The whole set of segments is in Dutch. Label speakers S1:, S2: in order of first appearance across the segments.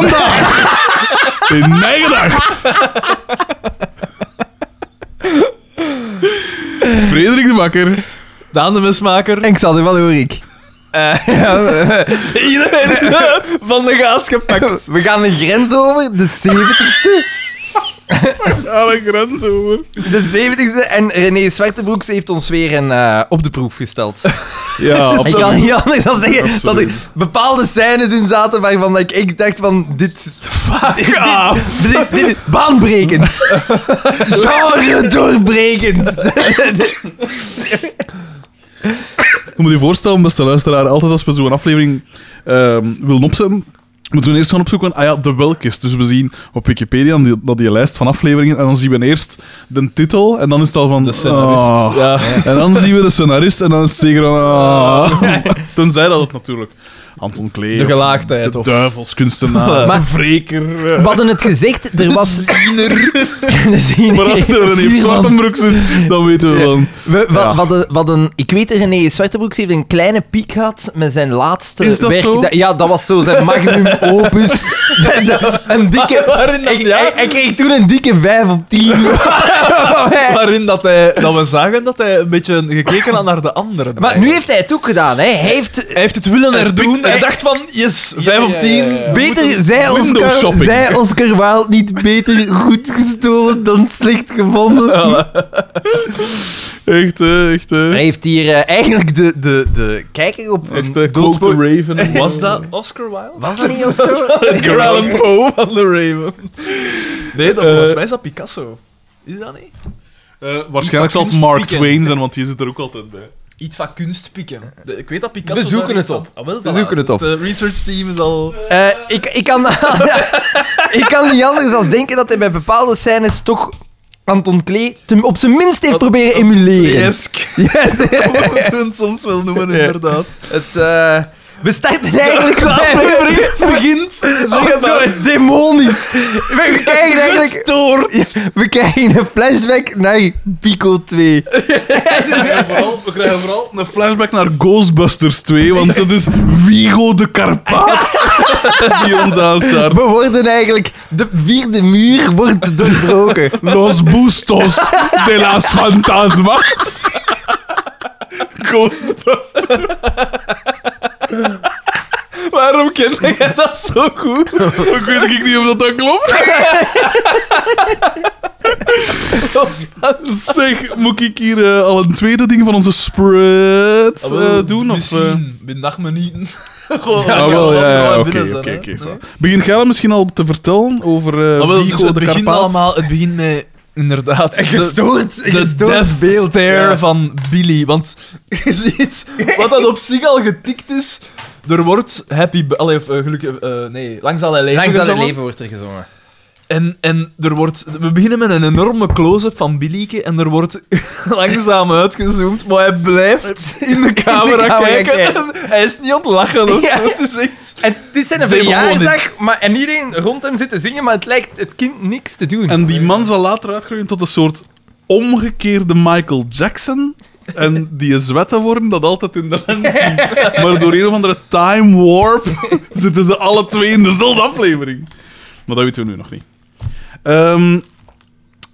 S1: In mijn gedacht. Frederik de Bakker.
S2: Daan de mismaker.
S3: En Xander van Oerik. Eh, ja, we-
S2: van de gaas gepakt.
S3: we gaan een grens over, de 70ste.
S1: Alle grens over.
S3: De 70ste. En René Zwartebroeks heeft ons weer een, eh, op de proef gesteld.
S1: Ja,
S3: Ik kan
S1: absoluut.
S3: niet anders dan zeggen dat
S1: Absoluut.
S3: er bepaalde scènes in zaten waarvan ik, ik dacht van dit... Fuck
S1: off.
S3: Dit, dit, dit- baanbrekend. Genre doorbrekend.
S1: Je moet je voorstellen, beste luisteraar, altijd als we zo'n aflevering ehm willen opzetten, moeten we eerst gaan opzoeken, ah ja, de welkist. Dus we zien op Wikipedia die, dat die lijst van afleveringen, en dan zien we eerst de titel, en dan is het al van...
S2: De scenarist.
S1: ah.
S2: Ja.
S1: En dan zien we de scenarist, en dan is het zeker van... ah. Tenzij dat het natuurlijk Anton Klee...
S2: De
S1: of
S2: gelaagdheid.
S1: De
S2: Of...
S1: duivelskunstenaar.
S3: Maar-
S1: wreker.
S3: We hadden het gezegd, er was... Er is hier-
S1: Maar als er
S3: er is hier
S1: een
S3: iemand.
S1: Zwartenbroeks is, dan weten we
S3: Ja.
S1: dan...
S3: We, wa-
S1: Ja.
S3: wat een, wat een, ik weet, René Zwartebroeks heeft een kleine piek gehad met zijn laatste
S1: Is dat
S3: werk.
S1: zo?
S3: ja, dat was zo zijn magnum opus. Dat- dat- een dikke...
S2: Waarin dat,
S3: Ik,
S2: ja,
S3: hij, hij kreeg toen een dikke 5 op 10.
S2: waarin dat, hij,
S3: Eh,
S2: dat we zagen dat hij een beetje gekeken had naar de anderen.
S3: Maar nu heeft hij het ook gedaan. Hè. Hij heeft eh,
S2: Hij heeft het willen erdoen. Hij
S3: hij-
S2: dacht van, yes, 5 op
S1: ja,
S2: 10.
S1: ja, ja.
S3: Beter, zij
S1: window
S3: Oscar,
S1: shopping.
S3: zij Oscar Wilde niet beter goed gestolen dan slecht gevonden.
S1: Echt, hè, echt, hè.
S3: Hij heeft hier eh, eigenlijk de, de, de kijker op
S1: Echt, eh,
S3: een
S1: hè, Cloak the
S3: doodspoor-
S1: Raven.
S2: Was dat Oscar Wilde?
S3: Was dat niet Oscar?
S2: Edgar Allan Poe van de Raven. Nee, dat, volgens
S1: Eh.
S2: mij is dat Picasso. Is dat niet?
S1: Eh, waarschijnlijk zal het
S2: Kunst
S1: Mark
S2: pikken.
S1: Twain zijn, want die zit er ook altijd bij.
S2: Iets van kunst pikken. De- ik weet dat Picasso...
S3: We zoeken
S2: daar
S3: het
S2: iets
S3: op.
S2: van- Ah, wel,
S3: We
S2: voilà.
S3: zoeken het op.
S2: Het eh, research team is al...
S3: Eh, ik, ik, kan, ik kan niet anders dan denken dat hij bij bepaalde scènes toch Anton Klee ten- op zijn minst heeft proberen emuleren.
S2: Esk.
S3: Ja,
S2: Hoe we het soms wel noemen, inderdaad.
S3: het, eh, we starten eigenlijk
S2: De
S3: bij...
S2: aflevering begint... Zeg het maar.
S3: Oh, demonisch. We krijgen eigenlijk...
S2: Gestoord.
S3: We krijgen een flashback naar Pico 2.
S1: We krijgen vooral, we krijgen vooral een flashback naar Ghostbusters 2, want dat is Vigo de Karpaat die ons aanstaart.
S3: We worden eigenlijk... De vierde muur wordt doorbroken.
S1: Los Bustos de las Fantasmas. Ghostbusters.
S2: Waarom kende jij dat zo goed?
S1: Ik weet ik niet of dat, dat klopt. Zeg, moet ik hier eh, al een tweede ding van onze spread
S2: Ah,
S1: eh, doen? Of, eh?
S2: Misschien. Binnen acht minuten. Gewoon,
S1: Ah,
S2: ik
S1: wel,
S2: kan
S1: ja,
S2: wel
S1: ja,
S2: binnen
S1: oké,
S2: zijn,
S1: oké,
S2: hè.
S1: oké.
S2: Nee.
S1: zo. Begin jij dan misschien al te vertellen over eh
S2: Ah, wel, dus
S1: Vigo
S2: het
S1: de
S2: begint
S1: Karpaat?
S2: allemaal, het begint met inderdaad
S3: Een
S2: de,
S3: gestoord, een
S2: de
S3: gestoord
S2: death
S3: beeld.
S2: stare
S3: Ja.
S2: van Billy. Want je ziet wat dat op zich al getikt is. Er wordt happy, Bi- allee, of, eh, gelukkig, eh, nee, lang zal hij leven.
S3: Langs aan het
S2: gezongen.
S3: leven wordt er gezongen.
S2: En, en er wordt, we beginnen met een enorme close-up van Billyke en er wordt langzaam uitgezoomd, maar hij blijft in de camera,
S3: camera
S2: kijken.
S3: kijken.
S2: En hij is niet aan het lachen of
S3: Ja.
S2: zo. Het is echt...
S3: En dit zijn een
S2: Demonisch.
S3: verjaardag, maar, en iedereen rond hem zit te zingen, maar het lijkt het kind niks te doen.
S1: En die man zal later uitgroeien tot een soort omgekeerde Michael Jackson. En die zwetten worden dat altijd in de lens. zit. Maar door een of andere time warp zitten ze alle twee in dezelfde aflevering. Maar dat weten we nu nog niet. Ehm,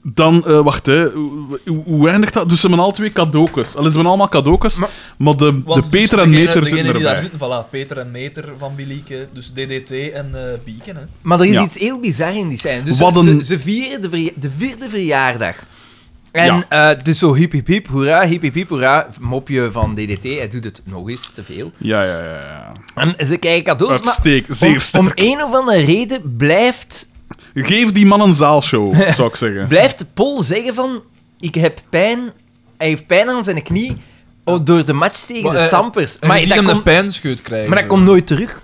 S1: dan, eh, wacht, hè. Hoe, hoe- hoe eindigt dat? Dus ze hebben al twee cadeautjes. Al is hebben allemaal cadeautjes, maar,
S3: Maar-
S1: de,
S2: dus
S1: de Peter en Meter zitten erbij.
S2: voilà, Peter en Meter van Billyke, dus DDT en Bieken. Hè.
S3: Maar er is
S1: Ja.
S3: iets heel bizar in die scène. Dus
S1: Wat
S3: ze-
S1: een-
S3: ze, ze vieren de, verja- de vierde verjaardag. En
S1: Ja.
S3: eh dus zo hip hip hip, hoera, hip hip hip, hoera, mopje van DDT, hij doet het nog eens, te veel.
S1: Ja, ja, ja. ja.
S3: En ze krijgen cadeaus, maar
S1: Uitstek,
S3: om,
S1: zeer
S3: om
S1: sterk.
S3: een of andere reden blijft,
S1: Geef die man een zaalshow, zou ik zeggen.
S3: blijft Paul zeggen van, ik heb pijn, hij heeft pijn aan zijn knie oh, door de match tegen
S2: Maar,
S3: de
S2: eh,
S3: Sampers.
S2: Maar
S3: Maar
S2: je
S3: dat,
S2: ziet hem een
S3: komt,
S2: pijnscheut krijgen.
S3: maar dat
S2: zo.
S3: komt nooit terug.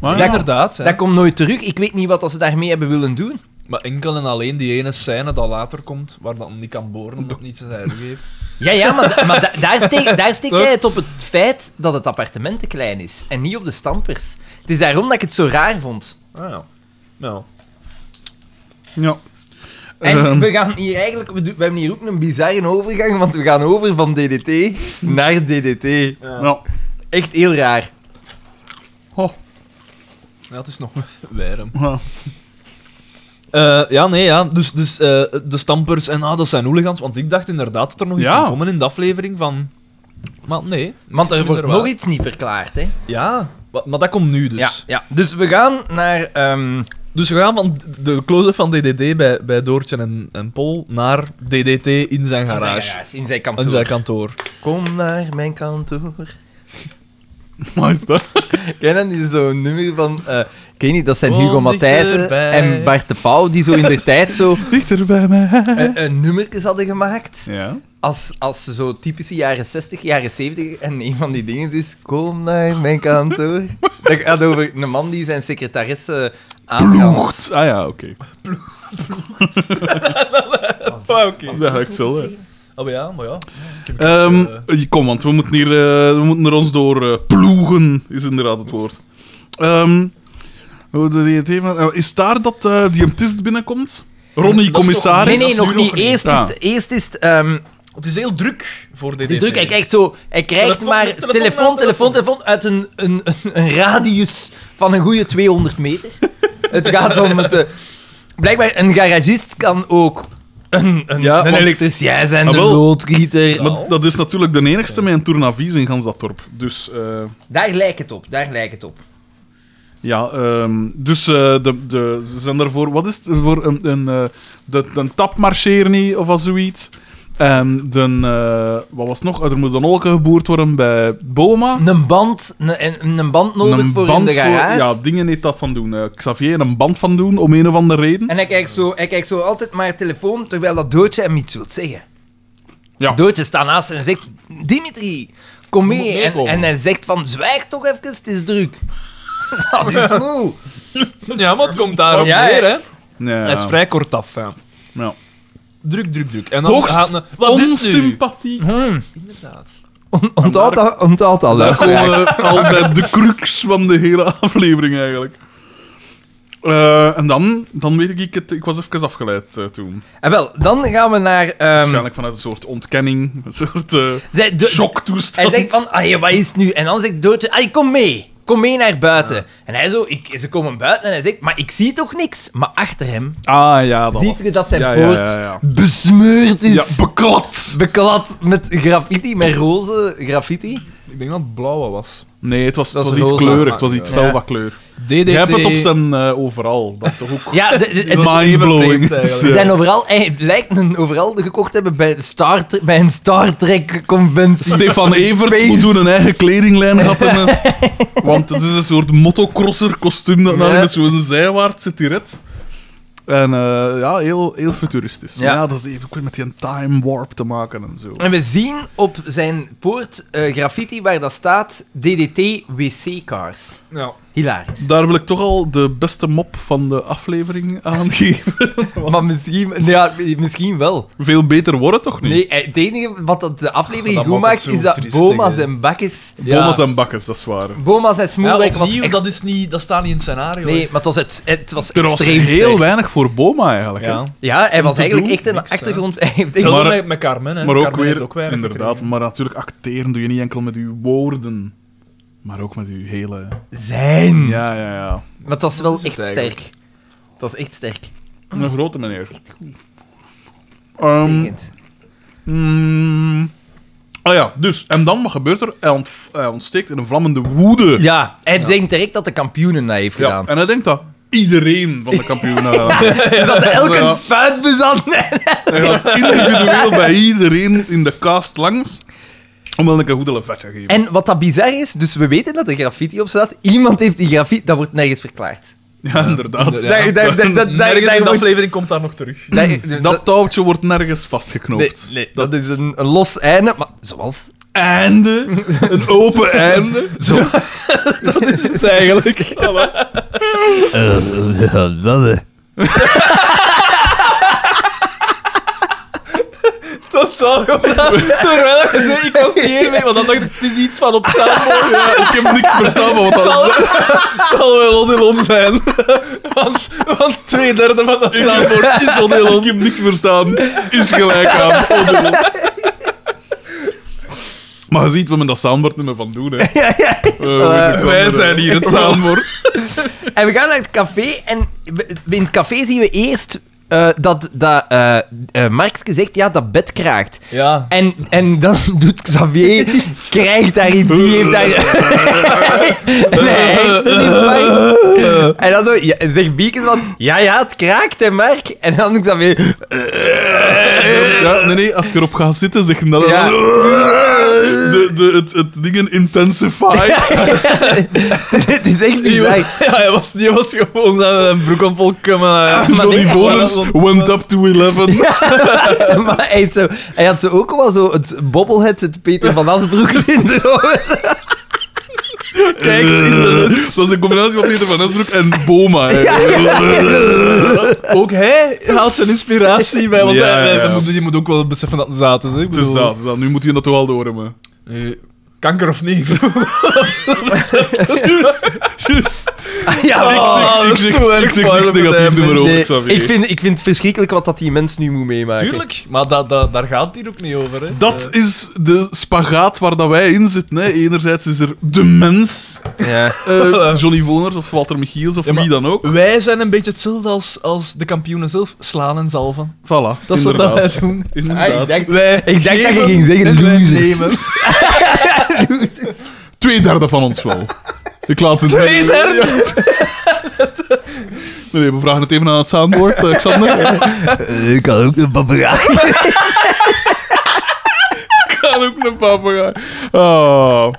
S1: Maar
S2: Ja,
S1: ja.
S2: inderdaad. hè.
S3: Dat komt nooit terug. Ik weet niet wat dat ze daarmee hebben willen doen.
S2: Maar enkel en alleen die ene scène dat later komt, waar dat niet kan boren omdat het niet zijn eigen heeft.
S3: Ja, ja, maar, da- maar da- daar steek, daar steek
S2: Toch?
S3: jij het op het feit dat het appartement te klein is. En niet op de stampers. Het is daarom dat ik het zo raar vond.
S2: Ah ja. Nou.
S1: ja.
S3: En
S1: Ehm.
S3: we gaan hier eigenlijk... We, doen- we hebben hier ook een bizarre overgang, want we gaan over van DDT naar DDT.
S1: Ja.
S3: Echt heel raar.
S1: Nou. Oh, nou.
S2: Ja, het is nog warm.
S1: ja.
S2: Eh, ja, nee, ja. Dus, dus eh, de stampers en ah, dat zijn hooligans. Want ik dacht inderdaad dat er nog iets
S1: Ja.
S2: aan komen in de aflevering van... Maar nee.
S3: Want
S2: het is
S3: er wordt
S2: minder waar.
S3: nog iets niet verklaard, hè?
S2: Ja, wa- maar dat komt nu dus.
S3: Ja, ja. Dus we gaan naar. ehm,
S2: Dus we gaan van d- de close-up van DDD bij, bij Doortje en, en Paul naar DDT in zijn garage.
S3: In zijn kantoor.
S2: In zijn kantoor.
S3: Kom naar mijn kantoor.
S1: Wat is dat?
S3: Kennen die zo'n nummer van. eh, ik weet niet, dat zijn
S2: Kom
S3: Hugo Matthijssen
S2: dichterbij.
S3: en Bart de Pauw, die zo in de tijd zo
S1: Dichter bij mij.
S3: een, een nummertjes hadden gemaakt.
S1: Ja.
S3: Als, als ze zo typische jaren 60, jaren 70 en een van die dingen is. Kom naar mijn kantoor. dat gaat over een man die zijn secretaresse aanploegt.
S1: Ploegt. Ah ja, oké.
S2: Ah, oké.
S1: Dat is eigenlijk zo, hè.
S2: Oh, maar ja, maar ja.
S1: Ehm, kom, want we moeten, hier, eh, we moeten er ons door eh, ploegen, is inderdaad het woord. Ehm, hoe de DDT van- eh, is daar dat eh, die hem tist binnenkomt? Ronnie,
S2: Dat is
S1: commissaris.
S3: Nee,
S2: Dat
S3: nee,
S2: is
S3: nog
S2: nu
S3: niet.
S2: nog niet.
S3: Eerst is
S1: Ja.
S3: het. Eerst is het ehm,
S2: Het is heel druk voor DDT.
S3: Dus druk, hij krijgt zo, hij krijgt
S2: Telefoon,
S3: maar telefoon,
S2: telefoon,
S3: telefoon,
S2: telefoon.
S3: telefoon, uit een, een, een, een radius van een goede 200 meter. het gaat om het. eh, blijkbaar, een garagist kan ook een, een,
S1: Ja,
S3: een
S1: want-
S3: elektricien zijn,
S1: Ah,
S3: een
S1: wel.
S3: loodgieter.
S1: Maar dat is natuurlijk de enigste met een tournavies in gans dat dorp. Dus eh,
S3: Daar lijkt het op, daar lijkt het op.
S1: ja, ehm, dus eh, de, de, ze zijn daarvoor, wat is het? Voor een, een, eh, de, de tap marcheert niet of als zoiets. En de, eh, wat was het nog? Er moet een olke geboerd worden bij Boma.
S3: Een band, een, en- een band nodig
S1: Een
S3: voor in
S1: band
S3: de garage.
S1: ja, dingen heet dat van doen. eh, Xavier een band van doen, om een of andere reden.
S3: En hij kijkt, zo, hij kijkt zo altijd maar telefoon, terwijl dat Doodje hem iets wil zeggen.
S1: Ja.
S3: Doodje staat naast hem en zegt, Dimitri, kom
S2: moet
S3: mee. En,
S2: meekomen.
S3: en hij zegt van, zwijg toch even, het is druk. dat is moe.
S2: Ja, maar het komt daarop
S3: Ja,
S2: neer, hè.
S1: Ja,
S2: Hij is vrij kort af, ja.
S1: ja.
S2: Druk, druk, druk. En dan gaat
S1: Hoogst
S2: een- Wat is het nu?
S1: onsympathiek.
S2: Hmm. Inderdaad.
S3: On- Onthoud dat, onthoud dat,
S1: Daar
S3: luisteraar.
S1: komen we eh, al bij de crux van de hele aflevering eigenlijk. Eh, en dan, dan weet ik het, ik was even afgeleid eh, toen.
S3: En wel, dan gaan we naar... ehm
S1: Waarschijnlijk vanuit een soort ontkenning, een soort eh
S3: zij- Do-
S1: shocktoestand.
S3: hij zegt van, "Ai, wat is het nu? En dan zegt Doodje, "Ai, kom mee. Kom mee naar buiten. En hij zo, ik, ze komen buiten en hij zegt, maar ik zie toch niks. Maar achter hem
S1: Ah ja, dat
S3: ziet
S1: was
S3: je dat zijn
S1: ja, ja,
S3: poort
S1: Ja, ja, ja.
S3: besmeurd is.
S1: Ja, beklad.
S3: beklad met graffiti, met roze graffiti.
S2: Ik denk dat het blauwe was.
S1: Nee, het was, het
S3: Dat
S1: was
S3: is
S1: iets
S3: roze.
S1: kleurig, het was iets
S2: Ja.
S1: fel wat kleur.
S2: DDT...
S1: Jij hebt het op zijn eh, overal, dat toch ook.
S3: Ja, de- de- het
S1: Mind blowing.
S2: vreemd,
S1: Ja.
S2: eigenlijk.
S3: ze zijn overal, eh, het lijkt een overal die gekocht hebben bij, Star, Trek- bij een Star Trek conventie.
S1: Stefan Evert
S3: Space.
S1: moet doen een eigen kledinglijn gehad hebben. Want het is een soort motocrosser kostuum dat
S3: Ja.
S1: namelijk met zo'n zijwaarts zit die red. En eh, ja, heel, heel futuristisch. Ja.
S3: Ja.
S1: ja, dat is even goed met die time warp te maken en zo.
S3: En we zien op zijn poort eh, graffiti waar dat staat DDT WC-cars.
S2: Ja.
S3: Hilarisch.
S1: Daar wil ik toch al de beste mop van de aflevering aangeven.
S3: Maar misschien, ja, misschien wel.
S1: Veel beter wordt het toch niet?
S3: Nee, eh, het enige wat dat de aflevering
S2: Dat
S3: goed
S2: maakt het
S3: maakt
S2: zo
S3: is dat
S2: triestig,
S3: Boma
S2: hè.
S3: zijn bakjes.
S2: Ja.
S1: Bomas en bakkes, dat is waar.
S3: Boma zijn smoelwerk
S2: Ja,
S3: was
S2: opnieuw,
S3: ex-
S2: dat, is niet, dat staat niet in het scenario.
S3: Nee, maar het was, het, het was
S1: Er was
S3: extreem
S1: heel
S3: sterk.
S1: weinig voor Boma eigenlijk. hè.
S2: Ja.
S3: Ja, hij was
S2: te
S3: eigenlijk
S2: doen,
S3: echt een
S2: niks, hè.
S3: achtergrond. hij heeft echt-
S2: Hetzelfde
S1: Maar-
S2: met, met Carmen, hè.
S1: Maar ook
S2: Carmen heeft
S1: weer,
S2: weinig
S1: inderdaad,
S2: gekregen.
S1: maar natuurlijk acteren doe je niet enkel met uw woorden, maar ook met uw hele...
S3: Zijn.
S1: Ja, ja, ja.
S3: Maar het was wel
S2: Dat is
S3: echt
S2: het eigenlijk.
S3: sterk. Het was echt sterk.
S2: Hm.
S1: Een grote meneer. Ehm,
S3: Uitstekend.
S1: mm, ah ja, dus. En dan, wat gebeurt er? Hij, ont- hij ontsteekt in een vlammende woede.
S3: ja, hij denkt direct dat de kampioenen dat heeft
S1: Ja,
S3: gedaan.
S1: En hij denkt dat iedereen van de kampioenen... eh,
S3: Dus dat elke
S1: Ja.
S3: spuit bezat.
S1: hij gaat individueel bij iedereen in de cast langs. Om dan een goede vet te geven.
S3: En wat dat bizar is, dus we weten dat er graffiti op staat. Iemand heeft die graffiti, dat wordt nergens verklaard.
S1: ja, inderdaad.
S2: Ja.
S3: Daar- daar- daar- daar- daar-
S2: Nergens in de
S3: daar-
S2: aflevering komt daar nog terug.
S3: daar- daar-
S1: Dat touwtje wordt nergens
S3: Nee,
S1: vastgeknoopt.
S3: nee, dat is een, een los einde, maar zoals...
S1: Einde. Een open einde. Zo.
S3: Dat is het eigenlijk.
S2: Dat is wel gedaan. Terwijl je zei, ik was niet eerlijk, want dan dacht ik, het is iets van op zelfmoord.
S1: Ja, ik heb niks verstaan van wat
S2: Het
S1: dat
S2: zal, het zal wel Odilon zijn. Want, want twee derde van dat zelfmoord is Odilon.
S1: Ik heb niks verstaan. Is gelijk aan. Odilon. Maar je ziet wat men dat soundboard nummer van doen, hè.
S3: Ja, ja.
S1: Eh, weet ik
S2: Wij
S1: van, eh,
S2: zijn hier het zaalmoord.
S3: En we gaan naar het café en we- in het café zien we eerst eh, dat, dat eh eh, Markske zegt, ja, dat bed kraakt.
S2: Ja.
S3: En, en dan doet Xavier, krijgt daar iets, die heeft daar... en hij hijgt er niet bij. En dan zo, ja, zegt Biekes van, ja, ja, het kraakt, hè, Mark. En dan doet Xavier...
S1: Ja, nee, nee, als je erop gaat zitten, zeg je dat...
S3: Ja.
S1: De, de, het, het dingen intensified.
S3: Het is echt
S2: Die
S3: bizar.
S2: wa- ja, hij was, die was gewoon aan een broek eh, aan vol kummen. Ja,
S3: maar
S1: Johnny
S3: nee,
S1: Boners
S2: ja, dat-
S1: went up to 11.
S3: maar hij, is zo, hij had zo ook wel zo het bobblehead, het Peter van Asbroek syndroom.
S2: Kijkt in de lucht.
S1: Eh, Dat is een combinatie van Peter van Esbroek en Boma. hè.
S2: Ook hij haalt zijn inspiratie bij, want
S1: Ja,
S2: hij- hij-
S1: ja, ja.
S2: hij- je moet ook wel beseffen dat het zaten is. hè. Ik
S1: Dus
S2: bedoel,
S1: dat, dus dat. Nu moet je dat toch wel door hebben.
S2: eh, kanker of niet?
S1: Juist.
S3: ja,
S1: Ik
S3: maar-
S1: zeg-
S2: Ah,
S1: ik
S2: dat is
S1: zeg-
S2: te erg
S1: ik zeg
S2: voor
S1: niks
S2: hem,
S1: negatiefs
S2: nee.
S1: meer over
S3: Nee,
S1: Xavier.
S3: ik, vind, ik vind het verschrikkelijk wat dat die mens nu moet meemaken.
S2: Tuurlijk, maar dat, dat, daar gaat het hier ook niet over. Hè.
S1: Dat is de spagaat waar dat wij in zitten. Hè. Enerzijds is er de mens,
S3: Ja.
S1: eh, Johnny Voners of Walter Michiels of
S2: Ja, maar-
S1: wie dan ook.
S2: Eh, Wij zijn een beetje hetzelfde als, als de kampioenen zelf, slaan en zalven.
S1: Voilà,
S2: Dat is wat dat
S1: inderdaad.
S2: wij doen.
S1: Inderdaad.
S3: ik denk,
S2: Wij
S3: ik denk dat je
S2: geven
S3: ging zeggen
S2: en wij
S3: losers.
S2: nemen.
S1: Twee derde van ons wel. Ik laat het
S2: Twee derde?
S1: Nee, we vragen het even aan het soundboard, eh, Xander.
S3: Ik kan ook een papegaai.
S1: kan ook een papegaai. Oh.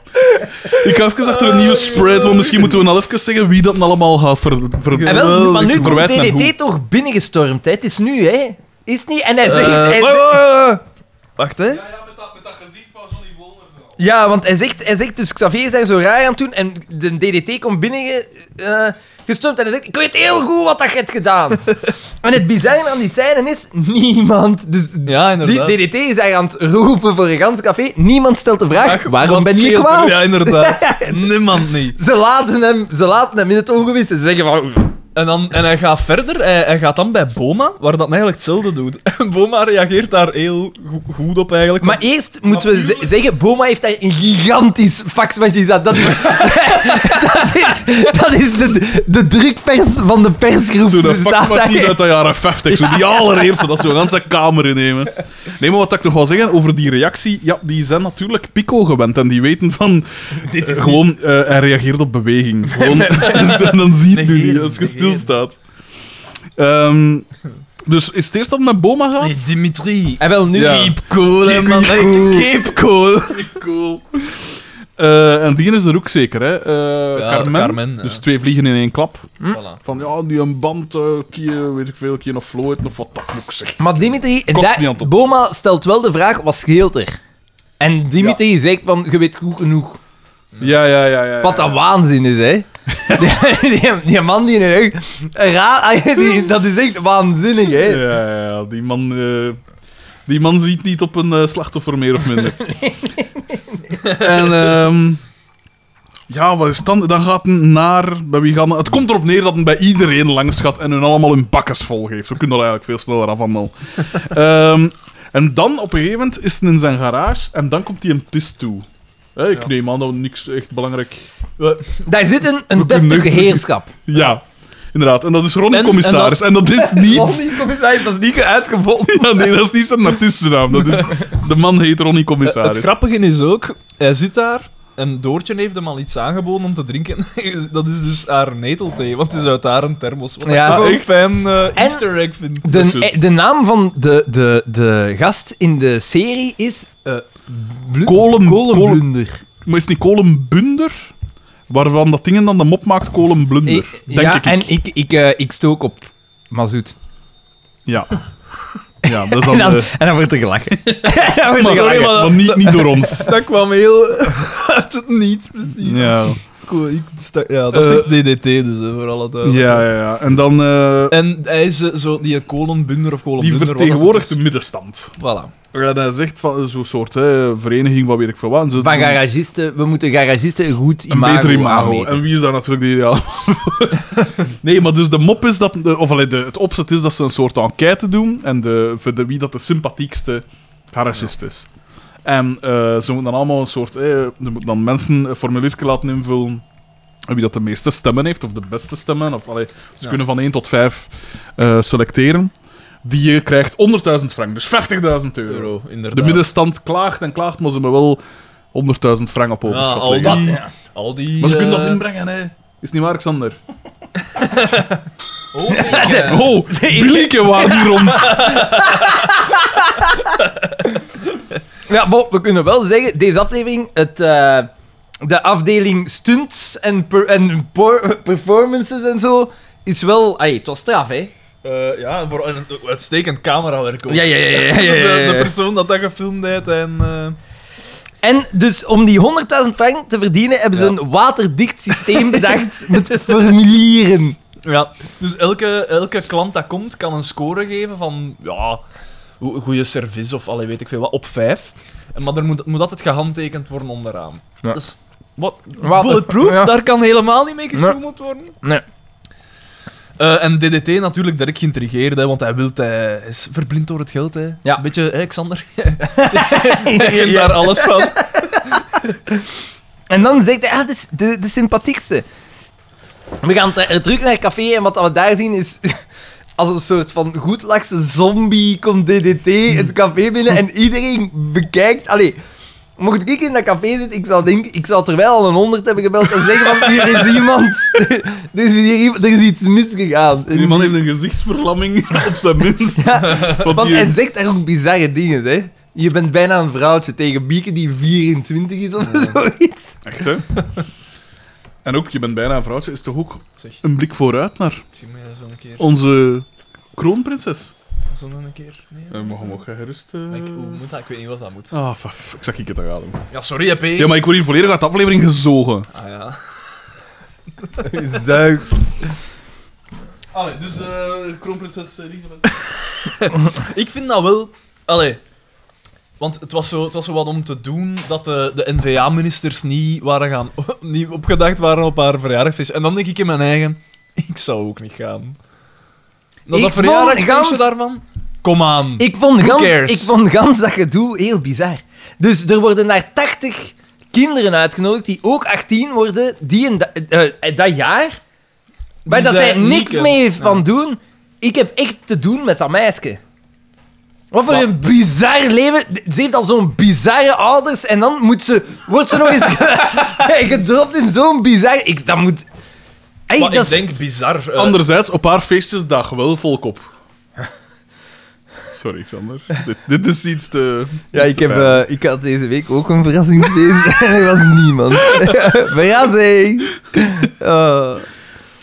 S1: Ik ga even achter een nieuwe spread, want misschien moeten we nog even zeggen wie dat allemaal gaat ver... ver-
S3: En wel, nu- maar nu komt
S1: verwijzen en hoe.
S3: DDT toch binnengestormd, hè? Het is nu, hè? Is het niet? En hij
S2: Eh,
S3: zegt... hij-
S2: wacht, wacht, wacht, wacht. Wacht, hè.
S3: ja, want hij zegt, hij zegt dus Xavier is daar zo raar aan toen en de DDT komt binnengestormd en hij zegt, ik weet heel goed wat dat je hebt gedaan. en het bizarre aan die scène is, niemand... Dus
S2: Ja,
S3: die
S2: inderdaad.
S3: DDT is daar aan het roepen voor een gans café. Niemand stelt de vraag, waarom
S2: Wat
S3: ben je
S2: scheelt er?
S3: kwaad?
S2: Ja, inderdaad. Niemand niet.
S3: Ze laten, hem, ze laten hem in het ongewis. Ze zeggen van...
S2: En, dan, en hij gaat verder, hij, hij gaat dan bij Boma, waar dat eigenlijk hetzelfde doet. En Boma reageert daar heel go- goed op eigenlijk.
S3: Maar eerst moeten we
S1: Natuurlijk.
S3: ze- zeggen, Boma heeft daar een gigantisch faxmachine staan. Dat is, dat is, dat is de, de drukpers van de persgroep.
S1: Zo, dat
S2: Dus
S3: Staat daar.
S1: vakmachine uit de jaren 50. Zo, die allereerste, dat zo'n ganse kamer innemen. Nee, maar wat ik nog wil zeggen over die reactie. Ja, die zijn natuurlijk Pico gewend. En die weten van. Dit is gewoon, eh, hij reageert op beweging. Gewoon, en dan ziet nu niet
S2: Negeren,
S1: als je
S2: negeren.
S1: stilstaat. Ehm, dus is het eerst dat het met Boma gaat?
S2: Nee, Dimitri.
S3: En wel, nu...
S1: Ja.
S2: Keep cool, hè,
S1: Keep
S2: man.
S3: cool.
S2: Hey, Keep cool.
S1: Cool. Eh, en die is er ook zeker, hè? Eh,
S2: Ja,
S1: Carmen.
S2: Carmen, ja.
S1: Dus twee vliegen in één klap.
S3: Hm?
S2: Voilà.
S1: Van ja, die een band, eh, kie, weet ik veel, kie of Floyd of wat dat ook zegt.
S3: Maar Dimitri...
S1: Kost
S3: daar-
S1: niet aan het-
S3: Boma stelt wel de vraag, wat scheelt er? En Dimitri zegt van, je weet goed genoeg.
S1: Ja, ja, ja. ja, ja.
S3: Wat een waanzin is, hè? die, die, die man die in een heug- raar, die, Dat is echt waanzinnig, hè?
S1: Ja, ja, ja, die man. eh, die man ziet niet op een eh, slachtoffer meer of minder. En ehm, ja, wat is dan? Dan gaat het naar. Bij wie gaan, het komt erop neer dat het bij iedereen langs gaat en hun allemaal hun bakkes vol geeft. We kunnen er eigenlijk veel sneller af allemaal. Ehm, en dan op een gegeven moment is hij in zijn garage en dan komt hij hem tis toe. Hè, ik
S2: Ja.
S1: neem aan dat we niks echt belangrijk.
S3: Daar zit een,
S1: We
S3: een
S1: kunnen
S3: deftige
S1: nuchter-
S3: heerschap.
S1: Ja, inderdaad. En dat is Ronnie
S2: En-
S1: Commissaris. En dat, is niet.
S3: commissaris, dat is niet uitgevonden.
S1: Ja, nee, dat is niet zijn artiestennaam. Dat is, de man heet Ronnie Commissaris.
S2: Het grappige is ook, hij zit daar en Doortje heeft hem al iets aangeboden om te drinken. Dat is dus haar netelthee, want het is uit haar een thermos. Wat
S3: Ja.
S2: ik ook een
S1: Echt?
S2: fan eh, easter egg vind.
S1: Dat is
S3: De,
S1: juist.
S3: eh, de naam van de, de, de gast in de serie is... eh Blu-
S1: Kolen-
S3: Kolenblunder.
S1: Maar is het niet kolenbunder? Waarvan dat dingen dan de mop maakt kolenblunder.
S3: Ik-
S1: Denk
S3: Eh, ja,
S1: ik.
S3: en ik, ik, eh, ik stook op mazoet.
S1: Ja. Ja, dat is
S3: En
S1: dan...
S3: dan,
S1: eh,
S3: en dan wordt er gelachen. En dan wordt er
S1: maar,
S3: gelachen.
S2: maar-
S1: maar niet, niet door ons.
S2: Dat kwam heel uit het niets, precies.
S1: Ja, Eh,
S2: Cool, ik sta- ja dat is echt DDT, dus hè, voor alle duidelijkheid.
S1: ja, ja. ja. En dan... eh,
S2: En hij is eh, zo die kolenbunder of
S1: die
S2: kolenbunder.
S1: vertegenwoordigt de
S2: hem.
S1: middenstand.
S2: Voilà.
S1: En hij zegt van zo'n soort hè, vereniging van weet ik veel wat. En ze
S3: Van
S1: doen
S3: garagisten, we moeten garagisten een goed
S1: een
S3: imago
S1: beter imago.
S3: aanmeten.
S1: En wie is daar natuurlijk de ideaal voor? Nee, maar dus de mop is dat... de- Of allee, de, het opzet is dat ze een soort enquête doen. En de, voor de, wie dat de sympathiekste garagist is. En eh, ze moeten dan allemaal een soort... eh, ze moeten dan mensen een formuliertje laten invullen wie dat de meeste stemmen heeft, of de beste stemmen. Of, allee, ze
S2: Ja.
S1: kunnen van 1 tot 5 eh, selecteren. Die eh, krijgt 100.000 frank, dus 50.000 euro.
S2: euro, inderdaad.
S1: De middenstand klaagt en klaagt, maar ze hebben wel 100.000 frank op
S2: ja,
S1: overschot.
S2: al
S1: liggen.
S2: die... Al die
S1: Maar ze kunnen
S2: eh,
S1: dat inbrengen, hè. Is niet waar, Xander?
S2: oh, ik, eh,
S1: Oh, Bilieke waren hier rond.
S3: Ja, Bob, we kunnen wel zeggen, deze aflevering, het, eh, de afdeling stunts en, per- en por- performances en zo, is wel... Ay, het was straf, hè?
S2: eh, ja, voor een een uitstekend camerawerk ook.
S3: Ja, ja, ja, ja, ja, ja, ja.
S2: De, de persoon dat dat gefilmd heeft en... eh,
S3: En dus om die 100.000 frank te verdienen, hebben ze een waterdicht systeem bedacht met formulieren.
S2: Ja, dus elke, elke klant dat komt kan een score geven van ja, go- goede service of allee, weet ik veel wat, op 5. Maar er moet, moet altijd gehandtekend worden onderaan.
S1: Ja.
S2: Dus wat,
S3: Wat-
S2: bulletproof,
S3: ja.
S2: daar kan helemaal niet mee gesjoemeld worden.
S3: Nee.
S2: Eh, en DDT natuurlijk direct geïntrigeerd, hè, want hij, wilt, hij is verblind door het geld. Hè.
S3: Ja.
S2: Beetje, hè, Xander? Hij kent daar alles van.
S3: En dan zegt hij, ah, dit is de, de sympathiekste. We gaan ter- er terug naar het café en wat dat we daar zien is... Als een soort van goedlakse zombie komt DDT het café binnen en iedereen bekijkt... Allee, mocht ik in dat café zitten, ik zou, denken, ik zou terwijl al een 100 hebben gebeld en zeggen van hier is iemand... er, is hier, iemand- er is iets misgegaan.
S1: Die man heeft een gezichtsverlamming, op zijn minst. Want
S3: Want
S1: die-
S3: hij zegt daar ook bizarre dingen, hè. Je bent bijna een vrouwtje tegen Bieke die 24 is of zoiets.
S1: Echt, hè? En ook, je bent bijna een vrouwtje, is toch ook
S2: Zeg, ik
S1: een blik vooruit naar
S2: zie me zo'n keer.
S1: onze kroonprinses?
S2: Zo'n een keer. Nee.
S1: We mogen ook gerust... eh,
S2: Ik, hoe moet dat? Ik weet niet wat dat moet.
S1: Ah, fuck, ik zag ik het al gaan doen.
S2: Ja, sorry, EP.
S1: Ja, maar ik word hier volledig uit de aflevering gezogen.
S2: Ah ja.
S3: Zuig.
S1: Allee, dus kroonprinses Elisabeth.
S2: Ik vind dat wel. Allee. Want het was, zo, het was zo wat om te doen dat de, de NVA-ministers niet, waren gaan, niet opgedacht waren op haar verjaardagfeest. En dan denk ik in mijn eigen, ik zou ook niet gaan. Nou,
S3: Ik vond
S2: dat verjaardagsfeestje
S3: gans-
S2: daarvan? Kom aan.
S3: Ik vond,
S2: Hmm. Who
S3: gans,
S2: cares?
S3: ik vond gans dat gedoe heel bizar. Dus er worden daar 80 kinderen uitgenodigd die ook 18 worden, die in da- eh, eh, dat jaar, bij dat
S2: zij
S3: zij
S2: niet
S3: niks
S2: kunnen.
S3: mee heeft
S2: Ja.
S3: van doen. Ik heb echt te doen met dat meisje. Wat voor
S2: Wat?
S3: een bizar leven. Ze heeft al zo'n bizarre ouders en dan moet ze, wordt ze nog eens gedropt in zo'n bizar... Ik, dat moet... Hey,
S2: maar
S3: dat
S2: ik
S3: is-
S2: denk bizar. eh,
S1: Anderzijds, op haar feestjesdag wel volkop. Sorry, Xander. dit, dit is iets te...
S3: Ja,
S1: iets
S3: ik,
S1: te
S3: heb,
S1: pijnlijk.
S3: eh, ik had deze week ook een verrassingsfeest en er was niemand. Verrassing! Eh,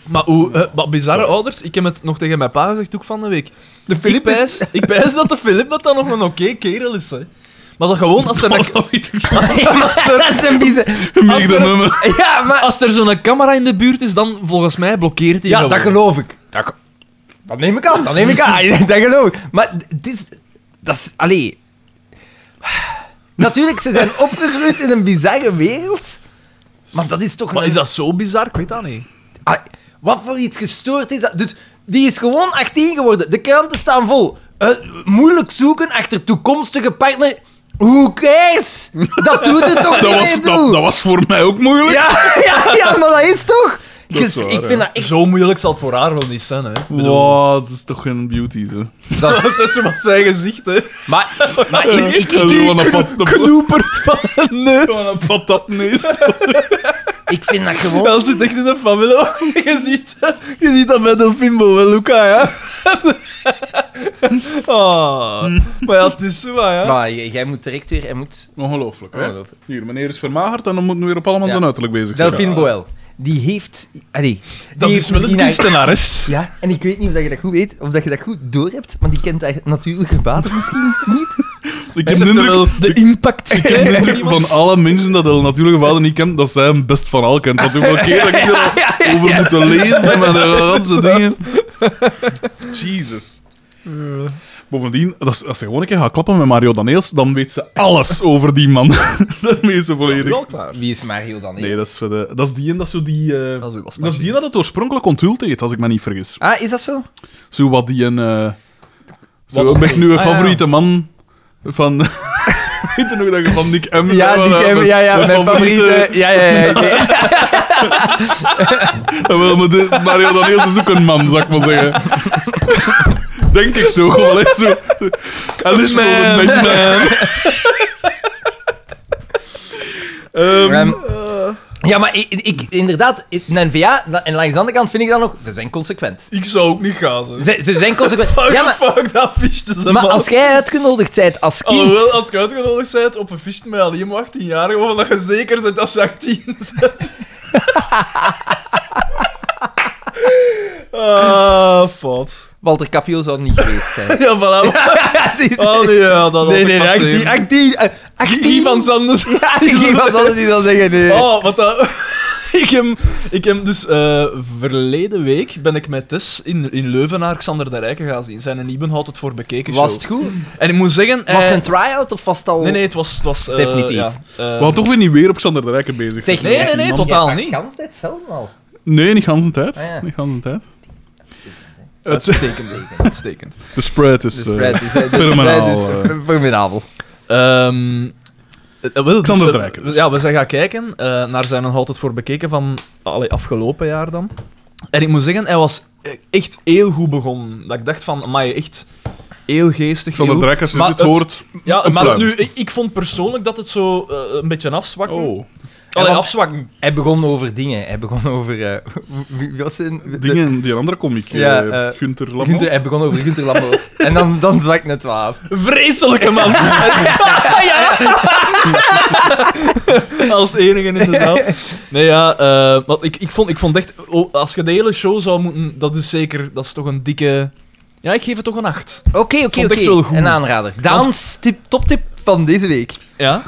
S2: Maar hoe, eh, wat bizarre ouders, ik heb het nog tegen mijn pa gezegd ook van de week.
S3: de
S2: Ik
S3: Filip is...
S2: pijs, ik pijs dat de Filip dat dan nog een oké kerel is. Hè. Maar dat gewoon, als hij dat,
S3: dat is een bizar...
S1: Mega
S2: Als er-
S1: nummer.
S3: Ja, maar...
S2: Als er zo'n camera in de buurt is, dan volgens mij blokkeert hij
S3: Ja,
S2: gewoon.
S3: dat geloof ik. Dat, dat neem ik aan, dat neem ik aan. dat geloof ik. Maar dit is... Dat is... Allee... Natuurlijk, ze zijn opgegroeid in een bizarre wereld. Maar dat is toch...
S2: Maar
S3: een-
S2: is dat zo bizar? Ik weet dat niet.
S3: Ah, wat voor iets gestoord is dat? Dus die is gewoon 18 geworden. De kranten staan vol. Eh, moeilijk zoeken achter toekomstige partner. Hoe cares? Dat doet het toch
S1: Dat
S3: niet
S1: was,
S3: meer
S1: dat,
S3: toe?
S1: dat was voor mij ook moeilijk.
S3: Ja, ja, ja, maar dat is toch?
S1: Dat is
S3: Ges-
S1: waar,
S3: ik vind
S1: ja.
S3: dat echt...
S2: Zo moeilijk zal het voor haar wel niet zijn, hè. Ik bedoel,
S1: Wow, dat is toch geen beauty, hè?
S2: Dat is zo wat zijn gezicht, hè.
S3: Maar, maar
S1: Ja,
S3: ik, ik,
S1: dat is
S3: ik,
S1: gewoon een pat- een pat-
S2: Knoepert van een
S1: gewoon
S2: neus.
S1: een patatneus.
S3: ik vind dat
S2: Ja,
S3: gewoon...
S2: Dat zit echt in de familie. Je ziet, je ziet dat bij Delfimbo wel, Luca, ja. Ah. Maar ja, het is zo, ja.
S3: Maar j- jij moet direct weer... Hij moet...
S1: Ongelooflijk, hè?
S3: Ongelooflijk.
S1: Hier, meneer is vermagerd en dan moet nu weer op allemaal
S3: Ja.
S1: zijn uiterlijk bezig zijn.
S3: Delphine Boel. Die heeft... Allee, die
S2: Dat
S3: heeft
S2: is wel het
S3: misschien haar-
S2: kunstenares.
S3: Ja, en ik weet niet of dat je dat goed weet, of dat je dat goed doorhebt, want die kent haar natuurlijke water misschien niet.
S1: Ik heb
S2: Is
S1: de
S2: er
S1: indruk,
S2: wel de impact
S1: ik heb de
S2: gekregen?
S1: indruk van alle mensen dat de natuurlijke vader niet kent, dat zij hem best van al kent. Want hoeveel keer dat ik er al over moeten lezen en met de ganse dingen. Jesus. Bovendien, als, als ze gewoon een keer gaat klappen met Mario Daneels, dan weet ze alles over die man. dat weet ze volledig.
S3: Wie is Mario dan?
S1: Nee, dat is, voor de, dat is die en dat is zo die... eh,
S2: Dat is uw
S1: dat is
S2: wasmachine.
S1: die dat het oorspronkelijk onthuld heet, als ik me niet vergis.
S3: Ah, is dat zo?
S1: Zo wat die een... eh zo
S2: Wat-
S1: ben ik nu een
S2: Ah, ja.
S1: favoriete man van... Weet je nog dat je van Nick M.
S3: Ja,
S1: zei,
S3: die
S1: wat,
S3: ken-
S1: eh,
S3: ja, ja,
S1: mijn
S3: mijn favoriete... Ja, ja, ja. ik weet-
S1: Ja, wel, maar de, Mario Daniels is ook een man, zou ik maar zeggen. Denk ik toch wel, hè? Zo. Hij is wel een
S2: Man,
S1: mensman. Ehm,
S3: Ehm, ja, maar ik, ik- inderdaad, in NVA, en langs de andere kant vind ik dat nog, ze zijn consequent.
S2: Ik zou ook niet gaan, zeg.
S3: Ze, ze zijn consequent.
S2: Fuck,
S3: Ja, maar,
S2: fuck, dat fichte ze,
S3: maar
S2: man.
S3: als jij uitgenodigd bent als kind...
S2: Alhoewel, als je uitgenodigd bent op een ficht met alleen maar 18 jaar, gewoon dat je zeker bent dat ze 18 zijn. Ah, fout.
S3: Walter Capio zou niet geweest zijn.
S2: Ja, voilà. Oh nee, ja, dat
S3: nee, nee, nee,
S2: had ik
S3: actief,
S2: passeren.
S3: actief, eh, actief.
S2: Guy van Sanders.
S3: Ja, Guy van Sanders die zal zeggen, nee. nee.
S2: Oh, wat dat... ik, heb, ik heb dus eh, verleden week ben ik met Tess in, in Leuven naar Xander de Rijken gaan zien. Zijn en Iben houdt het voor bekeken show.
S3: was het goed?
S2: En ik moet zeggen...
S3: Was het
S2: hij-
S3: een try-out of was het al...
S2: Eh, Nee, nee, het was... Het was eh,
S3: Oh. Definitief.
S2: ja, eh,
S1: we waren toch weer niet weer op Sander de Rijken bezig.
S3: Zeg,
S2: Nee, nee, nee,
S1: Man.
S2: tot- totaal
S3: Jij
S2: niet.
S3: pakt gans tijd zelf al.
S1: Nee, niet gans een tijd.
S3: Ah, ja.
S1: Niet gans een tijd. Het,
S2: Uitstekend, uitstekend.
S1: de spread is...
S3: Dus
S1: eh,
S3: spread is- de
S1: fenomenaal,
S3: spread is
S2: eh.
S3: Fenomenaal.
S2: Ehm eh, wel, dus
S1: Xander
S2: we-
S1: Drijker dus.
S2: Ja, we zijn gaan kijken eh, naar zijn nog altijd voor bekeken van allee, afgelopen jaar dan. En ik moet zeggen, hij was eh, echt heel goed begonnen. Dat ik dacht van, maar echt heel geestig.
S1: Sander
S2: heel
S1: de
S2: goed.
S1: Rijken, als je
S2: Maar
S1: dit
S2: het-
S1: hoort...
S2: Ja,
S1: een
S2: maar
S1: pluim.
S2: nu, ik, ik vond persoonlijk dat het zo eh, een beetje afzwakken.
S1: Oh,
S2: Allee,
S3: Ja, want-
S2: afzwakken.
S3: Hij begon over dingen. Hij begon over... eh, wie wie was zijn... de-
S1: dingen, die andere komiek.
S3: Ja,
S1: eh,
S3: eh,
S1: Gunther Lamont.
S3: Gunther, hij begon over Gunther Lambert. en dan, dan zwakt net wat af.
S2: Vreselijke man. ja. Als enige in de zaal. Nee, ja, eh, want ik, ik, vond, ik vond echt... oh, als je de hele show zou moeten... Dat is zeker... Dat is toch een dikke... Ja, ik geef het toch een 8.
S3: Oké, oké,
S2: Vond ik wel goed.
S3: oké. Een aanrader. Daans tip, toptip van deze week.
S2: Ja?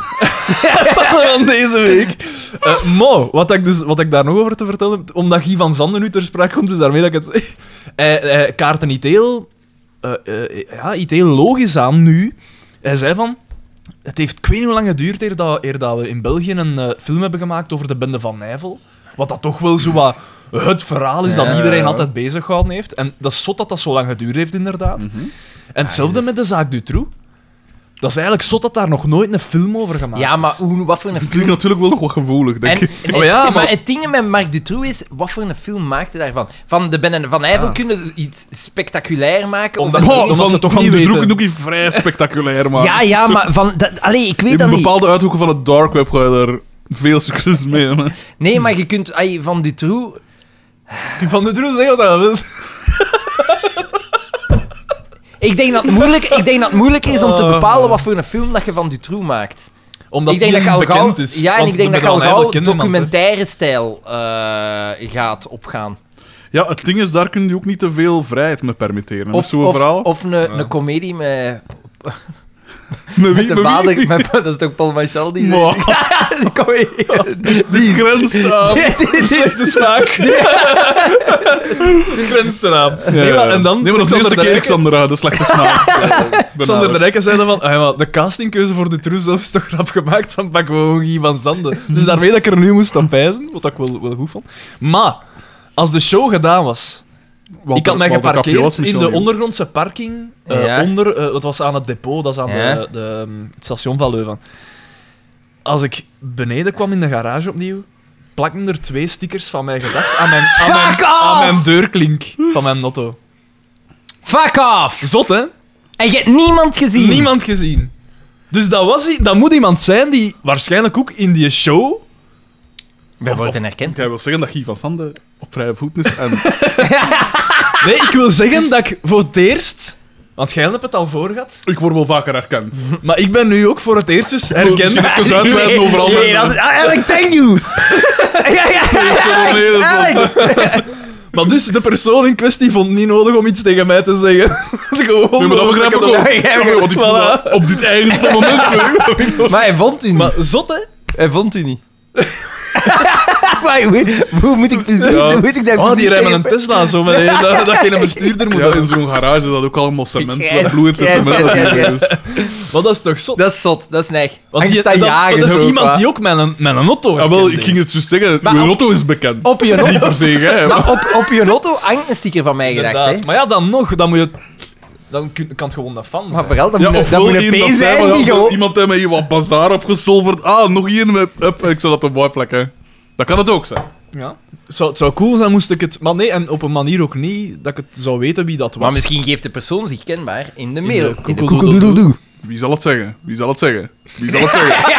S2: Van deze week. Eh, Mo, wat ik, dus, wat ik daar nog over te vertellen heb, omdat Guy van Zanden nu ter sprake komt, is daarmee dat ik het zeg. Hij, hij kaartte niet heel, eh, eh, ja, iets heel logisch aan nu. Hij zei van... Het heeft ik weet niet hoe lang geduurd eer dat, eer dat we in België een eh, film hebben gemaakt over de bende van Nijvel. Wat dat toch wel zo wat het verhaal is dat
S3: Ja.
S2: iedereen altijd bezig gehouden heeft. En dat is zot dat dat zo lang geduurd heeft, inderdaad.
S1: Mhm.
S2: En hetzelfde met de zaak Dutroux. Dat is eigenlijk zot dat daar nog nooit een film over gemaakt
S3: ja, maar
S2: is.
S3: hoe, wat voor een
S1: Het klinkt
S3: film...
S1: natuurlijk wel nog wat gevoelig, denk
S3: En,
S1: ik.
S3: en-
S2: Oh ja,
S3: maar...
S2: maar-
S3: het ding met Marc Dutroux is, wat voor een film maakte daarvan? Van de Ben en Van Eyvel
S2: Ah.
S3: kunnen iets spectaculair maken.
S2: Omdat-
S3: of een-
S2: Oh,
S1: Oh,
S2: omdat
S1: van,
S2: ze toch
S1: van
S2: niet
S1: die
S2: weten.
S1: droeken doe ik vrij spectaculair, maar...
S3: ja, ja, maar van... Dat, allee, ik weet
S1: In
S3: dat niet.
S1: bepaalde uithoeken van het dark web ga je daar veel succes mee hebben.
S3: Nee, maar je kunt ay, van Dutroux...
S2: Van de Droes zeggen wat hij wil.
S3: Ik denk dat het moeilijk, ik denk dat het moeilijk is om te
S2: Oh,
S3: bepalen
S2: man.
S3: wat voor een film dat je van Dutroux maakt.
S2: Omdat
S3: ik denk dat je al gauw, Ja, en ik denk dat je al gauw documentaire stijl eh, gaat opgaan.
S1: Ja, het ding is, daar kun je ook niet te veel vrijheid mee permitteren. Of,
S3: Of,
S1: zo
S3: of,
S1: vooral.
S3: of een, een comedie met,
S1: met
S3: met de
S1: met
S3: vader... Met, dat is toch Paul Machel die...
S1: Wow,
S3: die comedie-
S1: die grenst aan.
S3: die- die- die-
S2: Slechte smaak. Het grenst eraan.
S1: Ja,
S2: Nee, maar,
S1: ja.
S2: en dan...
S1: Nee, maar dat is de eerste
S2: Xander
S1: keer,
S2: Rijken-
S1: Xander, eh, de slechte snaar.
S2: Xander de
S1: Benadrukt.
S2: Rijken zei dan van... "Ah ja, maar de castingkeuze voor de Droes zelf is toch rap gemaakt? Dan pakken we gewoon Guy van Zanden. Dus daarmee dat ik er nu moest aan pijzen, wat ik wel, wel goed vond. Maar, als de show gedaan was...
S1: Walter-
S2: ik had mij
S1: Walter Capio
S2: geparkeerd
S1: was
S2: in
S1: Michel
S2: de
S1: Jong.
S2: ondergrondse parking. eh,
S3: Ja.
S2: onder, eh, dat was aan het depot, dat is aan
S3: Ja.
S2: de, de, mm, het station van Leuven. Als ik beneden kwam in de garage opnieuw, plakten er twee stickers van mijn gedacht aan mijn, aan mijn,
S3: Fuck
S2: aan mijn
S3: off!
S2: deurklink van mijn motto.
S3: Fuck off!
S2: Zot, hè?
S3: En je hebt niemand gezien.
S2: Niemand gezien. Dus dat, was, i- dat moet iemand zijn die waarschijnlijk ook in die show...
S3: We
S2: Of-
S3: worden herkend.
S1: Jij wil zeggen dat Guy van Sande op vrije voeten is en
S2: Nee, ik wil zeggen dat ik voor het eerst... Want jij hebt het al voor gehad.
S1: ik word wel vaker herkend.
S2: Maar ik ben nu ook voor het eerst dus herkend.
S1: Misschien even uitweiden overal.
S3: Nee,
S1: zijn-
S3: dat is... ah, Alex, thank you! ja, ja,
S1: Nee, dat is
S3: Alex,
S1: wel-
S3: Alex!
S2: Maar dus, de persoon in kwestie vond het niet nodig om iets tegen mij te zeggen. Gewoon
S1: Nee, maar dat
S2: omdat
S1: begrijp ik
S2: het
S1: ook.
S3: Ja, ja, ja.
S1: Want ik voel
S2: Voilà.
S1: dat op dit eigenste moment. sorry.
S3: Maar hij vond u
S2: al-
S3: niet.
S2: Maar zot, hè?
S3: Hij vond u niet. maar hoe, hoe moet ik precies...
S1: Ja.
S3: Hoe moet ik dat
S2: Oh, die
S3: precies
S2: rijden met een
S3: tegen-
S2: Tesla zo, met een- dat, dat je een bestuurder moet
S1: Ja, in
S2: hebben.
S1: zo'n garage dat ook allemaal cement,
S3: Grijs,
S1: dat vloeit tussen
S3: grijs,
S1: cement.
S3: grijs,
S1: natuurlijk is.
S2: Maar dat is toch zot?
S3: Dat is zot, dat is neig.
S2: Want
S3: Want
S2: die,
S3: je dat
S2: dat-
S3: jagen
S2: dat is
S3: ook,
S2: iemand
S3: hè.
S2: die ook met een, met een auto
S1: Ja, Ah, wel,
S2: herkend
S1: ik
S2: is.
S1: ging het zo zeggen.
S3: Maar
S1: Mijn
S3: op-
S1: auto is bekend.
S3: Op je,
S1: Niet
S3: auto,
S1: per se, hè.
S3: maar op, op je auto hangt een sticker van mij gedacht,
S2: Inderdaad.
S3: hè.
S2: Maar ja, dan nog, dan moet je... dan kun- kan het gewoon dat fan
S3: Maar
S2: zijn.
S3: vooral, dat
S1: Ja,
S3: moet, dat
S1: ofwel
S3: moet een
S1: iemand
S3: P
S1: dat zei,
S3: zijn
S1: maar
S3: die
S1: ja, zo
S3: gewoon...
S1: Iemand heeft mij hier wat bazaar opgesolverd. Ah, nog hier met... Up, ik zou dat op mooi plekken. Dat kan het ook zijn.
S2: Ja. Het zou, het zou cool zijn moest ik het... Maar nee, en op een manier ook niet dat ik het zou weten wie dat was.
S3: Maar misschien geeft de persoon zich kenbaar in de mail.
S2: de
S3: In de
S2: koekeldoedeldoe.
S3: koekeldoedeldoe.
S1: Wie zal het zeggen? Wie zal het zeggen? Wie zal het zeggen?
S3: Eh,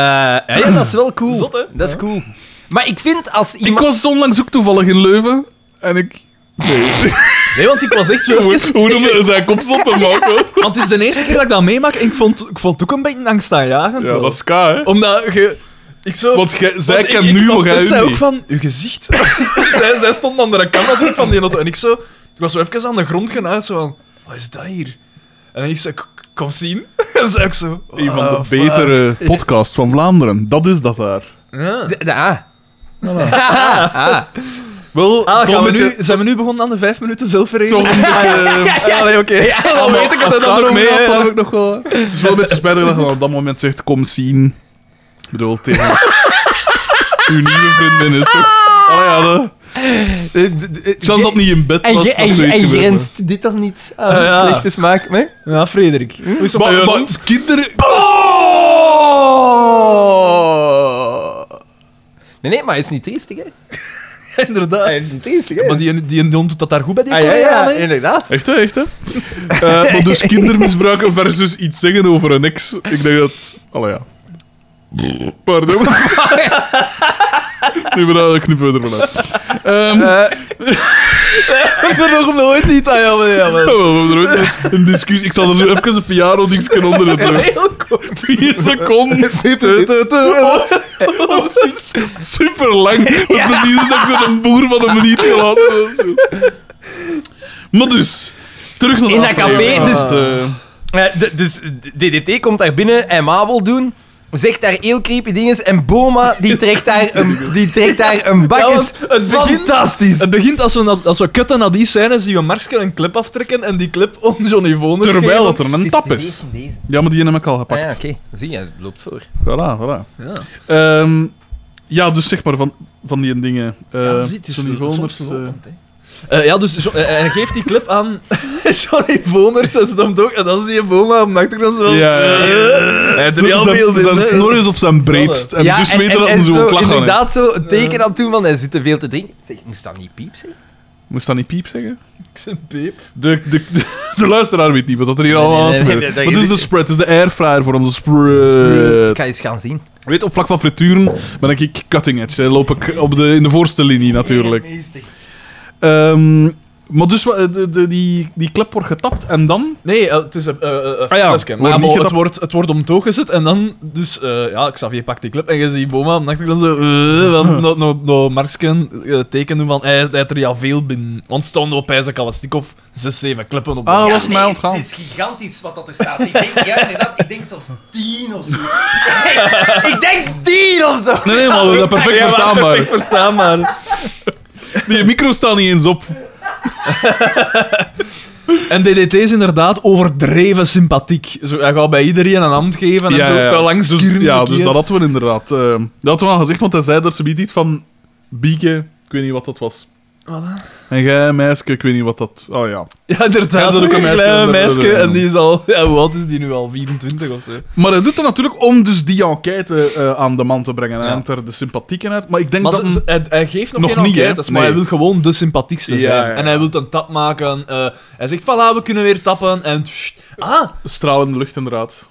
S3: ja, ja, dat is wel cool.
S2: Zot, hè?
S3: Dat is
S2: Ja.
S3: cool. Maar ik vind als
S1: ik
S3: iemand...
S1: was onlangs ook toevallig in Leuven. En ik... Nee.
S2: Nee, want ik was echt zo
S1: Hoe
S2: even...
S1: hoe noemen we zijn kop zot te maken?
S2: Want het is de eerste keer dat ik dat meemaak en ik vond, ik vond het ook een beetje angstaanjagend.
S1: Ja,
S2: wel.
S1: dat is K, hè?
S2: Omdat je... Ik zo...
S1: Want gij- zij
S2: Want
S1: kent
S2: ik-
S1: nu,
S2: ik-
S1: maar
S2: want
S1: jij
S2: zij
S1: u
S2: ook
S1: niet.
S2: van, uw gezicht. zij, zij stond aan de andere kant natuurlijk van die auto. En ik zo, ik was zo even aan de grond genaaid, zo van, wat is dat hier? En ik zei, "K- kom zien. en zij ook zo,
S1: Een van
S2: "Wow,
S1: de
S2: fuck."
S1: betere podcasts van Vlaanderen. Dat is dat daar.
S2: Ja.
S3: De- de- ah. Ah, ah.
S1: Wel,
S2: Ah,
S1: toch
S2: gaan we
S1: een beetje...
S2: nu, zijn we nu begonnen aan de vijf minuten zelfverrekening?
S1: Toch een
S3: Ah,
S1: beetje... eh,
S2: Ja, Ah, nee, oké. dan weet ik het er dan ook mee.
S1: Dat
S2: hè.
S1: heb ik nog wel. Het is wel een beetje spijtig dat je dan op dat moment zegt: kom zien. Ik bedoel, tegen. Uw nieuwe vriendin is toch. Oh ja, dat.
S3: De- de- de-
S1: Chance dat niet in bed
S3: En,
S1: was.
S3: ge-
S1: dat
S3: en,
S1: zoiets
S3: en
S1: gebeurde.
S3: grenst dit dan niet aan
S2: Ah, ja.
S3: slechte smaak? Nee?
S2: Ja, Frederik. Hoe is het met
S1: Maar,
S2: je
S1: maar
S2: hond?
S1: kinderen.
S3: nee, nee, maar het is niet triestig, hè?
S2: Inderdaad.
S3: Het is niet triestig, hè?
S2: Maar die, die hond doet dat daar goed bij, die
S3: Ah, ja, ja,
S2: Koreaan, hè?
S3: inderdaad.
S1: Echt hè, echt hè? Eh, maar dus kindermisbruiken versus iets zeggen over een ex. Ik denk dat. Allee ja. Pardon. Nee, maar daar knippen we ervan uit. Ehm,
S2: Ik ben nog nooit niet aan jou, ja, maar-
S1: oh, we hebben er ooit een discussie. Ik zal er zo even een piano-dings onder en zo.
S2: Heel kort.
S1: 10 seconden. Oh. Super lang. Dat is precies is dat ik zo'n boer van een minuut gelaten heb. Zo. Maar dus, terug naar de
S3: In dat
S1: aflevering.
S3: café, dus-
S1: Want, eh,
S3: Eh, d- dus d- DDT komt daar binnen en Mabel doen. Zegt daar heel creepy dingen en Boma die trekt daar een, die trekt daar een bakjes.
S2: Ja, want het begint-
S3: Fantastisch!
S2: Het begint als we, na- als we kutten naar die scènes, die we Marksken een clip aftrekken en die clip om Johnny Voners
S1: terwijl
S2: geven.
S1: het er een tap is. Ja, maar die heb ik al
S3: Ah, ja,
S1: gepakt.
S3: oké. Zie je, het loopt voor.
S1: Voilà, voilà.
S2: Ja.
S1: Ehm, ja, dus zeg maar van, van die dingen. Eh
S2: Ja, zie, het is
S1: Johnny
S2: soms
S1: Voners, eh,
S2: lopend, hè. Eh, ja, dus Jo- eh, hij geeft die clip aan Johnny Voners en ze dan ook. En dan zie je Boma op de achtergrond zo.
S1: Ja, ja, ja.
S2: Eh, hij heeft er
S1: zo-
S2: heel veel
S1: zijn, zijn
S2: beelden, hè.
S1: snor is op zijn breedst. En
S3: Ja,
S1: dus weten dat hij
S3: en
S1: zo'n
S3: zo
S1: klacht aan heeft.
S3: inderdaad zo het teken aan toen van hij zit te veel te drinken. Zeg, moest dat niet piep zijn?
S1: Moest dat niet piep zeggen?
S2: Ik zit peep.
S1: De, de, de, de luisteraar weet niet wat dat er hier
S3: Nee, nee,
S1: allemaal aan het
S3: nee,
S1: gebeuren
S3: nee,
S1: is.
S3: nee,
S1: Maar dit is
S3: nee.
S1: de spread, dit is de airfryer voor onze
S3: Ik
S1: spread.
S3: ga eens gaan zien.
S1: Weet, op vlak van frituren ben ik cutting edge. Hè. Loop ik op de, in de voorste linie natuurlijk. Ehm, maar dus wa- de, de, die, die klep wordt getapt en dan...
S2: Nee, eh, het is een eh eh,
S1: Ah ja,
S2: flesje.
S1: wordt
S2: Maar
S1: niet
S2: bon, het,
S1: getapt.
S2: wordt, het wordt omhoog gezet en dan... Dus eh, ja, Xavier pakt die clip en je ziet Boma op de achtergrond zo... eh, want no, no, no Marksken eh, teken doen van hij, hij heeft er ja veel binnen. Want stond op hij al een stuk of zes, zeven klippen op.
S1: Ah, dat
S2: elkaar.
S1: was mij ontgaan.
S4: Het is gigantisch wat dat er staat. Ik denk, ja, inderdaad, ik denk zelfs tien of zo.
S3: Ik denk die of zo!
S1: Nee, nee, maar dat is perfect
S2: Ja, maar
S1: verstaanbaar.
S2: Perfect verstaanbaar.
S1: Die micro staat niet eens op.
S2: En DDT is inderdaad overdreven sympathiek. Zo, hij gaat bij iedereen een hand geven en
S1: Ja,
S2: zo
S1: ja, ja.
S2: te lang
S1: Dus,
S2: schuren
S1: ja,
S2: verkeerd.
S1: dus dat hadden we inderdaad. eh, dat hadden we al gezegd, want hij zei er zoiets iets van... Bieke, ik weet niet wat dat was.
S2: Wat dan?
S1: En jij, meisje, ik weet niet wat dat... Oh ja.
S2: Ja, inderdaad.
S1: Ja, dat is ook een meisje.
S2: kleine meisje.
S1: Ja.
S2: En die is al... Ja, hoe oud is die nu al? 24 of zo?
S1: Maar hij doet dat natuurlijk om dus die enquête eh, aan de man te brengen. En hangt er de sympathieken uit. Maar ik denk
S2: Maar
S1: dat...
S2: ze- ze- hij, hij geeft nog,
S1: Nog
S2: geen
S1: niet, hè?
S2: enquêtes, maar
S1: Nee.
S2: hij wil gewoon de sympathiekste
S1: Ja,
S2: zijn.
S1: ja, ja.
S2: En hij wil een tap maken. eh, hij zegt, voilà, we kunnen weer tappen. En pssst. ah,
S1: een stralende lucht inderdaad.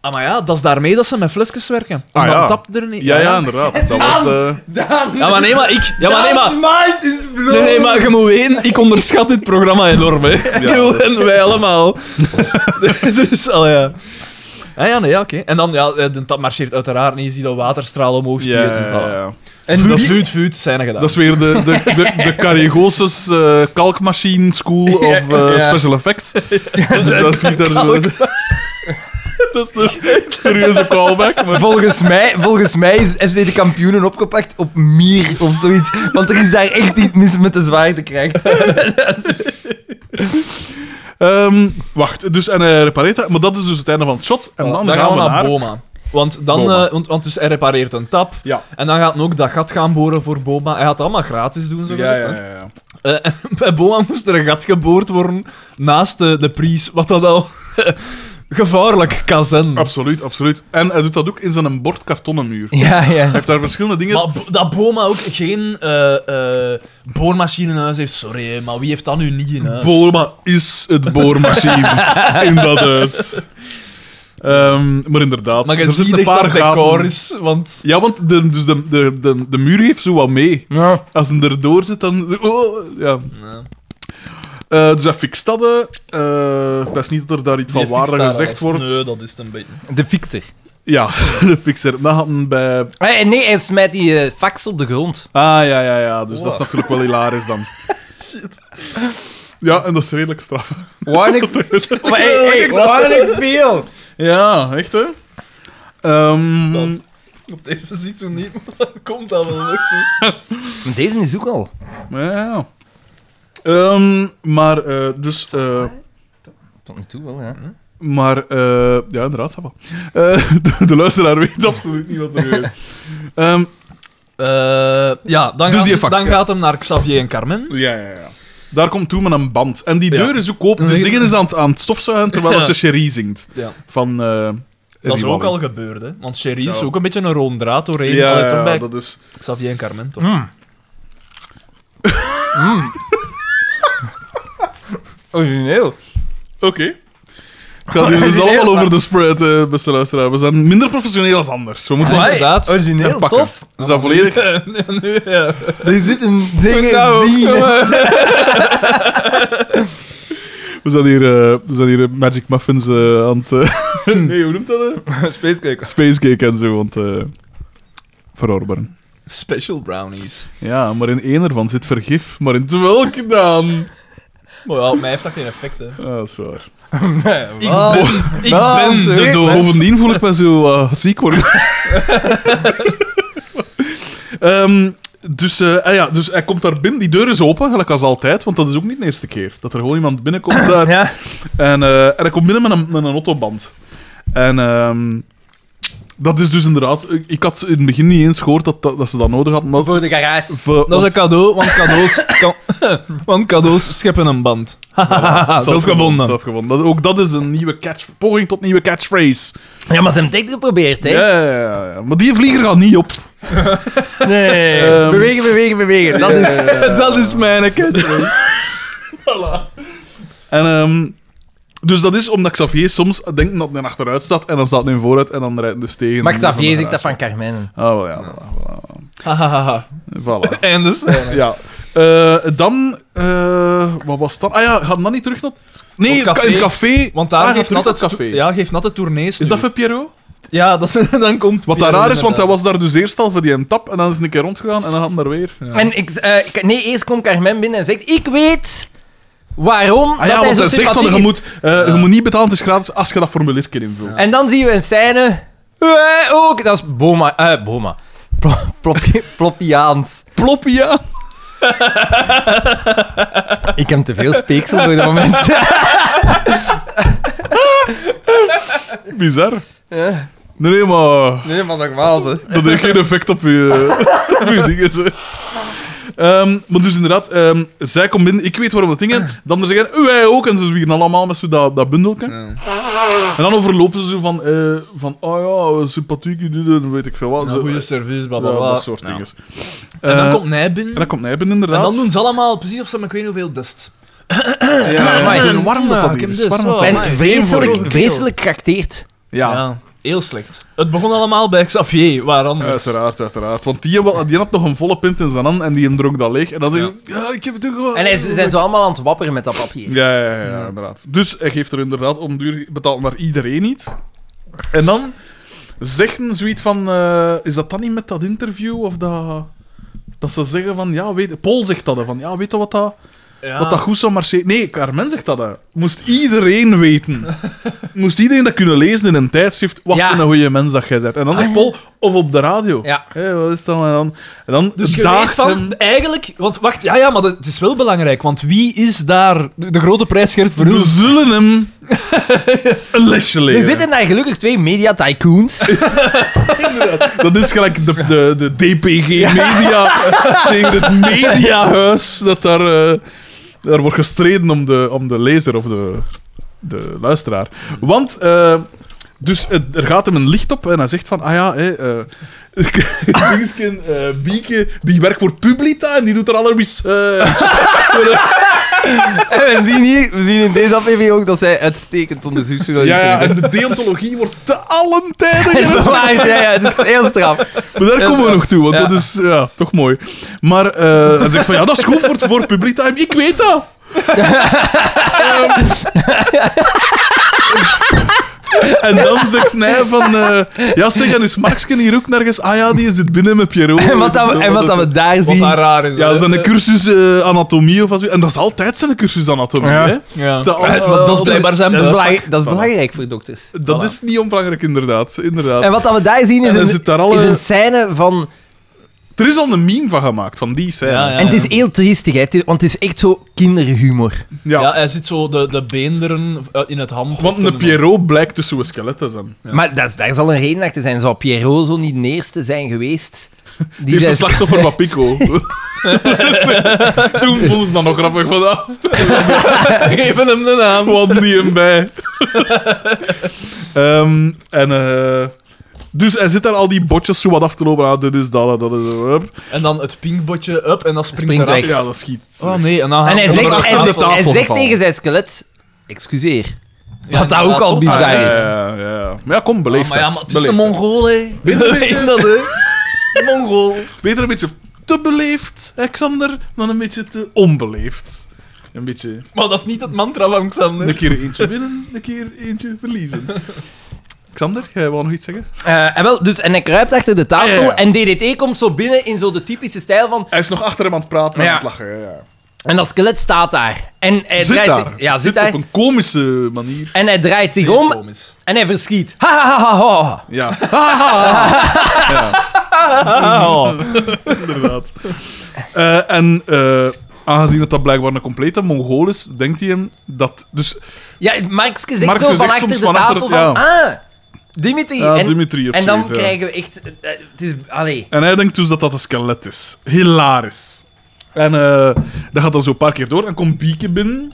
S2: ah, maar ja, dat is daarmee dat ze met flesjes werken.
S1: Ah,
S2: Omdat
S1: ja.
S2: een tap er niet...
S1: Ja, ja, inderdaad. Dat was de...
S3: Dan!
S2: Ja, maar nee, maar ik... Ja, maar nee, maar...
S3: mind is blown!
S2: Nee, nee, maar je moet weten, ik onderschat dit programma enorm, hè.
S1: dat is-
S2: en wij allemaal. dus, al ja. Ah ja, nee, ja, oké. En dan, ja, eh, de tap marcheert uiteraard niet. Je ziet dat waterstralen omhoog
S1: Ja,
S2: spieren.
S1: ja, ja,
S2: voilà.
S1: ja.
S2: En
S1: Vuur-
S2: dat is vuut, vuut, zijn er gedaan.
S1: Dat is weer de, de, de, de Carrigosus eh, Kalkmachine School of eh,
S2: ja.
S1: Special Effects. dus dat is niet daar zo... Dat is een serieuze callback. Maar...
S3: Volgens mij, volgens mij is FC de kampioenen opgepakt op Mier of zoiets. Want er is daar echt niet mis met de zwaartekracht.
S1: Ehm, wacht, dus en hij repareert dat. Maar dat is dus het einde van het shot. En
S2: Voilà.
S1: dan,
S2: Oh, dan
S1: gaan we naar...
S2: Boma. Want, dan,
S1: Boma.
S2: eh, want, want dus hij repareert een tap.
S1: Ja.
S2: En dan gaat hij ook dat gat gaan boren voor Boma. Hij gaat het allemaal gratis doen, zo
S1: Ja,
S2: gezegd.
S1: ja,
S2: hè.
S1: ja, ja.
S2: Eh, en bij Boma moest er een gat geboord worden naast de, de pries. Wat dat al gevaarlijk kan zijn.
S1: Absoluut, absoluut. En hij doet dat ook in zijn bord kartonnen muur. Hij
S3: Ja, ja.
S1: heeft daar verschillende dingen...
S2: Maar Bo- dat Boma ook geen eh, eh, boormachine in huis heeft. Sorry, hè, maar wie heeft dat nu niet in huis?
S1: Borma is het boormachine in dat huis. Ehm, maar inderdaad,
S2: maar je
S1: er
S2: ziet
S1: zitten
S2: echt
S1: een paar
S2: dat decor
S1: gaten.
S2: is, want...
S1: Ja, want de, dus de, de, de, de muur heeft zo wat mee.
S3: Ja.
S1: Als een erdoor zit, dan... Oh, ja. Eh, dus hij fixt dat. eh. Eh, ik wist niet dat er daar iets van waarde gezegd wordt.
S2: Nee, dat is een beetje...
S3: De fixer.
S1: Ja, de fixer. Dan hadden bij...
S3: Nee, nee, hij smijt die eh, fax op de grond.
S1: Ah, ja, ja, ja. Dus dat is
S2: Wow.
S1: natuurlijk wel hilarisch dan. Shit. Ja, en dat is redelijk straf.
S3: Warnig... Maar, hey, hey, Warnig veel.
S1: Ja, echt, hè? Ehm
S2: Op het eerste ziet zo niet, maar dan komt dat wel ook zo.
S3: Maar Deze is ook al.
S1: Ja, ja. Ehm, maar, eh, dus... eh,
S3: Tot nu toe wel, ja.
S1: maar, eh, ja, inderdaad, Safa. de, de luisteraar weet absoluut niet wat er gebeurt. Ehm,
S2: Eh, ja, dan,
S1: Dus die
S2: gaat,
S1: fax,
S2: dan
S1: ja.
S2: gaat hem naar Xavier en Carmen.
S1: ja, ja, ja. Daar komt toe met een band. En die deur
S2: Ja.
S1: is ook open. Dus
S2: Nee.
S1: zingen is aan het, aan het stofzuigen terwijl ze Cherie zingt.
S2: Ja.
S1: Van, eh,
S2: Dat is
S1: Eddie
S2: ook
S1: Wally.
S2: al gebeurd, hè. Want Cherie is
S1: Ja.
S2: ook een beetje een rode draad doorheen.
S1: Ja,
S2: Allee, toch
S1: ja,
S2: bij
S1: dat is...
S2: Xavier en Carmen, toch?
S3: Hmm. Origineel.
S1: Oké. Het gaat hier dus allemaal over de spread, eh, beste luisteraar. We zijn minder professioneel als anders. We moeten
S2: Ja,
S1: ons
S2: inderdaad.
S3: Origineel,
S1: herpakken.
S3: tof.
S1: We zijn volledig...
S3: Er zit een ding
S2: Nou,
S3: in die-
S1: We zijn hier, eh, we zijn hier eh, Magic Muffins eh, aan het... eh,
S2: Hm.
S1: nee, hoe noemt dat? eh?
S3: Spacecake.
S1: Spacecake en zo, want... eh verorberen.
S2: Special brownies.
S1: Ja, maar in één ervan zit vergif. Maar in welke dan?
S2: Maar ja, op mij heeft dat geen effect, hè.
S1: Ah, dat is waar.
S2: Ik
S3: Wow.
S2: ben, ik
S3: Wow,
S2: ben de
S3: sorry.
S2: dood.
S1: Bovendien voel ik me zo eh, ziek worden. Ehm, dus, eh, ah ja, dus hij komt daar binnen, die deur is open, gelijk als altijd, want dat is ook niet de eerste keer. Dat er gewoon iemand binnenkomt daar.
S3: Ja.
S1: En, eh, en hij komt binnen met een, met een autoband. En ehm, dat is dus inderdaad... ik- Ik had in het begin niet eens gehoord dat, dat, dat ze dat nodig hadden. Maar,
S3: Voor de garage.
S1: v- want-
S2: Dat is een cadeau, want cadeaus, kan, want cadeaus scheppen een band. Zelfgebonden.
S1: zelfgebonden. Dat, ook dat is een nieuwe catch, poging tot nieuwe catchphrase.
S3: Ja, maar ze hebben het echt geprobeerd, hè?
S1: Ja, ja, ja, ja. Maar die vlieger gaat niet op.
S3: Nee.
S1: Ehm,
S3: bewegen, bewegen, bewegen. Dat is...
S2: Dat is mijn catch.
S1: En, ehm, dus dat is omdat Xavier soms denkt dat hij achteruit staat en dan staat hij vooruit en dan rijdt hij dus tegen.
S3: Maar
S1: de
S3: Xavier
S1: muur
S3: zegt dat
S1: garage.
S3: van Carmen.
S1: Oh wel, ja, voilà. voilà,
S2: Hahaha.
S1: voilà.
S2: En dus...
S1: ja. Eh, dan, eh, wat was dat? Ah ja, gaat dat niet terug naar. het- Nee,
S2: Op
S1: het café.
S2: café.
S1: in het café.
S2: Want daar
S1: Ah, gaat
S2: geeft
S1: terug
S2: Nat
S1: naar
S2: het
S1: café.
S2: Ja, geeft Nat het tournees.
S1: Is dat
S2: toe.
S1: voor Pierrot?
S2: Ja, dat is, dan komt.
S1: Wat daar raar is, want hij was daar dus eerst al voor die een tap en dan is hij een keer rondgegaan en dan had hij daar weer. Ja.
S3: En ik, eh, ik- nee, eerst komt Carmen binnen en zegt: Ik weet waarom.
S1: Ah ja,
S3: dat hij
S1: want
S3: zo
S1: hij zegt van, je
S3: sympathiek
S1: moet, eh, je moet niet betalen, het is gratis, als je dat formulier invult.
S3: is. En dan zien we een scène. eh, ook, dat is Boma. eh Boma. Plo- Plopje- Ploppiaans.
S1: Ploppie, ja.
S3: Ik heb te veel speeksel voor het moment.
S1: Bizar. Nee, nee, maar...
S3: Nee, maar normaal. Hè.
S1: Dat heeft geen effect op je, op je dingen. zo. Ehm, maar dus inderdaad, ehm, zij komt binnen, ik weet waarom dat dingen. Dan anderen zeggen, "Oh, wij ook, en ze zwieren allemaal met zo dat, dat bundelke. En dan overlopen ze zo van, eh, van oh ja, sympathiek, dit en weet ik veel wat. Ze-
S2: goede service,
S1: ja,
S2: blablabla.
S1: dat soort dingen.
S2: En dan
S1: Eh,
S2: komt Nij binnen.
S1: en dan komt Nij binnen,
S2: En
S1: inderdaad.
S2: dan doen ze allemaal precies of ze met ik weet niet hoeveel dust.
S1: ja, ja,
S3: Amai.
S1: het is een warm dat
S2: Ja,
S1: dat
S2: ik
S1: hier
S2: heb
S1: is.
S2: dus
S1: warm dat
S2: wel.
S1: dat-
S3: En
S2: Amai,
S3: vreselijk,
S2: geen
S3: vreselijk geacteerd.
S1: Ja,
S2: Heel slecht. Het begon allemaal bij Xavier, waar anders.
S1: uiteraard, uiteraard. Want die, wel- die had nog een volle pint in zijn hand en die hem dronk dat leeg. En dan zeg je, ja, ik heb het ook wel.
S3: En hij- ze zijn zo allemaal aan het wapperen met dat papier.
S1: Ja, ja, ja, ja, inderdaad. Dus hij geeft er inderdaad om duur betaald naar iedereen niet. En dan zegt hij zoiets van: eh, Is dat dan niet met dat interview? Of dat, dat ze zeggen van: Ja, weet. Paul zegt dat hè, van: Ja, weet je wat dat.
S2: Ja.
S1: Wat dat goed zou marcheren. Nee, Carmen zegt dat. hè. Moest iedereen weten. Moest iedereen dat kunnen lezen in een tijdschrift. Wat
S3: Ja.
S1: voor een goede mens dat jij bent. En dan zegt Paul, of op de radio.
S3: Ja.
S1: Hé, wat is dat? En dan, en dan
S2: Dus je
S1: daagt
S2: weet van,
S1: hem-
S2: eigenlijk... Want wacht, ja, ja, maar dat, het is wel belangrijk. Want wie is daar de, de grote prijs Gert
S1: We
S2: Verhulst?
S1: zullen hem een lesje leren.
S3: Er zitten daar gelukkig twee media tycoons.
S1: Dat is gelijk de, de, de DPG Media tegen het Mediahuis. Dat daar, eh, daar wordt gestreden om de, om de lezer of de, de luisteraar. Want... eh, dus eh, er gaat hem een licht op en hij zegt van, ah ja, hé, eh Dingsken, eh, Bieke, die werkt voor Publita en die doet er alle research.
S3: en we zien hier, we zien in deze aflevering ook dat zij uitstekend onderzoeksjournalist
S1: Ja, ja,
S3: zijn.
S1: en de deontologie wordt te allen tijden
S3: Dat is waar, ja, ja, dat is heel straf.
S1: Maar daar komen we nog toe, want
S3: Ja.
S1: dat is ja, toch mooi. Maar eh hij zegt van ja, dat is goed voor, voor public time. Ik weet dat. Ehm. en dan zegt hij van eh, ja, zeg, en is Maxken hier ook nergens? Ah ja, die zit binnen met Pierrot.
S3: En wat, dat we, en wat dat we daar
S2: Wat
S3: zien...
S2: daar raar is.
S1: Ja,
S2: hè.
S1: dat is een cursus eh, anatomie of zo. En dat is altijd zijn cursus anatomie.
S3: Ja.
S1: Hè?
S2: Ja.
S1: Dat,
S2: dat is blijkbaar zijn
S3: dat is,
S2: buis.
S3: belangrijk, dat is
S1: Voilà.
S3: belangrijk voor dokters.
S1: dat
S3: Voilà.
S1: is niet onbelangrijk, inderdaad. inderdaad.
S3: En wat dat we daar zien is
S1: En dan
S3: een,
S1: zit daar alle-
S3: is een scène van...
S1: Er is al een meme van gemaakt, van die scène.
S2: Ja, ja.
S3: en het is heel triestig, hè, het is- want het is echt zo kinderhumor.
S1: Ja.
S2: Ja, hij ziet zo de, de beenderen eh, in het hand.
S1: Want een Pierrot blijkt dus zo'n skelet te zijn. Ja.
S3: Maar dat, is- daar zal een reden achter zijn. Zou Pierrot zo niet de eerste zijn geweest? Die
S1: Die is een
S3: zijn-
S1: slachtoffer van Pico. Toen voelden ze dat nog grappig van ah,
S2: Geven hem de naam.
S1: wat niet hem bij. Ehm, en eh, dus hij zit daar al die botjes zo wat af te lopen. Ah, dit is dat, dat is dat.
S2: En dan het pinkbotje up en dan springt,
S3: Springt
S2: eraf.
S3: weg.
S1: Ja, dat schiet.
S2: Oh nee, en dan
S3: En hij
S2: gaat-
S3: zegt,
S2: dan
S1: wordt
S3: hij
S1: aan de
S3: zegt,
S1: tafel
S3: hij zegt
S1: gevallen.
S3: tegen zijn skelet... Excuseer.
S2: Ja,
S3: Wat dat ook al
S2: inderdaad.
S1: Ah,
S3: bizar
S1: ja,
S3: is.
S1: ja, ja, ja. Maar ja, kom, beleefd.
S2: Ah, maar ja, maar het is een Mongool, hè.
S1: Beter,
S2: dat, hè. Het is een Mongool.
S1: beter een beetje te beleefd, Alexander, dan een beetje te onbeleefd. Een beetje...
S2: Maar dat is niet het mantra van Xander.
S1: Een keer eentje winnen, een keer eentje verliezen. Xander, jij wou nog iets zeggen?
S3: Eh, en, wel, dus, en hij kruipt achter de tafel
S1: Ah, ja, ja.
S3: en DDT komt zo binnen in zo de typische stijl van...
S1: Hij is nog achter hem aan het praten en
S3: Ja.
S1: aan het lachen. Ja.
S3: En dat skelet staat daar. En hij
S1: Zit
S3: draait
S1: daar.
S3: zich- Ja, zit,
S1: zit
S3: daar.
S1: op een komische manier.
S3: En hij draait zich
S2: Heel
S3: om
S2: komisch.
S3: en hij verschiet. Ha, ha, ha, ha, ha.
S1: Ja, inderdaad. Eh, en eh, aangezien dat dat blijkbaar een complete Mongool is, denkt hij hem dat... Dus
S3: Ja, Markske zegt
S1: Markske
S3: zo van
S1: zegt
S3: achter de
S1: soms van achter
S3: tafel van...
S1: het-
S3: Ah, Dimitri.
S1: ja,
S3: en,
S1: Dimitri of
S3: en dan
S1: zoiets, ja.
S3: krijgen we echt... eh, eh, het is... Allee.
S1: En hij denkt dus dat dat een skelet is. Hilarisch. En eh, dat gaat dan zo een paar keer door. En komt Bieke binnen.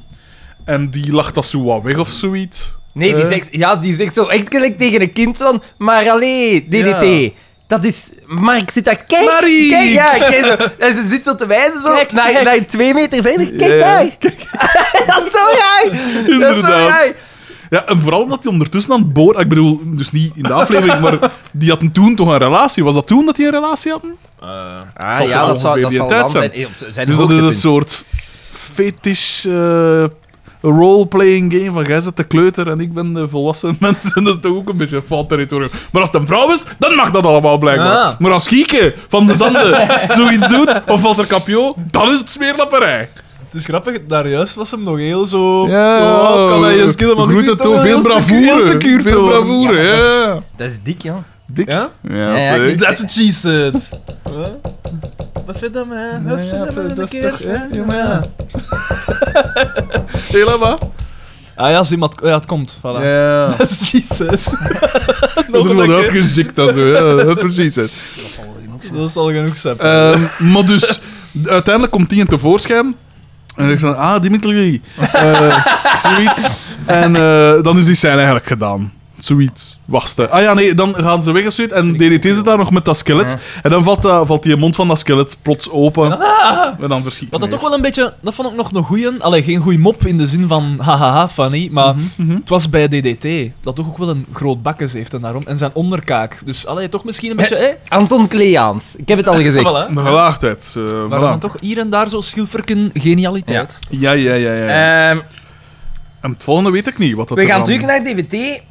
S1: En die lacht dat zo wat weg of zoiets.
S3: Nee, die
S1: Eh?
S3: zegt, ja, die zegt zo echt gelijk tegen een kind van... Maar allee, DDT.
S1: Ja.
S3: Dat is... Mark zit daar... Kijk,
S1: Marie!
S3: kijk, ja, kijk zo. En ze zit zo te wijzen zo,
S2: Kijk,
S3: naar,
S2: kijk.
S3: naar twee meter verder. Kijk
S1: Ja, ja.
S3: daar. dat is zo raar. Dat is zo
S1: Inderdaad.
S3: raar.
S1: Ja, en vooral omdat hij ondertussen aan het boren... Ik bedoel, dus niet in de aflevering, maar die hadden toen toch een relatie. Was dat toen dat die een relatie hadden?
S2: Eh,
S3: Ah,
S1: Zal
S3: ja,
S1: toch
S3: dat zou,
S1: ongeveer
S3: dat
S1: die
S3: zal
S1: tijd
S3: dan
S1: zijn.
S3: zijn. eh, op zijn
S1: dus dat is een
S3: hoogtepunt.
S1: soort fetish eh, role-playing game van jij zit de kleuter en ik ben de volwassen mens. En dat is toch ook een beetje een fout territorium. Maar als het een vrouw is, dan mag dat allemaal blijkbaar.
S2: Ja.
S1: Maar als Gieke van de Zanden zoiets doet, of Walter Capio, dan is het smeerlapperij.
S2: het is grappig, daar juist was hem nog heel zo...
S1: Ja,
S2: Oh, kan hij je skillen, maar nu
S1: Goed
S2: doet
S1: dat
S2: hij
S1: toch
S2: wel
S1: veel
S2: heel secuur- heel
S1: bravoure.
S2: secuur
S1: Veel
S2: tonen.
S1: bravoure, ja.
S3: Dat is dik, joh.
S1: Dik.
S2: Ja?
S1: Ja,
S3: Ja,
S1: zeker.
S3: ik-
S2: That's what she said. Huh? Wat vindt hem, hè? Wat vindt hem een
S1: dat is
S2: keer,
S1: toch-
S2: hè?
S1: ja, maar ja. Helemaal.
S2: Ah ja, zie maar, het- ja, het komt. Voilà.
S1: Ja.
S2: That's what she said.
S1: Dat is er wel
S2: Nog een keer.
S1: uitgezikt, dat zo. Ja, dat is precies het.
S2: Dat zal genoeg zijn.
S1: Ehm, maar dus, d- uiteindelijk komt die in tevoorschijn. En dan zeg je van, ah, Dimitri. Eh, zoiets. En eh, dan is die scène eigenlijk gedaan. Zoiets was het. Ah ja, nee, dan gaan ze weg of zoiets. En DDT zit daar nog met dat skelet. En dan valt, dat, valt die mond van dat skelet plots open. En dan verschiet
S2: Wat dat
S1: hij
S2: ook wel een beetje... Dat vond ik nog een goeie... Allee, geen goeie mop in de zin van hahaha, funny, maar
S1: weer. Mhm.
S2: het was bij DDT dat toch ook wel een groot bakkes heeft en daarom. En zijn onderkaak. Dus allee, toch misschien een beetje... hè?
S3: Anton Kleaans. Ik heb het al gezegd.
S2: Voilà.
S1: De gelaagdheid. eh,
S2: Maar
S1: voilà.
S2: dan toch hier en daar zo schilferken genialiteit.
S1: Ja, ja, ja. ja.
S3: Ehm,
S1: en het Eh, volgende weet ik niet. Wat dat
S3: we
S1: er
S3: gaan
S1: dan-
S3: terug naar DVT.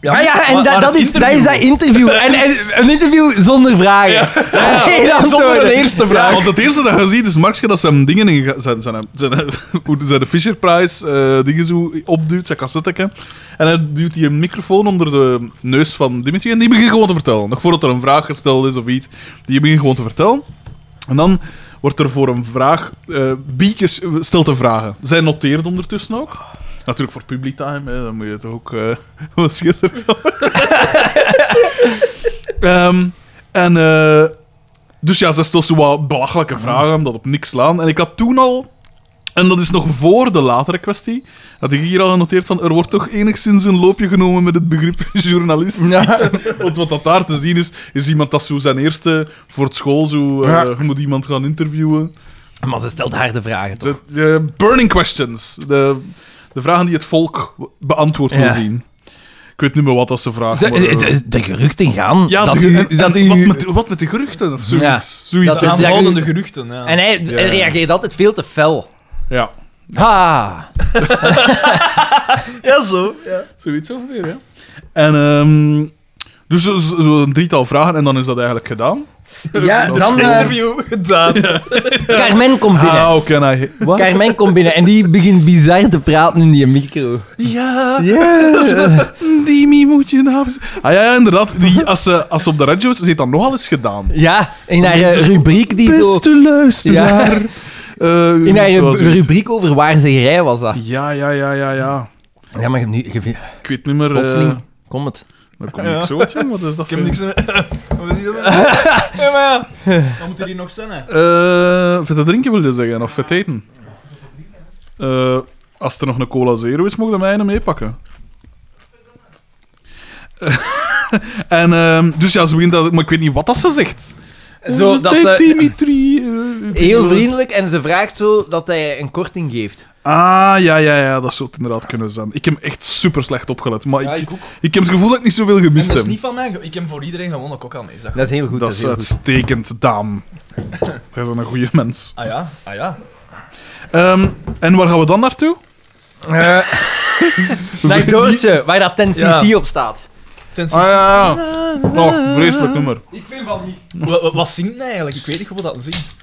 S3: maar ja, en
S2: maar-
S3: dat-
S2: maar
S3: dat,
S2: het
S3: is, dat is dat interview. En, en een interview zonder vragen. Geen
S2: Zonder
S3: antwoorden.
S2: een eerste vraag.
S1: Want het eerste dat je ziet is Markske dat ze hem dingen in ge- zijn, zijn, zijn, hoe zijn de Fisher Prize eh, dingen zo opduwt, zijn cassetteke. En hij duwt die microfoon onder de neus van Dimitri en die begint gewoon te vertellen. Nog voordat er een vraag gesteld is of iets, die begint gewoon te vertellen. En dan wordt er voor een vraag, eh Biekes stelt de vragen. Zij noteert ondertussen ook. Natuurlijk voor public time, hè, dan moet je toch ook eh wat schitterend Ehm, en eh, dus ja, ze stelt zo wat belachelijke vragen, dat op niks slaan. En ik had toen al, en dat is nog voor de latere kwestie, had ik hier al genoteerd van er wordt toch enigszins een loopje genomen met het begrip journalist. Want wat dat daar te zien is, is iemand dat zo zijn eerste voor het school zo, eh,
S3: Ja.
S1: je moet iemand gaan interviewen.
S3: Maar ze stelt harde vragen, toch?
S1: De, de burning questions, de, de vragen die het volk beantwoord wil
S3: Ja.
S1: zien. Ik weet niet meer wat dat ze vragen.
S3: Ze-
S1: maar, eh,
S3: De, de geruchten gaan
S1: ja,
S3: dat
S1: de-
S3: u...
S1: en-
S3: Dat
S1: en wat,
S3: u
S1: met, wat met de geruchten of zoiets.
S3: dat
S1: zoiets
S3: is-
S1: hè.
S3: ja,
S2: Aanhoudende geruchten, ja.
S3: en hij, hij reageert altijd veel te fel.
S1: ja,
S3: Ha!
S2: Ja, zo. Ja.
S1: Zoiets ongeveer, ja. En ehm, dus zo- zo- zo'n drietal vragen en dan is dat eigenlijk gedaan.
S3: Ja,
S1: Dat
S3: dan...
S1: is-
S3: eh, Ah,
S2: Interview gedaan.
S3: Carmen komt binnen.
S1: How can I... What?
S3: Carmen komt binnen en die begint bizar te praten in die micro.
S1: Ja,
S3: Ja.
S1: Dimi moet je nou... eens- Ah ja, ja, inderdaad. Die, als, ze, als ze op de radio is, is het dan nogal eens gedaan.
S3: Ja, in haar eh, rubriek die zo...
S1: Beste luisteraar. Eh,
S3: In haar
S1: zoals-
S3: ru- rubriek over waarzeggerij was dat.
S1: Ja, ja, ja, ja, ja.
S3: Ja, maar je hebt nu... Je, hebt-
S1: Ik weet niet meer... eh,
S3: plotseling komt het.
S1: daar kom ik zo uit, jong. Wat is dat
S2: Ik heb
S1: voor-
S2: niks... Ja, maar ja. Dan moeten die nog zijn, hè.
S1: Eh, voor te drinken wil je zeggen, of voor het eten? Eh, als er nog een cola zero is, mogen mij hem meepakken. Eh, en ehm, dus ja, ze begint dat, maar ik weet niet wat dat ze zegt.
S3: Eh, Zo, dat
S1: Hey,
S3: ze...
S1: Dimitri. eh, ik
S3: Heel
S1: bedoel-
S3: vriendelijk en ze vraagt zo dat hij een korting geeft.
S1: Ah, ja, ja, ja, dat zou het inderdaad kunnen zijn. Ik heb echt super slecht opgelet, maar ik, ik, heb het gevoel dat ik niet zoveel gemist
S2: dat is
S1: heb.
S2: niet van mij. Ik heb voor iedereen gewoon een kok aan mee, zeg.
S3: Dat is heel goed.
S1: Dat is
S3: heel goed.
S1: uitstekend, Daan. Jij bent een goede mens.
S2: Ah ja, ah ja.
S1: Ehm, en waar gaan we dan naartoe?
S3: Naar Doortje, waar dat 10cc
S2: Ja.
S3: op staat.
S1: Ah ja, ja. Oh, vreselijk nummer.
S4: Ik vind van niet.
S2: Wat, wat zingt hij eigenlijk? Ik weet niet hoe dat hij zingt.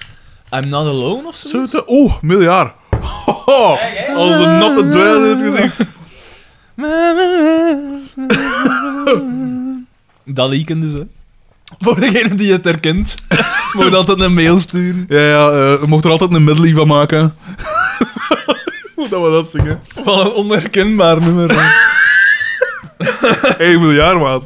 S2: I'm not alone of zo?
S1: Zoete, oeh, miljard. Hoho, als een natte dweil in het gezicht.
S2: Dat leaken dus, hè. Voor degene die het herkent, moet je altijd een mail sturen.
S1: Ja, ja, eh, je mocht er altijd een medley van maken. Hoe dat we dat zingen.
S2: Wat een onherkenbaar nummer. hè.
S1: Hey, miljard, maat.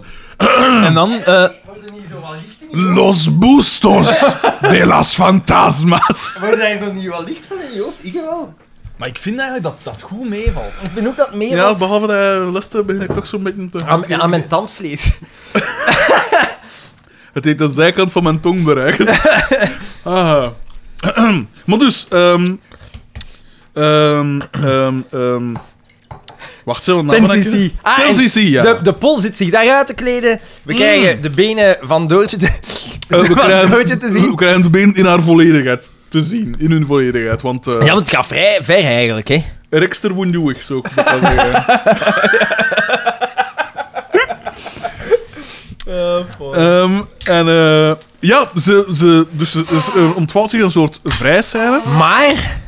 S2: En dan... eh,
S4: Wordt er niet zo wat licht in?
S1: Los bustos de las fantasmas.
S4: Wordt er toch niet wat licht van in je hoofd? Ik wel.
S2: maar ik vind eigenlijk dat dat goed meevalt.
S3: Ik ben ook dat mee.
S1: Ja, behalve dat eh, Lester begin ik toch zo'n beetje te...
S3: aan, aan mijn tandvlees.
S1: Het heeft de zijkant van mijn tong bereikt. ah. maar dus, ehm... Ehm, ehm, ehm... Wacht, zullen we
S3: 10cc. Ah, en
S1: 10cc, ja.
S3: de, de pol zit zich daaruit te kleden.
S4: Mm.
S3: We krijgen de benen van Doortje te,
S1: Eh, we,
S3: van
S1: krijgen, Oh,
S3: Doortje te zien.
S1: we krijgen het been in haar volledigheid te zien. In hun volledigheid. Want eh
S3: Ja, want het gaat vrij ver eigenlijk, hè.
S1: Rekster Wunduwig, zou ik maar zeggen. Ehm, en eh, ja, ze, ze, dus, ze- dus, eh, ontvouwt zich een soort vrijscène.
S3: Maar...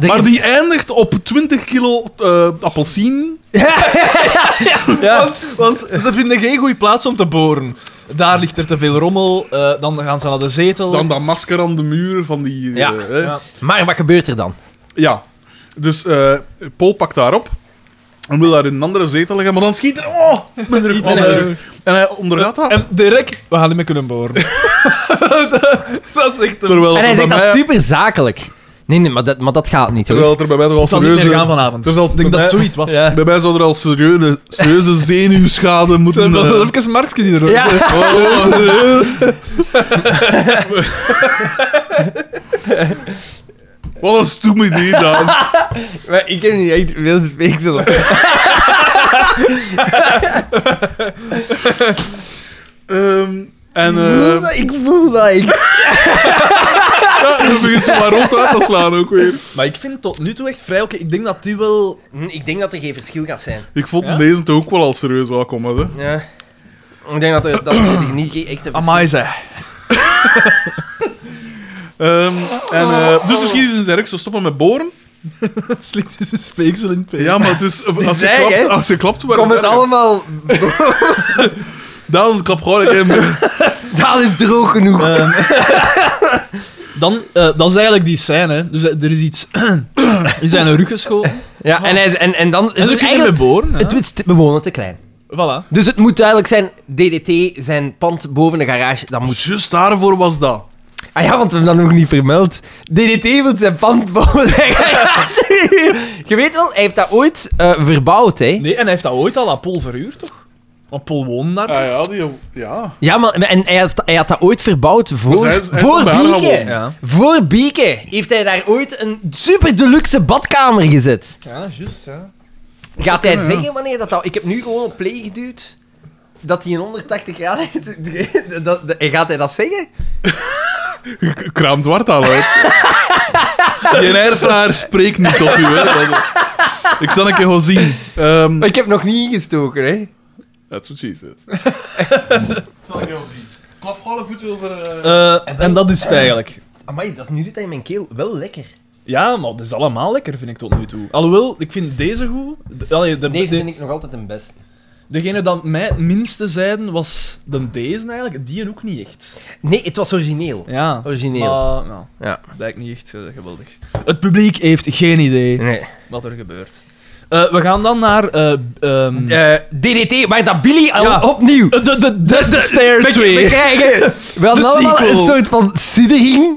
S3: er
S1: Maar
S3: is-
S1: die eindigt op 20 kilo eh appelsien.
S2: Want, want ze vinden geen goede plaats om te boren. Daar ligt er te veel rommel, eh, dan gaan ze naar de zetel.
S1: Dan dat masker aan de muur van die... eh,
S3: Ja.
S1: hè.
S2: Ja.
S3: Maar wat gebeurt er dan?
S1: Ja. Dus eh Paul pakt haar op. En wil haar in een andere zetel leggen. Maar dan schiet er... Oh, met de rug.
S2: Iedereen-
S1: onder de rug. En hij ondergaat dat.
S2: En direct, we gaan niet meer kunnen boren. dat is echt een...
S1: Terwijl
S3: En hij
S1: er
S3: zegt
S1: bij
S3: dat
S1: mij-
S3: super zakelijk. Nee, nee, maar dat, maar dat gaat niet, hoor.
S1: Terwijl er bij mij toch al
S2: Het zal niet meer gaan
S1: serieuze...
S2: vanavond.
S1: Er zal-
S2: Ik denk dat het zoiets was.
S3: Ja.
S1: Bij mij zou er al serieuze, serieuze zenuwschade moeten...
S2: Dat
S1: eh,
S2: was even Markske die er
S3: Ja.
S1: oh, oh, oh. Wat een stom idee, dan.
S3: Maar ik heb niet echt veel te pikselen.
S1: Ehm, en...
S3: Ik voel
S1: eh Ehm,
S3: dat, ik voel dat. Ik...
S1: Ja, en dan begint ze maar rood uit te slaan ook weer.
S2: Maar ik vind tot nu toe echt vrij oké. Ik denk dat die wel...
S3: Hm, Ik denk dat er geen verschil gaat zijn.
S1: Ik vond
S2: Ja?
S1: deze toch ook wel al serieus aankomen, hè.
S3: Ja. Ik denk dat er, dat er niet echt een verschil
S2: Amai, zeg.
S1: Ehm, en, eh, dus de geschiedenis is erg, ze stoppen met boren.
S2: Slikt is een speeksel in het pees.
S1: Ja, maar het is, als, je
S3: zei, hè?
S1: klapt, als je klapt...
S3: Komt het allemaal...
S1: Daarom is klap gewoon een keer.
S3: Dat is droog genoeg.
S2: Dan, eh, dat is eigenlijk die scène. hè. Dus eh, er is iets... Die zijn een rug geschoten.
S3: ja, en, hij- en, en dan...
S2: En
S3: dus
S2: ze kunnen
S3: eigenlijk-
S2: boren.
S3: het is te- we wonen te klein.
S2: Voilà.
S3: Dus het moet duidelijk zijn, DDT, zijn pand boven de garage, dat moet...
S1: Just daarvoor was dat.
S3: Ah ja, want we hebben dat nog niet vermeld. DDT wil zijn pand boven de garage. Je weet wel, hij heeft dat ooit eh, verbouwd, hè.
S2: Nee, en hij heeft dat ooit al aan Paul verhuurd, toch? Want Paul woonde daar.
S1: Ah ja, die... Ja.
S3: Ja, maar en hij, had, hij had dat ooit verbouwd voor,
S1: Dus hij is- hij is
S3: voor
S1: van daar gaan
S3: Bieke.
S1: wonen.
S2: Ja.
S3: Voor Bieke heeft hij daar ooit een super deluxe badkamer gezet.
S2: Ja, juist, ja.
S3: Gaat hij
S1: kunnen, ja.
S3: zeggen wanneer dat al... Ik heb nu gewoon op play geduwd dat hij in 180 graden... dat, dat- gaat hij dat zeggen?
S1: K- Kraamt Wart al uit. Die airfryer spreekt niet tot u, hè. Dat- Ik zal een keer gaan zien. Ehm,
S3: Maar ik heb nog niet ingestoken, hè.
S1: that's what she said.
S4: Klap gewoon een voet over... eh,
S2: en, dat is het eigenlijk.
S3: Amai, dat, nu zit hij in mijn keel. Wel lekker.
S2: Ja, maar dat is allemaal lekker, vind ik tot nu toe. Alhoewel, ik vind deze goed. De, allee, de,
S3: Nee,
S2: de-
S3: vind ik nog altijd een best.
S2: degene dat mij het minste zeiden was dan deze eigenlijk. Die en ook niet echt.
S3: Nee, het was origineel.
S2: Ja.
S3: Origineel.
S2: Maar, nou,
S3: Ja.
S2: blijkt niet echt eh, geweldig. Het publiek heeft geen idee
S3: Nee.
S2: wat er gebeurt. Eh, we gaan dan naar... eh ehm,
S3: Eh, DDT, maar dat Billy al
S2: Ja.
S3: opnieuw.
S2: de, de, de, de Stair
S3: We- We
S2: 2.
S3: krijgen we hadden
S2: De
S3: allemaal
S2: sequel.
S3: een soort van siddering.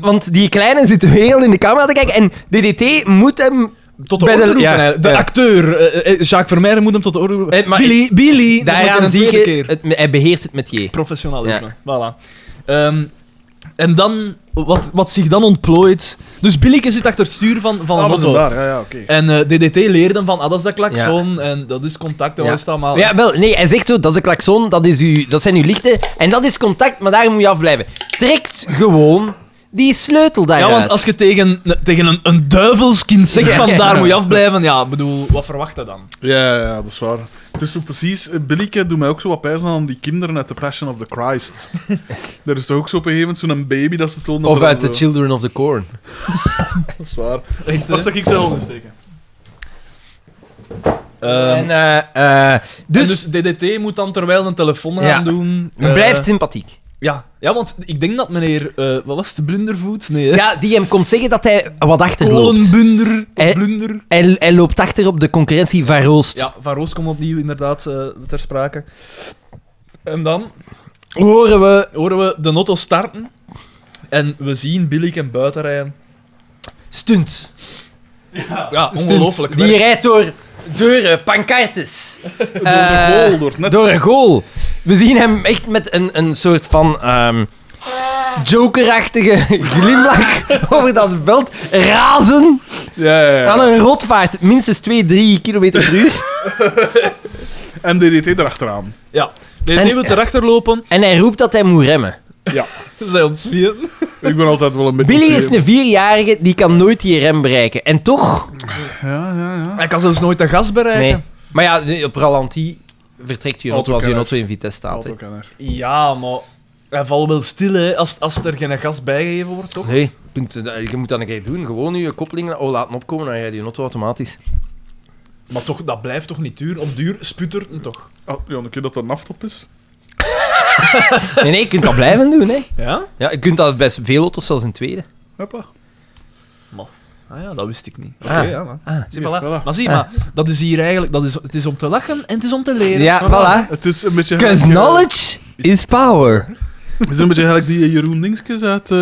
S3: Want die kleine zit heel in de camera te kijken. En DDT moet hem...
S2: Tot de
S3: Bij de-
S2: orde roepen,
S3: ja,
S2: eigenlijk. De
S3: ja.
S2: acteur, eh, eh, Jacques Vermeijden, moet hem tot de orde roepen.
S3: Eh, maar
S2: Billy, Billy, dan moet hij
S3: Daaraan
S2: een
S3: zie
S2: tweede
S3: je...
S2: keer.
S3: het- hij beheerst het met je.
S2: Professionalisme, voilà. Ehm, en dan, wat, wat zich dan ontplooit... Dus Billeke zit achter het stuur van, van een
S1: Ah, we zijn
S2: auto.
S1: daar. Ja, ja, oké.
S2: En eh, DDT leerde hem van, ah, dat is de klakson, en dat is contact, en
S3: Ja.
S2: wat is het allemaal.
S3: Ja, wel, nee, hij zegt zo, dat is een klakson, dat, is uw, dat zijn uw lichten en dat is contact, maar daar moet je afblijven. Trekt gewoon die sleutel
S2: Ja,
S3: daaruit.
S2: want als je tegen, tegen een, een duivelskind zegt
S3: Ja.
S2: van daar moet je afblijven, ja, bedoel, wat verwacht je dan?
S1: Ja, ja, ja, dat is waar. Dus zo precies, eh, Billyke doet mij ook zo wat pijzen aan die kinderen uit The Passion of the Christ. er is toch ook zo op een gegeven moment zo'n baby dat ze tonen.
S3: Of
S1: dat
S3: uit
S1: zo-
S3: The Children of the Corn.
S1: Dat is waar.
S2: Echt,
S1: Dat zag ik zelf insteken.
S3: Ehm, en, eh, eh,
S2: Ehm, dus,
S3: dus,
S2: DDT moet dan terwijl een telefoon gaan
S3: Ja.
S2: doen.
S3: men
S2: eh,
S3: blijft sympathiek.
S2: Ja. ja, want ik denk dat meneer, eh, wat was het, Blundervoet? Nee, hè?
S3: Ja, die hem komt zeggen dat hij wat achterloopt.
S2: Kolenbunder, of
S3: Eh,
S2: Blunder.
S3: Hij, hij loopt achter op de concurrentie van Roost.
S2: Ja, Van Roos komt opnieuw inderdaad eh, ter sprake. En dan
S3: Horen we
S2: horen we de auto starten. En we zien Billyken buiten rijden.
S3: stunt.
S2: Ja, ongelooflijk.
S3: Die
S2: werk.
S3: rijdt door deuren, pancartes.
S1: Door
S3: Eh,
S1: de goal, door het net.
S3: Door een goal. We zien hem echt met een, een soort van ehm, jokerachtige glimlach over dat veld razen
S1: Ja, ja,
S3: aan
S1: ja.
S3: een rotvaart. Minstens 2, 3 kilometer per uur.
S1: En DDT erachteraan.
S2: Ja.
S3: En-
S2: DDT wil erachter lopen.
S3: En hij roept dat hij moet remmen.
S1: Ja.
S2: Zij ontzwieren.
S1: Ik ben altijd wel een beetje...
S3: Billy is
S1: serieus.
S3: een vierjarige, die kan nooit die rem bereiken. En toch...
S1: Ja, ja, ja.
S2: Hij kan zelfs nooit de gas
S3: Nee.
S2: bereiken.
S3: Maar ja, op Ralanti vertrekt je auto als je
S1: Autokenner.
S3: auto in Vitesse staat. hè.
S1: Autokenner.
S2: Ja, maar hij valt wel stil hè, als, als er geen gas bijgegeven wordt, toch?
S3: Nee, punt. eh, je moet dat een keer doen. Gewoon je koppeling oh, laten opkomen, dan rijdt je auto automatisch.
S2: Maar toch, dat blijft toch niet duur? Op duur sputtert het toch?
S1: Ah, ja, een keer dat dat een aftop is.
S3: Nee, nee, je kunt dat blijven doen, hè.
S2: Ja?
S3: Ja, je kunt dat best veel auto's zelfs in tweede.
S1: Hoppa.
S2: Ah ja, dat wist ik niet. Oké,
S3: Ah.
S2: ja, man.
S3: Ah.
S2: Zie,
S1: Ja,
S2: voilà.
S1: voilà.
S2: Maar zie, maar dat is hier eigenlijk... Dat is, het is om te lachen en het is om te leren. Ah,
S3: voilà.
S1: Het is een beetje...
S3: Because
S1: gelijk, eh,
S3: knowledge is power.
S1: Het is een beetje gelijk die eh, Jeroen Dingskes uit... eh,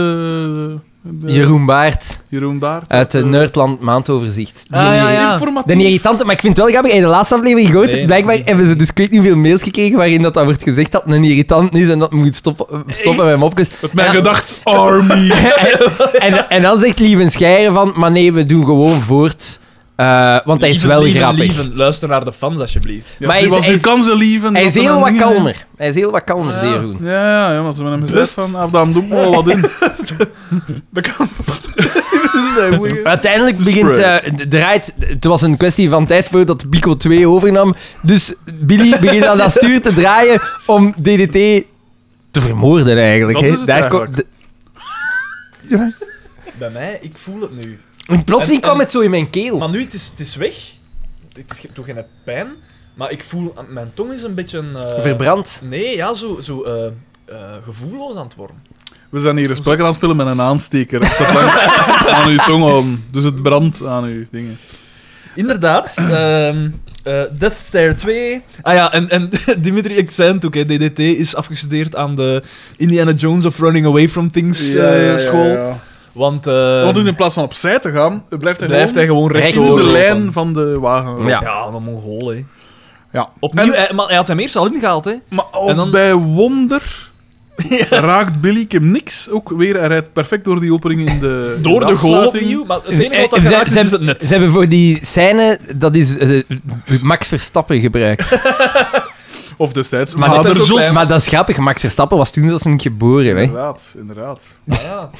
S1: de-
S3: Jeroen Baert
S1: Jeroen Baart.
S3: uit het
S1: Eh,
S3: Nerdland Maandoverzicht. Die-
S2: Ah, ja, ja.
S1: informatief.
S3: De irritante, maar ik vind het wel grappig. In de laatste aflevering gehoord,
S2: Nee,
S3: blijkbaar
S2: nog niet.
S3: hebben ze dus ik weet niet hoeveel mails gekregen waarin dat, dat wordt gezegd dat het een irritant is en dat het moet stoppen, stoppen met mopjes.
S1: Met mijn
S3: Ja.
S1: gedacht, army.
S3: en, en dan zegt Lieven Scheire van, maar nee, we doen gewoon voort Eh, want hij is
S2: Lieven,
S3: wel
S2: lieven,
S3: grappig.
S2: lieven. Luister naar de fans, alsjeblieft.
S1: Ja,
S3: Maar
S1: maar
S3: hij
S1: hij
S3: is-
S1: was
S3: hij
S1: nu
S3: is-
S1: kansen lieven.
S3: Hij is
S1: dat
S3: heel
S1: hem dan
S3: wat
S1: niet-
S3: kalmer. Hij is heel wat kalmer, die Jeroen.
S1: Ja, ja, maar ze hebben hem gezegd
S2: Best.
S1: van, af dan doen we wel wat in.
S3: Uiteindelijk
S1: De
S3: begint,
S1: spread.
S3: eh, d- draait, het was een kwestie van tijd voordat Pico 2 overnam. Dus Billy begint aan dat stuur te draaien om DDT te vermoorden eigenlijk.
S1: Dat
S3: hè.
S1: is het
S3: Daar ko-
S1: eigenlijk.
S3: d- Ja.
S2: Bij mij, ik voel het nu.
S3: En plotseling
S2: En-
S3: kwam
S2: en-
S3: het zo in mijn keel.
S2: Maar nu, het is, het is weg. Het is, ge- doet geen pijn. Maar ik voel... Mijn tong is een beetje... eh,
S3: Verbrand.
S2: Nee, ja, zo... zo eh, eh, gevoelloos aan het worden.
S1: We zijn hier een spel aan het spelen met een aansteker. op de langs aan uw tong houden. Dus het brandt aan uw dingen.
S2: Inderdaad. ehm, eh, Death Stare 2. Ah ja, en, en Dimitri, ik zei het ook, hè, DDT is afgestudeerd aan de Indiana Jones of Running Away From Things eh, school. Want, eh,
S1: Want in plaats van opzij te gaan, blijft hij
S2: blijft hij
S1: gewoon
S2: gewoon recht
S3: recht
S1: in
S2: door
S1: de lijn van de wagen.
S3: Ja.
S2: Ja, een Mongool, hè.
S1: Ja.
S2: Opnieuw,
S1: En-
S2: hij, maar hij had hem eerst al ingehaald, hè.
S1: maar als
S2: en dan-
S1: bij wonder raakt Billy hem niks. Ook weer, hij rijdt perfect door die opening in de in
S2: Door de goal
S1: afsluiting.
S2: opnieuw. Maar het enige
S3: Eh,
S2: wat dat
S3: ze-
S2: geraakt is,
S3: ze-
S2: is het net.
S3: Ze hebben voor die scène, dat is eh, Max Verstappen gebruikt.
S1: Of destijds.
S3: Maar,
S1: vader
S2: dat is ook
S1: Jos.
S2: klein.
S3: maar dat is grappig, Max Verstappen was toen zelfs nog niet geboren. Hè.
S1: Inderdaad, inderdaad.
S2: Ah, ja.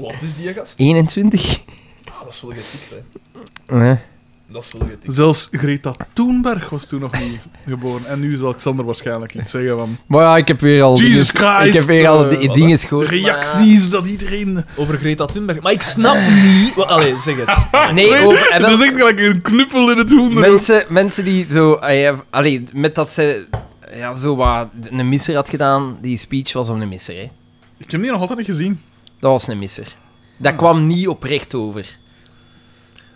S2: Wat is die gast?
S3: 21?
S2: Ah, dat is wel getikt, hè.
S3: Ja.
S2: Dat is wel getikt.
S1: Zelfs Greta Thunberg was toen nog niet geboren. En nu zal Xander waarschijnlijk iets zeggen van...
S3: Maar ja, ik heb weer al...
S1: Jesus
S3: dingen- Ik
S1: Christ,
S3: heb weer al
S1: eh,
S3: die-
S2: wat
S3: dingen
S1: De
S3: gehoord.
S1: reacties dat iedereen...
S2: Over Greta Thunberg. Maar ik snap niet... wa- Allee, zeg het.
S3: Nee, over, en wel-
S1: Dat is echt gelijk een knuppel in het hoender.
S3: mensen, mensen die zo... ah ja, allee, met dat ze ja, zo wat een misser had gedaan, die speech was om een misser. Hè.
S1: Ik heb die nog altijd niet gezien.
S3: Dat was een misser. Dat kwam niet oprecht over.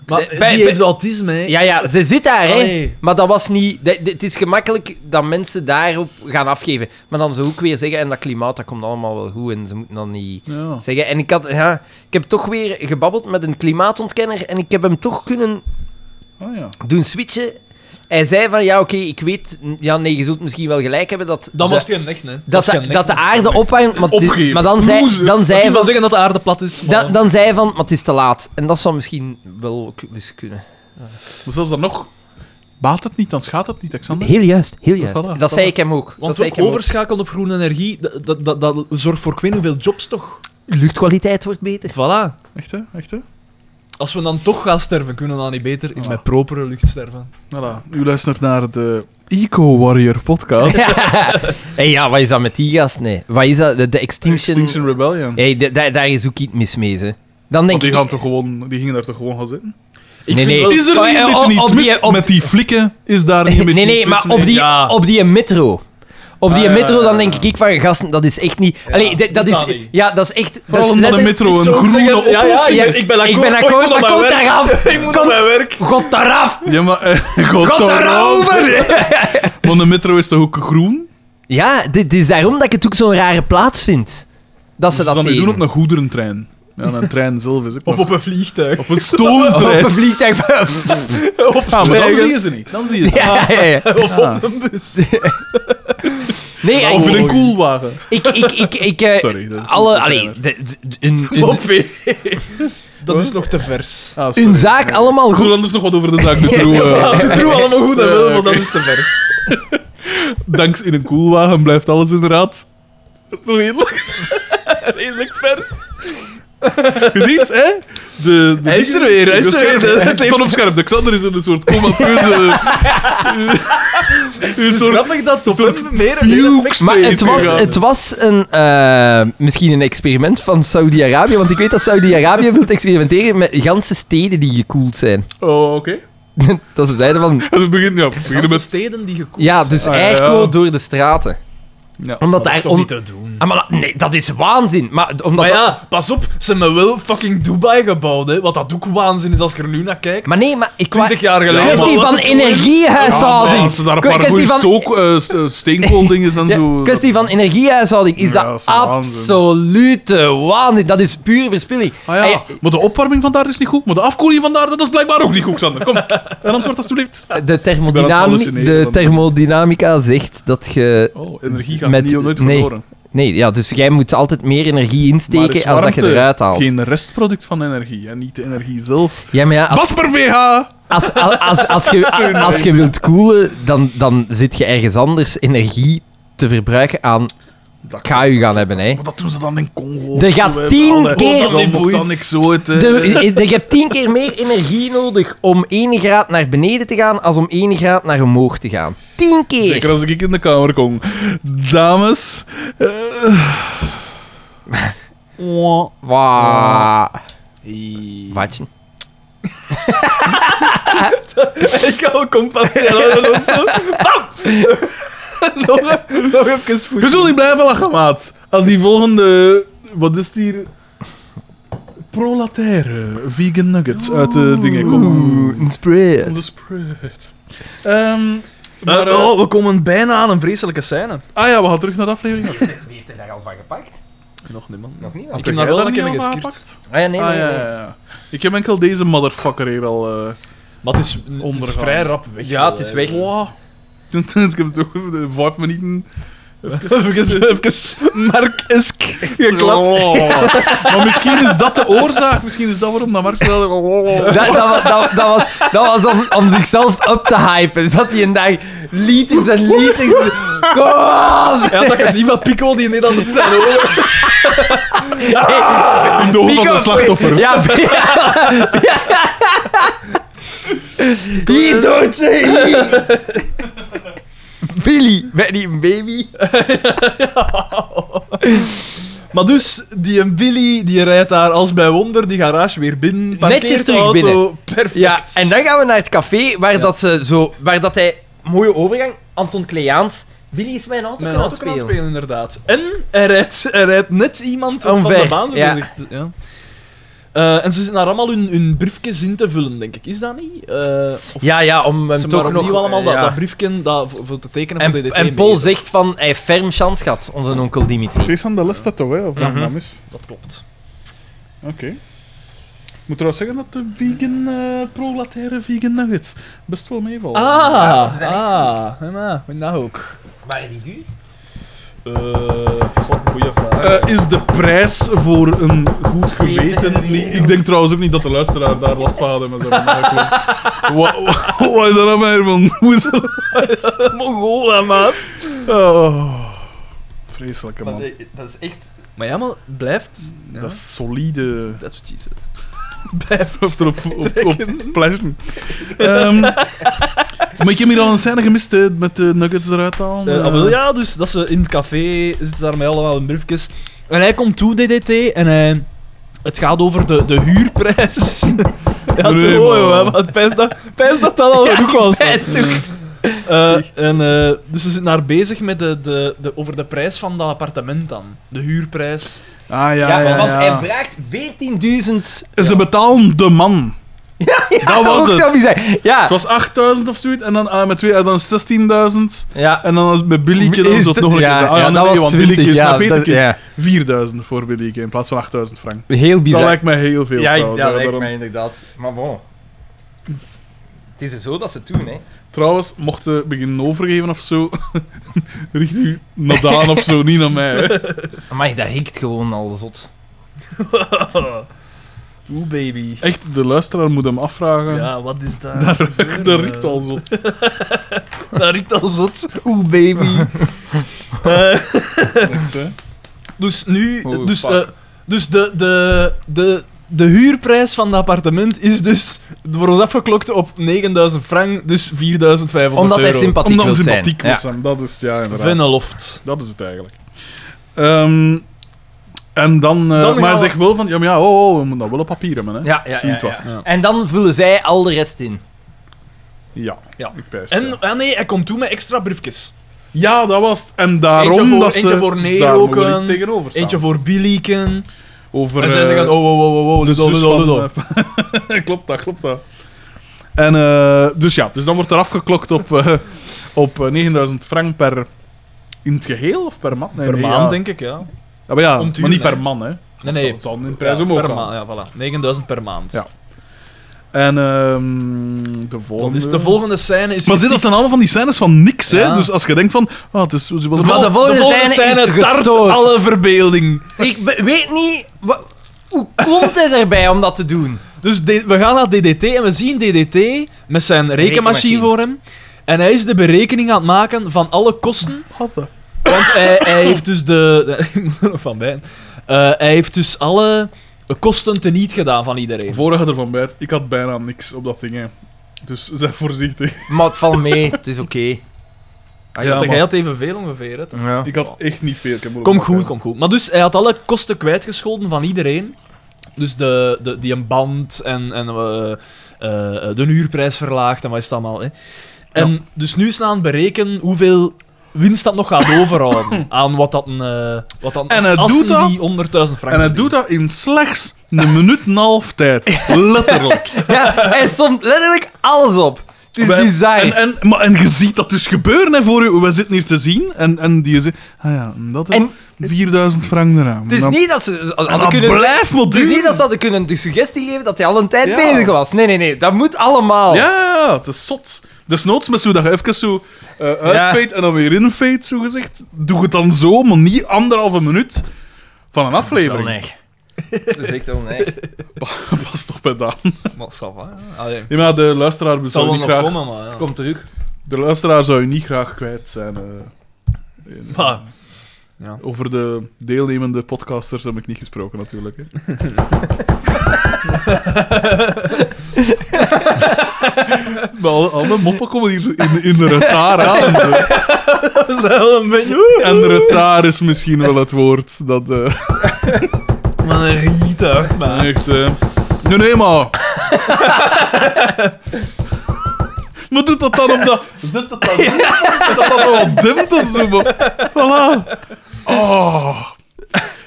S2: Maar
S3: Bij-
S2: die
S3: bij-
S2: heeft autisme, hè.
S3: Ja, ja, ze zit daar, hè.
S2: Allee.
S3: Maar dat was niet... dat- dat- Het is gemakkelijk dat mensen daarop gaan afgeven. Maar dan ze ook weer zeggen, en dat klimaat, dat komt allemaal wel goed en ze moeten dan niet...
S1: Ja.
S3: Zeggen. En ik, had, ja, ik heb toch weer gebabbeld met een klimaatontkenner en ik heb hem toch kunnen
S1: Ah, ja.
S3: doen switchen. Hij zei van, ja, oké, ik weet... Ja, nee, je zult misschien wel gelijk hebben dat...
S2: Dan
S3: dat-
S2: was het geen nek, hè.
S3: dat, de- dat de aarde opwarmt, maar, dit-
S1: Opgeven.
S3: maar dan zei,
S1: Loser.
S3: dan zei
S2: Ik
S3: hij
S2: wil
S3: van,
S2: zeggen dat de aarde plat is, maar...
S3: dan, dan zei hij van, maar het is te laat. En dat zou misschien wel ook eens kunnen.
S1: Maar zelfs dan nog... Baat het niet, dan schaadt het niet, Xander.
S3: Heel juist, heel juist.
S1: Voilà,
S3: dat zei
S1: voilà.
S3: ik hem ook. dat
S2: Want
S3: zei ik
S2: ook
S3: hem ook.
S2: overschakelen op groene energie, dat, dat, dat, dat zorgt voor ik weet niet hoeveel jobs, toch?
S3: Luchtkwaliteit wordt beter.
S2: Voilà.
S1: Echt, hè? Echt, hè?
S2: Als we dan toch gaan sterven, kunnen we dan niet beter in
S1: Ah.
S2: mijn propere lucht sterven.
S1: Voilà. U luistert naar de Eco Warrior podcast.
S3: Hey, ja, wat is dat met die gast? Nee. Wat is dat? De, de Extinction...
S1: Extinction Rebellion.
S3: Hey, da- da- daar is ook iets mis mee, hè. Dan denk
S1: Want die,
S3: ik...
S1: gaan toch gewoon, die gingen daar toch gewoon gaan zitten?
S2: Ik
S3: Nee,
S2: vind
S3: nee.
S2: wel-
S1: Is er
S3: Oh,
S1: niet
S3: eh,
S1: een beetje
S3: op-
S1: iets
S3: op
S1: mis
S3: die- op-
S1: met die flikken? Is daar niet een beetje
S3: Nee, nee,
S1: iets mis
S3: maar
S1: mee?
S3: op die,
S2: Ja.
S3: op die metro. Op die
S1: Ah, ja,
S3: metro,
S1: ja,
S3: dan
S1: ja.
S3: denk ik van, gasten, dat is echt niet... Allee, dat, dat
S2: doe dat
S3: is...
S2: niet.
S3: Ja, dat is echt... dat
S1: Vooral
S3: is
S1: omdat de
S3: letterlijk-
S1: metro
S2: Ik
S1: een
S2: zou ook
S1: groene
S2: zeggen, ja, ja,
S1: oplossing
S2: ik-
S1: is.
S2: ik ben akkoord,
S3: Ik ben
S2: maar ik
S3: akkoord,
S2: moet
S3: maar
S2: op
S3: komt
S2: mijn werk.
S3: daaraf!
S2: Ik moet naar mijn werk.
S3: God daaraf!
S1: Ja, maar... eh, God,
S3: God daarover!
S1: Want de metro is toch ook groen?
S3: Ja, dit is daarom dat ik het ook zo'n rare plaats vind. Dat ze
S1: Ze
S3: dat
S1: gaan nu
S3: deden.
S1: Dus doen op een goederentrein. Ja, en een trein zelf is ook
S2: Of
S1: nog-
S2: op een vliegtuig.
S1: op een stoomtrein.
S3: Op een vliegtuig.
S2: Op
S1: Ja, maar dan
S2: stijgen.
S1: zie je ze niet. Dan zie je ze.
S3: ja, ja, ja.
S2: Of op een bus.
S3: Nee,
S1: Of in
S3: ik,
S1: een koelwagen.
S3: ik, ik, ik, ik, eh,
S1: Sorry, dat-
S3: alle,
S1: dat-
S3: allee, de- de- een, een,
S2: Moppie. Dat is nog te vers.
S1: Ah, sorry.
S3: een zaak allemaal
S1: Ik wil
S3: goed.
S1: anders nog wat over de zaak de Troe.
S2: Laat het roe allemaal goed en
S1: Eh,
S2: wel, want
S1: oké.
S2: dat is te vers.
S1: Dankzij in een koelwagen blijft alles inderdaad redelijk.
S2: Redelijk vers.
S1: Je ziet, hè? De, de
S2: Hij is er weer, hij is
S1: de
S2: er
S1: scherp-
S2: weer.
S1: Ik sta op scherp. De Xander is in een soort comateuze... eh, een
S2: Het is
S1: soort...
S2: grappig dat op
S1: soort
S2: hem meer
S1: fugue
S2: meer effect
S3: Maar
S1: Twee
S3: het was,
S1: uur.
S3: het was een, eh, misschien een experiment van Saudi-Arabië, want ik weet dat Saudi-Arabië wil experimenteren met ganse steden die gekoeld zijn.
S1: Oh, oké.
S3: dat is het einde van...
S1: En we beginnen, ja, we beginnen
S2: Ganse
S1: met...
S2: steden die gekoeld
S3: Ja, dus
S1: Ah, ja.
S3: airco door de straten.
S1: Ja.
S3: Omdat
S2: Dat,
S3: daar...
S2: is toch
S3: on-
S2: niet te doen.
S3: Ah, maar dat- nee, dat is waanzin. Maar, d- omdat
S2: Maar
S3: dat-
S2: ja, pas op, ze hebben wel fucking Dubai gebouwd, hè. Wat dat ook waanzin is als je er nu naar kijkt.
S3: maar nee, maar ik...
S2: 20 jaar geleden.
S3: Kwestie
S2: maar
S3: van
S2: wat is gewoon-
S1: Ja,
S3: energiehuishouding.
S1: als ze daar een
S3: Kwe-
S1: paar goede
S3: kwestie van-
S1: stook, eh, s- eh, steenkooldingen en
S3: Ja,
S1: zo...
S3: kwestie van energiehuishouding is
S1: Ja,
S3: dat,
S1: dat is waanzin.
S3: absolute waanzin. Dat is pure verspilling.
S1: Ah ja,
S3: En ja,
S1: maar de opwarming vandaar is niet goed, maar de afkoeling vandaar dat is blijkbaar ook niet goed, Xander. Kom, een antwoord alstublieft.
S3: De,
S1: Ik ben aan het
S3: thermodynami-
S1: hallucineren
S3: de
S1: van-
S3: thermodynamica zegt dat je...
S1: Oh, energie gaat
S3: Met-
S1: niet nooit
S3: nee.
S1: verloren.
S3: Nee, ja, dus jij moet altijd meer energie insteken als dat je eruit haalt.
S1: geen restproduct van energie en niet de energie zelf.
S3: Ja, maar ja, als,
S1: Basper VH!
S3: als, als, als, als, je, als je wilt koelen, dan, dan zit je ergens anders energie te verbruiken aan...
S1: Dat, Eh.
S3: Ik ga u gaan hebben, hè.
S1: maar dat doen ze dan in Congo.
S3: Er
S1: of zo,
S3: gaat
S1: hè.
S3: tien
S1: Allee,
S3: keer-
S1: Dan moet
S2: Boeit.
S1: dan niks ooit. hè.
S3: De, je hebt tien keer meer energie nodig om 1 graad naar beneden te gaan, als om 1 graad naar omhoog te gaan. Tien keer!
S1: Zeker als ik in de kamer kom. Dames, eh,
S3: Wauw. Watje.
S2: Ik hou compassieel aan ons zo. Bam! nog, e- nog even voet.
S1: je zult niet blijven lachen, maat. Als die volgende. Wat is het hier? Prolataire vegan nuggets uit de dingen komen.
S3: een spread.
S1: Onze spread. Ehm, maar, eh,
S2: oh, we komen bijna aan een vreselijke scène.
S1: ah ja, we gaan terug naar de aflevering.
S4: Wie heeft er daar al van gepakt?
S2: Nog niemand.
S4: Nog niet?
S2: Ik heb daar wel een keer geskipt.
S3: Ah ja, nee,
S1: Ah,
S3: nee,
S1: ja,
S3: nee.
S1: ja, ja. Ik heb enkel deze motherfucker hier al. eh
S2: Maar het is, het is
S1: Ondergaan.
S2: vrij rap weg.
S3: Ja, het is weg. Echt?
S1: wow. ik heb het toch de vijf minuten.
S2: Even, even Mark-esk geklapt.
S3: Oh.
S1: Maar misschien is dat de oorzaak. Misschien is dat waarom dat Mark wel.
S3: Dat, dat, wa- dat, dat was, dat was om, om zichzelf up te hypen. Zat hij een dag liters en liters. Kom on!
S2: Hij had dat gezien van Pico die in Nederland zijn ogen.
S1: In de ogen van
S3: Pico-
S1: de slachtoffer.
S3: Ja, ja. Hier doet ze hier. Billy, ben je een baby?
S2: Maar dus, die en Billy die rijdt daar als bij wonder die garage weer binnen. parkeert
S3: Netjes
S2: de
S3: terug
S2: auto,
S3: binnen.
S2: Perfect.
S3: Ja, en dan gaan we naar het café waar, dat, ze zo, waar dat hij... Mooie overgang, Anton Kleaans. Billy is mijn auto,
S2: Mijn
S3: kan
S2: auto kan
S3: spelen.
S2: spelen, inderdaad. En er rijdt, er rijdt net iemand op van
S3: Omver,
S2: de baan, zo
S3: ja.
S2: gezegd. Ja. Eh, en ze zitten daar allemaal hun, hun briefjes in te vullen, denk ik. Is dat niet? Eh, of
S3: Ja, ja, om hem
S2: ze
S3: toch nog...
S2: maar
S3: eh,
S2: opnieuw allemaal dat,
S3: ja.
S2: dat briefje dat, voor, voor te tekenen van
S3: en,
S2: DDT.
S3: en Paul
S2: mee.
S3: zegt van, hij heeft ferm chance gehad, onze onkel Dimitri.
S1: Het is aan de les dat toch, hè? Of dat
S3: Mhm.
S1: nou is.
S2: Dat klopt.
S1: Oké. Ik moet trouwens zeggen dat de vegan, eh prolataire vegan nuggets best wel meevalt.
S2: Ah,
S4: ja, dat is echt
S2: ah, ja, maar, en dat ook.
S4: Waren die duur?
S2: Eh, god, goeie vraag.
S1: Eh, is de prijs voor een goed geweten... niet- ik denk trouwens ook niet dat de luisteraar daar last van hadden. Maar zo, wat, wat, wat is dat nou weer van? Hoe is dat?
S2: Mongola, maat.
S1: Oh, vreselijke man.
S4: Dat is echt...
S2: Maar ja, maar blijft. Ja.
S1: Dat is solide...
S2: That's what she said. Blijft.
S1: Of er op, op, op plashen. Ehm, maar ik heb hier al een scène gemist hè, met de nuggets eruit halen.
S2: Eh, ah, wel, ja, dus dat ze in het café zitten ze daar met allemaal hun briefjes. En hij komt toe, DDT, en hij, het gaat over de, de huurprijs. ja,
S1: Nee,
S2: te hoog,
S1: man.
S2: joh, hè, maar het pijs dat, pijs dat dat al genoeg was. hè. Eh, en, eh, dus ze zitten daar bezig met de, de, de, over de prijs van dat appartement dan. De huurprijs.
S1: Ah ja,
S3: Ja,
S1: ja,
S3: want
S1: ja.
S3: hij vraagt 14.000...
S1: Ze betalen de man. dat was
S3: Ah, Ook
S1: het.
S3: zo bizar. Ja.
S1: Het was 8000 of zoiets en dan ah, met twee, en dan 16.000
S3: ja.
S1: en dan als, met Billyke dan
S3: Is
S1: is dat
S3: het-
S1: nog een
S3: ja,
S1: keer. Ah,
S3: ja,
S1: nee,
S3: dat was
S1: want
S3: 20,
S1: Billyke is
S3: ja,
S1: maar weet
S3: dat-
S1: ik het,
S3: ja.
S1: 4000 voor Billyke in plaats van 8000 frank.
S3: Heel
S1: Dat
S3: bizar.
S1: lijkt mij heel veel trouwens. hè, daarom.
S3: inderdaad. Maar bon.
S4: Het is er zo dat ze het doen, hè.
S1: Trouwens, mocht je beginnen overgeven of zo, richt u naar Daan of zo, niet naar mij. hè.
S3: Maar dat riekt gewoon al zot.
S4: Ah.
S2: Oeh, baby.
S1: Echt, de luisteraar moet hem afvragen.
S2: Ja, wat is dat?
S1: Dat riekt al zot.
S2: Dat riekt al zot. Oeh, baby. Eh,
S1: Echt, hè?
S2: Dus nu,
S1: Oeh,
S2: dus,
S1: fuck.
S2: eh, dus de, de, de, de huurprijs van dat appartement is dus, wordt afgeklokt op 9000 frank, dus 4500
S3: Omdat hij
S2: euro.
S3: sympathiek
S1: Omdat we
S3: wil zijn.
S1: sympathiek
S3: Ja.
S1: moet zijn. Dat is het, ja, inderdaad.
S2: Venneloft.
S1: Dat is het eigenlijk. Ehm, en dan... eh,
S2: Dan gaan
S1: maar
S2: we-
S1: zeg wel van... Ja, maar ja, oh, oh, we moeten dat wel op papier hebben, hè.
S3: Ja, ja, ja,
S1: Zoiets
S3: ja.
S1: was het.
S2: ja.
S3: En dan vullen zij al de rest in.
S1: Ja.
S2: Ja.
S1: ik pijs, ja.
S2: En ah nee, hij komt toe met extra briefjes.
S1: Ja, dat was het. En daarom
S2: Eentje voor-
S1: dat ze...
S2: eentje voor
S1: daar
S2: neerroken,
S1: moet er iets tegenover staan.
S2: Eentje voor Billiken.
S1: Over,
S2: En zij
S1: eh,
S2: zeggen, oh, oh, oh, oh, oh,
S1: de
S2: ludo,
S1: zus
S2: ludo,
S1: van,
S2: ludo.
S1: eh, klopt dat, klopt dat. En eh, dus ja, dus dan wordt er afgeklokt op, eh, op eh, 9000 frank per... In het geheel of per man? Nee,
S2: Per
S1: nee,
S2: maand,
S1: ja.
S2: denk ik, ja.
S1: Ja, maar, ja,
S2: Om het uur,
S1: maar niet
S2: hè.
S1: per man, hè.
S2: Nee, nee.
S1: Dat zal in de prijs
S2: Ja,
S1: omhoog
S2: per
S1: gaan.
S2: maand, ja, voilà. 9000 per maand.
S1: Ja. En ehm, de
S2: Dat
S1: volgende...
S2: is, Dus de volgende scène
S1: Maar
S2: is.
S1: zie, dat
S2: getikt.
S1: zijn allemaal van die scènes van niks, hè?
S2: Ja.
S1: Dus als je denkt van... Oh, het is, ze willen-
S3: Maar de volgende scène is
S2: tart
S3: gestoord.
S2: alle verbeelding.
S3: Ik be- weet niet... wa- hoe komt hij erbij om dat te doen?
S2: Dus de- we gaan naar DDT en we zien DDT met zijn rekenmachine,
S3: Rekenmachine.
S2: voor hem. En hij is de berekening aan het maken van alle kosten.
S1: Hadden.
S2: Want hij, hij heeft dus de. de- ik moet er nog van bij. Eh, hij heeft dus alle kosten teniet gedaan van iedereen.
S1: Vorige ervan bij. Ik had bijna niks op dat ding, hè. Dus zeg voorzichtig.
S3: Maar het valt mee, het is oké.
S2: Hij
S1: Ja,
S2: had,
S1: maar-
S2: hij had evenveel ongeveer. Hè,
S3: Ja.
S1: Ik had echt niet veel. Ik heb er ook
S2: Kom
S1: nog
S2: goed,
S1: bij.
S2: kom goed. Maar dus, hij had alle kosten kwijtgescholden van iedereen. Dus de, de, die een band en, en eh, eh, eh, de huurprijs verlaagd en wat is het allemaal. Hè. En dus nu is het aan het berekenen hoeveel winst dat nog gaat overhouden aan wat dat een... eh, wat dat,
S1: En hij
S2: als
S1: doet dat-
S2: die 100.000 frank
S1: En hij
S2: verdient.
S1: doet dat in slechts een minuut en een half tijd. Letterlijk.
S3: Ja, hij stond letterlijk alles op. Het is
S1: Wij-
S3: bizar.
S1: En, en, maar, en je ziet dat dus gebeuren hè, voor u. We zitten hier te zien en, en die zegt... Ah ja, dat is
S3: En-
S1: 4000 frank eraan.
S3: het is
S1: Dan-
S3: niet dat ze... ze
S1: En
S3: hadden
S1: dat
S3: kunnen-
S1: blijft maar
S3: het is
S1: duren.
S3: niet dat ze hadden kunnen de suggestie geven dat hij al een tijd
S1: Ja.
S3: bezig was. Nee, nee, nee. Dat moet
S2: Oh.
S3: allemaal.
S1: Ja, ja, ja, het is zot. Desnoods met zo dat je even zo eh uitfeit en dan weer infeit, zo gezegd. Doe het dan zo, maar niet anderhalve minuut van een aflevering.
S3: Dat is echt onneig.
S1: Pas toch bij Daan.
S2: Maar ça va, ja. Allee.
S1: Ja, maar de luisteraar
S2: Het zal
S1: zou
S2: wel
S1: niet
S2: nog
S1: graag...
S2: komen, maar ja.
S3: Kom terug.
S1: De luisteraar zou je niet graag kwijt zijn. eh, in-
S2: Maar-
S1: Over de deelnemende podcasters heb ik niet gesproken, natuurlijk. Hè. maar alle, alle moppen komen hier in, in de retaar aan. hè.
S2: Dat is wel een beetje...
S1: En de retaar is misschien wel het woord dat... eh,
S2: Maar een riet, echt, man.
S1: Echt, eh. Nee, nee, maar. maar doet dat dan op dat. Zet dat dan. Zet dat dan wel dimpt of zo, maar. Voilà. Oh.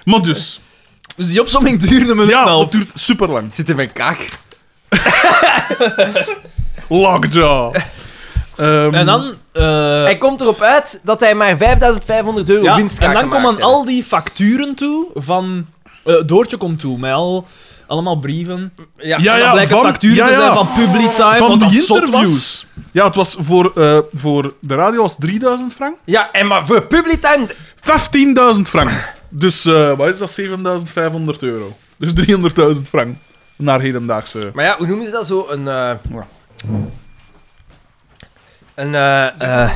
S1: Maar dus.
S2: Dus die opzomming duurde een minuut en een
S1: Ja,
S2: half.
S1: het duurt super lang.
S3: Zit in mijn kak.
S1: Lockjaw. Ehm,
S2: En dan... eh,
S3: Hij komt erop uit dat hij maar 5500 euro
S2: Ja,
S3: winst gaat
S2: en dan
S3: gemaakt
S2: komen
S3: hebben.
S2: al die facturen toe van... eh, Doortje komt toe, met al, allemaal brieven.
S3: Ja.
S1: Ja,
S2: en
S1: Ah ja,
S2: dan blijken
S1: van-
S2: facturen
S1: ja,
S2: te zijn
S1: ja.
S2: van Publitime,
S1: Van
S2: want dat
S1: die
S2: zot was.
S1: interviews. Ja, het was voor, eh, voor de radio was 3000 frank.
S3: Ja, en maar voor Publitime...
S1: 15.000 frank. Dus eh, wat is dat? 7.500 euro. Dus 300.000 frank. Naar hedendaagse.
S3: Maar ja, hoe noemen ze dat zo? Een... eh,
S1: Ja.
S3: Een... eh, eh,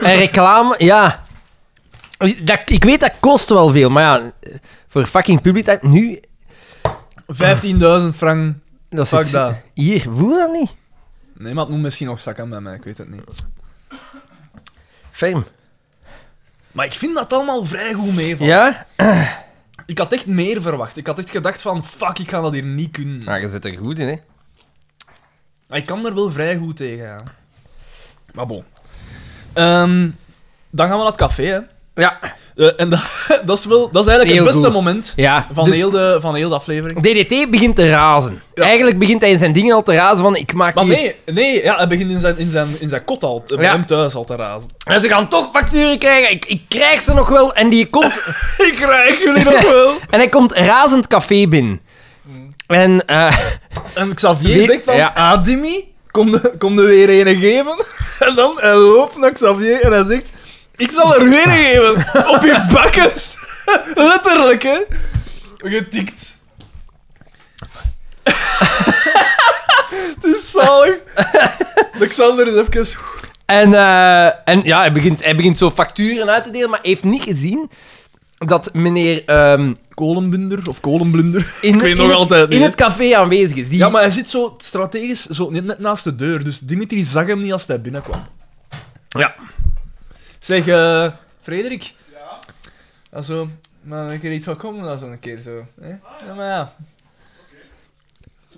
S3: een reclame, ja. Dat, ik weet dat kost wel veel, maar ja, voor fucking Publitime... Nu,
S2: 15.000 frank.
S3: dat
S2: Fuck
S3: is het-
S2: dat.
S3: Hier, voel dat niet.
S2: Nee, maar het moet misschien nog zakken bij mij, ik weet het niet.
S3: Ferm.
S2: Maar ik vind dat allemaal vrij goed meevalt.
S3: Ja?
S2: Ik had echt meer verwacht. Ik had echt gedacht van, fuck, ik ga dat hier niet kunnen.
S3: Nou, je zit er goed in, hè.
S2: Maar ik kan er wel vrij goed tegen, ja. Maar bon. Ehm, dan gaan we naar het café, hè.
S3: Ja.
S2: Eh, en da- dat is wel... Dat is eigenlijk
S3: Heel
S2: het beste
S3: goed.
S2: moment
S3: Ja.
S2: van,
S3: dus
S2: heel de, van heel de aflevering.
S3: DDT begint te razen. Eigenlijk begint hij in zijn dingen al te razen van ik maak
S2: Maar
S3: hier...
S2: nee, nee ja, hij begint in zijn, in zijn, in zijn kot al, eh, bij
S3: Ja.
S2: hem thuis al te razen.
S3: En ze gaan toch facturen krijgen. Ik, ik krijg ze nog wel. En die komt...
S2: Ik krijg jullie nog wel.
S3: en hij komt razend café binnen.
S2: Mm.
S3: En... eh,
S2: En Xavier
S3: Wie-
S2: zegt van,
S3: ja.
S2: ah Dimi, kom de, kom de weer ene geven. En dan hij loopt naar Xavier en hij zegt, ik zal er weer een geven. Op je bakkes. Letterlijk, hè. Getikt. Het is zalig. Alexander is even...
S3: En, eh, en ja, hij begint, hij begint zo facturen uit te delen, maar heeft niet gezien dat meneer ehm,
S2: Kolenbunder of kolenblunder.
S3: in,
S2: weet
S3: in
S2: nog
S3: het,
S2: altijd niet,
S3: in
S2: hè.
S3: het café aanwezig is. Die,
S2: Ja, maar hij zit zo strategisch zo net, net naast de deur, dus Dimitri zag hem niet als hij binnenkwam.
S3: Ja.
S2: Zeg, eh, Frederik. Ja? Also, maar een keer iets gaat komen dan zo een keer zo. Hè? Ja, maar ja.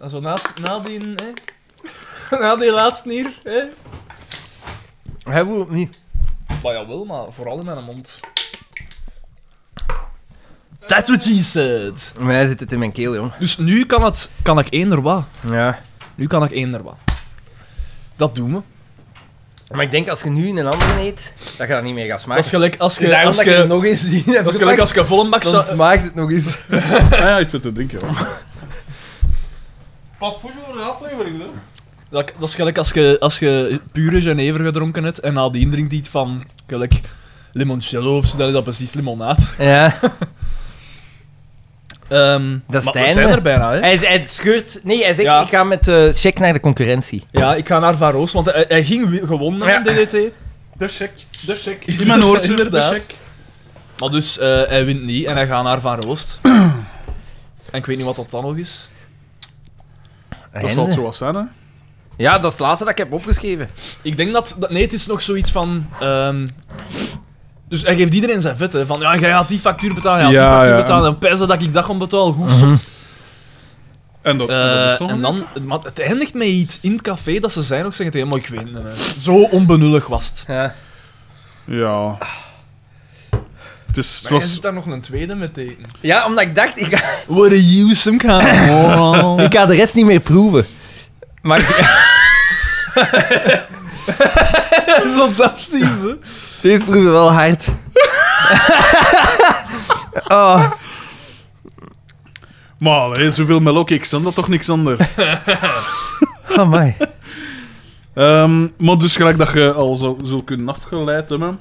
S2: Also, na, na die... Hè? Na die laatste hier, hè?
S3: Hij wil het niet.
S2: Maar jawel, maar vooral in mijn mond. That's what she said.
S3: Maar hij zit het in mijn keel, jong.
S2: Dus nu kan, het, kan ik één er wat.
S3: Ja.
S2: Nu kan ik één er wat. Dat doen we.
S3: Maar ik denk als je nu in een andere eet, dat je dat niet meer gaat smaken.
S2: Als gelijk als
S3: Dus
S2: je
S3: daarom
S2: als
S3: dat ik er
S2: je
S3: nog eens die heb
S2: als je gelijk
S3: gepakt,
S2: als je vol een bak
S3: dan
S2: zou
S3: smaakt het nog eens.
S1: Ah ja, ik vind het ding, ja.
S4: papvoes voor een aflevering, hè?
S2: Dat, dat is gelijk als je, als je pure Genever gedronken hebt en nadien drinkt iets van gelijk limoncello of zo, dat is dat precies limonaat.
S3: Ja.
S2: Ehm,
S3: Dat is
S2: maar
S3: het
S2: we zijn
S3: einde.
S2: er bijna, hè?
S3: Hij, hij scheurt... Nee, hij zegt,
S2: Ja.
S3: ik ga met eh check naar de concurrentie.
S2: Ja, ik ga naar Van Roos, want hij, hij ging wi- gewoon naar een DDT.
S4: De check, de check.
S1: In mijn oortje,
S2: Inderdaad.
S1: de check.
S2: Maar dus, eh, hij wint niet en hij gaat naar Van Roost. en ik weet niet wat dat dan nog is.
S1: Dat zal het zo wat zijn, hè.
S3: Ja, dat is het laatste dat ik heb opgeschreven.
S2: Ik denk dat, dat- Nee, het is nog zoiets van... ehm, dus hij geeft iedereen zijn vet, hè. Van, ja, jij gaat die factuur betalen, jij gaat
S1: Ja,
S2: die factuur
S1: ja,
S2: betalen. En pijzen dat ik dat gewoon betaal, hoe
S3: Mhm.
S2: zot.
S1: En dat,
S2: Eh,
S1: dat is toch
S2: en
S1: een-
S2: dan, maar het eindigt met iets in het café dat ze zijn ook zeggen tegen maar ik weet het niet meer. Zo onbenullig was het.
S3: Ja.
S1: Ja. Het, is, het
S2: Maar was...
S1: was...
S2: zit daar nog een tweede met eten.
S3: ja, omdat ik dacht, ik ga,
S2: What a you, some kind of-
S3: ik ga de rest niet meer proeven. Oh. Maar
S2: Dat is wat dat zien ze.
S3: Dit proeft wel hard. oh.
S1: Maar allee, zoveel melokix, dan dat toch niks anders.
S3: oh, my.
S1: Ehm, maar dus gelijk dat je al zou, zou kunnen afgeleid hebben...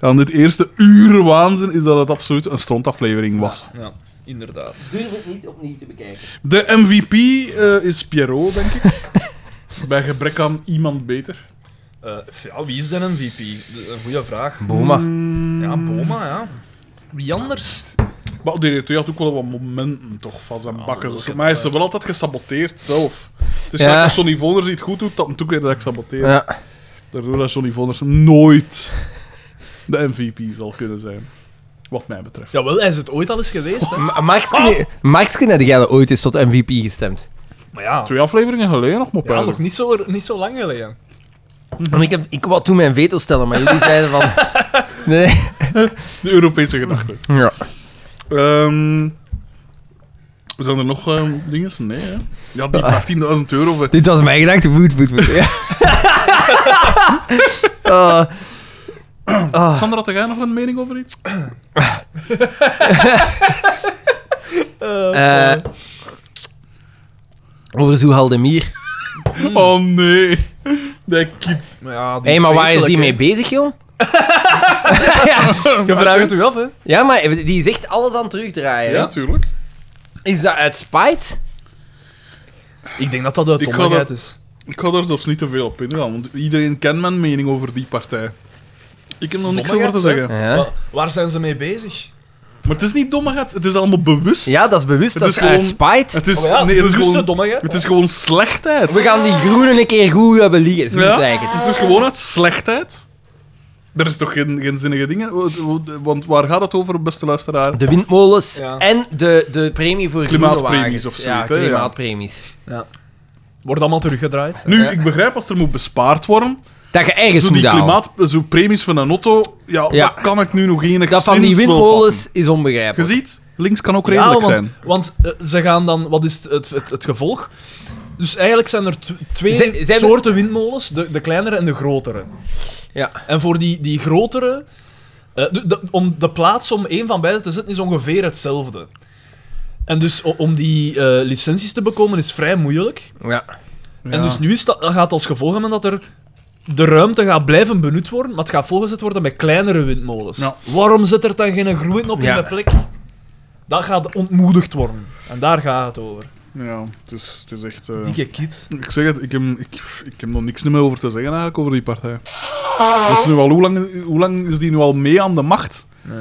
S1: Aan dit eerste uur waanzin is dat het absoluut een strontaflevering was.
S2: Ja, inderdaad.
S4: Durf het niet opnieuw te bekijken.
S1: De MVP eh, is Pierrot, denk ik. Bij gebrek aan iemand beter.
S2: Eh, ja, wie is de MVP? De- Een goede vraag.
S3: Boma.
S2: Ja, Boma, ja. Wie anders?
S1: Maar die DDT had ook wel wat momenten toch van zijn bakken.
S2: dat is
S1: zo.
S2: ook
S1: Maar hij is wel altijd gesaboteerd zelf. Het is
S3: Ja.
S1: gelijk als Johnny Voners iets goed doet, dat hem ook weer direct saboteert.
S3: Ja.
S1: Daardoor dat Johnny Voners nooit de MVP zal kunnen zijn. Wat mij betreft.
S2: Jawel, hij is het ooit al eens geweest, hè.
S4: Oh.
S3: Maxken had jij ooit eens tot MVP gestemd.
S2: Maar ja,
S1: Twee afleveringen geleden nog, maar
S2: ja
S1: pijnlijk.
S2: nog niet zo, niet zo lang geleden.
S4: Mhm.
S3: Want ik, heb, ik wou toen mijn veto stellen, maar jullie zeiden van... Nee.
S1: De Europese gedachte.
S3: Ja.
S1: Ehm, zijn er nog ehm, dingen? Nee, hè? Ja, die 15.000 euro. voor-
S3: Dit was mijn gedachte. Woed, woed, woed. Ja. Oh. Oh.
S1: Sander, had jij nog een mening over iets?
S3: Eh, over Zuhal Demir.
S1: Oh nee. Dat kid.
S2: Maar ja, die
S3: Hé, maar waar is die
S2: vreselijk,
S3: mee
S2: hè.
S3: bezig, joh? ja.
S2: Je vraagt het u af, hè.
S3: ja, maar die zegt alles aan terugdraaien.
S1: Ja,
S3: hè?
S1: natuurlijk.
S3: Is dat uit spijt?
S2: Ik denk dat dat de
S1: Ik ga
S2: dommigheid
S1: dat-
S2: is.
S1: Ik ga daar zelfs niet te veel op ingaan, want iedereen kent mijn mening over die partij. Ik heb nog niks over te
S2: Dommigheid,
S1: zeggen.
S3: Ja.
S2: Wa- Waar zijn ze mee bezig? Oh,
S1: Maar het is niet dommigheid, het is allemaal bewust.
S3: Ja, dat is bewust.
S1: Het
S3: dat
S1: is
S3: is uit
S1: gewoon-
S3: spijt.
S1: het is,
S2: Oh
S1: nee,
S2: ja,
S1: het is,
S2: bewuste
S1: gewoon,
S2: dommigheid.
S1: het is gewoon slechtheid.
S3: We gaan die groene een keer goed hebben liggen. Zo
S1: Ja.
S3: lijkt het.
S1: Het is gewoon uit slechtheid. Er is toch geen, geen zinnige dingen? Want waar gaat het over, beste luisteraar?
S3: De windmolens
S2: Ja.
S3: en de, de premie voor groene
S1: Klimaatpremies
S3: wagens.
S1: of zoiets,
S3: Ja,
S1: hè, ja.
S3: klimaatpremies.
S2: Wordt allemaal teruggedraaid.
S1: Nu,
S3: Ja.
S1: ik begrijp als er moet bespaard worden.
S3: Dat je ergens
S1: Zo
S3: moet
S1: die
S3: halen.
S1: klimaat, zo premies van een auto, ja,
S3: Ja.
S1: dat kan ik nu nog enigszins
S3: Dat van die
S1: wel
S3: windmolens
S1: vatten.
S3: is
S1: Je
S3: onbegrijpelijk.
S1: ziet, links kan ook redelijk
S2: ja, want,
S1: zijn.
S2: want eh, ze gaan dan... Wat is het, het, het, het gevolg? Dus eigenlijk zijn er tw- twee
S3: Zijn- zijn er-
S2: soorten windmolens. De, de kleinere en de grotere.
S3: Ja.
S2: En voor die, die grotere... eh, de, de- om de plaats om één van beide te zetten is ongeveer hetzelfde. En dus o- om die eh, licenties te bekomen is vrij moeilijk.
S3: Ja.
S2: En
S1: Ja.
S2: dus nu is dat, dat gaat als gevolg hebben dat er de ruimte gaat blijven benut worden, maar het gaat volgezet worden met kleinere windmolens.
S1: Ja.
S2: Waarom zit er dan geen groen op
S3: Ja.
S2: in de plek? Dat gaat ontmoedigd worden. En daar gaat het over.
S1: Ja, het is, het is echt... eh,
S2: Dikke kid.
S1: Ik zeg het, ik heb, ik, ik heb nog niks meer over te zeggen eigenlijk over die partij. Dat is nu al, hoe, lang, hoe lang is die nu al mee aan de macht?
S2: En,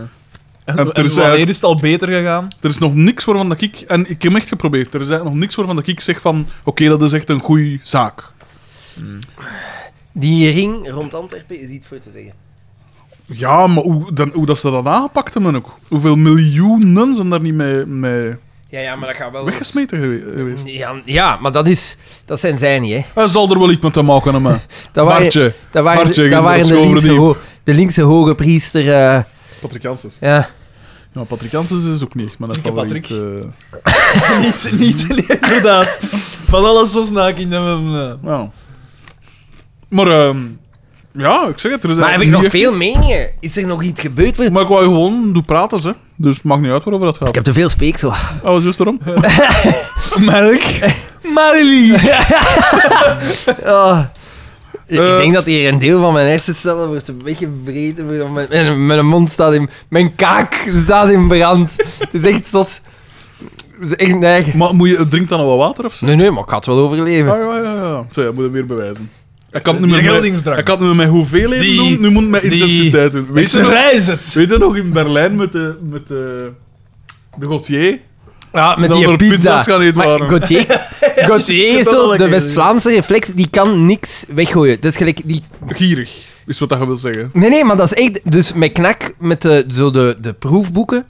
S1: er
S2: en,
S1: is eigenlijk-
S2: wanneer is het al beter gegaan?
S1: Er is nog niks waarvan dat ik... En ik heb echt geprobeerd. Er is eigenlijk nog niks waarvan dat ik zeg van... Oké, dat is echt een goede zaak.
S3: Die ring rond Antwerpen is iets voor te zeggen.
S1: Ja, maar hoe, dan, hoe dat ze dat aangepakt hebben ook. Hoeveel miljoenen zijn daar niet mee, mee
S3: Ja, ja, maar dat gaat wel...
S1: weggesmeten gewe- geweest?
S3: Ja, ja, maar dat, is, dat zijn zij niet, hè.
S1: Hij zal er wel iets mee te maken hebben.
S3: Dat waren,
S1: Bartje.
S3: dat waren,
S1: Bartje, je
S3: dat waren
S1: moet
S3: de,
S1: het
S3: linkse
S1: zo overnieuw.
S3: ho- de linkse hoge priester... eh,
S1: Patrick Janssens.
S3: ja.
S1: Ja, maar Patrick Janssens is ook niet echt mijn
S2: Dikke
S1: favoriet.
S2: Patrick.
S1: eh,
S2: niet, niet, inderdaad. Van alles zo snaak in hem. eh.
S1: ja. Maar... ehm, ja, ik zeg het. Er is
S3: Maar heb
S1: eigenlijk
S3: ik nog
S1: niet echt-
S3: veel meningen? Is er nog iets gebeurd? voor-
S1: Maar ik wou je gewoon doen praten, hè. Dus het maakt niet uit waarover dat gaat.
S3: Ik heb te veel speeksel.
S1: Oh, juist daarom.
S3: Melk.
S2: Marilyn.
S3: Ah. Ik
S1: Eh.
S3: denk dat hier een deel van mijn hersencellen wordt een beetje breed. wordt- Mijn, mijn, mijn mond staat in... Mijn kaak staat in brand. het is echt zot. Het is echt neig.
S1: Maar moet je, drink dan al wat water of zo?
S3: Nee, nee, maar ik ga het wel overleven.
S1: Ah, ja, ja, ja. Zo, ja, moet hem weer bewijzen. Ik kan het nu
S2: Die
S1: met,
S2: geldingsdrang.
S1: ik kan het nu met hoeveelheden
S2: Die-
S1: doen, nu moet het met
S2: die-
S1: intensiteit doen. Weet je, nog,
S2: reis het.
S1: weet je nog in Berlijn met de, met de, de Gautier?
S3: Ja, met
S1: Dan
S3: die
S1: er
S3: pizza.
S1: pizza's gaan eten
S3: Maar
S1: waren.
S3: Gauthier, Gauthier
S2: dat
S3: is
S2: al
S3: zo
S2: een
S3: de
S2: keer
S3: West-Vlaamse reflex. Die kan niks weggooien. Dat is gelijk... Die
S1: Gierig, is wat dat je wil zeggen.
S3: Nee, nee, maar dat is echt... Dus met knak, met de, zo de, de proefboeken,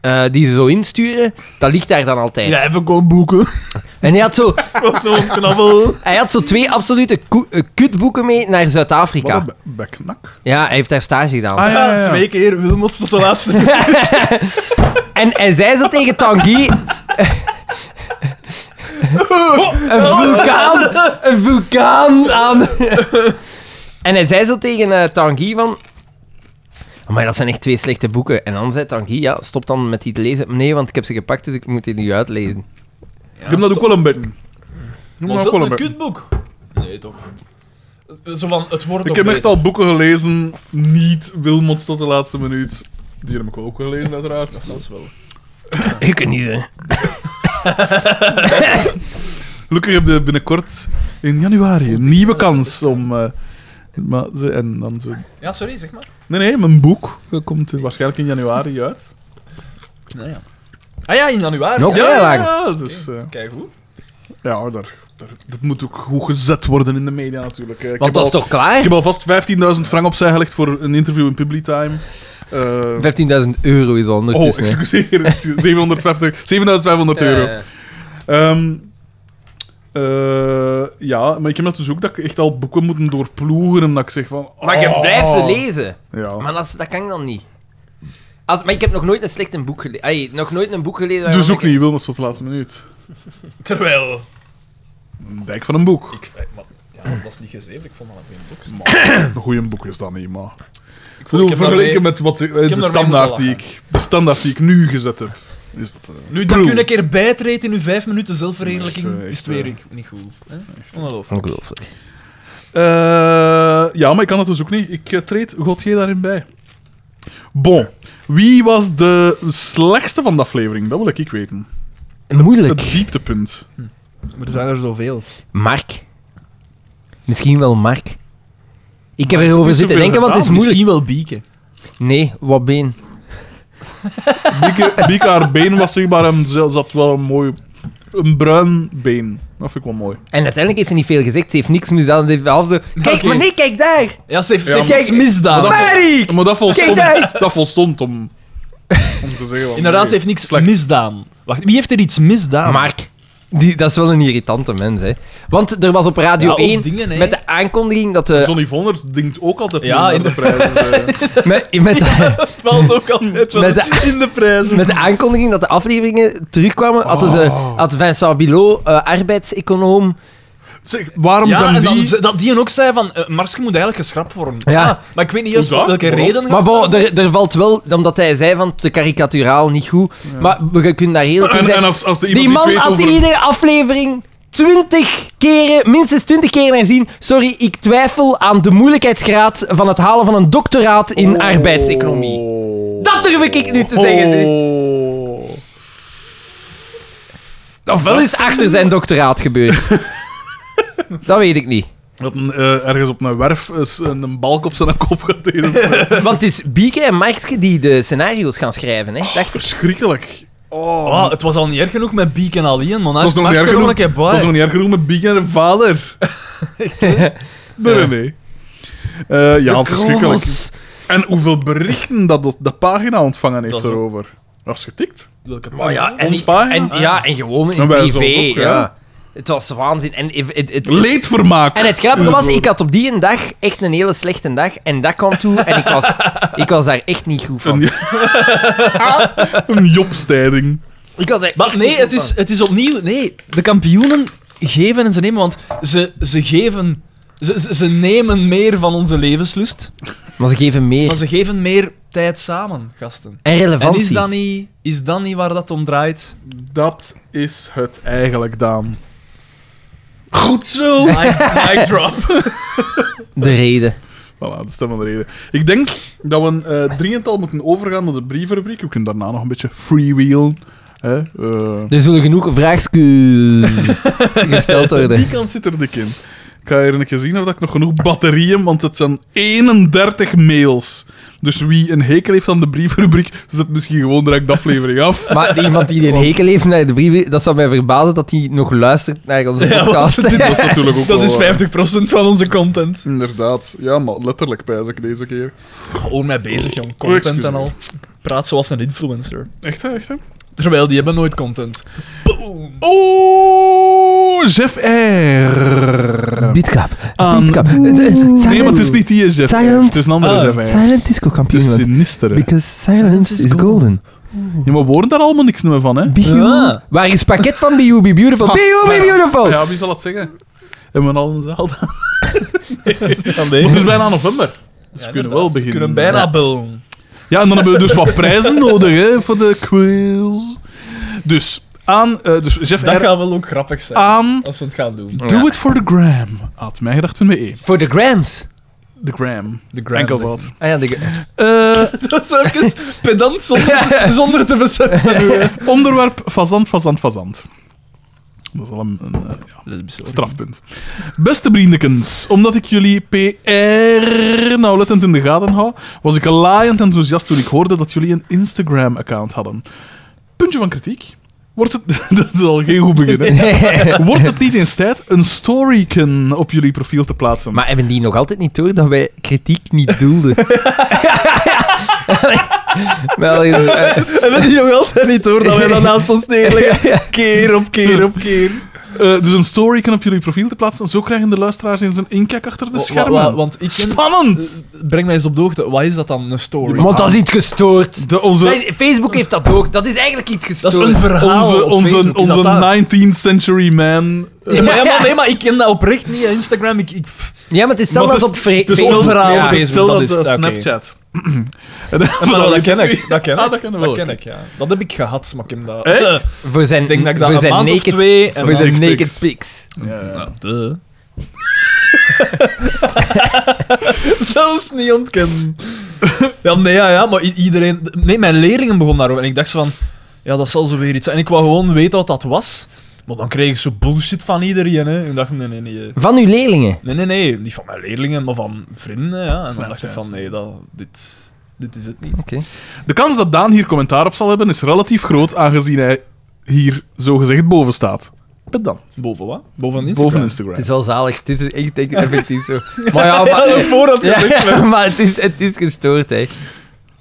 S3: eh, die ze zo insturen, dat ligt daar dan altijd.
S2: Ja, even gewoon boeken.
S3: En hij had, zo,
S2: Wat zo'n knabbel.
S3: hij had zo twee absolute ko- eh, kutboeken mee naar
S1: Wat
S3: Zuid-Afrika.
S1: een be- beknak.
S3: Ja, hij heeft daar stage gedaan.
S1: Ah, ja, ja, ja.
S2: Twee keer Wilmots tot de laatste.
S3: En hij zei zo tegen Tanguy... een vulkaan, een vulkaan aan... en hij zei zo tegen eh, Tanguy van... Maar dat zijn echt twee slechte boeken. En dan zei Tanguy, ja, stop dan met die te lezen. Nee, want ik heb ze gepakt, dus ik moet die nu uitlezen.
S1: ik heb dat ook wel een beetje. Ik heb
S2: Maar
S1: dat ook
S2: is dat
S1: wel een
S2: een
S1: beetje.
S2: kutboek? Nee, toch. Zo van, het wordt
S1: Ik heb echt al boeken gelezen, niet Wilmots tot de laatste minuut. Die heb ik ook gelezen, uiteraard.
S2: Dat is wel...
S3: Ik kan niet, hè.
S1: Gelukkig heb je binnenkort in januari een nieuwe kans om. eh, maar ze, en dan zo.
S2: Ja, sorry, zeg maar.
S1: Nee, nee, mijn boek eh, komt eh, waarschijnlijk in januari uit.
S2: Nou ja. Ah ja, in januari.
S3: Nog
S2: ja,
S3: wel?
S1: ja,
S3: lang.
S1: ja, dus. eh,
S2: Kijk goed.
S1: ja, daar, daar, dat moet ook goed gezet worden in de media natuurlijk. eh. Ik
S3: Want
S1: heb
S3: dat is
S1: al-
S3: toch klaar?
S1: Ik heb alvast 15.000 frank opzij gelegd voor een interview in Publitime. Eh
S3: 15.000 euro is al
S1: oh,
S3: ondertussen. hè.
S1: excuseer. 750, 7.500 euro.
S3: Eh,
S1: Ehm, eh, ja, maar ik heb dat dus ook dat ik echt al boeken moeten doorploegen. Omdat ik zeg van.
S3: Maar je
S1: oh.
S3: blijft ze lezen.
S1: Ja.
S3: Maar dat, is- dat kan ik dan niet. Als, maar ik heb nog nooit een slecht een boek gelezen. Ay, nog nooit een boek gelezen.
S1: Dus
S3: waarvan
S1: ook
S3: ik-
S1: niet, Wilmots tot de laatste minuut.
S2: Terwijl...
S1: Een dijk van een boek.
S2: Ik, eh, maar, ja, dat is niet gezeven, ik vond dat een goed boek.
S1: Maar, een goeie boek is dat niet, maar... Ik bedoel,
S2: ik heb
S1: vergeleken
S2: daarmee-
S1: met wat, eh, de,
S2: daarmee
S1: standaard
S2: moeten
S1: die ik, de standaard die ik nu gezet heb. Is dat, eh,
S2: Nu,
S1: Proe.
S2: dat kun een keer bijtreden in uw vijf minuten zelfverheerlijking,
S1: Echt, eh,
S2: is het
S1: echt,
S2: weer ik- niet goed. Hè? Ongelooflijk.
S3: Ongelooflijk.
S1: Eh, ja, maar ik kan dat dus ook niet. Ik eh, treed Gauthier daarin bij. Bon. Wie was de slechtste van de aflevering? Dat wil ik weten. Het
S3: Moeilijk.
S1: dieptepunt.
S2: Maar er zijn er zoveel.
S3: Mark. Misschien wel Mark. Ik heb erover
S1: niet
S3: zitten
S1: zoveel
S3: denken, want het is moeilijk.
S2: Misschien wel bieken.
S3: Nee, wat been.
S1: Bieke, Bieke haar been was zichtbaar en ze zat wel een mooi... Een bruin been. Dat vind ik wel mooi.
S3: En uiteindelijk heeft ze niet veel gezegd. Ze heeft niks misdaan. Ze heeft behalve... zo, Kijk,
S2: Oké.
S3: maar nee, kijk daar!
S2: Ja, ze heeft,
S1: Ja,
S2: ze heeft
S1: maar-
S2: niks misdaan.
S1: Maar dat-
S3: Mark!
S1: Maar dat volstond,
S3: Kijk daar!
S1: dat volstond om, om te zeggen... Wat
S2: Inderdaad, ze heeft niks misdaan. Wacht, wie heeft er iets misdaan?
S3: Mark. Die, dat is wel een irritante mens, hè. Want er was op
S2: Ja,
S3: Radio
S2: of
S3: 1
S2: dingen, hè.
S3: met de aankondiging dat de...
S1: Johnny Vonders denkt ook altijd
S2: Ja,
S1: ja, in de
S2: in-
S1: prijzen. eh.
S3: Met, met de...
S2: Het valt ook altijd wel
S3: Met de-
S2: in de prijzen.
S3: Met de aankondiging dat de afleveringen terugkwamen, hadden ze,
S1: Oh.
S3: had Vincent Bilot, eh, arbeids-econoom.
S1: Zeg, waarom
S2: Ja,
S1: zijn
S2: en
S1: die...
S2: dan, ze- dat die ook zei van, eh, Mars, je moet eigenlijk geschrapt worden.
S3: Ja.
S2: Ah, maar ik weet niet juist
S1: Hoe dat?
S2: welke
S1: Waarom?
S2: reden. Ah,
S3: Maar bon, er, er valt wel, omdat hij zei van te karikaturaal, niet goed. Maar we kunnen daar heel in
S1: En, en
S3: zijn.
S1: als, als er iemand
S3: Die man
S1: iets weet
S3: had
S1: over...
S3: iedere aflevering 20 keren, minstens 20 keren herzien. Sorry, ik twijfel aan de moeilijkheidsgraad van het halen van een doctoraat in arbeidseconomie. Dat durf ik nu te zeggen, zeg.
S1: Oh.
S3: Ofwel is achter zijn doctoraat gebeurd. Dat weet ik niet.
S1: Dat een, eh, ergens op een werf is een, een balk op zijn kop gaat delen.
S3: Want het is Bieke en Markske die de scenario's gaan schrijven, hè? Dacht ik.
S1: Verschrikkelijk. Oh.
S2: Ah, het was al niet erg genoeg met Biek en Alien, maar
S1: het was
S2: naast
S1: nog niet
S2: Mars
S1: erg
S2: kan nog
S1: genoeg.
S2: een keer
S1: Het
S2: bij.
S1: was nog niet erg genoeg met Big en haar vader. Nee, nee, nee. Eh, ja, verschrikkelijk.
S3: Kronos.
S1: En hoeveel berichten dat de, de pagina ontvangen heeft
S2: Dat is ook-
S1: erover. Dat is getikt.
S2: Welke
S3: Maar Oh, ja, en,
S1: Ons
S3: ik- en,
S1: pagina?
S3: ja, en gewoon in
S1: En wij
S3: privé.
S1: zelf ook,
S3: ja.
S1: ja.
S3: Het was waanzin. En, ik- het, het,
S1: Leedvermaak.
S3: en het grappige was, ik had op die een dag echt een hele slechte dag. En dat kwam toe en ik was, ik was daar echt niet goed van.
S1: Een, een jobstijding.
S3: Ik was daar echt
S2: Maar
S3: niet
S2: nee,
S3: goed
S2: het is,
S3: van.
S2: het is opnieuw. Nee, de kampioenen geven en ze nemen, want ze, ze geven. Ze, ze- ze nemen meer van onze levenslust,
S3: Maar ze geven meer.
S2: maar ze geven meer tijd samen, gasten.
S3: En
S2: En
S3: relevantie.
S2: is dat, niet, is dat niet waar dat om draait?
S1: Dat is het eigenlijk, Daan. Goed zo.
S2: Mic drop.
S3: De reden.
S1: Voilà, de stem van de reden. Ik denk dat we eh, dringend al moeten overgaan naar de brievenrubriek. We kunnen daarna nog een beetje freewheelen. hè. Eh,
S3: Er zullen genoeg vraagjes gesteld worden.
S1: die kant zit er dik in. Ik ga hier een keer zien of dat ik nog genoeg batterijen... Want het zijn 31 mails. Dus wie een hekel heeft aan de brievenrubriek, zet misschien gewoon direct de aflevering af.
S3: Maar iemand die een hekel heeft naar de brieven, dat zou mij verbazen dat hij nog luistert naar onze
S2: Ja,
S3: podcast.
S2: want dit
S1: Dat is natuurlijk ook
S2: Dat
S1: wel
S2: is
S1: waar.
S2: 50% van onze content.
S1: Inderdaad. Ja, maar letterlijk pijs ik deze keer.
S2: Gewoon mee bezig, jong.
S1: Oh, excuse
S2: Content en
S1: me.
S2: al. Praat zoals een influencer.
S1: Echt, hè? Echt, hè?
S2: Terwijl die hebben nooit content. Boom.
S1: Oeh, Oh, Jeff R.
S3: Beatcap.
S2: Ehm,
S1: Aan-
S3: Beatcap.
S1: Nee, maar het is niet die Jeff R.
S3: Silent.
S1: Het is een andere
S2: Ah,
S1: Jeff R.
S3: Silent disco
S1: Het is
S3: kampioen. want-
S1: sinister. hè.
S3: Because silence is golden.
S1: Ja, maar we horen daar allemaal niks meer van, hè?
S3: Bijou.
S2: Ah.
S3: Waar is pakket van Bijou Be Beautiful? Bijou Be Beautiful!
S1: Ja, wie zal het zeggen? Hebben we al een zaal gedaan?
S2: Aan
S1: Maar
S2: deze.
S1: het is bijna november. Dus
S2: Ja,
S1: we kunnen
S2: inderdaad.
S1: wel beginnen.
S2: We kunnen bijna bellen.
S1: Ja, en dan hebben we dus wat prijzen nodig, hè, voor de quiz. Dus, aan... eh, dus Jeff
S2: Dat
S1: R.
S2: gaat wel ook grappig zijn.
S1: Aan...
S2: Als we Ah. het gaan doen.
S1: Do it for the gram. At mijgedacht.be.
S3: Voor de grams.
S1: E. De gram.
S2: De gram.
S1: Enkel
S2: zeg
S1: dat.
S3: Ah ja, de...
S1: Eh,
S2: Dat is even pedant zonder te, zonder te beseffen.
S1: onderwerp fazant, fazant, fazant. Dat is al een, een, eh, ja, strafpunt. Beste vriendekens, omdat ik jullie PR nauwlettend in de gaten hou, was ik laaiend enthousiast toen ik hoorde dat jullie een Instagram-account hadden. Puntje van kritiek. Wordt het... dat is al geen goed begin, hè? Wordt het niet eens tijd een storyken op jullie profiel te plaatsen?
S3: Maar hebben die nog altijd niet door dat wij kritiek niet doelden? Wel, is- eh,
S2: Hebben die nog altijd niet door dat wij dat naast ons neerleggen? Keer op keer op keer.
S1: Eh, dus een storyken op jullie profiel te plaatsen, zo krijgen de luisteraars eens een inkijk achter de schermen.
S2: want ik ken-
S1: Spannend!
S2: Breng mij eens op de hoogte. Wat is dat dan, een story?
S3: Want dat is iets gestoord.
S1: De, onze,
S3: Nee, Facebook heeft dat ook. Dat is eigenlijk iets
S2: Dat
S3: gestoord.
S2: is een verhaal
S1: onze,
S2: op
S1: onze,
S2: Facebook. Is dat daar?
S1: onze 19th century man.
S2: Ja, maar, ja, maar nee, maar ik ken dat oprecht niet. Instagram, ik... ik pff.
S3: Ja, maar het is
S1: Maar
S3: hetzelfde
S1: het
S3: als
S1: is-
S3: op Fre-
S2: het is
S3: Facebook.
S2: hetzelfde verhaal
S3: Ja.
S2: op Facebook.
S1: stel
S2: dat
S1: dat
S2: is
S1: eh,
S2: het, oké.
S1: Snapchat. En dan-
S2: Maar dat ken ik. Dat ken ik.
S1: Ah, dat kennen we
S2: Dat
S1: wel.
S2: ken ik, ja. Dat heb ik gehad, maar ik heb dat...
S1: Echt?
S2: Eh,
S3: Voor zijn,
S2: Ik denk dat ik dat
S3: voor
S2: een
S3: zijn
S2: maand
S3: naked,
S2: of twee... en
S3: Voor
S2: dan-
S3: zijn
S1: Naked
S3: naked
S1: pics.
S3: pics.
S1: Ja, ja.
S2: duh. Zelfs niet ontkennen. Ja, nee, ja, ja, maar i- iedereen... Nee, mijn leerlingen begon daarover. En ik dacht zo van... Ja, dat zal zo weer iets zijn. En ik wou gewoon weten wat dat was. Maar dan kreeg ik zo bullshit van iedereen, hè. En ik dacht, nee, nee, nee. eh.
S3: Van uw leerlingen.
S2: Nee, nee, nee. Niet van mijn leerlingen, maar van vrienden, ja. En dan
S1: Snapchat.
S2: dacht ik van, nee, dat, dit, dit is het niet.
S3: Oké.
S1: De kans dat Daan hier commentaar op zal hebben is relatief groot, aangezien hij hier zogezegd boven staat. Bedankt.
S2: Boven wat? Boven Instagram.
S1: Boven
S3: Het
S1: Instagram.
S3: is wel zalig. Het is echt, echt effectief zo. Maar ja, maar...
S2: Ja, voordat je
S3: Ja,
S2: het lukt.
S3: maar het is, het is gestoord, hè.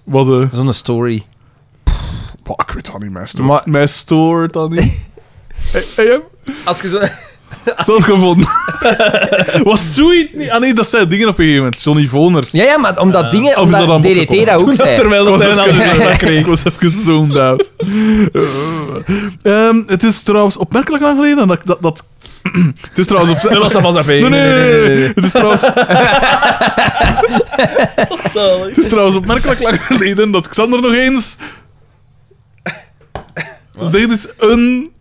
S1: Wat eh,
S3: Zo'n story.
S1: bah, ik weet dat niet, mij stoort.
S3: Maar-
S1: Mij stoort dat niet. hey, hey, hem?
S3: Als je zo...
S1: Zo gevonden. Was het zoiets niet? Ah nee, dat zijn dingen op een gegeven moment. Johnny Voners.
S3: Ja, ja, maar omdat
S2: Eh,
S3: dingen...
S1: of is dat
S3: Omdat
S1: aan bod
S3: DDT
S1: gekomen?
S3: dat ook
S2: Toen-
S3: zei.
S2: Terwijl
S1: Ik
S2: dat
S1: was
S2: hij een
S1: even,
S2: andere vraag
S1: ik
S2: kreeg.
S1: was even zoomed out. Ehm, het is trouwens opmerkelijk lang geleden dat... ik dat, dat het is trouwens op...
S2: Dat was dat van zijn
S1: Nee, nee, nee, nee, nee. Het, is trouwens,
S2: Zalig.
S1: het is trouwens opmerkelijk lang geleden dat Xander nog eens... Zeg dus een...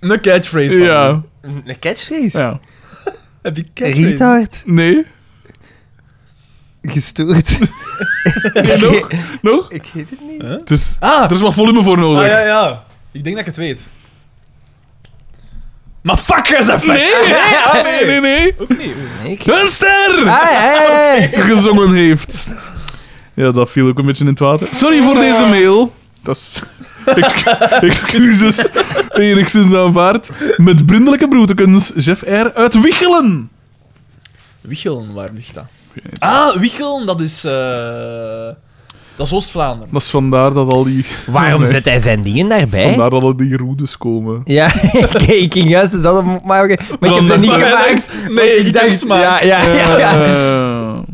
S2: Een catchphrase van hem.
S1: Ja,
S3: Een catchphrase.
S1: ja.
S2: Heb je catchphrase?
S3: Retard.
S1: Nee.
S3: Gestoord.
S1: Nee, nog? Nog?
S3: Ik weet het niet.
S1: Het is,
S2: Ah,
S1: er is wat volume voor nodig.
S2: ah, ja, ja. Ik denk dat ik het weet. Maar fuck, is dat vet?
S1: Nee,
S2: ah,
S1: nee, nee, nee.
S2: Ook niet.
S3: Nee, ik-
S1: Een ster!
S3: Ah, ja, ja, ja.
S1: gezongen heeft. Ja, dat viel ook een beetje in het water. Sorry voor deze mail. Dat is... Excu- Excuses. Enigszins aanvaard. Met brindelijke broedekens, Jeff R. uit Wichelen.
S2: Wichelen, waar ligt dat? Ah, Wichelen, dat is... eh, Dat is Oost-Vlaanderen.
S1: Dat is vandaar dat al die...
S3: Waarom
S1: Nee.
S3: zet hij zijn dingen
S1: dat is
S3: daarbij?
S1: Vandaar dat al die routes komen.
S3: Ja, ik, ik ging juist dezelfde mop maken, maar ik heb ze
S1: Dan-
S3: niet
S1: maar
S2: hij
S3: gemaakt.
S2: denkt, nee,
S3: want
S2: ik heb ze
S3: Ja,
S2: gemaakt.
S3: ja, ja. ja. Eh,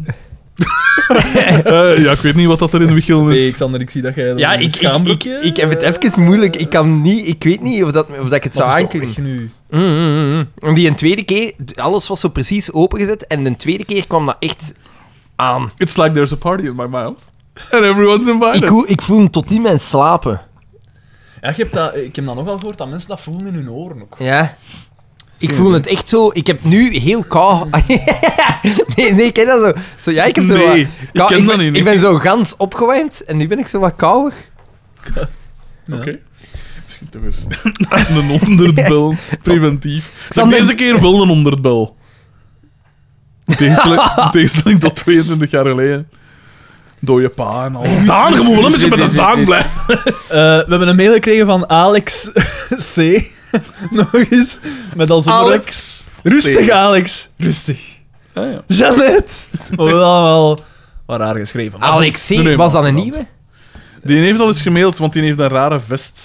S1: Eh, eh, ja, ik weet niet wat dat er in Wichelen
S2: Nee,
S1: is.
S2: Xander, ik zie dat jij...
S3: Ja, ik, ik, ik, ik heb het even moeilijk. Ik, kan niet, ik weet niet of, dat, of dat ik het zou aankunnen.
S2: nu.
S3: Mm, mm, mm, mm. Die een tweede keer, alles was zo precies opengezet. En de tweede keer kwam dat echt aan.
S1: It's like there's a party in my mouth. And everyone's invited.
S3: Ik, voel- ik voel hem tot in mijn slapen.
S2: Ja, je hebt dat, ik heb dat nogal gehoord, dat mensen dat voelen in hun oren ook.
S3: Ja. Ik voel het echt zo... Ik heb nu heel kou... nee, nee, ik ken dat zo. zo ja, ik heb zo
S1: Nee,
S3: wat
S1: ik
S3: kou-
S1: ken
S3: ik
S1: dat
S3: ben,
S1: niet,
S3: Ik
S1: nee.
S3: ben zo gans opgewarmd en nu ben ik zo wat kouder.
S1: Oké. Misschien toch eens een honderdbel, preventief. Zeg,
S3: Xander-
S1: deze keer wel een honderdbel. In tegenstelling- in Tegenstelling tot 22 jaar geleden. Door je pa en al. Daan, je moet wel een beetje met de zaak blijven.
S2: Eh, we hebben een mail gekregen van Alex C. Nog eens. Met als onderwerp-
S1: Alex.
S2: Rustig,
S1: C.
S2: Alex. Rustig.
S1: Ah, ja.
S2: Janet. Maar wel allemaal wat raar geschreven. Maar goed.
S3: Alex,
S1: Ah, nee, nee,
S3: was dat
S1: maar-
S3: een nieuwe?
S1: Die heeft al eens gemaild, want die heeft een rare vest.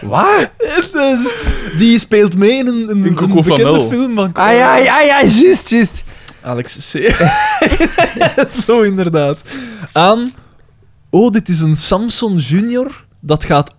S3: Waar?
S2: Het is- Dus, die speelt mee in een, een,
S1: In
S2: een
S1: Coco
S2: bekende
S1: Flanel.
S2: film van
S3: Ah ja, ja, ja, juist, juist.
S2: Alex C. Zo inderdaad. Aan. Oh, dit is een Samson Junior. Dat gaat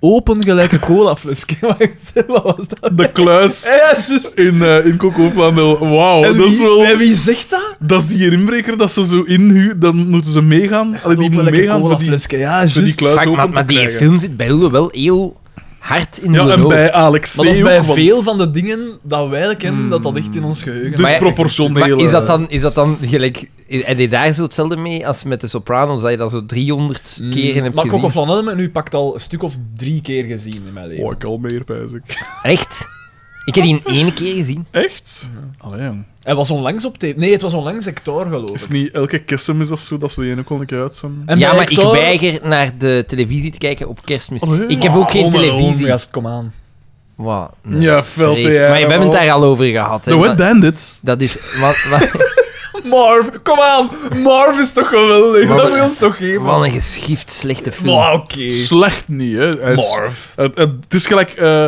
S2: open gelijk een colafles. Wacht, Wat was dat? Ah,
S1: De kluis
S2: Ja, juist.
S1: in, eh in Coco Flanel. Wauw,
S2: En
S1: dat is
S2: wie-
S1: wel...
S2: en wie zegt dat?
S1: Dat is die inbreker dat ze zo inhuurt, dan moeten ze meegaan. Allee, die moet meegaan voor die...
S2: Ja,
S1: voor die
S2: juist.
S1: kluis
S3: Fuck,
S1: open
S3: maar,
S1: te
S3: maar die
S1: krijgen.
S3: film zit bij Hulde wel heel hard in
S1: Ja,
S3: de
S1: en
S3: hoofd.
S1: bij Alex
S2: Maar dat is
S1: C
S2: bij
S1: ook, want- Hmm.
S2: veel van de dingen dat wij kennen, dat dat echt in ons geheugen
S1: Dus
S3: Maar ja,
S1: proportioneel. eh.
S3: Maar is dat dan, is dat dan gelijk... Heb je daar zo hetzelfde mee als met de Sopranos, dat je dat zo 300
S2: Mm,
S3: keer in hebt
S2: Maar Coco
S3: gezien?
S2: Flanel met nu pakt al een stuk of drie keer gezien in mijn leven.
S1: Oh, ik al meer, pijs ik.
S3: Echt? Ik heb die in één keer gezien.
S1: Echt? Allee, jong.
S2: Hij was onlangs op tape. Nee, het was onlangs Hector, geloof
S1: Is
S2: ik.
S1: het niet elke kerstmis of zo dat ze die ene kon ik uitzenden?
S2: En
S3: ja,
S2: bij
S3: maar ik
S2: Hector-
S3: weiger naar de televisie te kijken op kerstmis.
S1: Oh, nee.
S3: ik heb ook geen
S2: Home Alone,
S3: televisie.
S2: gast, kom aan.
S3: Wow,
S1: Ja, fel
S3: vrees. Maar je hebt het daar al over gehad. hè,
S1: The Wet
S3: maar-
S1: Bandits.
S3: Dat is... Wat, wat,
S2: Marv, kom aan! Marv is toch geweldig?
S3: Maar-
S2: dat wil je ons toch geven?
S3: wat een geschift slechte film.
S2: Maar oké.
S1: Slecht niet, hè. Hij is-
S2: Marv.
S1: Het, het, het is gelijk eh,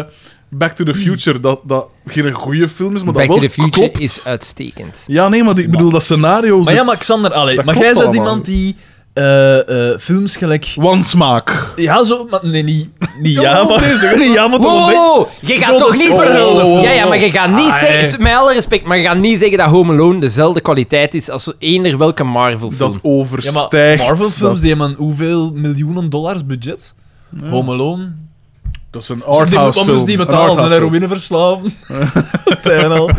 S1: Back to the Future, dat, dat geen goede film is, maar
S3: Back
S1: dat
S3: to
S1: wel
S3: the Future
S1: klopt.
S3: is uitstekend.
S1: Ja, nee, maar die- ik bedoel, dat scenario
S2: Maar
S1: zit...
S2: ja, maar Xander, allee,
S1: Dat
S2: maar jij
S1: klopt
S2: bent
S1: allemaal.
S2: iemand die eh, eh, films gelijk...
S1: Wansmaak.
S2: Ja, zo... Maar, nee, niet, niet ja,
S1: maar
S2: maar... niet ja, maar toch een
S3: Wow, wow,
S2: beetje-
S3: wow. je
S2: Zo
S3: gaat toch
S2: de
S3: niet
S2: soul.
S3: zeggen...
S2: Oh,
S3: Ja, ja, maar je gaat niet
S2: ah,
S3: zeggen...
S2: eh.
S3: Met alle respect, maar je gaat niet zeggen dat Home Alone dezelfde kwaliteit is als eender welke Marvel-film.
S1: Dat
S2: Ja,
S1: overstijgt...
S2: maar Marvel-films,
S1: Dat,
S2: die hebben hoeveel miljoenen dollars budget? Home Alone,
S1: dat is een
S2: Arthouse
S1: arthouse film.
S2: die
S1: Een
S2: betalen om
S1: arthouse
S2: de
S1: film.
S2: heroïne verslaven. Tijn al.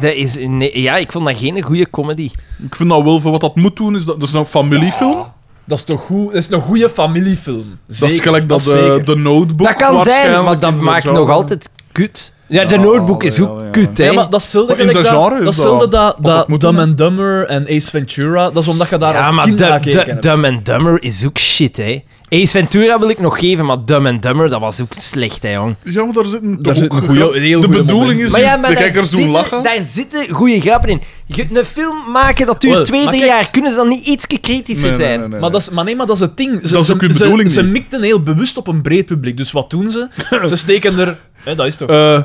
S3: Dat is... nee, ja, ik vond dat geen goede comedy.
S1: Ik vind dat wel, voor wat dat moet doen, is dat... Dat is een familiefilm.
S2: Dat is toch goed? Dat is een goede familiefilm.
S1: dat is gelijk dat,
S2: is
S1: de,
S2: zeker.
S1: de Notebook
S3: Dat kan zijn,
S1: waarschijnlijk
S3: maar dat
S1: in zijn
S3: maakt
S1: genre-
S3: nog altijd kut. Ja, de
S1: Ja,
S3: Notebook is
S1: ja,
S3: ook
S1: ja.
S3: kut, hè.
S2: Ja, maar dat is hetzelfde
S1: Maar in
S2: gelijk
S1: zijn
S2: dat-
S1: genre is
S2: dat, is hetzelfde
S1: dat
S2: dat,
S1: wat dat
S2: dat
S1: moet
S2: Dumb
S1: doen, hè.
S2: and Dumber en Ace Ventura. Dat is omdat je daar
S3: Ja,
S2: als
S3: maar
S2: kind naar
S3: Dumb,
S2: gekeken
S3: Dumb,
S2: hebt.
S3: Dumb and Dumber is ook shit, hè. Ace Ventura wil ik nog geven, maar Dumb and Dumber, dat was ook slecht, hè, jong.
S1: Ja, maar daar zit een,
S2: Daar
S1: toch
S2: zit
S1: ook
S2: een goeie-
S1: grap-
S2: heel
S1: De
S2: goeie
S1: bedoeling
S2: moment.
S1: is,
S3: Maar ja,
S1: de
S3: maar daar
S1: kijkers doen
S3: zitten,
S1: lachen.
S3: daar zitten goede grappen in. Je- een film maken dat duurt
S2: Wel,
S3: twee,
S2: maar
S3: drie
S2: kijk-
S3: jaar. Kunnen ze dan niet iets kritischer
S1: Nee, nee,
S3: zijn?
S1: nee, nee,
S2: Maar, dat
S1: nee.
S2: is, maar nee, maar dat is het ding. Ze,
S1: Dat is ook
S2: ze-
S1: hun
S2: ze-
S1: bedoeling
S2: Ze,
S1: niet.
S2: mikten heel bewust op een breed publiek. Dus wat doen ze? ze steken er... Hè, dat is toch...
S1: Eh,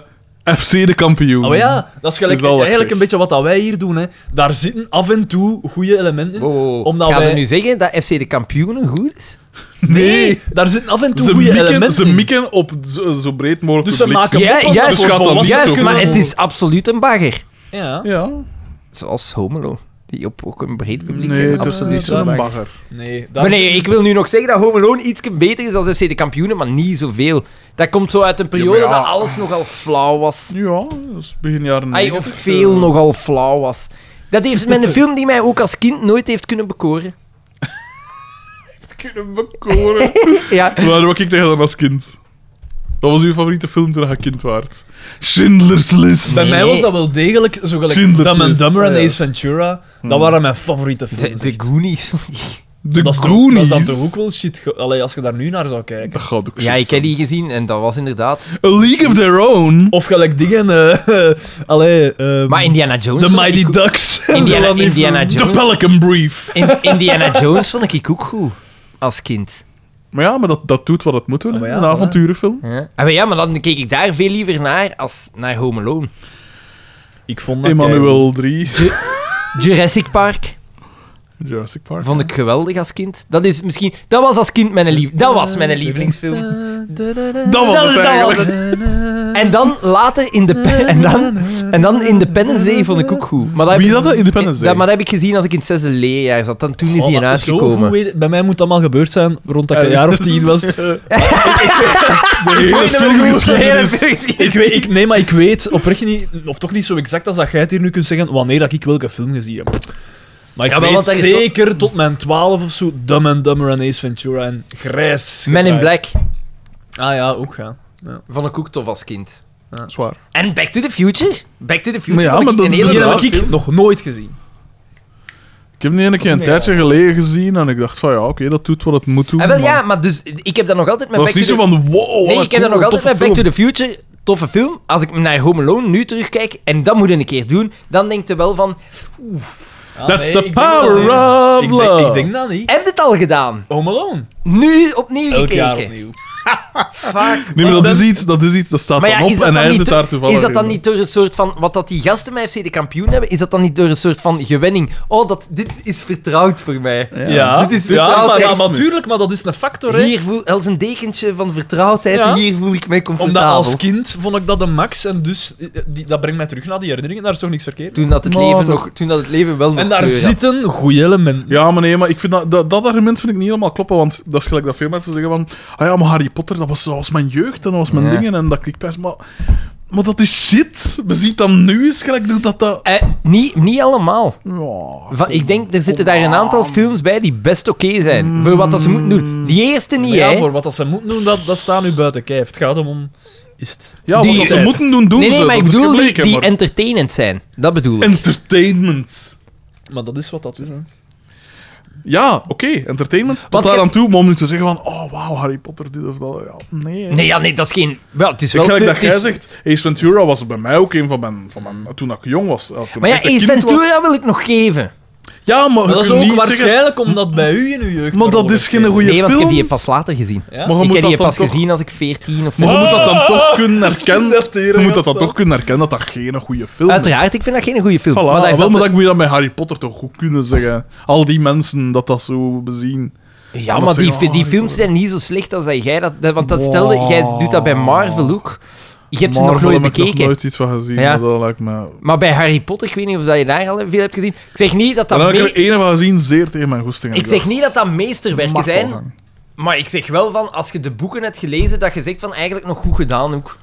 S1: FC de kampioen.
S3: Ah,
S2: Oh ja, dat is gelijk,
S1: Is al wat ik
S2: eigenlijk
S1: zeg.
S2: een beetje wat dat wij hier doen. Hè. Daar zitten af en toe goede elementen in.
S3: Wow, wow, wow.
S2: Omdat
S3: Gaan we
S2: wij-
S3: nu zeggen dat FC de kampioenen goed is?
S1: Nee.
S2: daar zitten af en toe
S1: Ze
S2: goede
S1: mikken,
S2: elementen
S1: ze
S2: in.
S1: mikken op zo, zo breed mogelijk
S2: Dus ze
S1: publiek.
S2: maken
S3: Ja,
S2: mop op
S3: juist,
S2: dat voor
S1: gaat dan
S2: volwassenen
S1: niet
S3: Juist,
S1: zo
S2: kunnen
S3: maar het
S2: worden.
S3: is absoluut een bagger.
S2: Ja.
S1: Ja.
S3: Zoals Homelo, die op ook een breed publiek
S1: Nee,
S3: hebben.
S1: dat is
S2: absoluut
S1: niet zo'n
S2: waar.
S1: bagger.
S2: Nee, daar
S3: Maar nee,
S2: zit-
S3: ik wil nu nog zeggen dat Home Alone iets beter is dan FC de kampioenen, maar niet zoveel. Dat komt zo uit een periode
S1: Ja, maar ja.
S3: dat alles nogal flauw was.
S1: Ja, dat is begin jaren
S3: Ai,
S1: 90.
S3: of Ah, veel nogal flauw was. Dat heeft met een film die mij ook als kind nooit heeft kunnen bekoren.
S1: kunnen bekoren.
S3: Ja.
S1: Waar wou ik tegen dan als kind? Wat was uw favoriete film toen je kind waart? Schindler's List.
S2: Bij
S3: Nee,
S2: mij
S3: nee.
S2: was dat wel degelijk, zo gelijk
S1: Schindler's
S2: Dumb and
S1: List,
S2: Dumber en
S1: ja, ja.
S2: Ace Ventura. Dat waren mijn favoriete films. echt.
S3: Goonies.
S1: De
S2: dat is toch-
S1: Goonies.
S2: Dat is dan toch ook wel shit. ge- Allee, als je daar nu naar zou kijken.
S1: Dat gaat ook
S3: Ja,
S1: shit
S3: ik heb die gezien en dat was inderdaad.
S1: zijn. A League of Their Own.
S2: Of gelijk dingen... eh allee, ehm,
S3: Maar Indiana Jones.
S2: The
S3: vond
S2: Mighty
S3: ik ook-
S2: Ducks.
S3: Indiana-
S2: Zo van die
S3: Indiana
S2: films.
S1: The
S3: Jones.
S1: Pelican Brief.
S3: In- Indiana Jones vond ik ook goed als kind.
S1: Maar ja, maar dat, dat doet wat het moet
S3: Oh,
S1: doen.
S2: Ah, maar
S1: hè.
S2: ja,
S1: een
S2: voilà.
S1: avonturenfilm.
S3: Ja. Ah, maar ja, maar dan keek ik daar veel liever naar als naar Home Alone.
S2: Ik vond dat keihard.
S1: Emmanuel 3.
S3: Jurassic Park
S1: Jurassic Park.
S3: vond ik geweldig als kind. Dat is misschien. Dat was als kind mijn lief. Dat was mijn lievelingsfilm.
S1: Dat was
S3: was
S1: het eigenlijk.
S3: het. En dan later in de. pe- En dan En dan Independence Day vond ik ook goed. Maar
S1: Wie
S3: heb ik-
S1: dat, Independence Day?
S3: Dat, maar dat heb ik gezien als ik in het zesde leerjaar zat. Dan, toen is
S2: Oh,
S3: hij in
S2: maar zo goed
S3: uitgekomen.
S2: weet- bij mij moet dat allemaal gebeurd zijn rond dat ik een jaar of tien was.
S1: De hele filmgeschiedenis.
S2: Ik weet, ik, nee, maar ik weet oprecht niet, of toch niet zo exact als dat jij het hier nu kunt zeggen, wanneer dat ik welke film gezien heb. Maar ik
S3: Ja, maar
S2: weet
S3: want dat is zo-
S2: zeker tot mijn 12 of zo Dumb and Dumber en Ace Ventura en Grijs.
S3: Men in
S2: gedraaid.
S3: Black
S2: Ah ja, ook ja.
S3: vond ik ook tof als kind.
S1: Zwaar.
S3: En Back to the Future? Back to the Future
S1: Maar ja,
S3: vond ik
S1: maar dat
S3: een
S1: is
S3: hele
S2: Die
S1: inderdaad-
S2: heb ik nog nooit gezien.
S1: Ik heb die ene keer een tijdje geleden gezien en ik dacht van ja, oké, dat doet wat het moet doen.
S3: Ah, wel,
S1: maar
S3: ja, maar dus ik heb dat nog altijd met
S1: Dat
S3: Back
S1: was niet
S3: to
S1: zo
S3: the...
S1: van oh, wow.
S3: Nee, ik heb dat nog altijd met Back to the Future. Toffe film. Als ik naar Home Alone nu terugkijk, en dat moet ik een keer doen, dan denk je wel van...
S1: That's
S2: nee,
S1: the
S2: ik denk dat
S1: power of
S2: niet. Ik denk,
S1: love.
S2: ik denk dat niet.
S3: Heb je het al gedaan?
S2: Home Alone.
S3: Nu opnieuw
S2: Elk
S3: gekeken.
S2: jaar opnieuw.
S3: Fuck.
S1: Nee, maar dat
S2: Ik
S1: is
S2: ben-
S1: iets, dat is iets, dat staat
S3: Maar ja,
S1: dan
S3: is
S1: op
S3: dat
S1: en
S3: dan
S1: hij
S3: niet
S1: zit
S3: door-
S1: daar toevallig
S3: Is dat dan
S1: in.
S3: niet door een soort van... Wat dat die gasten bij FC de kampioen hebben, is dat dan niet door een soort van gewenning? Oh, dat, dit is vertrouwd voor mij.
S2: Ja,
S3: Dit is
S2: ja,
S3: vertrouwd
S2: maar, ja,
S3: kerstmis.
S2: maar tuurlijk, maar dat is een factor. hè.
S3: Hier voel, als een dekentje van vertrouwdheid,
S2: Ja.
S3: hier voel ik mij
S2: Omdat
S3: comfortabel.
S2: als kind vond ik dat de max en dus eh, die, dat brengt mij terug naar die herinneringen. Daar is toch niks verkeerd.
S3: Toen dat het,
S1: Maar
S3: leven
S1: toch-
S3: nog, toen dat het leven wel nog
S2: En daar
S3: kleur had.
S2: zitten goede elementen.
S1: Ja, maar nee, maar ik vind dat, dat, dat argument vind ik niet helemaal kloppen, want dat is gelijk dat veel mensen zeggen van ah ja, maar Harry Potter, dat was, dat was mijn jeugd en dat was mijn
S3: Ja.
S1: dingen en dat klikpijs, maar... Maar dat is shit. We zien dan nu eens gelijk dat dat... dat...
S3: Eh, niet, niet allemaal.
S1: Ja,
S3: Va- ik denk, er zitten daar een aantal films bij die best oké zijn.
S1: Mm.
S3: Voor wat dat ze moeten doen. Die eerste niet,
S2: Maar ja,
S3: hè.
S2: voor wat dat ze moeten doen, dat, dat staat nu buiten kijf. Het gaat om... om- Is het...
S1: ja
S3: Die-
S1: wat dat ze moeten doen, doen
S3: Nee,
S1: ze.
S3: nee, maar ik
S1: Dat is
S3: bedoel die,
S1: gebleken,
S3: die
S1: maar-
S3: entertainend zijn. Dat bedoel ik.
S1: Entertainment.
S2: Maar dat is wat dat is. hè.
S1: Ja, oké, entertainment. Tot
S3: Wat ik
S1: daar
S3: heb-
S1: aan toe, maar om nu te zeggen van, oh wauw, Harry Potter, dit of dat. Ja, nee. hè.
S3: Nee, ja, nee, dat is geen... Wel, het is
S1: Ik
S3: wel...
S1: gelijk
S3: het
S1: dat jij
S3: is-
S1: zegt, Ace Ventura was bij mij ook een van mijn, van mijn toen ik jong was. eh, Toen
S3: Maar
S1: ik
S3: ja,
S1: echt een
S3: Ace
S1: kind was.
S3: Ventura wil ik nog geven.
S1: Ja, maar,
S2: Maar dat is ook
S1: waarschijnlijk.
S2: waarschijnlijk omdat bij u in uw jeugd...
S1: Maar dat
S2: daarover
S1: is geen goede
S3: nee, want ik
S1: film.
S3: heb die pas later gezien.
S2: Ja?
S1: Maar je
S3: ik
S1: moet
S3: heb
S1: dat
S3: die
S1: dan
S3: pas
S1: toch-
S3: gezien als ik 14 of
S1: Maar je
S3: 15
S1: moet dat dan toch kunnen
S2: dat
S1: herkennen. Je moet
S2: tering
S1: dat dan
S2: afstand.
S1: toch kunnen herkennen dat dat geen goede film is.
S3: Uiteraard, ik vind dat geen goede film.
S1: Voilà,
S3: maar
S1: maar,
S3: daar
S1: wel,
S3: zat-
S1: maar dan moet je dat met Harry Potter toch goed kunnen zeggen. Al die mensen dat dat zo bezien.
S3: Ja,
S1: dat
S3: maar
S1: ze-
S3: die,
S1: oh,
S3: fi- die
S1: Harry
S3: films
S1: Potter.
S3: zijn niet zo slecht als dat jij... Dat, dat- want dat
S1: Wow.
S3: stelde, jij doet dat bij Marvel ook. Je hebt ze nog
S1: Marvel
S3: nooit
S1: heb ik nog
S3: bekeken.
S1: nooit iets van gezien.
S3: Ja.
S1: maar Dat lijkt me...
S3: Maar bij Harry Potter, ik weet niet of dat je daar al veel hebt gezien. Ik zeg niet dat dat,
S1: Daar heb ik
S3: me-
S1: er één van gezien, zeer tegen mijn goesting.
S3: ik zeg niet dat, dat meesterwerken zijn,
S1: Martelgang.
S3: maar ik zeg wel van, als je de boeken hebt gelezen, dat je zegt van, eigenlijk nog goed gedaan ook.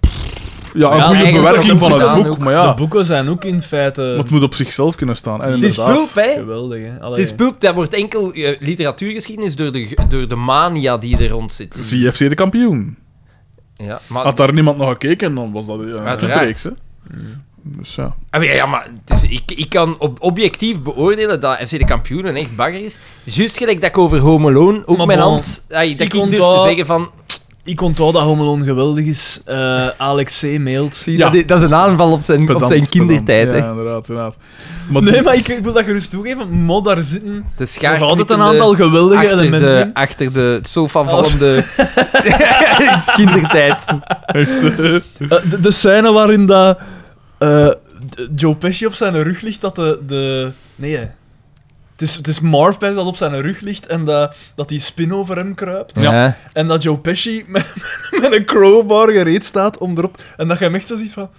S1: Ja, een
S2: Ja,
S1: goede
S3: eigenlijk
S1: bewerking
S3: wordt
S1: van
S3: het
S1: het
S3: gedaan
S1: boek,
S3: ook.
S1: maar ja,
S2: De boeken zijn ook in feite...
S1: het moet op zichzelf kunnen staan. En
S2: Het
S3: Het is
S1: inderdaad,
S3: pulp, hè?
S2: Geweldig, hè? Allee.
S3: Het is pulp, dat wordt enkel eh, literatuurgeschiedenis door de, ge- door de mania die er rond zit.
S1: CFC de kampioen.
S3: Ja, maar,
S1: Had daar niemand naar gekeken, dan was dat eh, een
S3: Uiteraard.
S1: reeks, hè? Dus ja.
S3: Ah, ja, ja, maar het is- ik, ik kan op, objectief beoordelen dat FC de kampioen een echt bagger is. Juist gelijk dat ik over Home Alone ook
S2: Maar
S3: mijn
S2: bon,
S3: hand... ai, dat
S2: ik
S3: ik, durf te
S2: onthoud-
S3: zeggen van...
S2: Ik onthoud dat Home Alone geweldig is. Eh, Alex C. mailt.
S1: Ja. dat
S3: is een aanval op zijn,
S1: Pedant, pedant. Ja, inderdaad, inderdaad. Maar
S2: Nee,
S1: die-
S2: maar ik, ik wil dat gerust toegeven. Maar daar zitten
S3: De
S2: nog
S3: schaar
S2: altijd een
S3: knippende-
S2: aantal geweldige
S3: achter
S2: elementen
S3: de,
S2: in.
S3: achter de sofa vallende kindertijd.
S1: echt, eh,
S2: Eh, de, de scène waarin dat, eh, d- Joe Pesci op zijn rug ligt, dat de... de nee, hè. Het is, het is Marv Pesci dat op zijn rug ligt en dat, dat die spin over hem kruipt.
S3: Ja.
S2: En dat Joe Pesci met, met een crowbar gereed staat om erop... En dat je hem echt zo ziet van...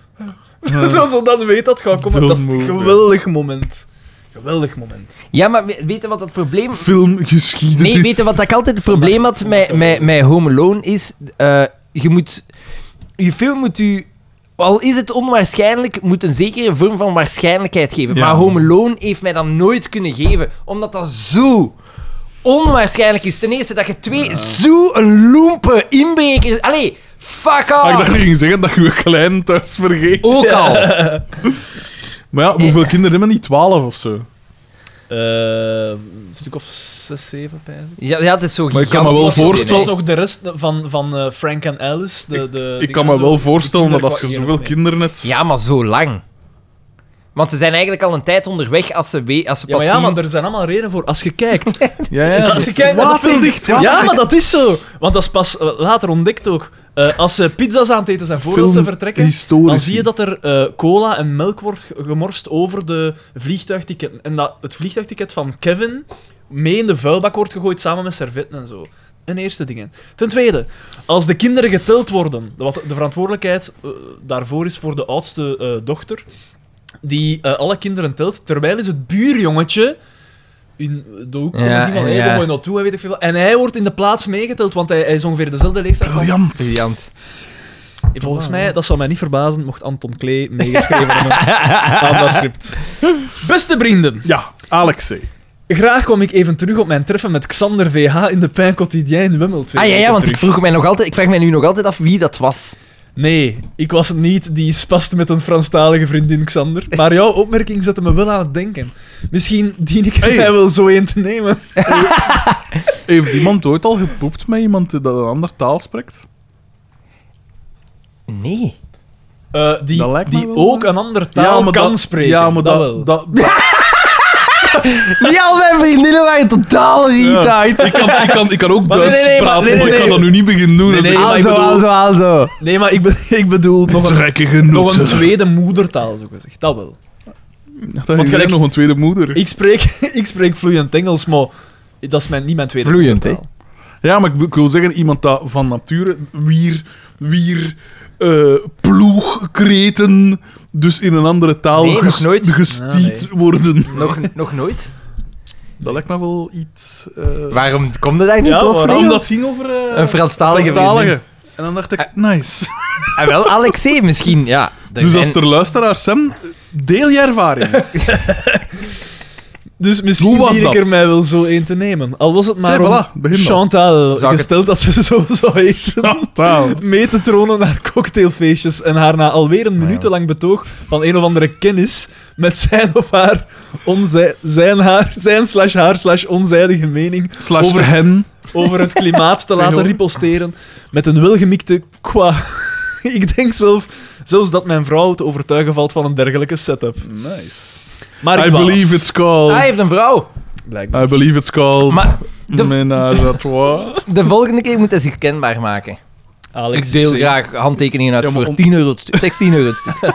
S2: dat zo dan weet dat het gaat komen.
S1: Zo'n
S2: Dat is een
S1: move, hè.
S2: geweldig moment. Geweldig moment.
S3: ja, maar we- weet je wat dat probleem...
S1: filmgeschiedenis.
S3: Nee, weet je wat ik altijd het probleem had met, met, met Home Alone is... eh, je moet... Je film moet u... Al is het onwaarschijnlijk, moet een zekere vorm van waarschijnlijkheid geven.
S1: Ja.
S3: Maar Home Alone heeft mij dat nooit kunnen geven. Omdat dat zo onwaarschijnlijk is. Ten eerste dat je twee... Zo een loempe inbreker... Allee, fuck
S1: Ah, ik
S3: off!
S1: dacht dat je ging zeggen dat je je klein thuis vergeet.
S3: Ook al.
S1: Oh. Maar ja, hoeveel kinderen hebben niet? Twaalf of
S2: Eh,
S1: zo?
S2: een stuk of zes, zeven, pijzen.
S3: Ja, ja, het is zo
S1: Maar ik kan me wel
S3: gigantisch goed, hè.
S2: Het was
S1: voorstellen-
S2: nog de rest van, van eh, Frank en Alice. De, de,
S1: Ik
S2: dingen
S1: kan
S2: en
S1: me
S2: zo.
S1: wel voorstellen
S2: Die
S1: dat als je
S2: kinderen
S1: zoveel
S2: kwamen
S1: kinderen hebt...
S3: Ja, maar zo lang. Want ze zijn eigenlijk al een tijd onderweg als ze, we- als ze
S2: Ja,
S3: pas
S2: maar ja,
S3: zien-
S2: maar er zijn allemaal redenen voor. Als je kijkt.
S1: Ja, ja.
S2: als je kijkt naar de film-
S1: Waterdicht,
S2: Ja,
S1: waterdicht.
S2: maar dat is zo. Want dat is pas eh, later ontdekt ook. Eh, als ze pizza's aan het eten zijn voordat ze
S1: Film
S2: vertrekken,
S1: historisch.
S2: dan zie je dat er eh, cola en melk wordt ge- gemorst over de vliegtuigticket. En dat het vliegtuigticket van Kevin mee in de vuilbak wordt gegooid samen met servetten en zo. een eerste ding. in. Ten tweede, als de kinderen geteld worden, wat de verantwoordelijkheid eh, daarvoor is voor de oudste eh, dochter, die eh, alle kinderen telt, terwijl is het buurjongetje in de hoek
S3: Ja,
S2: komen zien van, hé,
S3: ja.
S2: daar moet je naartoe, en weet ik veel wat. En hij wordt in de plaats meegeteld, want hij, hij is ongeveer dezelfde leeftijd. van-
S1: Briljant.
S3: Briljant.
S2: Volgens mij, dat zou mij niet verbazen, mocht Anton Klee meegeschreven hebben aan
S3: Ah,
S2: dat script. Beste vrienden,
S1: Ja, Alexei.
S2: graag kwam ik even terug op mijn treffen met Xander VH in de Pijn Quotidien Wemmel twee
S3: Ah ja, ja,
S2: weken
S3: want ik
S2: terug.
S3: vroeg mij nog altijd, ik vraag mij nu nog altijd af wie dat was.
S2: Nee, ik was niet die spast met een Franstalige vriendin, Xander. Maar jouw opmerking zette me wel aan het denken. Misschien dien ik er
S1: Hey.
S2: mij wel zo een te nemen.
S1: Heeft iemand ooit al gepoept met iemand die dat een ander taal spreekt?
S3: Nee.
S2: Eh, die
S1: Dat lijkt me
S2: die
S1: wel,
S2: ook
S1: hè?
S2: een andere taal kan
S1: dat-
S2: spreken.
S1: Ja, maar dat,
S2: wel.
S1: dat, dat-
S3: Niet al mijn vriendinnen waren totaal retard.
S1: ik, kan, ik, kan, ik kan ook
S2: Maar nee,
S1: Duits
S2: nee, nee, maar-
S1: praten,
S2: nee, nee,
S1: maar ik
S2: nee.
S1: kan dat nu niet beginnen doen.
S2: Nee,
S1: Nee,
S2: nee, maar ik
S3: Aldo,
S2: bedoel-
S3: Aldo, Aldo.
S2: Nee, maar ik, be- ik bedoel nog een,
S1: Trekkige
S2: nog een
S1: noten.
S2: tweede moedertaal, zo gezegd. Dat wel.
S1: Ja, dan heb
S2: gelijk-
S1: ik nog een tweede moeder.
S2: Ik spreek, ik spreek vloeiend Engels, maar dat is mijn, niet mijn tweede
S3: Vloeiend,
S2: moedertaal.
S1: Ja, maar ik, be- ik wil zeggen, iemand dat van nature wier, wier eh, ploegkreten, dus in een andere taal
S3: Nee, nog
S1: ges-
S3: nooit.
S1: gestiet
S2: Ah,
S1: worden.
S3: Nog, nog nooit?
S1: Dat lijkt me wel iets... eh
S3: Waarom komt dat eigenlijk
S2: Ja,
S3: niet plotseling?
S2: waarom?
S1: dat ging over... eh,
S3: Een Franstalige vriendin.
S1: Franstalige. En dan dacht ik, nice.
S3: Ah, wel, Alexei misschien, ja. Er
S1: Dus
S3: zijn-
S1: als er luisteraars zijn, deel je ervaring.
S2: Dus misschien
S1: Hoe was
S2: dien ik
S1: dat?
S2: er mij wel zo één te nemen. Al was het maar
S1: Zeg,
S2: om
S1: voilà, begin dan.
S2: Chantal,
S3: Zou ik
S2: gesteld dat ze zo zou eten,
S1: Taal.
S2: mee te tronen naar cocktailfeestjes en haar na alweer een minutenlang betoog van een of andere kennis met zijn of haar, onzij, zijn haar, zijn slash haar slash onzijdige mening
S1: Slash
S2: Over-
S1: hen.
S2: over het klimaat te laten
S1: Tegenover.
S2: riposteren met een welgemikte qua. Ik denk zelf, zelfs dat mijn vrouw te overtuigen valt van een dergelijke setup.
S1: Nice.
S2: Maar ik
S1: I
S2: dwaal.
S1: believe it's
S3: Ah, Hij
S1: called.
S3: heeft een vrouw.
S2: Blijkbaar.
S1: I believe it's called.
S3: Maar de-
S1: Ménage à trois.
S3: De volgende keer moet hij zich kenbaar maken.
S2: Alex
S3: ik deel
S2: C.
S3: graag handtekeningen uit
S1: Ja, maar
S3: voor
S1: om-
S3: 10 euro het stuk. 16 euro het stuk.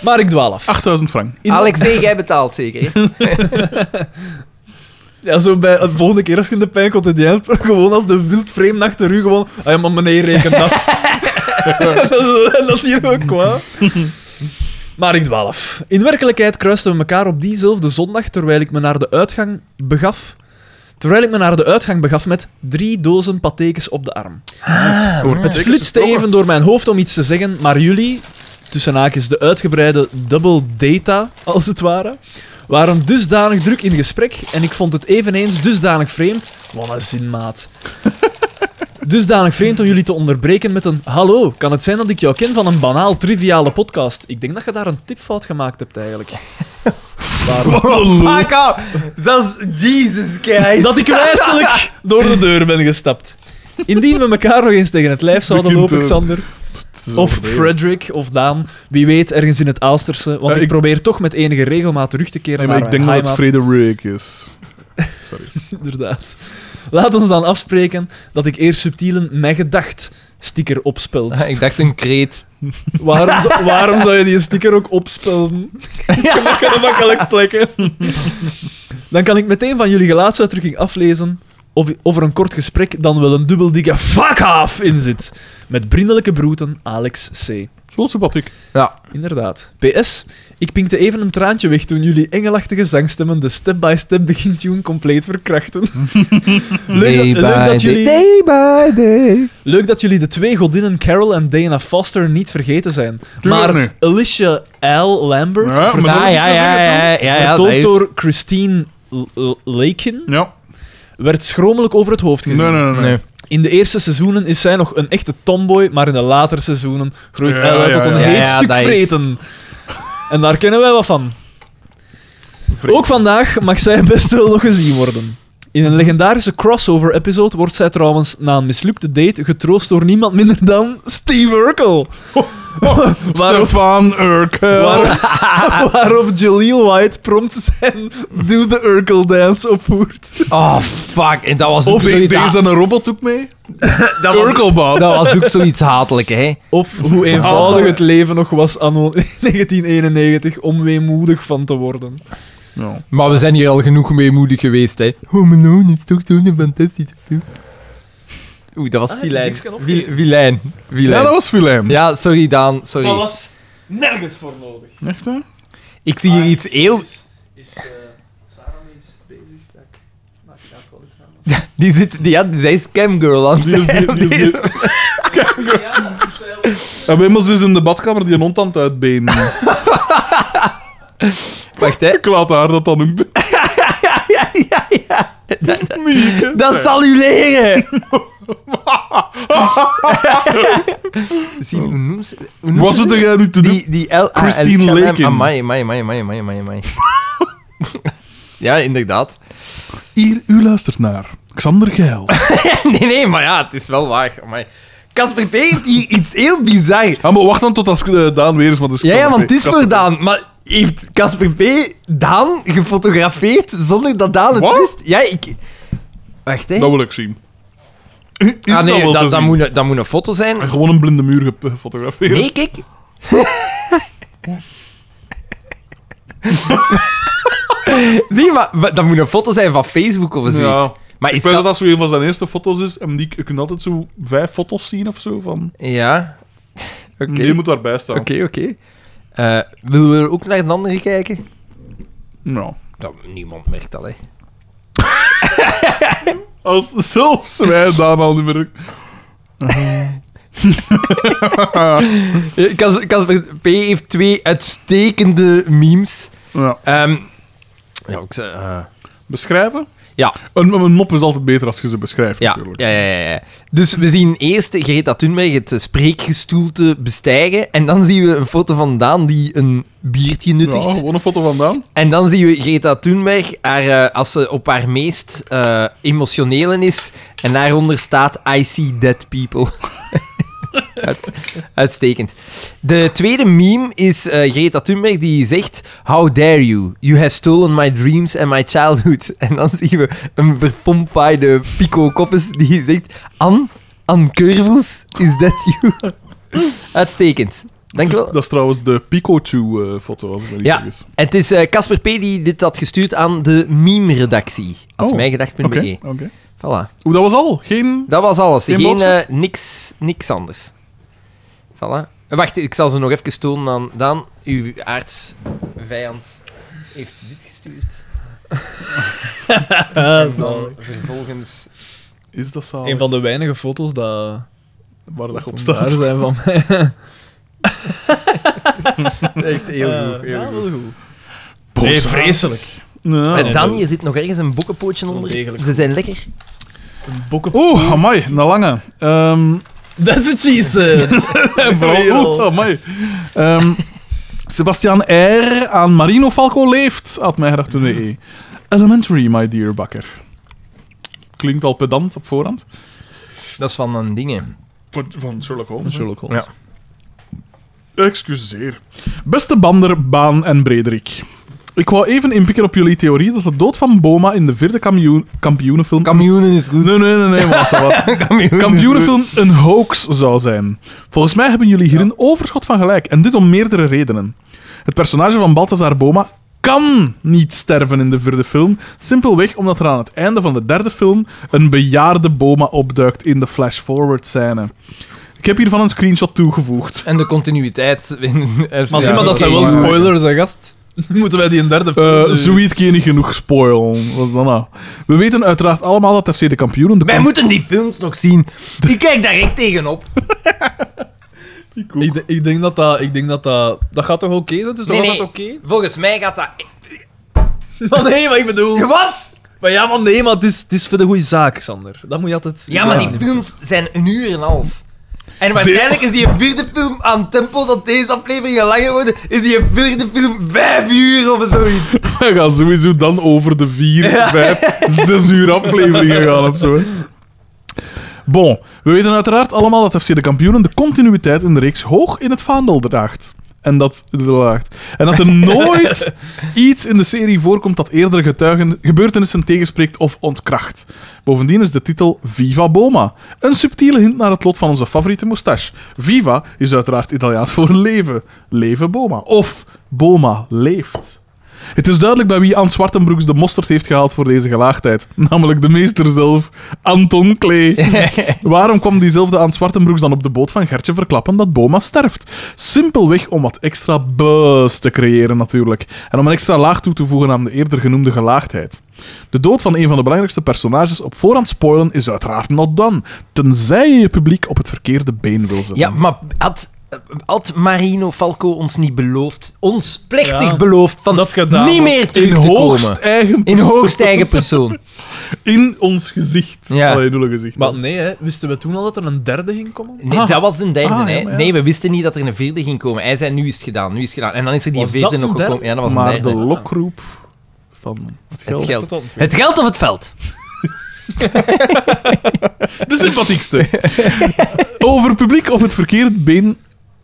S2: Maar ik dwaal af.
S1: 8000 frank.
S2: In-
S3: Alexei, jij betaalt zeker. hè?
S2: Ja, zo bij de volgende keer als je in de pijn komt, die helpt, gewoon als de wildvreemd achter u gewoon. Ah ja, maar meneer, reken dat. dat, is- dat hier ook kwam. Maar ik dwaal af. In werkelijkheid kruisten we elkaar op diezelfde zondag terwijl ik me naar de uitgang begaf. Terwijl ik me naar de uitgang begaf met drie dozen patekes op de arm.
S1: Hoor,
S2: Het flitste even door mijn hoofd om iets te zeggen, maar jullie, tussen haakjes de uitgebreide double data als het ware, waren dusdanig druk in gesprek en ik vond het eveneens dusdanig vreemd. Wat een zinmaat. Dusdanig vreemd om jullie te onderbreken met een hallo. Kan het zijn dat ik jou ken van een banaal triviale podcast? Ik denk dat je daar een tipfout gemaakt hebt eigenlijk. Waarom?
S3: Fuck off. Dat is Jesus Christ.
S2: Dat ik wijselijk door de deur ben gestapt. Indien we elkaar nog eens tegen het lijf zouden
S1: Begint,
S2: lopen,
S1: eh,
S2: Xander, Of Frederick of Daan, wie weet, ergens in het Aalsterse. Want
S1: Ja,
S2: ik,
S1: ik-
S2: probeer toch met enige regelmaat terug te keren
S1: Nee, maar
S2: naar
S1: ik denk dat
S2: mijn
S1: het
S2: heimat.
S1: Frederik is.
S2: Inderdaad. Laat ons dan afspreken dat ik eerst subtielen mijn gedacht sticker opspeld.
S3: Ah, Ik dacht een kreet.
S2: Waarom, zo- waarom zou je die sticker ook opspelden? Ik kan hem makkelijk plekken. Dan kan ik meteen van jullie gelaatsuitdrukking aflezen of, of er een kort gesprek dan wel een dubbel dikke fuck off in zit. Met vriendelijke broeten, Alex C.
S1: Zo sympathiek.
S3: Ja.
S2: Inderdaad. PS, ik pinkte even een traantje weg toen jullie engelachtige zangstemmen de step-by-step begintune compleet verkrachten.
S3: Day
S2: leuk, dat, leuk
S3: by
S2: dat
S3: day.
S2: jullie,
S3: Day by day.
S2: leuk dat jullie de twee godinnen Carol en Dana Foster niet vergeten zijn.
S1: Tuurlijk
S2: maar
S1: niet.
S2: Alicia L. Lambert,
S1: Ja,
S2: vertolkt-
S1: maar
S3: Ah,
S1: dat is
S3: ja,
S1: wel
S3: ja,
S1: zeggen,
S3: ja, ja, ja, dat
S2: vertolkt
S3: is-
S2: door Christine L- L- Lakin,
S1: Ja.
S2: werd schromelijk over het hoofd
S1: Nee,
S2: gezien.
S1: nee, nee. nee.
S3: Nee.
S2: In de eerste seizoenen is zij nog een echte tomboy, maar in de latere seizoenen groeit
S1: Ja,
S2: Elle uit
S1: ja,
S2: tot een
S1: ja.
S2: heet
S3: Ja, ja,
S2: stuk
S3: dat is-
S2: vreten. En daar kennen wij wat van. Ook vandaag mag zij best wel nog gezien worden. In een legendarische crossover-episode wordt zij trouwens na een mislukte date getroost door niemand minder dan Steve Urkel. Waarom-
S1: Oh, Stefan Urkel.
S2: Waar- waarop Jaleel White prompt zijn Do the Urkel Dance opvoert.
S3: Oh, fuck. En dat was ook
S1: Of
S3: zoiets...
S1: deed deze een robot ook mee?
S3: dat, was,
S1: Urkelbouw.
S3: dat was ook zoiets hatelijk, hè.
S2: Of hoe eenvoudig het leven nog was anno 1991 om weemoedig van te worden.
S1: Ja.
S3: Maar we zijn hier al genoeg meemoedig geweest, hè. Home Alone is nou, toch zo'n fantastische film. Oeh, dat was
S2: Ah, ik heb
S3: Vilijn.
S2: niks kunnen
S3: Vil-
S2: opgeven.
S3: Vilijn.
S1: ja, dat
S3: Vilijn.
S1: was Filijn.
S3: Ja, sorry Daan,
S4: Dat
S3: sorry.
S4: was nergens voor nodig.
S1: Echt, hè?
S3: Ik zie
S2: Ah,
S3: hier
S4: Maar
S3: iets heel...
S2: dus-
S4: Is, is eh, Sarah mee iets bezig? Dat ik- Maak ik daar wel iets aan?
S3: Die zit... Die, ja, zij is camgirl aan het
S1: Die is- die-
S3: zijn.
S1: die is- die-
S4: Ja, dat is wel...
S1: Ja, bij ons is dus in de badkamer die een hond aan het uitbenen.
S3: Wacht, hè.
S1: Ik laat haar dat dan ook doen.
S3: Ja, ja, ja.
S1: Mieke.
S3: Dat zal u leren. Zien, hoe noemt ze... hoe noemt
S1: Was
S3: ze
S1: het er jij nu te doen?
S3: Die, die L ah,
S1: Christine
S3: en
S1: Laken.
S3: Amai, amai, amai, amai, amai, amai, amai. ja, inderdaad.
S1: Hier, u luistert naar Xander Geil.
S3: Ah, nee, nee, maar ja, het is wel waar. Amai. Casper P. heeft hier iets heel bizar.
S1: Ja, maar wacht dan tot als eh, Daan weer is, want het is
S3: Ja, ja, want het is
S1: Casper-
S3: voor Daan. Maar heeft Casper P. Daan gefotografeerd zonder dat Daan het
S1: Wat?
S3: wist? Ja, ik... Wacht, hè.
S1: Dat wil ik zien. Is
S3: ah, nee, dat,
S1: wel te
S3: dat,
S1: zien?
S3: moet, een- dat moet een foto zijn.
S1: En Gewoon een blinde muur gep- gefotografeerd.
S3: Nee, kijk. nee, maar wa- dat moet een foto zijn van Facebook of zoiets.
S1: Ja.
S3: Maar
S1: Ik
S3: is
S1: weet dat
S3: dat...
S1: dat zo een van zijn eerste foto's is. En die, je kunt altijd zo vijf foto's zien of zo. Van,
S3: Ja. Oké,
S1: Die moet daarbij staan.
S3: oké. oké. Eh, willen we ook naar een andere kijken?
S1: Nou.
S3: Dat, niemand merkt dat, hè.
S1: Als zelfs wij Daan al niet meer...
S3: Eh, Cas- Casper P. heeft twee uitstekende memes.
S1: Ja.
S3: Ehm, ja, ik zei... eh,
S1: Beschrijven?
S3: ja.
S1: Een, een mop is altijd beter als je ze beschrijft,
S3: Ja,
S1: natuurlijk.
S3: ja, ja, ja, ja. Dus we zien eerst Greta Thunberg het eh, spreekgestoelte bestijgen. En dan zien we een foto van Daan die een biertje nuttigt.
S1: Ja, gewoon een foto van Daan.
S3: En dan zien we Greta Thunberg haar, eh, als ze op haar meest eh, emotionele is. En daaronder staat I see dead people. Uit- Uitstekend. De tweede meme is eh, Greta Thunberg die zegt: How dare you? You have stolen my dreams and my childhood. En dan zien we een verpompaaide Pico Koppes die zegt: An, An Curvels, is that you? Uitstekend.
S1: Dat is,
S3: Dankjewel.
S1: dat is trouwens de Pikachu-foto, als ik me niet
S3: Ja.
S1: vergis.
S3: En het is eh, Casper P. die dit had gestuurd aan de meme-redactie. Had
S1: Oh,
S3: mijgedacht.be.
S1: Oké, oké.
S3: E. Voilà.
S1: Oeh, dat was al? Geen...
S3: Dat was alles.
S1: Geen
S3: Geen,
S1: boodschap?
S3: eh, niks, niks anders. Voilà. Eh, Wacht, ik zal ze nog even tonen aan Daan. Uw aardsvijand heeft dit gestuurd.
S2: Ah,
S3: en dan vervolgens...
S1: Is dat zo?
S2: Een van de weinige foto's dat
S1: Waar dat op
S2: daar
S1: staat.
S2: zijn van mij.
S3: Echt heel
S2: Eh, ja, wel goed. Nee,
S1: Boze.
S2: vreselijk. ah,
S1: Ja.
S3: En dan, hier zit nog ergens een bokkenpootje onder.
S2: Degelijk.
S3: Ze zijn lekker.
S2: Bokken.
S1: Oeh, amai, een lange. Ehm
S2: That's what she said.
S1: Vooral
S2: Viral.
S1: Oh, goed, amai. Ehm, Sebastian R. aan Marino Falco leeft, had mij gedacht toen de E. Elementary, my dear bakker. Klinkt al pedant op voorhand.
S3: Dat is van een dingen.
S1: Van Sherlock Holmes.
S3: Ja.
S1: Excuseer. Beste Bander, Baan en Brederik. Ik wou even inpikken op jullie theorie dat de dood van Boma in de vierde kampioen- kampioenenfilm...
S3: Kamioenen is goed.
S1: nee, nee, nee, nee, maar ça va. kampioenenfilm een hoax zou zijn. Volgens mij hebben jullie hier een overschot van gelijk. En dit om meerdere redenen. Het personage van Balthazar Boma kan niet sterven in de vierde film. Simpelweg omdat er aan het einde van de derde film een bejaarde Boma opduikt in de flash-forward scène. Ik heb hiervan een screenshot toegevoegd.
S3: En de continuïteit.
S2: Maar zie
S1: Ja,
S2: maar, dat zijn wel
S1: oké, maar-
S2: spoilers, hè, gast. Moeten wij die een derde
S1: Eh
S2: film-
S1: zoiets kun je niet genoeg spoilen. Wat is dat nou? We weten uiteraard allemaal dat FC de kampioenen... De
S3: Wij
S1: kamp-
S3: moeten die films nog zien. Ik kijk daar echt tegenop.
S2: Ik, de- ik denk dat dat... Ik denk dat, dat, dat gaat toch oké zijn? Het is toch
S3: Nee,
S2: altijd oké?
S3: nee. Volgens mij gaat dat.
S2: Maar nee, maar ik bedoel...
S3: Wat?
S2: Maar ja, maar nee, maar het is, het is voor de goede zaak, Sander. Dat moet je altijd...
S3: Ja, maar die films zijn een uur en een half. En waarschijnlijk is die vierde film aan het tempo dat deze aflevering langer worden, is die vierde film vijf uur of zoiets.
S1: We gaan sowieso dan over de vier, vijf, zes uur afleveringen gaan of zo. hè. Bon, we weten uiteraard allemaal dat FC de kampioenen de continuïteit in de reeks hoog in het vaandel draagt. En dat, draagt. En dat er nooit iets in de serie voorkomt dat eerdere getuigen gebeurtenissen tegenspreekt of ontkracht. Bovendien is de titel Viva Boma. Een subtiele hint naar het lot van onze favoriete moustache. Viva is uiteraard Italiaans voor leven. Leven Boma. Of Boma leeft. Het is duidelijk bij wie Anne Zwartenbroeks de mosterd heeft gehaald voor deze gelaagdheid. Namelijk de meester zelf, Anton Klee. Waarom kwam diezelfde Anne Zwartenbroeks dan op de boot van Gertje verklappen dat Boma sterft? Simpelweg om wat extra buzz te creëren natuurlijk. En om een extra laag toe te voegen aan de eerder genoemde gelaagdheid. De dood van een van de belangrijkste personages op voorhand spoilen is uiteraard not done. Tenzij je je publiek op het verkeerde been wil zetten.
S3: Ja, maar had, had Marino Falco ons niet beloofd, ons plechtig
S2: Ja.
S3: beloofd, van
S2: Dat gedaan
S3: niet
S2: was.
S3: meer terug
S1: in
S3: te
S1: hoogst
S3: komen.
S1: eigen
S3: In
S1: persoon.
S3: hoogst eigen persoon.
S1: In ons gezicht.
S3: Ja.
S1: Allee, doele gezicht.
S2: Maar nee, hè. wisten we toen al dat er een derde ging komen?
S3: Nee,
S1: Ah.
S3: dat was een derde.
S1: Ah, ja,
S3: hè.
S1: maar ja.
S3: Nee, we wisten niet dat er een vierde ging komen. Hij zei, nu is het gedaan, nu is het gedaan. En dan is er die
S2: Was
S3: vierde
S2: dat een
S3: nog
S2: derde?
S3: gekomen. Ja, dat was
S1: maar
S3: een derde.
S1: de lokroep van het geld.
S3: Het
S2: Is
S3: geld.
S2: dat al een tweede?
S3: Het geld of het veld?
S1: De sympathiekste. Over publiek op het verkeerde been.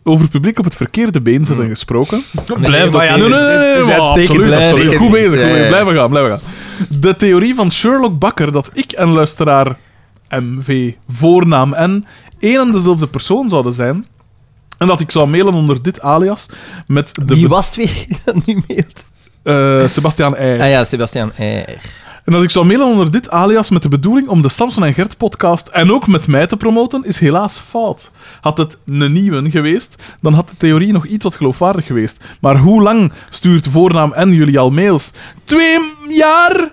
S1: Over publiek op het verkeerde been zitten gesproken.
S2: Blijf
S3: Hmm.
S2: dat
S3: maar ja,
S2: doen.
S1: nee, nee, nee, nee,
S3: Het is
S1: maar
S3: uitstekend,
S1: absoluut,
S3: blijf.
S1: absoluut.
S3: Zeker
S1: Goed
S3: niet.
S1: bezig,
S3: Ja,
S1: goed bezig.
S3: ja.
S1: blijven gaan, blijven gaan. De theorie van Sherlock Bakker dat ik en luisteraar MV, voornaam N, één en dezelfde persoon zouden zijn. En dat ik zou mailen onder dit alias met de
S3: Wie
S1: be-
S3: was het weer die dat nu mailt?
S1: eh, Sebastiaan Eijer.
S3: Ah ja, Sebastian R.
S1: En dat ik zou mailen onder dit alias met de bedoeling om de Samson en Gert podcast en ook met mij te promoten, is helaas fout. Had het een nieuwe geweest, dan had de theorie nog iets wat geloofwaardig geweest. Maar hoe lang stuurt voornaam en jullie al mails? Twee m- jaar?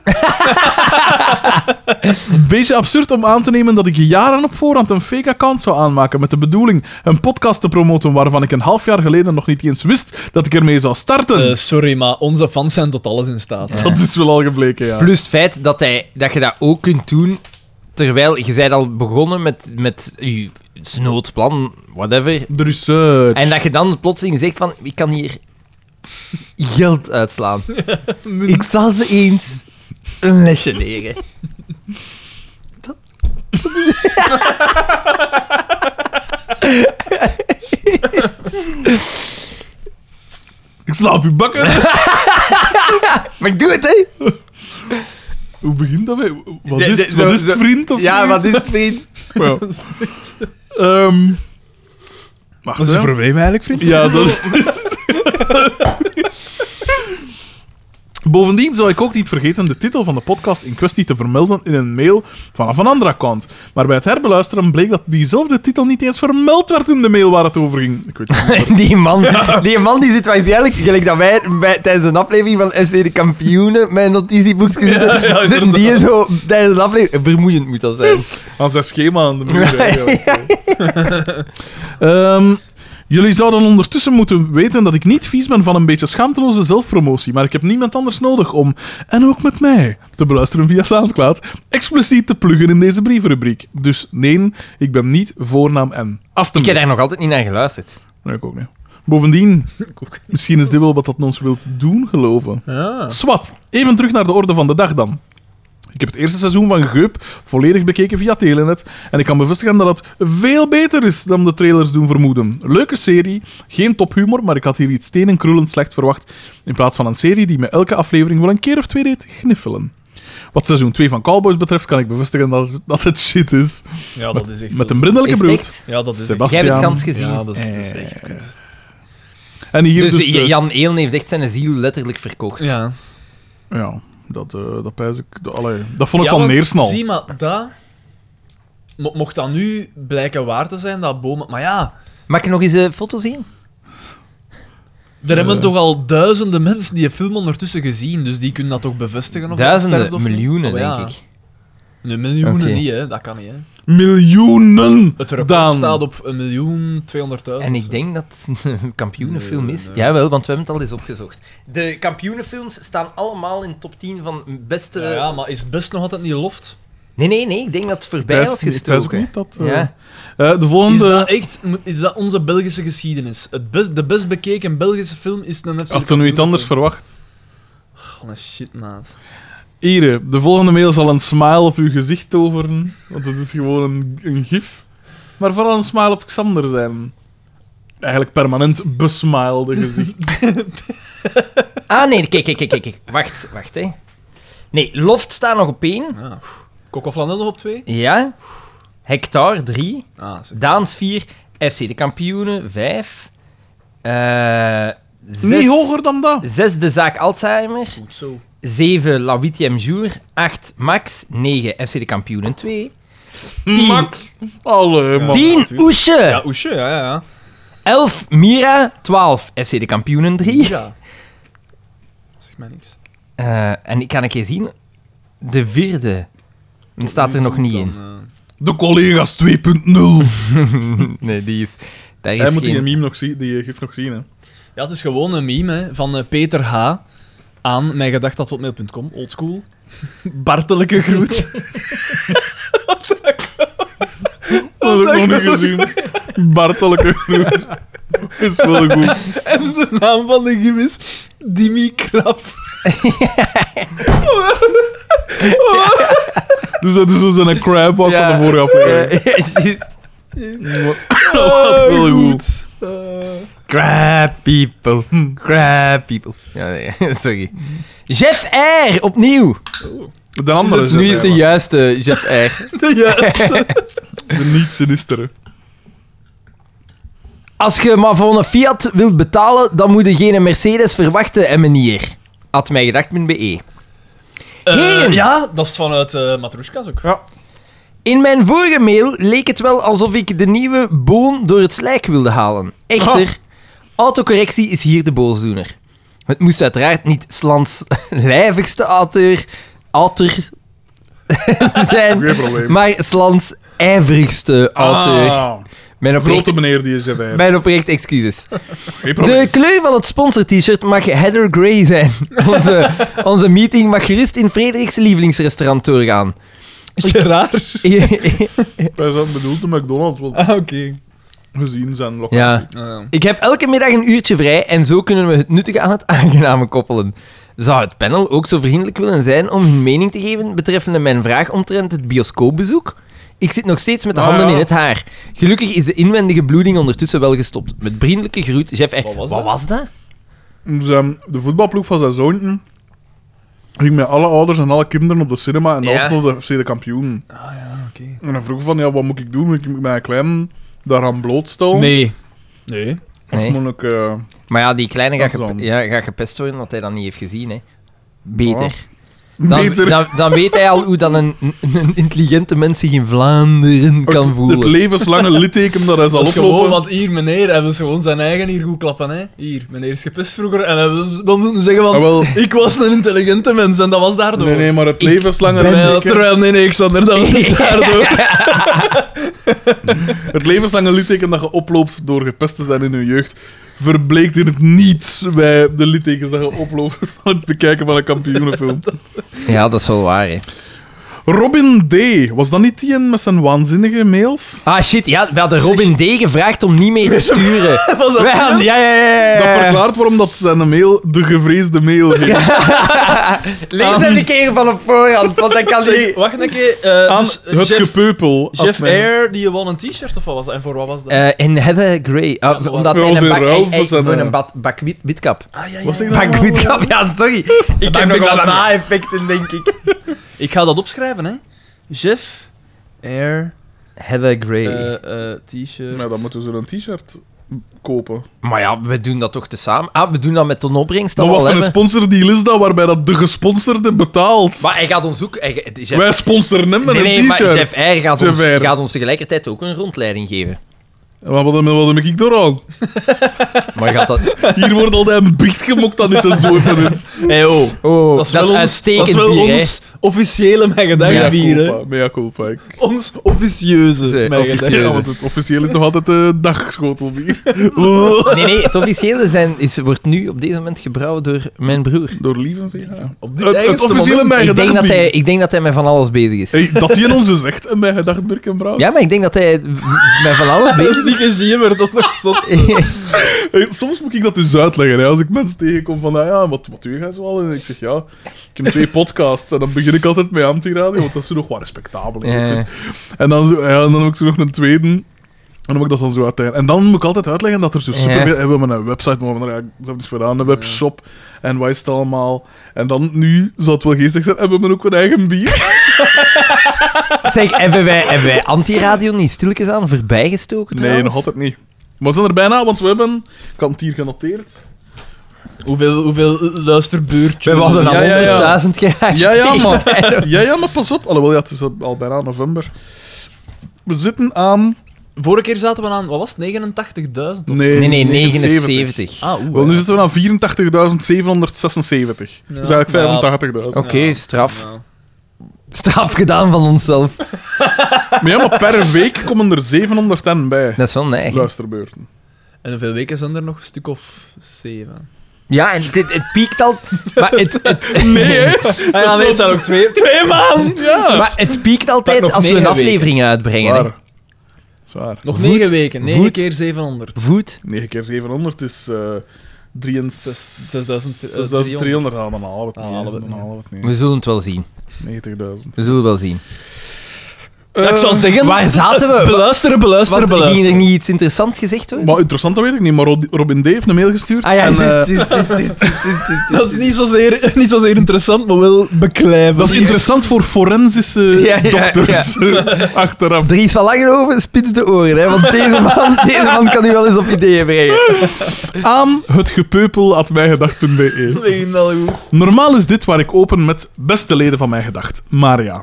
S1: Beetje absurd om aan te nemen dat ik jaren op voorhand een fake account zou aanmaken met de bedoeling een podcast te promoten waarvan ik een half jaar geleden nog niet eens wist dat ik ermee zou starten.
S2: Eh, sorry, maar onze fans zijn tot alles in staat. hè.
S1: dat is wel al gebleken, ja.
S3: Plus het feit dat, hij, dat je dat ook kunt doen terwijl je bent al begonnen met, met je snoodplan, whatever.
S1: De research.
S3: En dat je dan plotseling zegt van, ik kan hier geld uitslaan. ik zal ze eens een lesje leren.
S1: Ik slaap je bakken.
S3: Maar ik doe het, hè?
S1: Hoe begint dat? bij- Wat
S3: De-
S1: is,
S3: de-
S1: het- wat
S3: zo-
S1: is het,
S3: zo-
S1: vriend? Of
S3: Ja,
S1: zoiets?
S3: wat is het, vriend?
S1: Ja. Ehm, wacht,
S2: Wat is het
S1: hè.
S2: probleem eigenlijk, vriend?
S1: Ja, dat is het. Bovendien zou ik ook niet vergeten de titel van de podcast in kwestie te vermelden in een mail vanaf een andere account. Maar bij het herbeluisteren bleek dat diezelfde titel niet eens vermeld werd in de mail waar het over ging. Ik weet het niet.
S3: Die man, die man die zit waarschijnlijk, gelijk dat wij bij- tijdens een aflevering van FC de Kampioenen mijn notitieboekje zitten,
S2: ja,
S3: zitten die zo tijdens een aflevering... Vermoeiend moet dat zijn.
S1: Aan zijn schema aan de muur. hè. Ehm, jullie zouden ondertussen moeten weten dat ik niet vies ben van een beetje schaamteloze zelfpromotie, maar ik heb niemand anders nodig om, en ook met mij, te beluisteren via Soundcloud, expliciet te pluggen in deze brievenrubriek. Dus nee, ik ben niet voornaam en.
S3: Ik
S1: Alsjeblieft.
S3: heb daar nog altijd niet naar geluisterd.
S1: Nee, ik ook niet. Bovendien, misschien is dit wel wat dat ons wilt doen geloven.
S2: Ah.
S1: Swat, even terug naar de orde van de dag dan. Ik heb het eerste seizoen van Geup volledig bekeken via Telenet en ik kan bevestigen dat het veel beter is dan de trailers doen vermoeden. Leuke serie, geen tophumor, maar ik had hier iets stenen krullend slecht verwacht in plaats van een serie die me elke aflevering wel een keer of twee deed gniffelen. Wat seizoen 2 van Cowboys betreft kan ik bevestigen dat, dat het shit is.
S2: Ja, dat is echt...
S1: Met
S2: wel
S1: een
S2: zo.
S1: brindelijke
S3: Is het
S1: broed.
S3: echt?
S2: Ja, dat is echt...
S1: Sebastian.
S3: Jij hebt het gans gezien.
S2: Ja, dat is, dat is
S1: Eh,
S2: echt goed.
S1: En hier
S3: dus
S1: dus, de-
S3: Jan Eelen heeft echt zijn ziel letterlijk verkocht.
S2: Ja.
S1: Ja, dat, eh dat pijs ik... dat- allee, dat vond ik
S2: Ja,
S1: van
S2: want,
S1: Neersnal.
S2: Zie, maar dat... Mo- Mocht dat nu blijken waar te zijn, dat bomen... Maar ja,
S3: Mag ik nog eens een foto zien?
S2: er hebben
S1: Eh.
S2: toch al duizenden mensen die een film ondertussen gezien, dus die kunnen dat toch bevestigen? Of dat
S3: Duizenden,
S2: sterft of niet?
S3: miljoenen,
S2: Oh, ja.
S3: denk ik.
S2: Nee, miljoenen
S3: Oké.
S2: niet, hè. Dat kan niet, hè.
S1: Miljoenen!
S2: Het record
S1: Daan.
S2: staat op 1.200.000. En
S3: En ik denk dat het een kampioenenfilm
S2: Nee,
S3: is.
S2: nee.
S3: Jawel, want we hebben het al eens opgezocht. De kampioenenfilms staan allemaal in de top 10 van beste...
S2: Ja, ja, maar is best nog altijd niet loft?
S3: Nee, nee, nee. Ik denk dat het voorbij
S1: Pijs-
S3: was
S1: pijs ook
S3: gestoken.
S1: niet dat, eh,
S3: Ja.
S1: eh, de volgende...
S2: Is dat echt... mo- Is dat onze Belgische geschiedenis? Het best, de best bekeken Belgische film is een FC...
S1: Had ze nu iets anders verwacht?
S2: Goh, Oh, shit, maat.
S1: Ire, de volgende mail zal een smile op uw gezicht toveren. Want het is gewoon een, een gif. Maar vooral een smile op Xander zijn. Eigenlijk permanent besmilde gezicht. Eh.
S3: Ah, nee. Kijk, kijk, kijk, kijk, kijk. Wacht, wacht, hè. Nee, Loft staat nog op 1.
S2: Ja. Coco Flanel nog op twee?
S3: Ja. Hectare 3.
S2: Ah, zeker.
S3: Daans 4. FC de kampioenen 5. Eh, Zes,
S1: Niet hoger dan dat.
S3: Zes de zaak Alzheimer.
S2: Goed zo.
S3: 7 La Huitième Jour. 8 Max. 9 FC de Kampioenen 2. Tien.
S1: Max. Hmm. Allee, man.
S3: 10
S2: natuurlijk.
S3: Oesje.
S2: Ja, oesje, ja, ja, ja.
S3: 11 Mira. 12 FC de Kampioenen 3.
S2: Ja. Zeg mij niks.
S3: Eh, en ik kan een keer zien. De vierde. Die staat er nog niet in.
S2: eh,
S1: De collega's 2.0.
S3: nee, die is. Daar is
S1: Hij moet die
S3: geen...
S1: meme nog zien, die eh, gif nog zien, hè.
S2: Ja, het is gewoon een meme hè, van eh, Peter H. aan mijgedacht.hotmail.com, oldschool. Bartelijke groet.
S1: Dat heb ik nog niet gezien. Bartelijke groet. Is wel goed.
S2: en de naam van de gym is Dimi Krap.
S1: Dus dat is dus een crab walk
S3: Ja.
S1: van de vorige aflevering.
S3: Eh, juist.
S1: Dat was wel goed.
S2: Eh,
S3: Crap people. Crap people. Ja, nee, sorry. Jeff R. opnieuw.
S1: De andere is
S3: nu is
S1: het,
S3: de
S1: hè,
S3: juiste Jeff R.
S2: De juiste.
S1: maar. De niet-sinistere.
S3: Als je maar voor een Fiat wilt betalen, dan moet je geen Mercedes verwachten en meneer. Had mij gedacht.be. Heren.
S2: Eh, ja, dat is vanuit eh Matrushka's ook. Ja.
S3: In mijn vorige mail leek het wel alsof ik de nieuwe boon door het slijk wilde halen. Echter, autocorrectie is hier de boosdoener. Het moest uiteraard niet Slans lijvigste auteur, auteur zijn,
S1: Geen probleem.
S3: maar Slans ijverigste auteur.
S1: Ah,
S3: mijn, oprecht,
S1: grote meneer die is erbij.
S3: mijn oprecht excuses.
S1: Geen probleem.
S3: De kleur van het sponsor-t-shirt mag Heather Grey zijn. Onze, onze meeting mag gerust in Frederik's lievelingsrestaurant doorgaan.
S2: Gerard.
S1: Wij zijn bedoeld de McDonald's, want
S2: Ah, oké. Eh,
S1: gezien zijn lokaal.
S3: ja. Ik heb elke middag een uurtje vrij en zo kunnen we het nuttige aan het aangename koppelen. Zou het panel ook zo vriendelijk willen zijn om hun mening te geven betreffende mijn vraag omtrent het bioscoopbezoek? Ik zit nog steeds met de
S1: Ah,
S3: handen
S1: ja.
S3: in het haar. Gelukkig is de inwendige bloeding ondertussen wel gestopt. Met vriendelijke groet, Jeff R.
S2: Wat was
S3: Wat
S2: dat?
S3: was dat?
S1: Zijn- de voetbalploeg van zijn zoontje ging met alle ouders en alle kinderen op de cinema en
S3: Ja.
S1: dan stond de FC de kampioen.
S2: Ah ja, oké.
S1: En hij vroeg van, ja, wat moet ik doen? Moet ik mijn klein daaraan blootstellen?
S2: Nee. Nee.
S1: Of
S3: Nee.
S1: moet ik... eh,
S3: Maar ja, die kleine gaat,
S1: Dat is
S3: gep-
S1: dan-
S3: ja, gaat gepest worden omdat hij dat niet heeft gezien. Hè. Beter. Dan,
S1: Oh. beter...
S3: dan, dan weet hij al hoe dan een, een intelligente mens zich in Vlaanderen
S1: Oh, het-
S3: kan voelen.
S1: Het levenslange litteken dat hij zal
S2: Dat is
S1: oplopen.
S2: gewoon, want hier, meneer, hij wil gewoon zijn eigen hier goed klappen, hè. Hier, meneer is gepest vroeger, en hij wil dan moeten zeggen
S1: Ah,
S2: van...
S1: wel,
S2: Ik was een intelligente mens, en dat was daardoor.
S1: nee, nee, maar het levenslange
S2: Terwijl,
S1: litteken...
S2: terwijl, nee, nee, Xander, dat was niet daardoor.
S1: Het levenslange litteken dat je oploopt door gepest te zijn in je jeugd, verbleekt in het niets bij de littekens dat je oploopt van het bekijken van een kampioenenfilm.
S3: Ja, dat is wel waar. Hè.
S1: Robin D. Was dat niet die een met zijn waanzinnige mails?
S3: Ah shit, ja, we hadden Robin D gevraagd om niet meer te sturen.
S2: Was dat
S3: Wij hadden- ja, ja, ja, ja, ja.
S1: Dat verklaart waarom dat zijn mail de gevreesde mail heet.
S3: Lees hem een keer van op voorhand, want dan kan
S2: Zeg,
S3: hij...
S2: wacht een keer. eh,
S1: Aan
S2: dus, eh,
S1: het
S2: Jeff,
S1: gepeupel.
S2: Jeff
S1: Admin.
S2: Air, die won een t-shirt of wat was dat? En voor wat was dat?
S1: Eh,
S3: en Heather Grey, ah,
S2: maar-
S3: omdat
S1: Ja,
S3: hij
S1: was
S3: een
S1: in
S3: bak,
S1: ruil
S3: hij- hij-
S1: voor zijn,
S3: voor
S1: eh,
S3: een bak, bak wit, witkap.
S2: ah, ja, ja,
S1: was
S2: ja.
S1: ik dat?
S3: Bak witkap, ja, sorry. Ik heb nog
S2: nog wel
S3: wat
S2: aan.
S3: na-effecten, denk ik.
S2: Ik ga dat opschrijven, hè. Jeff Air
S3: Heather Grey.
S2: eh, eh, t-shirt.
S1: Maar dan moeten ze een t-shirt kopen.
S3: maar ja, we doen dat toch tezamen? Ah, we doen dat met een opbrengst dat
S1: Maar
S3: we
S1: wat
S3: al
S1: voor een
S3: hebben.
S1: sponsordeal is dat waarbij dat de gesponsorde betaalt?
S3: Maar hij gaat ons ook... hij- het is Jeff-
S1: Wij sponsoren hem met
S3: nee, nee,
S1: een
S3: maar
S1: t-shirt.
S3: Jeff R gaat,
S1: Jeff
S3: ons,
S1: R.
S3: gaat ons tegelijkertijd ook een rondleiding geven.
S1: Maar wat, wat, wat heb ik door aan?
S3: Maar gaat dat...
S1: Hier wordt altijd een bicht gemokt dat dit een zoeter is.
S2: Hey, oh.
S3: Oh,
S2: Dat is, wel ons, dat
S3: uitstekend
S2: is wel
S3: bier, hè.
S2: ons officiële
S1: Mea
S2: mijn gedachten bier, hè.
S1: culpa, mea culpa. Ik-
S2: Ons officieuze
S3: Zee,
S2: mijn
S3: officieel.
S2: gedachten.
S1: Ja, want het officieel is nog altijd de dagschotelbier.
S3: Nee, nee, het officiële zijn, is, wordt nu op deze moment gebrouwen door mijn broer.
S1: Door lieve VH.
S2: Op dit
S1: Het, het
S2: eigenste
S1: officiële
S2: moment-
S1: mijn
S3: Ik denk, dat
S1: gedachtbier.
S3: hij, ik denk dat hij met van alles bezig is.
S1: Hey, dat die in ons is echt een mijn gedacht Birkenbrouw.
S3: Ja, maar ik denk dat hij met van alles
S2: Dat
S3: bezig
S2: is niet gezien, maar dat is nog zot.
S3: is.
S1: Hey, soms moet ik dat dus uitleggen. Hè. Als ik mensen tegenkom van, ah, ja, wat, wat doe jij zoal? En ik zeg, ja, ik heb twee podcasts. En dan begin ik altijd met Antiradio, want dat is nog wel respectabel. hè.
S3: Ja.
S1: En, dan zo, ja, en dan heb ik zo nog een tweede. En dan moet ik dat dan zo uitleggen. En dan moet ik altijd uitleggen dat er zo
S3: Ja.
S1: superveel... hebben We hebben een website, maar we hebben er eigenlijk zelf niks voor aan. Een webshop. En wat is het allemaal? En dan, nu zou het wel geestig zijn, en we hebben ook een eigen bier.
S3: Zeg, hebben wij, hebben wij antiradio niet stilletjes aan voorbijgestoken
S1: Nee,
S3: trouwens?
S1: nog altijd niet. Maar we zijn er bijna, want we hebben... Ik had het hier genoteerd.
S2: Hoeveel, hoeveel luisterbeurtjes...
S3: We hadden
S1: Ja,
S3: al
S1: ja, ja.
S3: 100.000 geraakt.
S1: Ja, ja, maar, ja, ja, maar pas op. Alhoewel, ja, het is al al bijna november. We zitten aan...
S2: Vorige keer zaten we aan, wat was het, 89.000?
S1: Nee,
S3: Nee, nee,
S1: 79.
S3: 79.
S2: Ah, oeh.
S1: Wel, nu zitten we aan 84.776.
S2: Ja. Nou,
S1: Dat is eigenlijk 85.000.
S3: Oké, straf. Straf gedaan van onszelf.
S1: Maar ja, maar per week komen er 710 bij.
S3: Dat is wel neig.
S1: Luisterbeurten.
S2: En hoeveel weken zijn er nog? Een stuk of zeven.
S3: Ja, en dit, het piekt al... Maar het, het,
S1: Nee, hè?
S2: Ah, ja, nee, het zijn ook twee, twee maanden.
S1: Ja.
S3: maar het piekt
S2: Pak
S3: altijd
S2: nog
S3: als we een
S2: negen
S3: aflevering uitbrengen. hè.
S1: Zwaar. Zwaar.
S2: Nog
S3: Voet,
S2: negen weken, negen
S3: voet.
S2: keer 700.
S3: Voet.
S1: 9 keer 700 is... eh
S2: 6300.
S1: 6300. Ah, dan halen we het
S2: Dan
S1: niet, hè.
S2: halen we het
S1: Dan
S2: niet.
S1: halen we het
S3: We zullen het wel zien.
S1: niet. 90.000.
S3: We zullen wel zien.
S2: Ja, ik zou zeggen...
S3: Waar zaten we?
S2: Beluisteren, beluisteren,
S3: Want, ging er
S2: beluisteren.
S3: niet iets interessants gezegd worden?
S1: Maar interessant, dat weet ik niet. Maar Rod- Robin D heeft een mail gestuurd.
S3: Ah ja,
S1: en,
S3: juist,
S1: eh,
S3: juist, juist, juist, juist, juist.
S2: Dat is niet zozeer, niet zozeer interessant, maar wel beklijvend.
S1: dat is interessant voor forensische
S3: Ja, ja,
S1: dokters. eh, Achteraf.
S3: Dries van Langenhoven spitst de oren, hè, want deze man, deze man kan u wel eens op ideeën brengen.
S1: Aan het gepeupel at mijgedacht.be. Normaal is dit waar ik open met beste leden van mijn gedacht. Maar ja,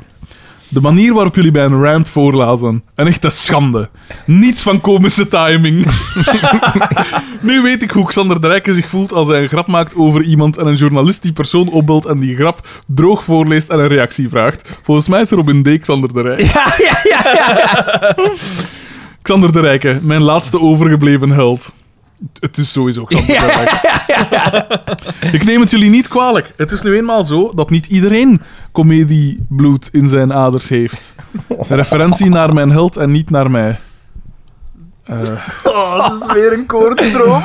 S1: de manier waarop jullie bij een rant voorlazen, een echte schande. Niets van komische timing. nu weet ik hoe Xander de Rijken zich voelt als hij een grap maakt over iemand en een journalist die persoon opbelt en die grap droog voorleest en een reactie vraagt. Volgens mij is Robin D. Xander de Rijk.
S3: Ja, ja, ja, ja.
S1: Xander de Rijken, mijn laatste overgebleven held. Het is sowieso Xander de Rijken. Ik neem het jullie niet kwalijk. Het is nu eenmaal zo dat niet iedereen comediebloed in zijn aders heeft. Een referentie naar mijn held en niet naar mij. Eh,
S3: Oh, dat is weer een koordstroom.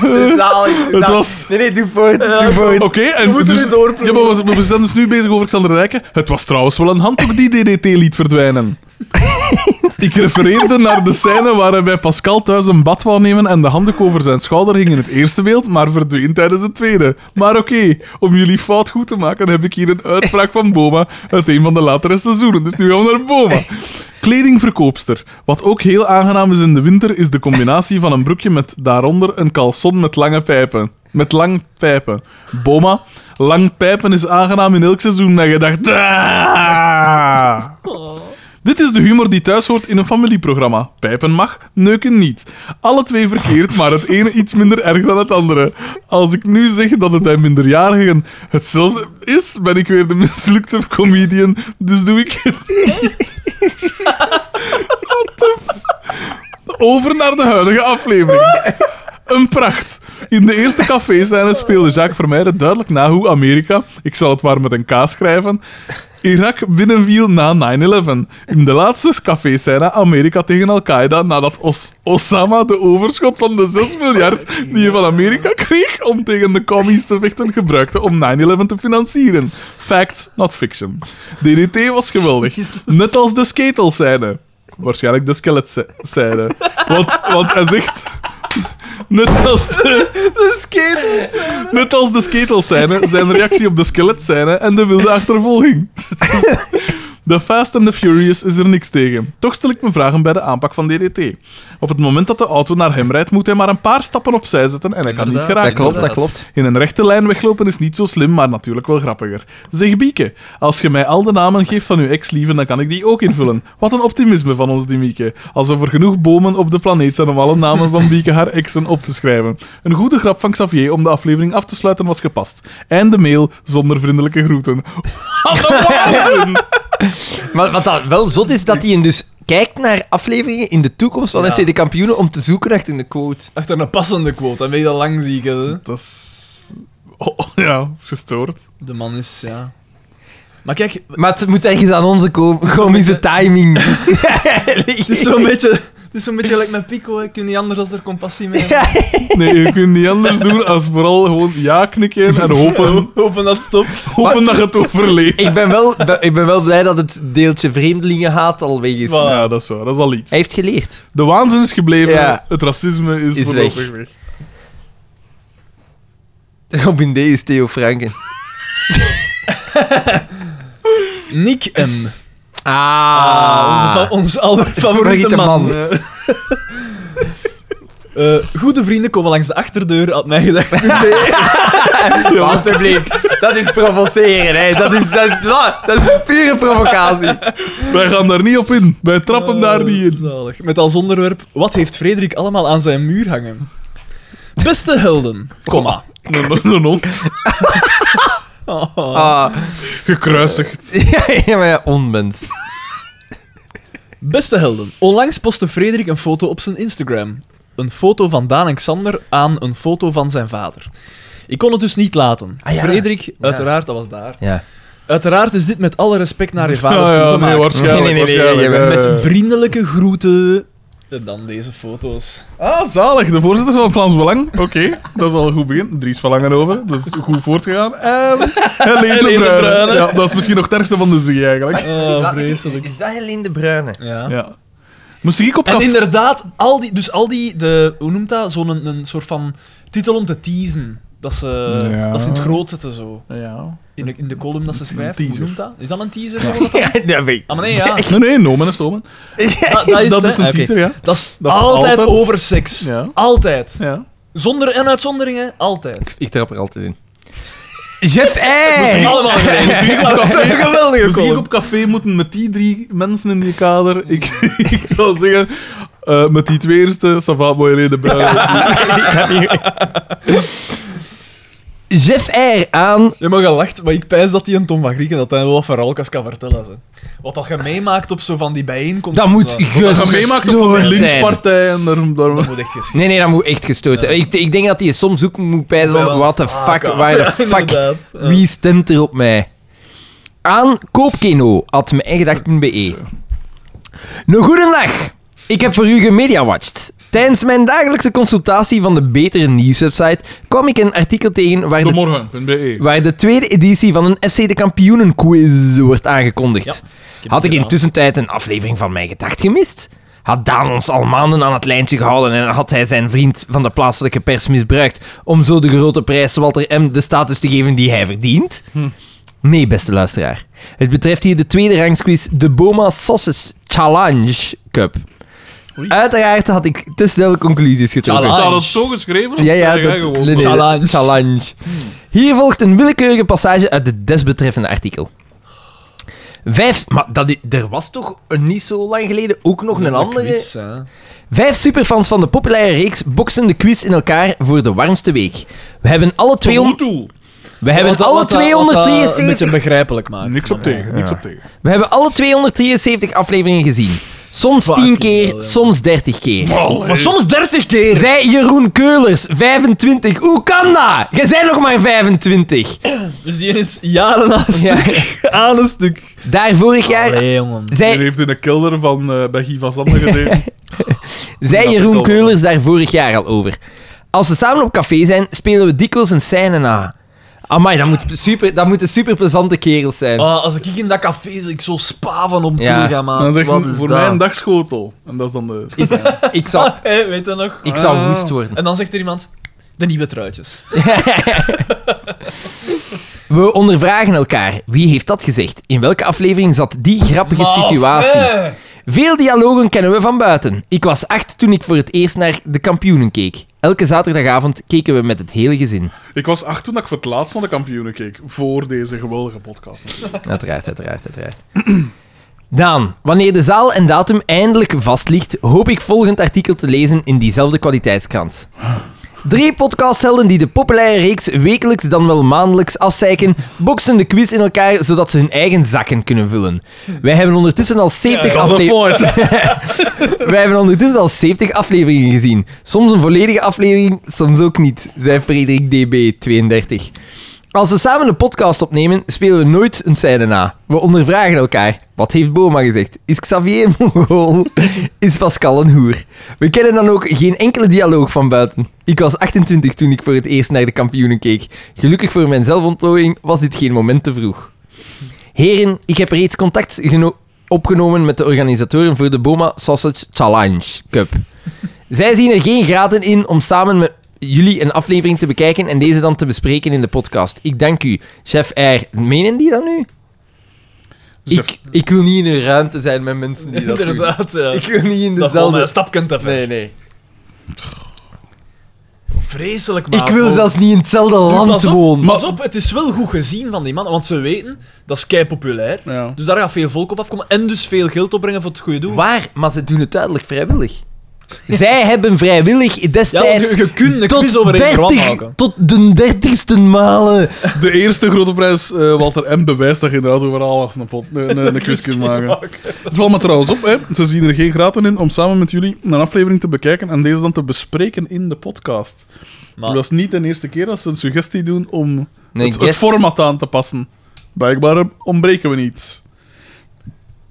S1: het was...
S3: Nee, nee, doe voort, doe voort.
S1: Oké, en
S3: moeten
S1: dus,
S3: nu doorpraten.
S1: ja, maar we, we zijn dus nu bezig over Xander Rijken. Het was trouwens wel een handdoek die DDT liet verdwijnen. Ik refereerde naar de scène waar hij bij Pascal thuis een bad wou nemen en de handdoek over zijn schouder hing in het eerste beeld, maar verdween tijdens het tweede. Maar oké, om jullie fout goed te maken heb ik hier een uitspraak van Boma uit een van de latere seizoenen. Dus nu gaan we naar Boma. Kledingverkoopster. Wat ook heel aangenaam is in de winter, is de combinatie van een broekje met daaronder een calzon met lange pijpen. Met lang pijpen. Boma, lang pijpen is aangenaam in elk seizoen. En je dacht... "Ah." Dit is de humor die thuis hoort in een familieprogramma. Pijpen mag, neuken niet. Alle twee verkeerd, maar het ene iets minder erg dan het andere. Als ik nu zeg dat het bij minderjarigen hetzelfde is, ben ik weer de mislukte comedian, dus doe ik het niet. What the f- Over naar de huidige aflevering. Een pracht. In de eerste café-scène speelde Jacques Vermeijden duidelijk na hoe Amerika, ik zal het maar met een K schrijven, Irak binnenviel na 9-11. In de laatste café-scène Amerika tegen Al-Qaeda nadat Os- Osama de overschot van de 6 miljard die hij van Amerika kreeg om tegen de commies te vechten gebruikte om 9-11 te financieren. Fact, not fiction. DDT was geweldig. Net als de sketel-scène. Waarschijnlijk de skelet-scène. Want, want hij zegt... Net als de, net als de sketelscène, zijn reactie op de skeletscène en de wilde achtervolging. De Fast and the Furious is er niks tegen. Toch stel ik me vragen bij de aanpak van DDT. Op het moment dat de auto naar hem rijdt, moet hij maar een paar stappen opzij zetten en hij kan niet
S2: Inderdaad,
S1: geraakt
S3: Dat
S1: worden.
S3: klopt, dat klopt.
S1: In een rechte lijn weglopen is niet zo slim, maar natuurlijk wel grappiger. Zeg Bieke, als je mij al de namen geeft van uw ex-lieven, dan kan ik die ook invullen. Wat een optimisme van ons, die Mieke. Alsof er genoeg bomen op de planeet zijn om alle namen van Bieke haar exen op te schrijven. Een goede grap van Xavier om de aflevering af te sluiten was gepast. En de mail zonder vriendelijke groeten. Wat een waanzin!
S3: Maar wat dat wel zot is, dat hij een dus kijkt naar afleveringen in de toekomst van
S2: Ja.
S3: SC de kampioenen om te zoeken achter een quote.
S2: Achter een passende quote, dan weet je dat lang zie ik het, hè.
S1: Dat is... Oh, ja, dat is gestoord.
S2: De man is, ja... Maar kijk,
S3: Maar het moet ergens aan onze ko- komische timing
S2: het is zo'n beetje... Het is zo'n beetje gelijk met Pico, hè. Ik kun niet anders als er compassie mee hebben.
S3: Ja,
S1: Nee, je kunt niet anders doen als vooral gewoon ja knikken en hopen,
S2: Hopen dat het stopt.
S1: hopen dat je het overleeft.
S3: ik, ben wel, ik ben wel blij dat het deeltje vreemdelingenhaat al weg is.
S2: Voilà.
S1: Ja, dat is waar. Dat is al iets.
S3: Hij heeft geleerd.
S1: De waanzin is gebleven,
S3: Ja.
S1: het racisme is,
S3: Is
S1: voorlopig weg.
S3: weg. Robin D is Theo Franken.
S2: Nick M.
S3: Ah,
S2: onze, fa- ons aller favoriete
S3: Favoriete
S2: man.
S3: man.
S2: Eh, Eh, goede vrienden komen langs de achterdeur, had mij gedacht.
S3: Alsjeblieft. Dat is provoceren, hè. Dat is, dat, is, dat is pure provocatie.
S1: Wij gaan daar niet op in. Wij trappen
S2: Eh,
S1: daar niet in.
S2: Oh, Zalig. Met als onderwerp, wat heeft Frederik allemaal aan zijn muur hangen? Beste helden, komma.
S1: Een, een- een hond.
S3: Ah.
S1: Gekruisigd.
S3: Ja, ja, maar ja, onmens.
S2: Beste helden, onlangs postte Frederik een foto op zijn Instagram. Een foto van Daan en Xander aan een foto van zijn vader. Ik kon het dus niet laten.
S3: Ah, ja.
S2: Frederik, uiteraard, dat was daar.
S3: Ja.
S2: Uiteraard is dit met alle respect naar je vader
S1: Ah Ja, ja,
S2: toegemaakt.
S1: nee, waarschijnlijk.
S3: Nee, nee, nee,
S1: waarschijnlijk.
S3: nee,
S1: Eh,
S2: Met vriendelijke groeten. En dan deze foto's.
S1: Ah, zalig. De voorzitter van Vlaams Belang. Oké, dat is al een goed begin. Dries van Langenhoven, dat is goed voortgegaan. En Helene
S2: Helene
S1: de Bruyne.
S2: Bruyne.
S1: Ja, dat is misschien nog het ergste van de drie, eigenlijk.
S2: Ah, vreselijk.
S3: Is dat Helene de Bruyne?
S2: Ja.
S1: Ja. Moest ik op
S2: En
S1: café-
S2: inderdaad, al die, dus al die, de, hoe noemt dat? Zo'n een, een soort van titel om te teasen. Dat ze,
S1: Ja.
S2: dat ze in het groot zetten zo.
S1: Ja.
S2: In de, in de column dat ze schrijft.
S1: Een
S2: Hoe
S1: teaser.
S2: noemt dat? Is dat een teaser?
S3: Ja, dat weet ik.
S2: Ah, maar nee, ja.
S1: Nee, nee, nomen is nomen.
S2: Dat, dat is,
S1: Dat
S2: het,
S1: is
S2: hè.
S1: een
S2: Oké.
S1: teaser, ja.
S2: Dat is
S1: Dat is
S2: altijd,
S1: altijd.
S2: over seks.
S1: Ja.
S2: Altijd.
S1: ja.
S2: Zonder en uitzonderingen, altijd.
S3: Ik trap er altijd in. Jeff Eyre!
S2: Allemaal Dus gelijk. Dat is een geweldige
S1: Misschien
S2: column.
S1: op café moeten met die drie mensen in die kader. Ik, ik zou zeggen, eh, met die twee eerste, Savat Moyelé de Bruin.
S3: Jeff Eyre aan...
S2: Je mag al lachen, maar ik pijs dat die een Tom van Grieken dat hij wel wat verhaalkas kan vertellen. Ze. Wat dat je meemaakt op zo van die bijeenkomsten.
S3: Dat moet
S1: Dat je meemaakt op
S3: gestoord
S1: een
S3: zijn.
S1: lynchpartij en daarom... daarom-
S2: Dat moet echt geschieden.
S3: Nee, nee, dat moet echt gestoord zijn. Ik, ik denk dat hij soms ook moet pijzen van... What the
S2: Ah,
S3: fuck, waar de fuck... Wie stemt er op mij? Aan koopkeno, at mijngedacht.be. E. Een goede dag. Ik heb voor u gemediawatched. Tijdens mijn dagelijkse consultatie van de Betere Nieuwswebsite kwam ik een artikel tegen waar de,
S1: Goedemorgen.be.
S3: waar de tweede editie van een FC de Kampioenen quiz wordt aangekondigd.
S2: Ja,
S3: Had ik in tussentijd een aflevering van Mijn Gedacht gemist? Had Daan ons al maanden aan het lijntje gehouden en had hij zijn vriend van de plaatselijke pers misbruikt om zo de grote prijs Walter M. de status te geven die hij verdient? Nee, beste luisteraar. Het betreft hier de tweede rangsquiz, de Boma Sausage Challenge Cup.
S1: Oei.
S3: Uiteraard had ik te snel conclusies getrokken.
S2: Challenge.
S1: Staat dat zo geschreven? of
S3: Ja, ja,
S1: zeg jij
S3: dat,
S1: gewoon?
S3: nee, nee, dat-
S2: Challenge.
S3: challenge. Hier volgt een willekeurige passage uit het desbetreffende artikel. Vijf, maar dat, i- er was toch een- niet zo lang geleden ook nog een andere. Vijf superfans van de populaire reeks boksen de quiz in elkaar voor de warmste week. We hebben alle,
S1: Tot hoe
S3: 200,
S1: toe?
S3: we hebben alle
S2: Een
S3: 273
S2: beetje begrijpelijk maken.
S1: Niks op tegen, niks op tegen.
S3: We hebben alle 273 afleveringen gezien. Soms 10
S2: Fucking
S3: keer,
S2: hell, ja.
S3: soms 30 keer.
S2: Maar soms 30 keer.
S3: Zij Jeroen Keulers, 25. Hoe kan dat? Jij bent nog maar 25.
S2: Dus die is jaren aan een
S3: Ja.
S2: stuk. Aan een stuk.
S3: Daar vorig jaar.
S2: Allee, jongen.
S1: Die
S3: Zij,
S1: heeft in de kelder van, eh, bij Guy van Zanden gezeten.
S3: zij Jeroen
S1: dat vertelde.
S3: Keulers daar vorig jaar al over. Als we samen op café zijn, spelen we dikwijls een scène na. Amai, dat, moet super, dat moeten super plezante kerels zijn.
S1: Oh.
S2: Ah, als ik in dat café zo- ik zo spa van op
S3: Ja.
S2: toe ga maken.
S1: dan zegt
S3: wat
S1: hij,
S3: is
S1: voor
S3: dat?
S1: mij een dagschotel. En dat is dan de...
S3: Is- ik zou,
S2: Hé, weet je nog?
S3: ik zou
S1: Ah.
S3: woest worden.
S2: En dan zegt er iemand, de nieuwe truitjes.
S3: We ondervragen elkaar. Wie heeft dat gezegd? In welke aflevering zat die grappige
S2: Maf,
S3: situatie?
S2: hè.
S3: Veel dialogen kennen we van buiten. Ik was acht toen ik voor het eerst naar de kampioenen keek. Elke zaterdagavond keken we met het hele gezin.
S1: Ik was acht toen ik voor het laatst naar de kampioenen keek. Voor deze geweldige podcast.
S3: Uiteraard, uiteraard, uiteraard. Daan, wanneer de zaal en datum eindelijk vast ligt, hoop ik volgend artikel te lezen in diezelfde kwaliteitskrant. Drie podcasthelden die de populaire reeks wekelijks dan wel maandelijks afzeiken, boksen de quiz in elkaar zodat ze hun eigen zakken kunnen vullen. Wij hebben ondertussen al 70 afleveringen. Wij hebben ondertussen al 70 afleveringen gezien. Soms een volledige aflevering, soms ook niet, zei Frederik DB 32. Als we samen een podcast opnemen, spelen we nooit een scène na. We ondervragen elkaar. Wat heeft Boma gezegd? Is Xavier een Mongool? Is Pascal een hoer? We kennen dan ook geen enkele dialoog van buiten. Ik was 28 toen ik voor het eerst naar de kampioenen keek. Gelukkig voor mijn zelfontplooiing was dit geen moment te vroeg. Heren, ik heb reeds contact geno- opgenomen met de organisatoren voor de Boma Sausage Challenge Cup. Zij zien er geen graten in om samen met jullie een aflevering te bekijken en deze dan te bespreken in de podcast. Ik dank u, chef R. Menen die dat nu?
S1: Chef-
S3: Ik, ik wil niet in een ruimte zijn met mensen die dat doen.
S2: Inderdaad, ja.
S3: Ik wil niet in
S2: dat gewoon een
S3: dezelfde...
S2: stapje te ver.
S3: Nee, nee.
S2: vreselijk
S3: Ik
S2: maken.
S3: wil
S2: ook.
S3: zelfs niet in hetzelfde land
S2: Pas op,
S3: wonen.
S2: Pas op, het is wel goed gezien van die mannen, want ze weten, dat is kei populair.
S1: Ja.
S2: Dus daar gaat veel volk op afkomen en dus veel geld opbrengen voor het goede doel.
S3: Waar? Maar ze doen het duidelijk vrijwillig. Zij hebben vrijwillig
S2: Ja, want
S3: destijds
S2: je, je kunt een quiz over één verwant maken.
S3: tot de dertigste malen.
S1: De eerste grote prijs, eh, Walter M. bewijst dat je inderdaad overal af een, pot, een, een, een quiz kunt maken. Het valt me trouwens op, hè. ze zien er geen graten in om samen met jullie een aflevering te bekijken en deze dan te bespreken in de podcast.
S2: Maar
S1: Dat is niet de eerste keer dat ze een suggestie doen om
S3: Nee,
S1: het, het format aan te passen. Blijkbaar eh, ontbreken we niet.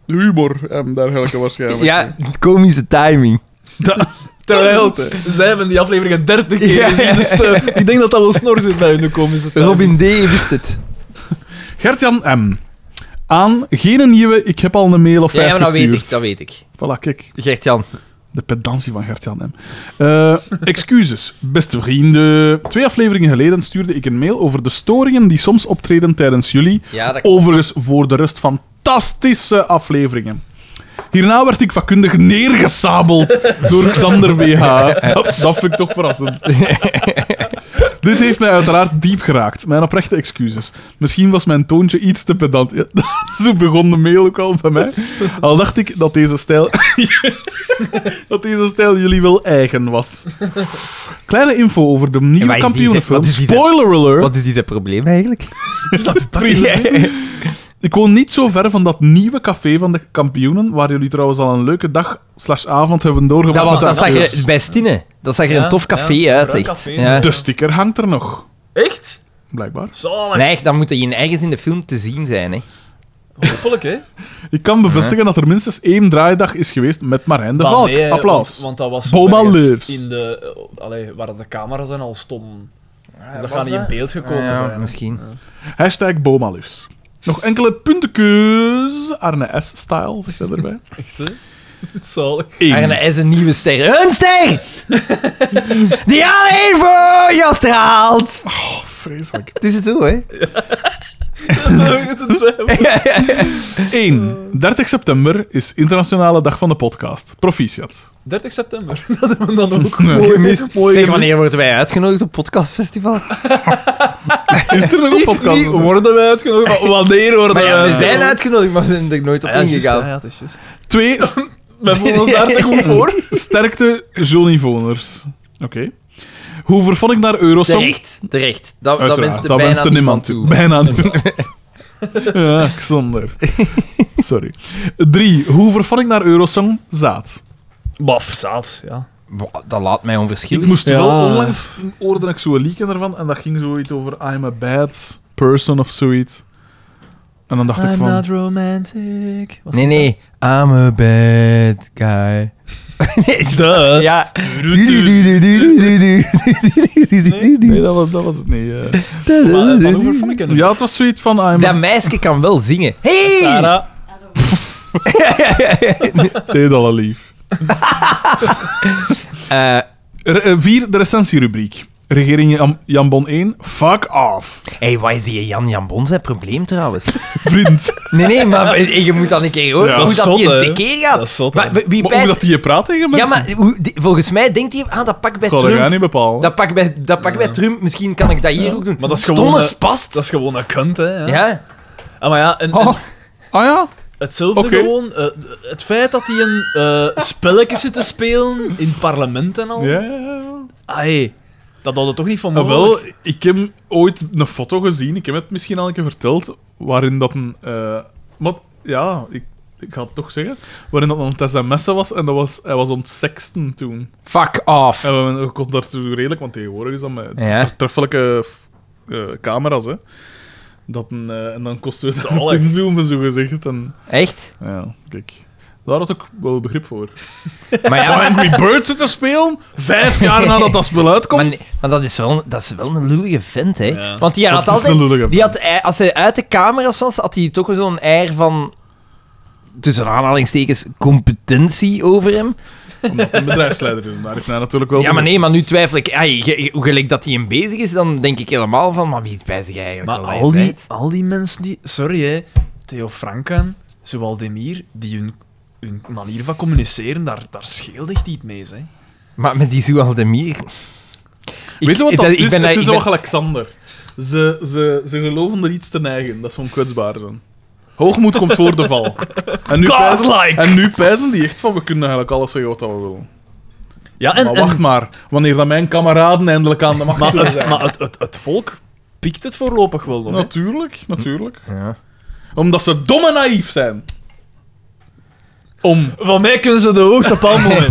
S1: De humor en dergelijke waarschijnlijk.
S3: Ja, komische timing.
S1: Da-
S2: terwijl zij hebben die aflevering een dertig keer
S3: Ja.
S2: gezien, dus eh, ik denk dat dat wel snor zit bij hun de komende tijd.
S3: Robin D. wist het.
S1: Gert-Jan M. Aan geen nieuwe, ik heb al een mail of vijf gestuurd.
S3: weet ik.
S1: Voilà, kijk.
S3: Gert-Jan.
S1: De pedantie van Gert-Jan M. Eh, excuses, beste vrienden. Twee afleveringen geleden stuurde ik een mail over de storingen die soms optreden tijdens jullie.
S3: Ja, dat
S1: Overigens voor de rest fantastische afleveringen. Hierna werd ik vakkundig neergesabeld door Xander WH. Dat, dat vind ik toch verrassend. Dit heeft mij uiteraard diep geraakt. Mijn oprechte excuses. Misschien was mijn toontje iets te pedant. Ja, Zo begon de mail ook al bij mij. Al dacht ik dat deze stijl, dat deze stijl jullie wel eigen was. Kleine info over de
S3: En waar
S1: nieuwe
S3: is die-
S1: kampioenenfilm.
S3: wat is die-
S1: Spoiler alert.
S3: Wat is dit probleem eigenlijk?
S2: is dat
S1: Ik woon niet zo ver van dat nieuwe café van de kampioenen, waar jullie trouwens al een leuke dag slash avond hebben doorgebracht. Dus
S3: Dat, was, dat
S1: met
S3: zag
S1: acteurs.
S3: er bij Stine. Dat zag er
S2: Ja,
S3: een tof café
S2: ja,
S3: uit,
S2: bruin
S3: echt.
S2: café.
S3: Ja.
S1: De sticker hangt er nog,
S2: Echt?
S1: blijkbaar.
S2: Zalig.
S3: Nee, echt, dan moet je ergens in de film te zien zijn, hè.
S2: Hopelijk, hè?
S1: Ik kan bevestigen dat er minstens één draaidag is geweest met Marijn de
S2: Maar
S1: Valk.
S2: nee,
S1: Applaus.
S2: Want, want dat was
S1: Boma
S2: ergens
S1: lives.
S2: in de... eh, allee, waar de camera's en al stom. Dus dat gaat niet in beeld gekomen
S3: Ja,
S2: zijn.
S3: misschien.
S1: Hashtag Bomalifs. Nog enkele puntenkeus. Arne S-style, zeg je erbij.
S2: Echt, hè? Zalig.
S3: Arne is een nieuwe ster. Een ster! Die alleen voor jou straalt!
S1: Oh, vreselijk.
S3: Het is het zo, hè?
S2: Het is een twijfel.
S1: 1. 30 september is Internationale Dag van de Podcast. Proficiat.
S2: 30 september. Dat hebben we dan ook.
S1: Nee.
S3: zeg, wanneer worden wij uitgenodigd op podcastfestival?
S1: Is er nog een podcast?
S2: Wie worden wij uitgenodigd? Maar Wanneer worden
S3: Maar
S2: wij
S3: ja, we
S2: uitgenodigd?
S3: zijn uitgenodigd, maar we zijn er nooit op
S2: Ah, ja, juist,
S3: ingegaan.
S2: hè, ja, het is juist.
S1: 2.
S2: We voelen ons daar te goed voor.
S1: Sterkte Johnny Voners. Oké. Hoe vervond ik naar Eurosong?
S3: Terecht, terecht. Dat, dat
S1: Uiteraard,
S3: wenst er bijna
S1: wenste
S3: niemand toe.
S1: Bijna niemand. ja, Xander. Sorry. 3. Hoe vervond ik naar Eurosong? Zaad.
S2: Baf, zaad, ja.
S3: Boah, dat laat mij
S1: Ik
S3: onverschillig.
S1: moest
S2: Ja.
S1: wel onlangs hoorde ik zo'n leak ervan en dat ging zoiets over I'm a bad person of zoiets. En dan dacht ik van...
S2: romantic. Was
S3: Nee, nee. I'm a bad guy. Nee,
S2: dat- Duh.
S3: ja.
S2: Eh, Du- du- du-
S1: Nee, dat was, dat was het niet. eh.
S2: Maar Van hoeveel vond ik het?
S1: Ja, het was zoiets van... I'm
S3: Dat
S1: a...
S3: meisje kan wel zingen. Hey!
S2: Sarah.
S1: Zeg het al, lief.
S3: Eh,
S1: Re- eh, vier, de recensie-rubriek. Regering Jan- Jambon 1, fuck off.
S3: hey, wat is die Jan Jambon zijn probleem trouwens?
S1: Vriend.
S3: Nee, nee, maar je moet dan een keer horen
S1: Ja,
S3: hoe
S2: dat
S3: dat,
S2: is
S3: hij
S2: zot,
S3: een
S2: hè.
S3: tekeer gaat.
S2: Dat is zot, hè.
S3: maar, wie
S1: Maar hoe
S3: pijst-
S1: dat die je praat tegen
S3: Ja,
S1: mensen?
S3: maar hoe, die- volgens mij denkt hij, ah, dat pak bij
S1: Ik ga dat
S3: Trump.
S1: gaan niet bepalen.
S3: Dat pak bij, dat pak bij Trump, misschien kan ik dat hier ook doen.
S2: Maar dat is
S3: Stomme
S2: gewoon, eh,
S3: spast.
S2: Dat is gewoon een kunt, hè. Ja.
S3: ja.
S2: Ah, maar ja, en, en
S1: Oh. Ah ja?
S2: hetzelfde
S1: Oké.
S2: gewoon. eh, het feit dat hij een eh spelletje zit te spelen in het parlement en al.
S3: Oh.
S1: Ja, ja, ja.
S2: Ai, dat hadden we toch niet van
S1: Ah,
S2: mogelijk.
S1: wel, ik heb ooit een foto gezien, ik heb het misschien al een keer verteld, waarin dat een... eh, maar ja, ik, ik ga het toch zeggen. Waarin dat een sms was en dat was, hij was ontsexten toen.
S3: Fuck off.
S1: En we konden daar zo redelijk, want tegenwoordig is dat met
S3: Ja.
S1: treffelijke f- eh, camera's, hè. Dat een, eh, en dan kost het
S2: Zalig.
S1: het inzoomen, zo gezegd. En,
S3: Echt?
S1: ja, kijk. Daar had ik wel begrip voor.
S3: Maar ja,
S1: Maar
S3: maar,
S1: Angry Birds zitten spelen, vijf jaar nadat dat spel uitkomt.
S3: maar, nee, maar dat, is wel, dat is wel een lullige vent, hè.
S2: Ja.
S3: Want die had
S1: Dat is
S3: altijd...
S1: een lullige
S3: Die had, eh, als hij uit de camera's was, had hij toch zo'n air van... Tussen aanhalingstekens, competentie over hem.
S1: Omdat hij een bedrijfsleider is. en Daar heeft hij nou, natuurlijk wel...
S3: Ja, maar
S1: begrip.
S3: nee, maar nu twijfel ik... Ai, ge- ge- hoe gelijk dat hij hem bezig is, dan denk ik helemaal van... Maar wie is bij zich eigenlijk?
S2: Maar
S3: wel, hè,
S2: al die,
S3: feit?
S2: al die mensen die... Sorry, hè. Theo Franken, Demir, die hun, hun manier van communiceren, daar, daar scheelt echt niet mee, hè.
S3: Maar met die Zoaldemir...
S1: Weet je wat
S3: ik-
S1: dat
S3: dat-
S1: is?
S3: ik ben daar-
S1: het is
S3: ik ben-
S1: wel Alexander. Ze, ze, ze geloven er iets te neigen, dat ze onkwetsbaar zijn. Hoogmoed komt voor de val. En nu, pijzen, en nu pijzen die echt van, we kunnen eigenlijk alles zeggen wat we willen.
S2: Ja, en,
S1: maar wacht
S2: en,
S1: maar, wanneer dan mijn kameraden eindelijk aan de macht
S2: maar,
S1: zullen
S2: het,
S1: zijn.
S2: maar het, het, het volk pikt het voorlopig wel nog. hè.
S1: Natuurlijk, natuurlijk.
S3: Ja.
S1: Omdat ze dom en naïef zijn. Om.
S2: Van mij kunnen ze de hoogste palm in.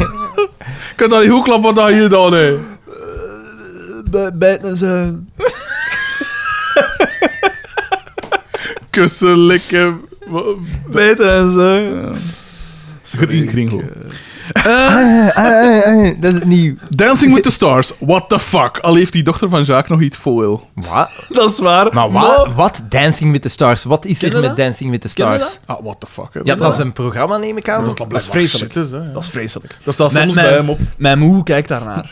S1: Ik kan dat niet goed klappen wat dat hier dan, hè.
S2: Bijten ze.
S1: Kussen, likken... wa-
S2: Bijten ze.
S1: eh, Gring- gringo.
S3: Eh, dat is nieuw.
S1: Dancing with the Stars, what the fuck? Al heeft die dochter van Jacques nog iets voor wil.
S3: Wat?
S2: Dat is Nou, waar.
S3: Maar wat? Wat? Dancing with the Stars. Wat is
S2: Ken je
S3: er met
S2: dat?
S3: Dancing with the
S2: Ken je
S3: Stars?
S1: Ah, what the fuck. Hè?
S3: Ja, dat is
S1: Ja,
S3: een programma, neem ik aan.
S1: dat
S2: Dat is vreselijk.
S1: shit Is, hè, ja.
S2: Dat is vreselijk.
S1: Dat staat
S2: Mijn-
S1: soms
S2: mijn-
S1: bij hem op.
S2: Mijn moe kijkt daarnaar.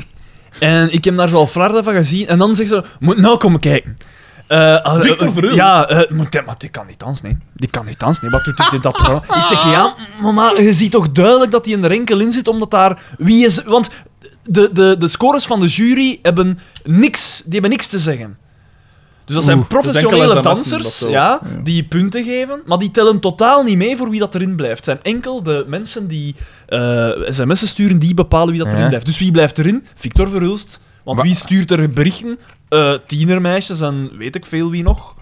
S2: En ik heb daar zoal flarden van gezien. En dan zegt ze, moet nou komen kijken. Eh, ah, eh,
S1: Victor
S2: eh,
S1: Verhulst.
S2: Ja, eh, moet, eh, maar die kan niet dansen, nee. Die kan niet dansen, nee. Wat doet dit in dat programma? Ik zeg, ja, mama, je ziet toch duidelijk dat hij in de renkel in zit, omdat daar... Wie is... Want de, de, de scores van de jury hebben niks, die hebben niks te zeggen. Dus dat zijn
S1: Oeh, dus
S2: professionele
S1: enkel SNS
S2: dansers
S1: dat zo.
S2: ja, die punten geven, maar die tellen totaal niet mee voor wie dat erin blijft. Het zijn enkel de mensen die eh, sms'en sturen, die bepalen wie dat
S3: Ja.
S2: erin blijft. Dus wie blijft erin? Victor Verhulst. Want
S3: Wa-
S2: wie stuurt er berichten? Eh, tienermeisjes en weet ik veel wie nog.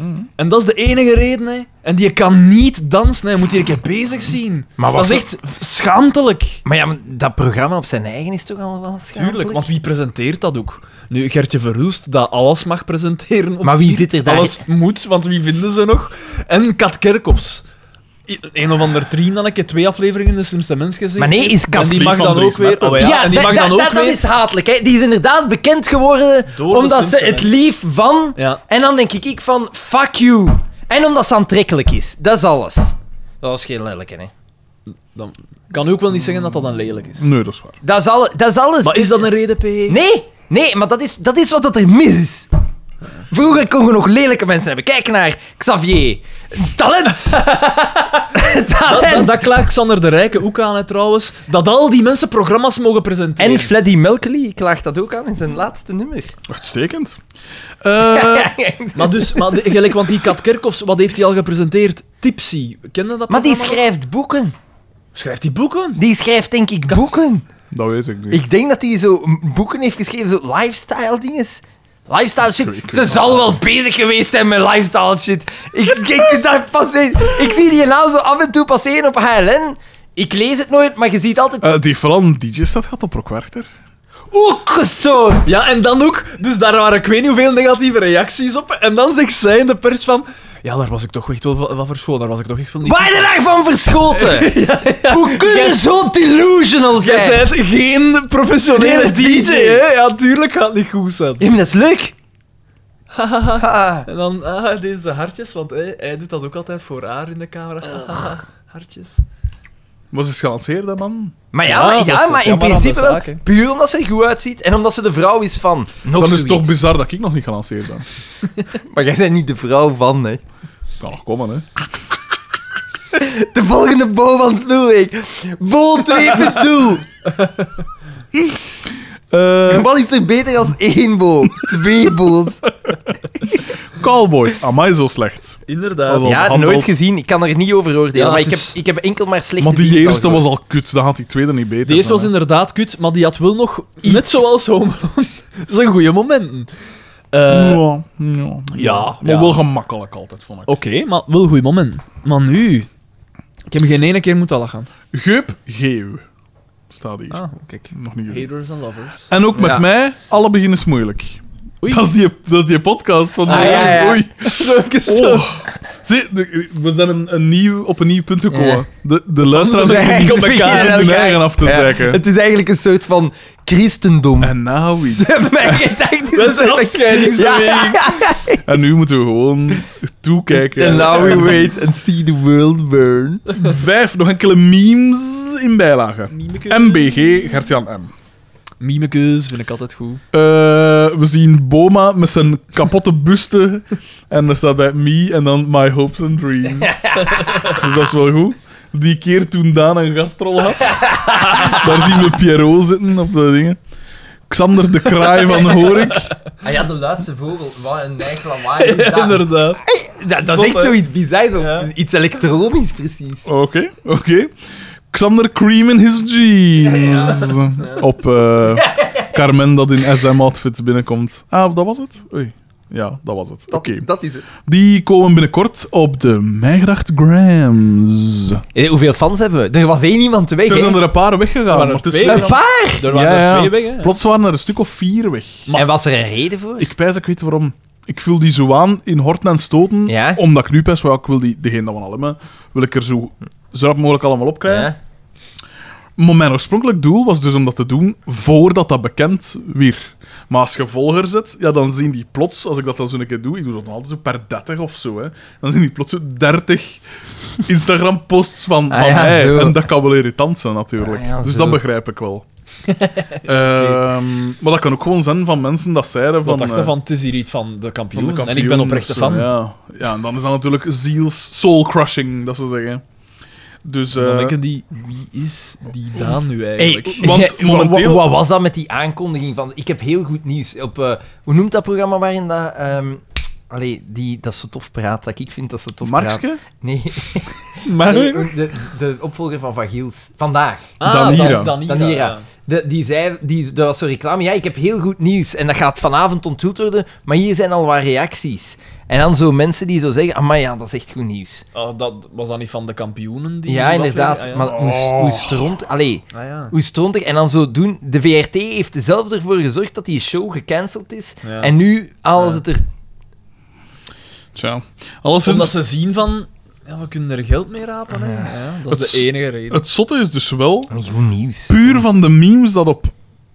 S3: Mm.
S2: En dat is de enige reden, hè. En die kan niet dansen, hè. Je Moet je een keer bezig zien.
S3: Maar
S2: dat
S3: wat
S2: is echt schaamtelijk.
S3: Maar ja, maar dat programma op zijn eigen is toch al wel schadelijk?
S2: Tuurlijk, want wie presenteert dat ook? Nu, Gertje Verhulst, dat alles mag presenteren. of
S3: Maar wie
S2: niet
S3: zit er daar-
S2: Alles moet, want wie vinden ze nog? En Kat Kerkhoffs. I- Een of ander drie, dan heb je twee afleveringen in De Slimste Mens gezien.
S3: Maar nee, is
S2: En
S3: Kat...
S2: die mag
S1: van
S2: dan
S1: Dries
S2: ook weer...
S1: Mertens.
S2: Oh ja, en die
S3: dat-
S2: mag dan
S3: dat-
S2: ook
S3: dat, dat
S2: weer...
S3: is hatelijk. Hè. Die is inderdaad bekend geworden
S2: Door de
S3: omdat ze
S2: Simpsons.
S3: het lief van...
S2: Ja.
S3: En dan denk ik, ik van, fuck you. En omdat ze aantrekkelijk is. Dat is alles. Dat is geen lelijke, hè.
S2: Dan kan ook wel niet zeggen dat dat een lelijk is.
S1: Nee, dat is waar.
S3: Dat is, al, dat is alles.
S2: Maar is dat een reden, P? E?
S3: Nee, nee, maar dat is, dat is wat dat er mis is. Vroeger kon je nog lelijke mensen hebben. Kijk naar Xavier. Talent!
S2: Dat, dat,
S3: Talent!
S2: dat klaagt Xander de Rijke ook aan, hè, trouwens. Dat al die mensen programma's mogen presenteren.
S3: En Fleddy Melkley klaagt dat ook aan in zijn laatste nummer.
S1: Uitstekend. Eh
S2: Maar dus, maar de- gelijk, want die Kat Kerkhoffs, wat heeft hij al gepresenteerd? Tipsy. Ken je dat
S3: Maar die
S2: programma nog?
S3: schrijft boeken.
S2: Schrijft die boeken?
S3: Die schrijft denk ik boeken.
S1: dat weet ik niet.
S3: Ik denk dat hij zo m- boeken heeft geschreven, zo lifestyle dinges. Lifestyle shit. Ze zal wel bezig geweest zijn met lifestyle shit. Ik, ik, dat passeren. ik zie die naam zo af en toe passeren op HLN. Ik lees het nooit, maar je ziet altijd...
S1: Eh, die heeft vooral een DJ-set gehad op Rock Werchter.
S3: Ook gestoord!
S2: Ja, en dan ook, dus daar waren ik weet niet hoeveel negatieve reacties op. En dan zegt zij in de pers van... Ja, daar was ik toch echt wel va- van verscholen. Daar was ik toch echt wel niet...
S3: Waar je daarvan verschoten? Hoe kun je
S2: Jij-
S3: zo delusional zijn?
S2: Jij bent geen professionele
S3: Nee,
S2: DJ,
S3: nee.
S2: hè? Ja, tuurlijk gaat het niet goed zijn.
S3: Ja, maar dat is leuk.
S2: En dan ah, deze hartjes, want hij, hij doet dat ook altijd voor haar in de camera. Hartjes.
S1: Was eens gelanceerd, dat man.
S3: Maar ja,
S2: Ja,
S3: maar,
S2: dat
S3: ja,
S2: is-
S3: maar
S2: ja,
S3: in
S2: maar dat
S3: principe
S2: is
S3: wel.
S2: zaak, hè.
S3: Puur omdat ze er goed uitziet en omdat ze de vrouw is van. Nog
S1: Dan is het
S3: zoiets.
S1: toch bizar dat ik nog niet gelanceerd ben.
S3: Maar jij bent niet de vrouw van, hè.
S1: Nou, kom maar, hè.
S3: De volgende Bo van Snoeweek. Bo 2.0.
S1: Eh,
S3: Wat is er beter als één Bo? Twee Bo's.
S1: Cowboys, amai zo slecht.
S2: Inderdaad.
S1: Dat was al
S3: Ja,
S1: handbal.
S3: nooit gezien. Ik kan er niet over oordelen.
S2: Ja,
S3: maar
S2: het
S3: ik,
S2: is-
S3: heb, ik heb enkel maar slechte
S1: Maar die
S3: dingen
S1: eerste was
S3: gehoord.
S1: al kut, dan had die tweede niet beter.
S2: De eerste was
S1: dan, hè.
S2: inderdaad kut, maar die had wel nog, net zoals Home Alone, zijn goede momenten. Eh,
S1: Ja, ja.
S2: ja,
S1: Maar
S2: ja. Oh.
S1: wel gemakkelijk altijd, vond ik.
S2: Oké, maar wel goede momenten. Maar nu... Ik heb geen ene keer moeten lachen.
S1: Geup Geeuw. Staat hier.
S2: Ah, kijk.
S1: Nog niet gezien.
S2: Haters and lovers.
S1: En ook met
S3: Ja.
S1: mij, alle beginnen is moeilijk.
S2: Oei.
S1: Dat is, die, dat is die podcast van de
S3: Ah, ja, ja.
S1: Oei.
S2: Zo even zo.
S1: Oh. Zie, de- we zijn een, een nieuw, op een nieuw punt
S3: Ja.
S1: gekomen. De, de luisteraars
S3: Soms
S1: beginnen
S3: beginnen
S1: op elkaar
S3: elkaar.
S1: hun eigen af te
S3: Ja,
S1: zeiken.
S3: Het is eigenlijk een soort van christendom.
S1: En nou wie?
S3: Mijn gedachte is
S2: Dat is een
S3: dat ik-
S2: afscheidingsbeweging.
S1: En nu moeten we gewoon toekijken.
S3: And now nou, we wait and see the world burn.
S1: Vijf, nog enkele memes in bijlagen. MBG, Gertjan M.
S2: Mimekeus vind ik altijd goed.
S1: Eh, we zien Boma met zijn kapotte buste. en er staat bij me en dan My Hopes and Dreams. dus dat is wel goed. Die keer toen Daan een gastrol had. daar zien we Pierrot zitten op de dingen. Xander de Kraai van Horik.
S3: Ah ja, de laatste vogel. Wat een neig lawaai is dat.
S2: Inderdaar.
S3: dat, dat
S2: Zot,
S3: is echt
S2: hè?
S3: zoiets bizar. Zo.
S2: Ja.
S3: Iets elektronisch, precies.
S1: Oké, oké. Xander Cream in his jeans. Op eh, Carmen dat in SM-outfit binnenkomt. Ah, dat was het? Oei. Ja, dat was het. Oké.
S3: Dat, dat is het.
S1: Die komen binnenkort op de Mijgracht Grams.
S3: hoeveel fans hebben we? Er was één iemand weg,
S1: Er
S3: hè?
S1: zijn er een paar weggegaan.
S2: Maar er
S1: maar het is
S2: twee
S1: wel-
S3: Een paar!
S2: Er waren
S1: Ja, ja.
S2: er twee weg, hè.
S1: Plots waren er een stuk of vier weg.
S3: En was er een reden voor?
S1: Ik pijs, dat ik weet waarom. Ik vul die zo aan in horten en stoten.
S3: Ja.
S1: Omdat ik nu pijs, wel, ik wil die, degene dat we al hebben, wil ik er zo, zo rap mogelijk allemaal op krijgen.
S3: Ja.
S1: Maar mijn oorspronkelijk doel was dus om dat te doen voordat dat bekend weer. Maar als je volger zet, ja, dan zien die plots, als ik dat dan zo een keer doe, ik doe dat dan altijd zo per 30 of zo, hè, dan zien die plots zo 30 Instagram-posts van,
S3: Ah,
S1: van
S3: ja,
S1: mij.
S3: zo.
S1: En dat kan wel irritant zijn, natuurlijk.
S3: Ah, ja,
S1: dus
S3: zo.
S1: dat begrijp ik wel. Ehm, maar dat kan ook gewoon zijn van mensen dat zeiden
S2: Wat
S1: van...
S2: dachten
S1: eh,
S2: van, het is hier iets van de kampioen,
S1: van de kampioen
S2: en ik ben
S1: of
S2: oprechte
S1: zo,
S2: fan.
S1: Ja. ja, en dan is dat natuurlijk ziels soul-crushing, dat ze zeggen. Dus...
S2: Dan
S1: eh,
S2: denken die, wie is die Daan nu
S3: Hey,
S2: eigenlijk?
S1: want
S3: wa-
S1: momenteel-
S3: wa- Wat was dat met die aankondiging van... Ik heb heel goed nieuws. Op, eh, hoe noemt dat programma waarin dat... ehm allee, die, dat zo tof praat. Dat ik vind dat ze tof praat.
S1: Markske?
S3: Nee,
S2: Maar...
S3: nee, de, de opvolger van Van Giels. Vandaag.
S1: Danira.
S3: Danira. De, die zei, die, dat was zo'n reclame, ja, ik heb heel goed nieuws en dat gaat vanavond onthuld worden, maar hier zijn al wat reacties. En dan zo mensen die zo zeggen, maar ja, dat is echt goed nieuws.
S2: Oh, dat, was dat niet van de kampioenen? Die
S3: ja,
S2: die
S3: inderdaad,
S2: aflevering?
S3: maar hoe, s- hoe stront... Allee,
S2: Ah, ja. Ah,
S3: hoe stront er... En dan zo doen, de VRT heeft zelf ervoor gezorgd dat die show gecanceld is,
S2: ja. Ja.
S3: en nu alles
S2: Ja.
S3: het er...
S1: Tja. Alleszins...
S2: Omdat ze zien van... Ja, we kunnen er geld mee rapen, hè. Ja, dat is
S1: Het s-
S2: de enige reden.
S1: Het zotte is dus wel,
S3: Goed nieuws.
S1: puur van de memes dat op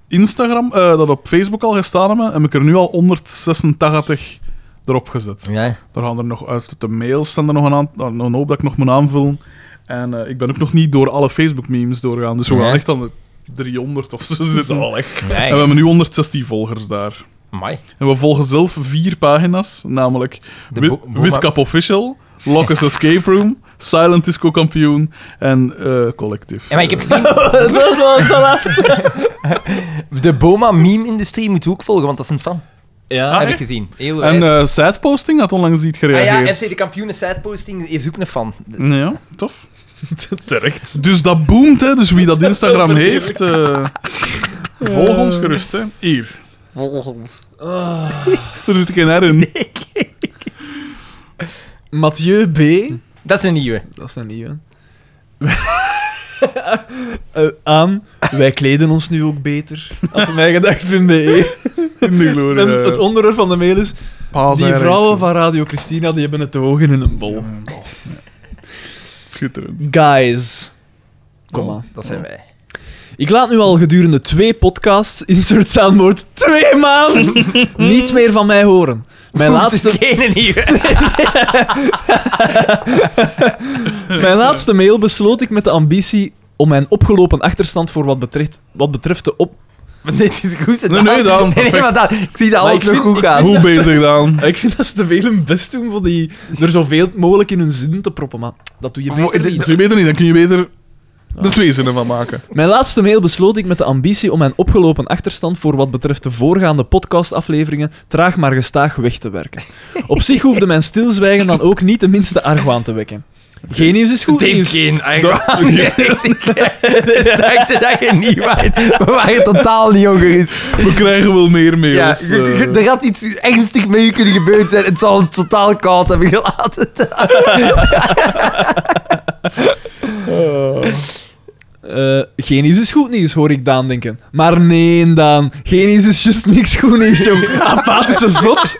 S1: Instagram, eh, dat op Facebook al gestaan hebben, heb ik er nu al 186 erop gezet.
S3: Ja.
S1: Er gaan er nog uit de mails, zijn er nog een, aan, nou, een hoop dat ik nog moet aanvullen. En eh, ik ben ook nog niet door alle Facebook-memes doorgaan, dus we gaan
S3: Nee.
S1: echt aan de 300 of zo zitten.
S2: Zalig.
S1: En we
S3: Ja,
S1: hebben nu 116 volgers daar.
S3: amai.
S1: En we volgen zelf vier pagina's, namelijk
S3: De
S1: Wit-
S3: bo- Boma-
S1: Witkap Official, Locus Escape Room, Silent Disco Kampioen en eh, Collective.
S3: Ja, maar ik heb gezien... De Boma-meme-industrie moeten we ook volgen, want dat is een fan.
S2: Ja,
S1: Ah,
S3: heb
S1: echt?
S3: ik gezien. Heel
S1: En
S3: wijs.
S1: eh sideposting had onlangs niet
S3: Ah
S1: gereageerd.
S3: ja, FC de kampioenen sideposting is ook een fan.
S1: Ja, tof.
S2: terecht.
S1: Dus dat boomt, hè. Dus wie dat Instagram
S2: Dat is
S1: heeft, eh, volg ons gerust, hè. Hier. Ah. Er zit geen R in.
S2: Mathieu B.
S3: Dat is een nieuwe.
S2: Hm. Dat is een nieuwe. Eh, aan, wij kleden ons nu ook beter. Had mij gedacht, vind ik.
S1: In de glorie. eh,
S2: En het onderwerp van de mail is... Die vrouwen van Radio Christina, die hebben het ogen in een bol.
S1: Schitterend.
S2: Guys. Kom
S1: Oh.
S2: maar.
S3: Dat zijn wij.
S2: Ik laat nu al gedurende twee podcasts, insert soundboard, twee maanden, niets meer van mij horen. Mijn
S3: Het
S2: laatste,
S3: is geen nieuwe.
S2: mijn laatste mail besloot ik met de ambitie om mijn opgelopen achterstand voor wat betreft, wat betreft de op...
S3: Maar Dit is goed.
S1: Nee, nee, Daan, perfect.
S3: maar Daan, ik zie dat
S2: Maar
S3: alles
S2: ik
S3: nog
S2: vind-
S3: goed
S2: ik
S3: gaat.
S1: Hoe bezig dan?
S2: Ja, Ah, Ik vind dat ze te veel hun best doen voor die, er zoveel mogelijk in hun zin te proppen, maar dat doe je beter
S1: Dat
S2: niet.
S1: kun je beter niet. Dan kun je beter er twee zinnen van maken.
S2: Mijn laatste mail besloot ik met de ambitie om mijn opgelopen achterstand voor wat betreft de voorgaande podcastafleveringen traag maar gestaag weg te werken. Op zich hoefde mijn stilzwijgen dan ook niet de minste argwaan te wekken. Geen nieuws is goed
S3: Het heeft
S2: nieuws.
S3: geen argwaan. Nee, ik dacht dat je niet waait. We waren totaal niet ongerust.
S1: We krijgen wel meer
S3: Ja,
S1: mails.
S3: je-
S1: eh.
S3: je- er had iets ernstig mee kunnen gebeuren zijn. Het zal ons totaal koud hebben gelaten.
S2: Eh, geen nieuws is goed nieuws, hoor ik Daan denken. Maar nee, Daan. Geen nieuws is juist niks goed nieuws, jong. Apathische zot.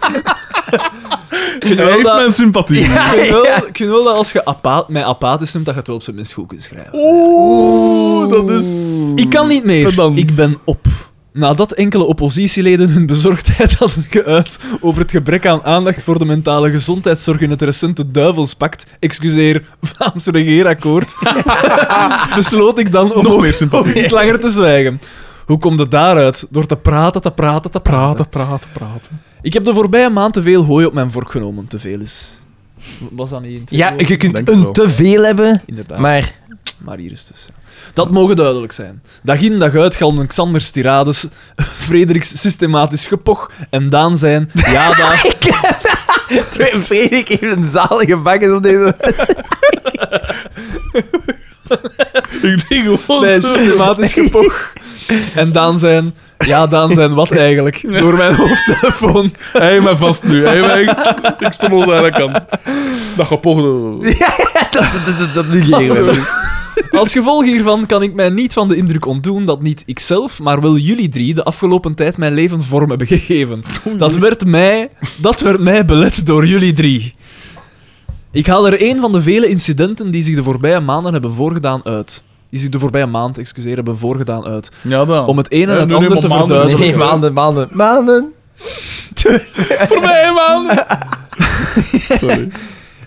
S2: Ik vind
S1: Hij
S2: wel
S1: heeft
S2: dat-
S1: mijn sympathie.
S2: ik vind wel- Ik vind wel dat als je apa- mij apathisch noemt, dat je het wel op zijn minst goed kunt schrijven.
S1: Oeh, dat is...
S2: Ik kan niet meer.
S1: Pedant.
S2: Ik ben op. Nadat enkele oppositieleden hun bezorgdheid hadden geuit over het gebrek aan aandacht voor de mentale gezondheidszorg in het recente Duivelspact, excuseer, Vlaams regeerakkoord, besloot ik dan om
S1: Nog
S2: ook-
S1: meer sympathie.
S2: om niet langer te zwijgen. Hoe komt het daaruit? Door te praten, te praten, te
S1: Praten,
S2: praten.
S1: praten, praten.
S2: Ik heb de voorbije maand te veel hooi op mijn vork genomen. Te veel is... Was dat niet in het
S3: Ja, je kunt
S1: Denk
S3: een
S1: zo.
S3: te veel hebben,
S2: Inderdaad.
S3: maar
S2: Maar hier is het dus. ja. Dat mogen duidelijk zijn. Dag in dag uit galden Xanders tirades, Frederiks systematisch gepoch en Daan zijn. Ja, daar.
S3: Frederik heeft een zalige bakjes op deze...
S1: Ik denk gewoon...
S2: Bij systematisch gepoch. En Daan zijn. Ja, Daan zijn wat eigenlijk? Door mijn hoofdtelefoon.
S1: Hij mij vast nu. Hij mij echt... Ik stond aan de kant. Dat gepoogde...
S3: Dat, dat, dat, dat negeren we.
S2: Als gevolg hiervan kan ik mij niet van de indruk ontdoen dat niet ikzelf, maar wel jullie drie de afgelopen tijd mijn leven vorm hebben gegeven. Dat werd mij, dat werd mij belet door jullie drie. Ik haal er een van de vele incidenten die zich de voorbije maanden hebben voorgedaan uit. Die zich de voorbije maand, excuseer, hebben voorgedaan uit.
S1: Ja, dan.
S2: Om het ene en
S1: Oh. Ja,
S2: het
S1: doe nu
S2: ander te
S1: maar maanden.
S2: verduidelijken.
S3: Nee, maanden, maanden. Maanden.
S1: Voor mij, man! Sorry.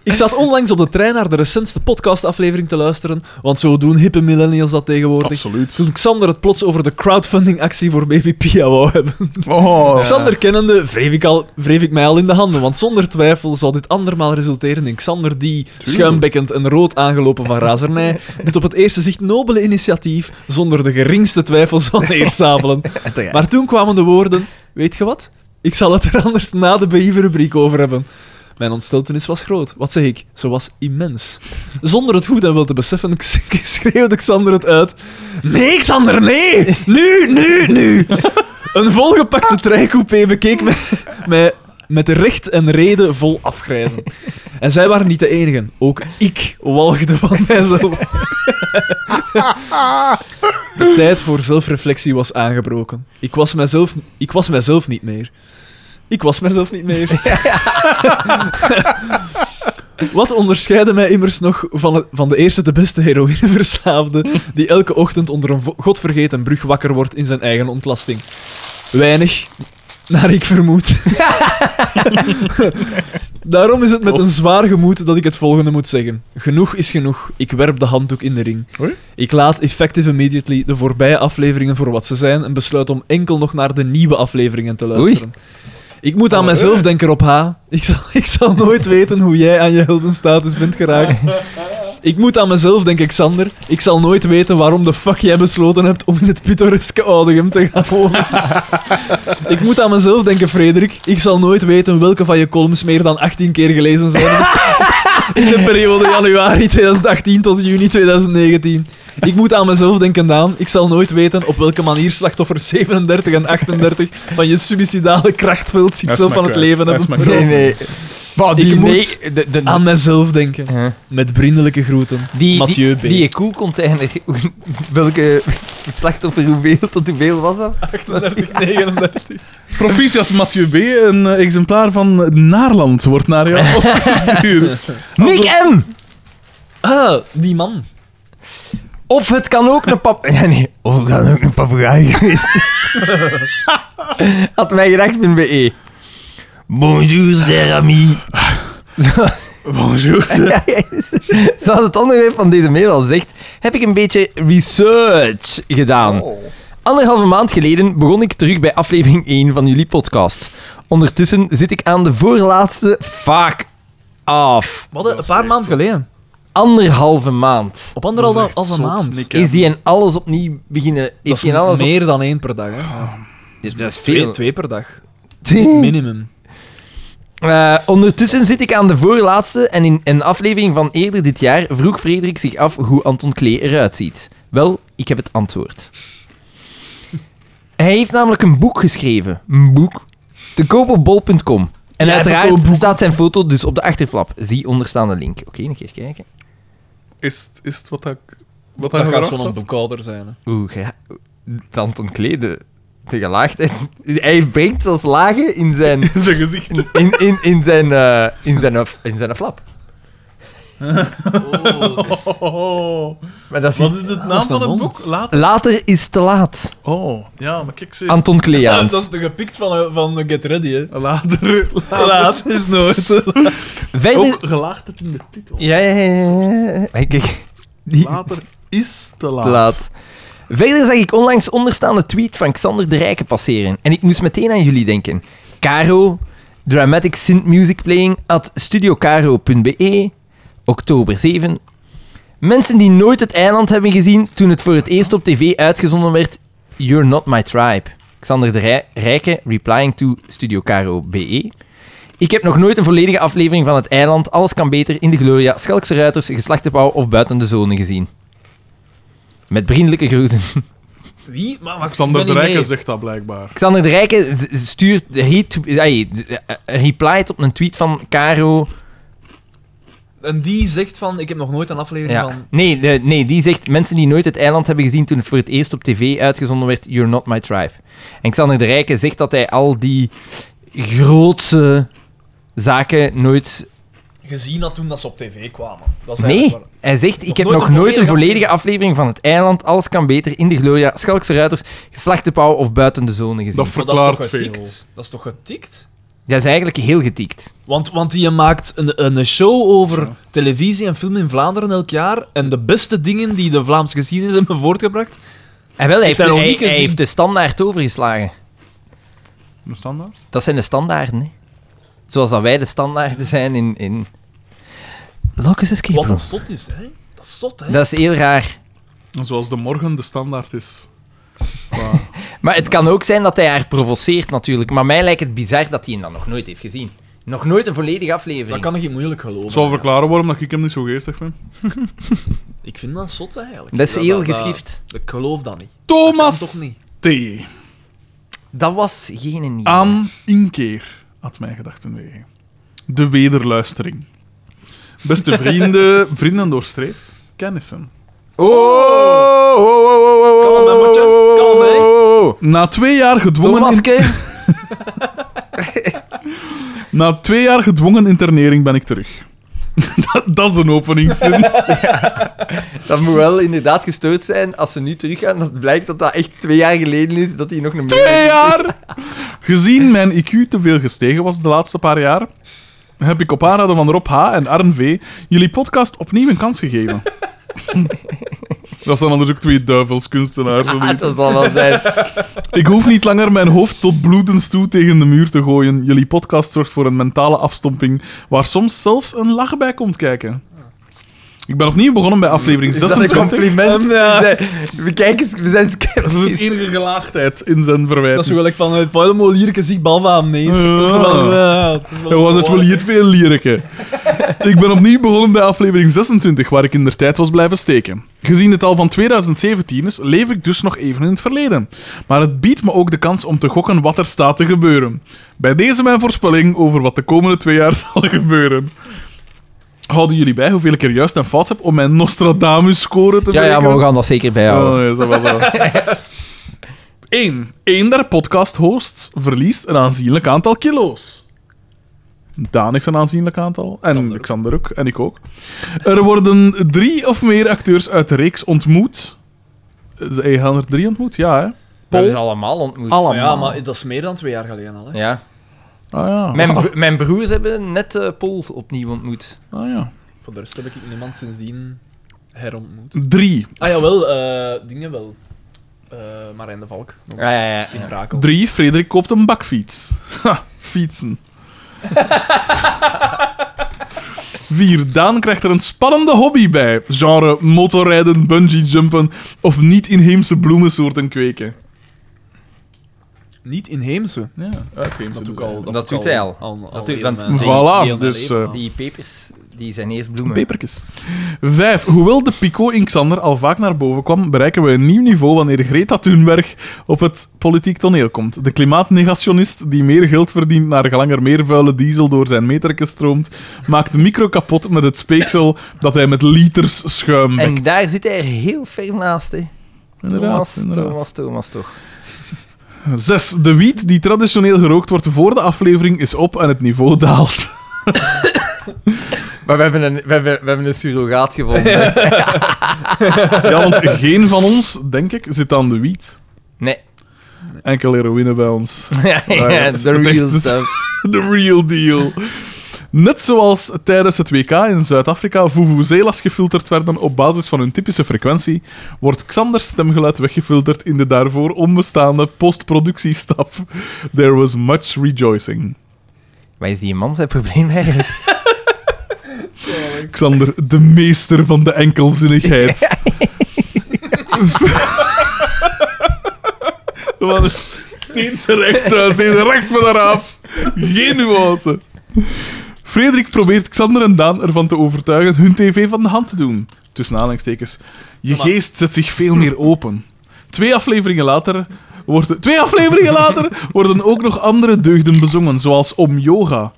S2: Ik zat onlangs op de trein naar de recentste podcastaflevering te luisteren, want zo doen hippe millennials dat tegenwoordig.
S1: Absoluut.
S2: Toen Xander het plots over de crowdfundingactie voor Baby Pia wou hebben.
S1: Oh.
S2: Xander kennende wreef ik, al, wreef ik mij al in de handen, want zonder twijfel zou dit andermaal resulteren in Xander die, schuimbekkend en rood aangelopen van razernij, dit op het eerste zicht nobele initiatief zonder de geringste twijfel zou neersabelen. Maar toen kwamen de woorden: Weet je wat? Ik zal het er anders na de brievenrubriek over hebben. Mijn ontsteltenis was groot. Wat zeg ik? Ze was immens. Zonder het goed en wel te beseffen, schreeuwde Xander het uit. Nee, Xander, nee! Nu, nu, nu! Een volgepakte treincoupé bekeek mij, mij met recht en reden vol afgrijzen. En zij waren niet de enigen. Ook ik walgde van mijzelf. De tijd voor zelfreflectie was aangebroken. Ik was mijzelf, ik was mijzelf niet meer. Ik was mijzelf niet meer. Wat onderscheidde mij immers nog van, het- van de eerste de beste heroïneverslaafde die elke ochtend onder een vo- godvergeten brug wakker wordt in zijn eigen ontlasting? Weinig, naar ik vermoed. Daarom is het met een zwaar gemoed dat ik het volgende moet zeggen. Genoeg is genoeg. Ik werp de handdoek in de ring.
S1: Oei.
S2: Ik laat Effective Immediately de voorbije afleveringen voor wat ze zijn en besluit om enkel nog naar de nieuwe afleveringen te luisteren. Ik moet aan mezelf denken op H. Ik zal, ik zal nooit weten hoe jij aan je heldenstatus bent geraakt. Ik moet aan mezelf denken, Xander. Ik zal nooit weten waarom de fuck jij besloten hebt om in het pittoreske Oudegem te gaan wonen. ik moet aan mezelf denken, Frederik. Ik zal nooit weten welke van je columns meer dan 18 keer gelezen zijn. in de periode januari 2018 tot juni 2019. Ik moet aan mezelf denken, Daan. Ik zal nooit weten op welke manier slachtoffer 37 en 38 van je suicidale krachtveld zichzelf
S1: maar
S2: van het
S1: kwijt.
S2: leven
S1: Hij
S2: hebben
S1: is maar
S2: beroofd.
S3: Nee, nee. Wow, die
S2: Ik moet
S3: nee, de, de,
S2: Aan mezelf denken.
S3: Huh?
S2: Met vriendelijke groeten.
S3: die,
S2: Mathieu
S3: die,
S2: B.
S3: die koelcontainer. hoe- Welke slachtoffer, hoeveel tot hoeveel was dat?
S2: 38, 39.
S1: Proficiat Mathieu B. Een eh, exemplaar van Naarland wordt naar jou opgestuurd.
S3: Mick M!
S2: Ah, die man.
S3: Of het kan ook een pap... Ja, nee. Of het kan ook een papegaai geweest. Had mij gedacht in BE. Bonjour, cher ami. Zo-
S1: Bonjour.
S3: ja, ja, Zoals het onderwerp van deze mail al zegt, heb ik een beetje research gedaan. Anderhalve maand geleden begon ik terug bij aflevering 1 van jullie podcast. Ondertussen zit ik aan de voorlaatste vaak af.
S2: Wat een paar maanden geleden.
S3: Anderhalve maand.
S2: Op anderhalve
S1: Dat is echt
S2: als een
S1: zot,
S2: maand.
S1: Nick.
S3: Is die en alles opnieuw beginnen?
S2: Dat
S3: Is
S2: is
S3: die en alles op-
S2: meer dan één per dag. Hè.
S3: Dus dat is
S2: Ah, Twee,
S3: veel.
S2: twee per dag.
S3: Twee.
S2: Minimum.
S3: Eh, ondertussen zit ik aan de voorlaatste en in een aflevering van eerder dit jaar vroeg Frederik zich af hoe Anton Klee eruit ziet. Wel, ik heb het antwoord. Hij heeft namelijk een boek geschreven. Een boek. Te koop op bol.com. En
S2: Ja, te koop
S3: uiteraard
S2: boek.
S3: staat zijn foto dus op de achterflap. Zie onderstaande link. Oké, een keer kijken.
S1: Is, het- is het wat ik... Wat
S2: Dat
S1: hij
S2: gaat
S1: verwacht
S2: zo'n
S1: had?
S2: boekhouder zijn. hè.
S3: Oeh, ja. Anton Klee, de, de gelaagdheid. Hij brengt zelfs lagen in zijn...
S1: In zijn gezicht.
S3: In, in, in zijn... eh, in zijn, af- in zijn flap. Maar dat is
S1: Wat Oh. is de naam
S2: is
S1: van
S2: een
S1: het
S2: hond.
S1: boek? Laat...
S3: Later is te laat.
S1: Oh, ja, maar kijk, ze...
S3: Anton
S2: dat
S3: Kleaans.
S2: is de gepikt van, van Get Ready, hè.
S1: Later.
S2: Laat is nooit.
S3: Verder...
S1: Ook gelaagd het in de titel.
S3: Ja, ja, ja, ja. ja. Maar Kijk, die...
S2: Ah.
S1: Later is te laat.
S3: te laat. Verder zag ik onlangs onderstaande tweet van Xander de Rijke passeren. En ik moest meteen aan jullie denken. Caro, Dramatic Synth Music Playing at studiocaro.be, oktober 7. Mensen die nooit het eiland hebben gezien toen het voor het eerst op tv uitgezonden werd, You're Not My Tribe. Xander de Rij- Rijke, replying to Studio Caro BE. Ik heb nog nooit een volledige aflevering van Het Eiland, Alles Kan Beter, In de Gloria, Schalkse Ruiters, Geslachtenbouw of Buiten de Zone gezien. Met vriendelijke groeten.
S2: Wie? Maar, maar ik
S1: Xander de
S2: ben niet
S1: Rijken
S2: mee.
S1: zegt dat blijkbaar.
S3: Xander de Rijke z- stuurt retw- ay, d- eh, replied op een tweet van Caro.
S2: En die zegt van, ik heb nog nooit een aflevering
S3: Ja.
S2: van...
S3: Nee, de- nee, die zegt mensen die nooit het eiland hebben gezien toen het voor het eerst op tv uitgezonden werd, You're Not My Tribe. En Xander de Rijke zegt dat hij al die grootse zaken nooit...
S2: gezien had toen dat ze op tv kwamen. Dat is
S3: Nee,
S2: eigenlijk waar.
S3: hij zegt ik heb
S2: nooit
S3: nog
S2: een
S3: nooit een
S2: volledige
S3: volledige aflevering van het eiland, alles kan beter, in de gloria, Schalkse Ruiters, Geslachtenpauw of Buiten de Zone gezien.
S1: Dat
S3: Dat,
S1: ver-
S2: Maar dat is toch
S1: Verklaart
S2: getikt? Dat is toch getikt?
S3: is eigenlijk heel getikt.
S2: Want, want die maakt een, een show over
S1: Ja.
S2: televisie en film in Vlaanderen elk jaar. En de beste dingen die de Vlaamse geschiedenis hebben voortgebracht.
S3: En wel, hij
S2: Heeft
S3: heeft,
S2: hij nog
S3: hij-
S2: niet
S3: hij
S2: gezien?
S3: heeft de standaard overgeslagen.
S1: Een standaard?
S3: Dat zijn de standaarden, hè. Zoals dat wij de standaarden zijn in... in... Locus Escape
S2: Wat
S3: Room.
S2: dat zot is, hè? Dat is zot, hè?
S3: Dat is heel raar.
S1: Zoals de morgen de standaard is. Qua-
S3: Maar het kan ook zijn dat hij haar provoceert, natuurlijk. Maar mij lijkt het bizar dat hij hem dan nog nooit heeft gezien. Nog nooit een volledige
S2: Dat
S3: aflevering.
S2: kan ik niet moeilijk geloven.
S1: Het zal
S2: eigenlijk.
S1: verklaren waarom dat ik hem niet zo geestig vind.
S2: Ik vind dat zot, eigenlijk.
S3: Dat is heel
S2: dat-
S3: geschift.
S2: Ik geloof dat niet.
S1: Thomas
S2: Dat kan toch niet?
S1: T.
S3: Dat was geen nieuwe.
S1: Aan inkeer, had mij gedacht een wegen. E. De wederluistering. Beste vrienden, vrienden doorstreept, kennissen.
S3: Oh! oh, oh, oh, oh, oh,
S2: Kalm, hè, Matje. Kalm, hè.
S3: oh, oh.
S1: Na twee jaar gedwongen...
S3: Thomaske.
S1: Na twee jaar gedwongen internering ben ik terug. dat, dat is een openingszin.
S3: Dat moet wel inderdaad gestoord zijn als ze nu teruggaan. Dat blijkt dat dat echt twee jaar geleden is dat hij nog een
S1: twee
S3: mail-
S1: jaar! Gezien mijn IQ te veel gestegen was de laatste paar jaar, heb ik op aanraden van Rob H. en Arn V. jullie podcast opnieuw een kans gegeven. Dat zijn anders ook twee duivelskunstenaars. of
S3: Ah,
S1: niet?
S3: dat zal wel zijn.
S1: Ik hoef niet langer mijn hoofd tot bloedens toe tegen de muur te gooien. Jullie podcast zorgt voor een mentale afstomping waar soms zelfs een lach bij komt kijken. Ik ben opnieuw begonnen bij aflevering
S3: Is dat een
S1: 26.
S3: compliment? We, kijken, we zijn sceptisch.
S1: Ehm, Dat is het enige gelaagdheid in zijn verwijt.
S2: Dat is zo gelijk van, het vuile molierke ziek behalve aan mees. Dat is wel... eh, het is wel
S1: Dan was het wel hier veel lierke. ik ben opnieuw begonnen bij aflevering 26, waar ik in de tijd was blijven steken. Gezien het al van 2017 is, leef ik dus nog even in het verleden. Maar het biedt me ook de kans om te gokken wat er staat te gebeuren. Bij deze mijn voorspelling over wat de komende twee jaar zal gebeuren. Houden jullie bij hoeveel ik er juist en fout heb om mijn Nostradamus-score
S3: Ja,
S1: te
S3: ja,
S1: berekenen?
S3: maar we gaan dat zeker bijhouden.
S2: Eh,
S1: Oh, nee, dat was wel. Eén. Eén der podcast-hosts verliest een aanzienlijk aantal kilo's. Daan heeft een aanzienlijk aantal. En Xander, ook. En ik ook. Er worden drie of meer acteurs uit de reeks ontmoet. Ze je gaan er drie ontmoet? Ja, hè?
S3: We hebben ze
S1: Paul?
S3: allemaal ontmoet.
S1: Allemaal.
S2: Ja, maar dat is meer dan twee jaar geleden al, hè?
S3: Ja.
S1: Ah ja.
S3: Mijn,
S1: Ah,
S3: bro- mijn broers hebben net eh, Paul opnieuw ontmoet.
S1: ah, ja.
S2: Voor de rest heb ik niemand sindsdien herontmoet.
S1: Drie.
S2: Ah jawel, eh dingen wel. Eh Marijn de Valk. nog eens.
S3: Ah, ja,
S2: In Brakel.
S1: Drie. Frederik koopt een bakfiets. Ha, fietsen. Vier. Daan krijgt er een spannende hobby bij. Genre motorrijden, bungee jumpen of niet-inheemse bloemensoorten kweken.
S2: Niet inheemse.
S1: Ja, uitheemse
S2: Dat
S1: doe
S2: doe ik
S1: ik al.
S2: al.
S3: Dat doet
S2: doe ik
S3: hij
S2: al.
S3: al. Dat doet-
S2: heel
S3: want-
S2: mijn-
S1: Voilà,
S2: heel mijn
S1: dus,
S2: leven al.
S3: Die pepers, die zijn eerst bloemen.
S1: Peperkes. Vijf. Hoewel de Pico in Xander al vaak naar boven kwam, bereiken we een nieuw niveau wanneer Greta Thunberg op het politiek toneel komt. De klimaatnegationist die meer geld verdient naar gelanger meer vuile diesel door zijn meterke stroomt, maakt de micro kapot met het speeksel dat hij met liters schuim
S3: En
S1: wekt.
S3: daar zit hij er heel ver naast, hè.
S1: Inderdaad,
S3: Thomas,
S1: inderdaad.
S3: Thomas, Thomas, toch.
S1: 6. De wiet die traditioneel gerookt wordt voor de aflevering is op en het niveau daalt.
S3: Maar we hebben een, we hebben, we hebben een surrogaat gevonden.
S1: Ja, want geen van ons, denk ik, zit aan de wiet.
S3: nee.
S1: Enkel heroïne bij ons.
S3: ja,
S1: ja,
S3: the real
S1: dat is-
S3: stuff.
S1: The real deal. Net zoals tijdens het WK in Zuid-Afrika Vuvuzelas gefilterd werden op basis van hun typische frequentie, wordt Xanders stemgeluid weggefilterd in de daarvoor onbestaande postproductiestap. There was much rejoicing.
S3: Wat is die man zijn probleem eigenlijk?
S1: Xander, de meester van de enkelzinnigheid. Wat is steeds recht, eh, steeds recht van haar af. Geen nuance. Frederik probeert Xander en Daan ervan te overtuigen hun tv van de hand te doen. Tussen aanhalingstekens. Je geest zet zich veel meer open. Twee afleveringen later worden, twee afleveringen later worden ook nog andere deugden bezongen, zoals om yoga,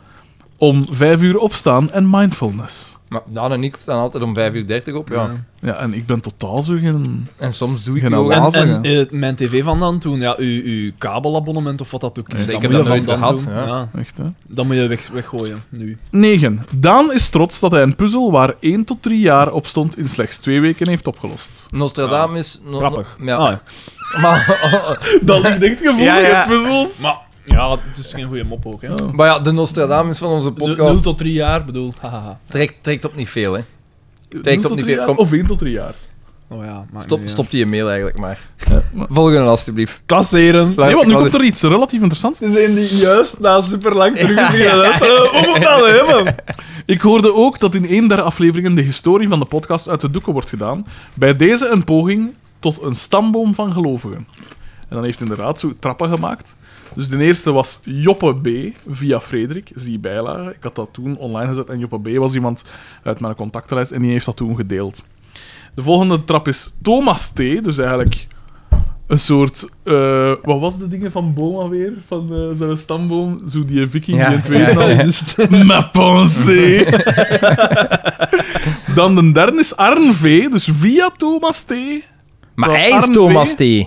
S1: om vijf uur opstaan en mindfulness.
S3: Maar Daan en ik staan altijd om 5 uur 30 op, ja.
S1: Ja, en ik ben totaal zo geen...
S3: En soms doe ik
S1: Geen
S3: yoga.
S1: alarm.
S2: En,
S1: Wazig,
S2: en eh, mijn tv van dan toen, ja, uw, uw kabelabonnement of wat dat ook is.
S3: Nee,
S2: dat
S3: ik heb
S2: moet je
S3: dat
S2: van
S3: nooit
S2: dan
S3: gehad,
S2: doen.
S3: ja.
S2: Ja.
S1: Echt, hè?
S2: Dat moet je weg, weggooien, nu.
S1: 9. Daan is trots dat hij een puzzel waar 1 tot 3 jaar op stond in slechts 2 weken heeft opgelost.
S3: Nostradamus... no-
S2: Grappig.
S3: no- ja.
S2: Ah, ja.
S3: Maar,
S1: Dat ligt echt gevoelige
S3: Ja, ja.
S1: puzzels.
S2: Maar ja, het is geen goede mop ook. Hè.
S1: Ja.
S3: maar ja, de Nostradamus van onze
S2: 0
S3: podcast
S2: tot 3 jaar, bedoel. Hahaha.
S3: trekt, trekt op niet veel, hè.
S1: Nul
S3: op
S1: tot
S3: niet
S1: drie
S3: meer,
S1: jaar,
S3: kom.
S1: Of 1 tot 3 jaar.
S2: Oh ja, maakt
S3: Stop,
S2: niet
S3: stop die e-mail eigenlijk maar.
S1: maar-
S3: Volgende alstublieft.
S2: Klasseren.
S1: Nee, want nu
S3: Ik had
S1: komt er iets relatief interessants.
S2: Het is een die juist na super lang terug is beginnen luisteren. Hoe moet dat hebben?
S1: Ik hoorde ook dat in een der afleveringen de historie van de podcast uit de doeken wordt gedaan. Bij deze een poging tot een stamboom van gelovigen. En dan heeft inderdaad zo trappen gemaakt. Dus de eerste was Joppe B. via Frederik. Zie bijlage. Ik had dat toen online gezet. En Joppe B. was iemand uit mijn contactenlijst. En die heeft dat toen gedeeld. De volgende trap is Thomas T. Dus eigenlijk een soort... eh, wat was de dingen van Boma weer? Van eh, zijn stamboom? Zo die viking
S3: Ja,
S1: die in tweede
S3: ja,
S1: al
S3: ja.
S1: Ma pensée. Dan de derde is Arn V, dus via Thomas T.
S3: Maar
S1: Zo,
S3: hij is
S1: Arn
S3: Thomas
S1: V.
S3: T. Ja,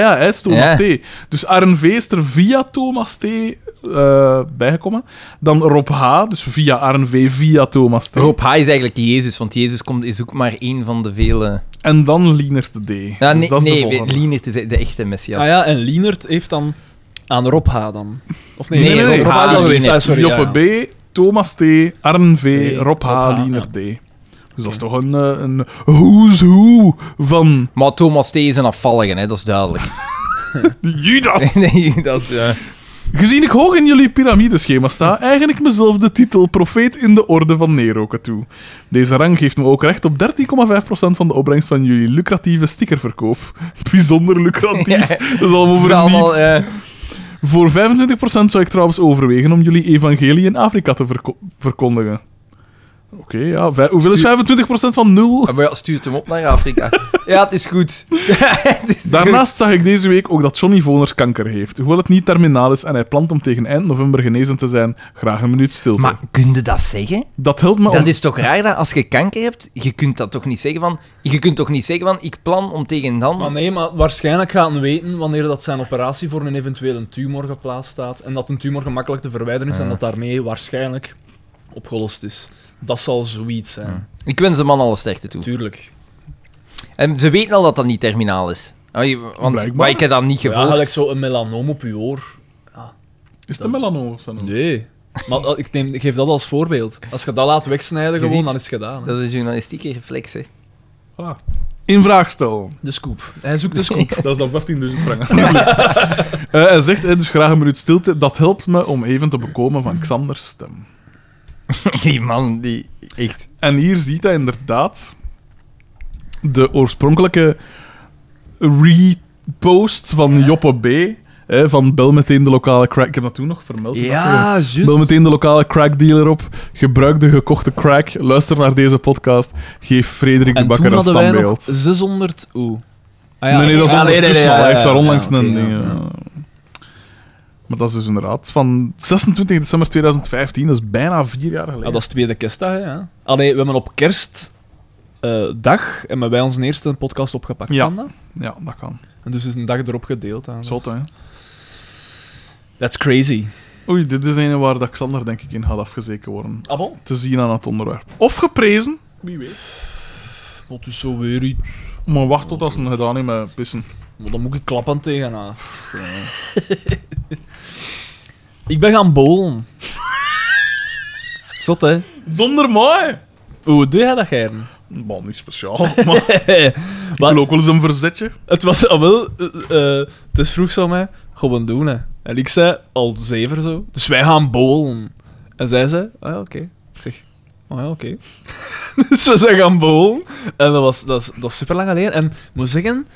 S1: Ja, ja, hij is Thomas
S3: Ja.
S1: T. Dus Arn V is er via Thomas T eh, bijgekomen. Dan Rob H, dus via Arn V, via Thomas T.
S3: Rob H. is eigenlijk Jezus, want Jezus komt, is ook maar één van de vele...
S1: En dan Lienert D.
S3: Ja,
S1: dus
S3: nee,
S1: dat is de
S3: nee
S1: volgende.
S3: Lienert is de de echte Messias.
S2: Ah ja, en Lienert heeft dan aan Rob H. dan. Of nee,
S3: Nee,
S2: nee, nee,
S1: Rob
S2: Rob
S1: H.
S2: H. is al
S1: is
S2: geweest.
S3: Lienert.
S2: Ah, sorry, ja,
S1: Joppe
S2: ja.
S1: B, Thomas T, Arn V,
S2: T,
S1: Rob H,
S2: Rob H,
S1: Lienert D. Dus dat is toch een, eh, een who's who van
S3: Maar Thomas T. is een afvallige, hè, dat is duidelijk.
S1: Judas.
S3: nee, dat is... eh, ja.
S1: Gezien ik hoog in jullie piramideschema sta, eigen ik mezelf de titel profeet in de orde van Neroken toe. Deze rang geeft me ook recht op 13,5% van de opbrengst van jullie lucratieve stickerverkoop. Bijzonder lucratief, dat is allemaal
S3: Dat is
S1: voor
S3: allemaal,
S1: niets.
S3: eh,
S1: Voor 25% zou ik trouwens overwegen om jullie evangelie in Afrika te verko- verkondigen. Oké, ja. vij- Hoeveel is 25% van nul?
S3: maar ja, stuurt hem op naar Afrika. ja, het is goed. Het is goed.
S1: Daarnaast zag ik deze week ook dat Johnny Voners kanker heeft. Hoewel het niet terminaal is en hij plant om tegen eind november genezen te zijn, graag een minuut stilte.
S3: Maar kun je dat zeggen?
S1: dat helpt me om
S3: Dat is toch raar dat als je kanker hebt, je kunt dat toch niet zeggen van... Je kunt toch niet zeggen van, ik plan om tegen dan...
S2: Maar nee, maar waarschijnlijk gaat hij weten wanneer dat zijn operatie voor een eventuele tumor geplaatst staat. En dat een tumor gemakkelijk te verwijderen is en dat daarmee waarschijnlijk opgelost is. Dat zal zoiets zijn.
S3: Ik wens de man alle sterkte toe.
S2: Tuurlijk. en
S3: En ze weten al dat dat niet terminaal is. Oei, Want
S1: Blijkbaar.
S3: maar ik heb dat niet
S2: Ja, eigenlijk
S3: gevolgd.
S2: zo een melanoom op je oor.
S1: Is het een melanoom of zo?
S2: Nee. Maar dat- ik, neem, ik geef dat als voorbeeld. Als je dat laat wegsnijden,
S3: Je
S2: gewoon,
S3: ziet-
S2: dan is het gedaan. hè.
S3: Dat is een journalistieke reflex, hè.
S1: Voilà. In vraag stellen.
S2: De scoop. Hij zoekt de scoop.
S1: Dat is dan 15.000 franken. Eh, hij zegt eh, dus graag een minuut stilte. Dat helpt me om even te bekomen van Xanders stem.
S3: Die man, die... Echt.
S1: En hier ziet hij inderdaad de oorspronkelijke repost van Joppe B. eh, van bel meteen de lokale crack. Ik heb dat toen nog vermeld.
S2: juist.
S1: Bel meteen de lokale crackdealer op. Gebruik de gekochte crack. Luister naar deze podcast. Geef Frederik de
S2: En
S1: Bakker
S2: toen
S1: een
S2: hadden wij nog
S1: standbeeld.
S2: 600 oeh. Ah
S1: nee, nee, dat is
S2: Ah,
S1: ondertussen
S2: nee,
S1: al.
S2: ja,
S1: Hij
S2: ja,
S1: heeft daar
S2: ja,
S1: onlangs
S2: ja,
S1: een
S2: oké,
S1: ding...
S2: ja.
S1: eh, Maar dat is dus inderdaad van 26 december 2015. Dat is bijna vier jaar geleden.
S2: Ja, Ah, dat is tweede kerstdag, hè, hè. Allee, we hebben op kerstdag en hebben wij onze eerste podcast opgepakt.
S1: Ja.
S2: kan dat?
S1: Ja, dat kan.
S2: En dus is een dag erop gedeeld. Aan.
S1: Zot, hè.
S2: That's crazy.
S1: Oei, dit is een waar dat Xander denk ik in had afgezeken worden.
S2: Abel?
S1: Te zien aan het onderwerp. Of geprezen. Wie weet.
S2: Dat is zo weer iets.
S1: Maar wacht tot als ze het gedaan heeft met pissen.
S2: Maar dan moet ik klappen tegen haar. ik ben gaan bolen. Zot, hè?
S1: Zonder mooi!
S2: Hoe doe jij dat, Geiren?
S1: Bon, niet speciaal, maar ik wil ook wel eens een verzetje.
S2: Het was al wel, eh, eh, het is vroeg zo mij, gewoon doen hè. En ik zei, al zeven zo, dus wij gaan bolen. En zij zei, ah ja, oké. Ik zeg, ah, oh ja, oké. dus we zijn gaan bowlen. En dat was, dat is, dat is super lang alleen. En ik moet zeggen,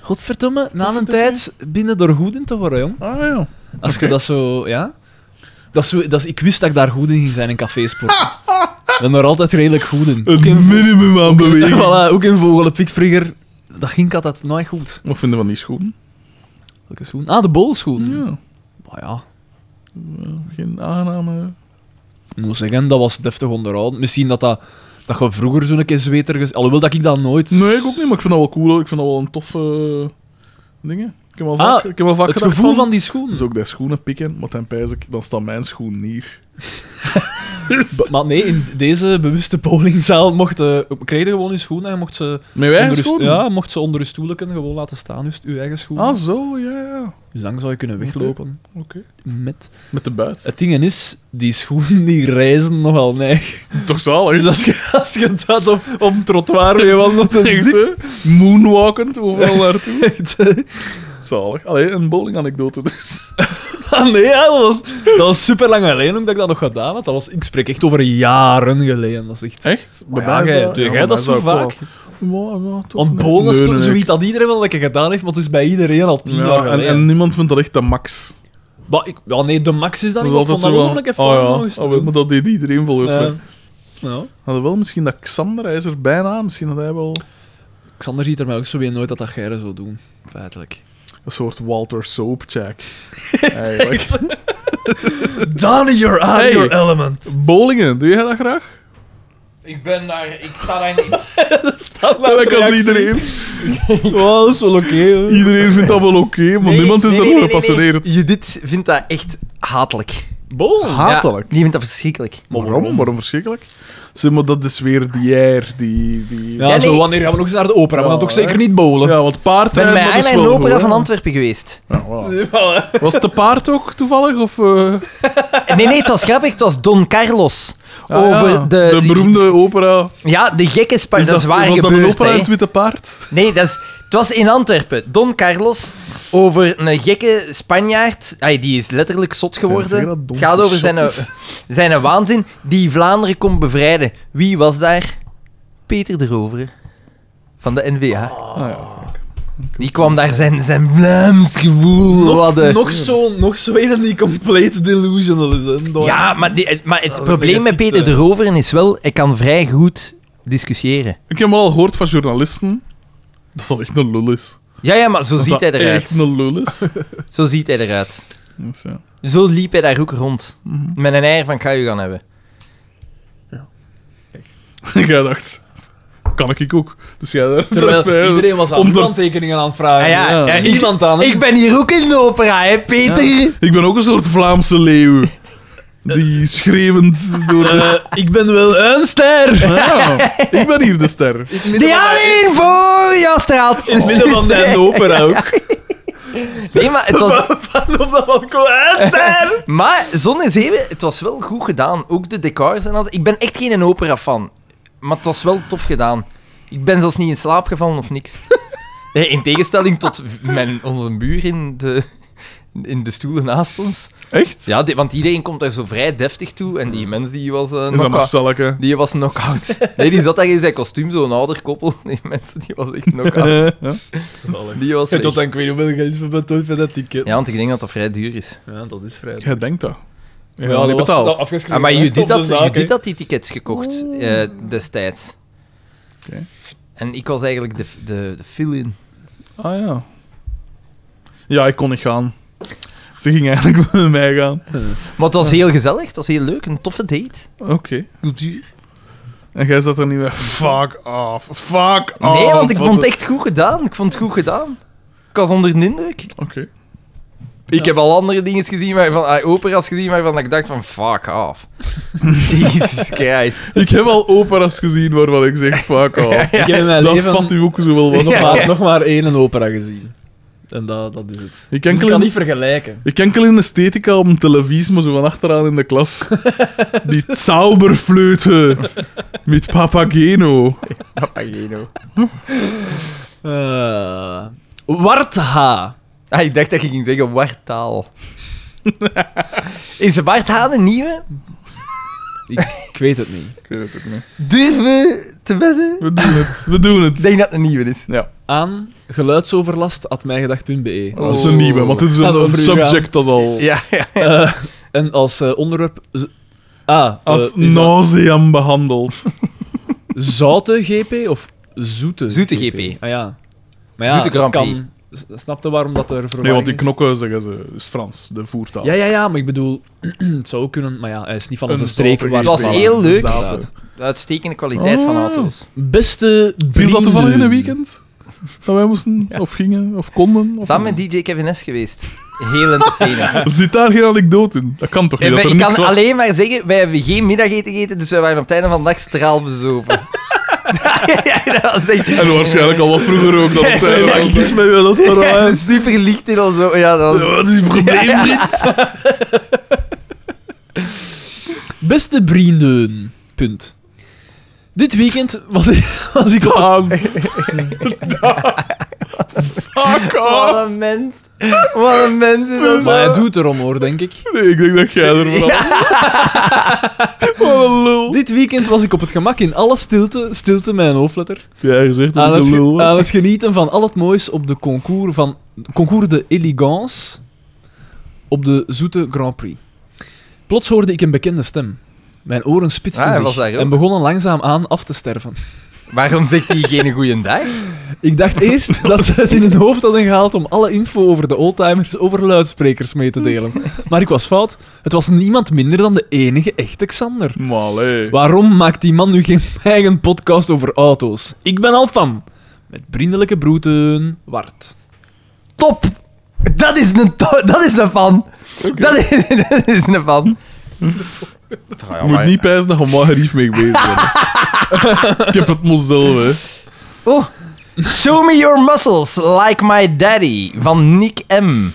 S2: godverdomme, na een tijd binnen door goed in te worden, jong.
S1: Ah ja.
S2: Als
S1: Oké.
S2: je dat zo, ja. Dat is zo, dat is, ik wist dat ik daar goed in ging zijn in cafésport. Ik ben er altijd redelijk goed in. Ook in
S1: Een minimum aan beweging.
S2: voilà, ook in vogelenpikvrigger, dat ging ik altijd nooit goed.
S1: Wat vinden we van die schoenen?
S2: Welke schoen? Ah, de bolschoen.
S1: Ja. eh,
S2: Maar ja,
S1: Geen aanname.
S2: ik moet zeggen, dat was deftig onderhouden. Misschien dat dat... Dat je vroeger zo'n keer zweter... ges- Alhoewel dat ik dat nooit...
S1: Nee, ik ook niet, maar ik vind dat wel cool. Ik vind dat wel een toffe eh, dingen. Ik heb wel
S2: Ah,
S1: vaak, ik heb wel vaak
S2: Het
S1: gedacht
S2: gevoel van die schoen.
S1: Dus ook die schoenen pikken, maar dan pijs ik, dan staat mijn schoen hier.
S2: B- Maar nee, in deze bewuste bowlingzaal mocht, eh, kreeg je gewoon je schoenen en je mocht ze,
S1: Met wij
S2: onder je st-
S1: schoenen?
S2: ja, mocht ze onder je stoelen gewoon laten staan, dus je eigen schoenen.
S1: Ah, zo, ja, ja.
S2: Dus dan zou je kunnen weglopen.
S1: Oké.
S2: Met.
S1: Met de buit.
S2: Het ding is, die schoenen die reizen nogal neig.
S1: Eh, Toch zalig.
S2: Dus als je, als je dat op, op een trottoir mee wandelt, dan
S1: Echt,
S2: zit
S1: hè? Moonwalkend, overal naartoe.
S2: echt, eh,
S1: Zalig. Allee, een bowling-anekdote dus.
S2: Ah, nee, ja, dat, was, dat was super lang geleden ook dat ik dat nog gedaan had. Dat was, ik spreek echt over jaren geleden. Dat is echt.
S1: Echt?
S2: Maar ja, jij- doe jij dat zo vaak? Want bowlen is
S1: Nee,
S2: toch
S1: nee, nee,
S2: zoiets dat iedereen wel lekker gedaan heeft, maar het is bij iedereen al tien jaar
S1: Ja, en,
S2: geleden.
S1: en niemand vindt dat echt de max.
S2: Maar ik, ja, nee, de max is daar
S1: Dat
S2: niet.
S1: is
S2: Ik
S1: altijd
S2: vond dat
S1: zo
S2: wel
S1: van...
S2: nog even
S1: oh, ja.
S2: nog eens te
S1: ah, wel,
S2: doen.
S1: maar dat deed iedereen volgens
S2: Ja.
S1: mij.
S2: Ja.
S1: Hadden wel misschien dat Xander, hij is er bijna, misschien had hij wel
S2: Xander ziet er mij ook zo weer nooit dat dat Gerre zou doen. Feitelijk.
S1: een soort Walter Soapjack. Eigenlijk.
S2: Donnie, you're out
S1: Hey.
S2: your element.
S1: Bowlingen, doe jij dat graag?
S5: Ik ben daar, ik sta daar niet.
S2: Staat nou
S1: Dat kan
S2: reactie.
S1: iedereen.
S2: Ja, dat is wel oké. hoor.
S1: Iedereen vindt dat wel oké, maar
S4: Nee,
S1: niemand is daarvoor
S4: nee, nee, nee, nee.
S1: gepassioneerd.
S4: Judith vindt dat echt hatelijk.
S2: Bol.
S1: Hatelijk.
S4: Ja, die vindt dat verschrikkelijk.
S1: Maar waarom? Waarom verschrikkelijk? Zeg maar, dat is weer die air, die... die...
S2: Ja,
S4: Ja,
S2: zo
S4: nee.
S2: wanneer gaan we nog eens naar de opera? we
S1: Ja,
S2: gaan toch
S1: hè.
S2: zeker niet bowlen.
S1: Ja, want
S4: Ik ben
S1: paardrijden,
S4: bij
S1: dat is
S4: Anna in de
S1: wel
S4: opera
S1: goed,
S4: van
S1: hè.
S4: Antwerpen geweest.
S1: Ja, voilà. Was het te paard ook, toevallig? Of, eh,
S4: Nee, nee, het was grappig. Het was Don Carlos.
S1: ah,
S4: over
S1: ja,
S4: de,
S1: de beroemde opera...
S4: Ja, de gekke Spa- Dat, is waar
S1: was dat een
S4: gebeurd,
S1: opera
S4: hè.
S1: in het Witte Paard?
S4: Nee, dat is, het was in Antwerpen. Don Carlos over een gekke Spanjaard. Ay, die is letterlijk zot
S1: Ik zeg dat
S4: geworden.
S1: Don
S4: Het gaat over zijn, eh,
S1: Quixote
S4: zijn waanzin die Vlaanderen kon bevrijden. Wie was daar? Peter de Rovere van de NVA.
S1: Ah, ja.
S4: Die kwam daar zijn, zijn Vlaams gevoel
S2: Nog,
S4: hadden.
S2: nog zo'n nog zo een die complete delusional is. Hè, Oh, door-
S4: Ja, maar, die- maar het
S2: Dat is
S4: probleem
S2: een
S4: met
S2: beetje
S4: Peter de
S2: type.
S4: Roveren is wel, hij kan vrij goed discussiëren.
S1: Ik heb al gehoord van journalisten dat dat echt een lul is.
S4: Ja, ja, maar zo
S1: Dat
S4: ziet hij
S1: dat
S4: eruit.
S1: echt een lul is.
S4: Zo ziet hij eruit.
S1: Dus ja.
S4: Zo liep hij daar ook rond.
S1: Mhm.
S4: Met een eier van, ik ga je gaan hebben.
S1: Jij dacht, kan ik ook. Dus jij dacht,
S2: Terwijl iedereen was aan
S1: Om te-
S2: brandtekeningen aan het vragen.
S4: Ah, ja,
S1: ja.
S4: ja, ik-
S2: Iemand aan. hè.
S4: Ik ben hier ook in de opera, hè, Peter?
S1: Ik ben ook een soort Vlaamse leeuw. Die schreeuwend door de...
S2: Eh, ik ben wel een
S4: Eh.
S2: ster.
S1: Ja, ik ben hier de ster.
S4: Die alleen voor jouw straat.
S2: In het midden van de opera ook.
S4: Nee, maar het was...
S2: Op dat balkon. Een ster!
S4: Maar zonder zeven, het was wel goed gedaan. Ook de decors en alles. Ik ben echt geen opera-fan. Maar het was wel tof gedaan. Ik ben zelfs niet in slaap gevallen of niks. Nee, in tegenstelling tot mijn, onze buur in de, in de stoelen naast ons.
S1: Echt?
S4: Ja, die- want iedereen komt daar zo vrij deftig toe. En die mens die was... eh
S1: Is dat
S4: knock-out.
S1: Marcelleke?
S4: Die was knock-out. Nee, die zat daar in zijn kostuum, zo'n ouder koppel. Die mensen, die was echt knock-out.
S1: Eh. Ja.
S4: Die was
S2: Ja, tot
S4: weg.
S2: dan, ik weet niet hoeveel geld je bent ooit voor dat ticket.
S4: Ja, want ik denk dat dat vrij duur is.
S2: Ja, dat is vrij.
S1: Jij denkt dat. Ja,
S2: dat
S1: niet
S2: was-
S1: betaald.
S2: dat afgeschreven
S4: Ah, maar
S2: werd op
S4: Judith
S2: de
S4: had,
S2: zaak,
S4: Judith
S2: hè.
S4: had die tickets gekocht eh, destijds.
S1: Oké.
S4: En ik was eigenlijk de, de, de fill-in.
S1: Ah ja. Ja, ik kon niet gaan. Ze ging eigenlijk met mij gaan.
S4: Maar het was heel gezellig, het was heel leuk, een toffe date.
S1: Oké.
S4: Cultuur.
S1: En jij zat er niet bij. Fuck off. Fuck off.
S4: Nee, want ik
S1: Wat
S4: vond het
S1: een-
S4: echt Oh, goed gedaan. Ik vond het goed gedaan. Ik was onder de indruk.
S1: Oké.
S4: Ik heb al andere dingen gezien, waarvan, ah, operas gezien, waarvan ik dacht van fuck off. Jesus Christ.
S1: Ik heb al operas gezien waarvan ik zeg fuck off.
S2: Ik heb in mijn
S1: Dat
S2: leven
S1: vat u ook zo wel wat.
S2: nog,
S4: Ja.
S2: maar, nog maar één opera gezien. En dat, dat is het.
S1: Ik
S2: Dus ik
S1: enkel
S2: kan
S1: in-
S2: niet vergelijken.
S1: Ik enkel in esthetica om televisie, maar zo van achteraan in de klas. Die zauberfleuten met Papageno.
S4: Oh,
S2: Eh Wartha.
S4: Ah, ik dacht dat ik ging zeggen wartaal. Is Bart Haan een nieuwe? Ik, ik weet het niet.
S1: Ik weet het ook niet.
S4: Durven te wedden?
S1: We doen het. We doen
S4: Ik
S1: het.
S4: denk dat het een nieuwe is.
S2: Aan geluidsoverlast.mijgedacht.be.
S1: Dat is een nieuwe, want dit is
S2: Gaat
S1: een, een
S2: over u gaan.
S1: subject dat al...
S4: Ja, ja.
S2: Eh, en als eh, onderwerp... z- Ah, eh,
S1: Ad
S2: is dat
S1: nauseam behandeld.
S2: zoute GP of zoete
S4: Zoete GP.
S2: Ah ja. Maar ja,
S4: Zoete
S2: het
S4: Grand
S2: kan... S- Snap je waarom dat er verwarring
S1: Nee, want die
S2: is?
S1: knokken, zeggen ze, is Frans, de voertaal.
S2: Ja, ja, ja, maar ik bedoel, het zou ook kunnen, maar ja, hij is niet van
S1: Een
S2: onze
S1: zoute
S2: streek. waar
S1: GP.
S4: Het was
S2: spelen.
S4: heel leuk.
S2: Inderdaad.
S4: Uitstekende kwaliteit van auto's.
S2: Beste
S1: Viel dat toevallig in
S2: vrienden.
S1: een weekend? Dat wij moesten, of gingen, of konden? Of
S4: Samen met DJ Kevin S geweest. Heel entertainend.
S1: Zit daar geen anekdote in? Dat kan toch niet?
S4: En wij-
S1: dat er
S4: ik
S1: niks
S4: kan
S1: was?
S4: alleen maar zeggen, wij hebben geen middageten gegeten, dus wij waren op het einde van de dag straalbezopen. ja, dat was echt...
S1: En waarschijnlijk al wat vroeger ook eh, dan op tijd.
S4: Ja,
S1: Ja,
S4: ik mis
S1: met dat
S4: Ja, super licht in ons ogen. Ja, dat was...
S1: Wat Oh, is je probleem, vriend?
S2: Beste vrienden. Punt. Dit weekend was ik, was ik op...
S1: Ah, Fuck off.
S4: Wat een mens. Wat een mens is dat.
S2: Maar hij doet erom hoor, denk ik.
S1: Nee, ik denk dat jij er vanaf... Wat een lul.
S2: Dit weekend was ik op het gemak in alle stilte, stilte met een hoofdletter,
S1: Ja, je zegt
S4: Ah,
S1: dat
S2: aan
S1: ik
S2: het,
S1: een
S2: ge-
S1: lul
S2: aan
S1: was.
S2: het genieten van al het moois op de concours, van, concours de Elegance op de Zoete Grand Prix. Plots hoorde ik een bekende stem. Mijn oren spitsten
S4: Ah, hij was
S2: zich
S4: daar ook.
S2: en begonnen langzaam aan af te sterven.
S4: Waarom zegt hij geen goeiedag?
S2: Ik dacht eerst dat ze het in hun hoofd hadden gehaald om alle info over de oldtimers over luidsprekers mee te delen. Maar ik was fout. Het was niemand minder dan de enige echte Xander.
S4: Ah.
S1: Maar allee.
S2: Waarom maakt die man nu geen eigen podcast over auto's? Ik ben al fan. Met vriendelijke broeten, Wart.
S4: Top! Dat is een, to- dat is een fan. Dat, is, dat is een fan.
S1: Je moet niet pijzen dat je magerief mee bezig bent. ik heb het mezelf, hè.
S4: Oh. Show me your muscles like my daddy van Nick M.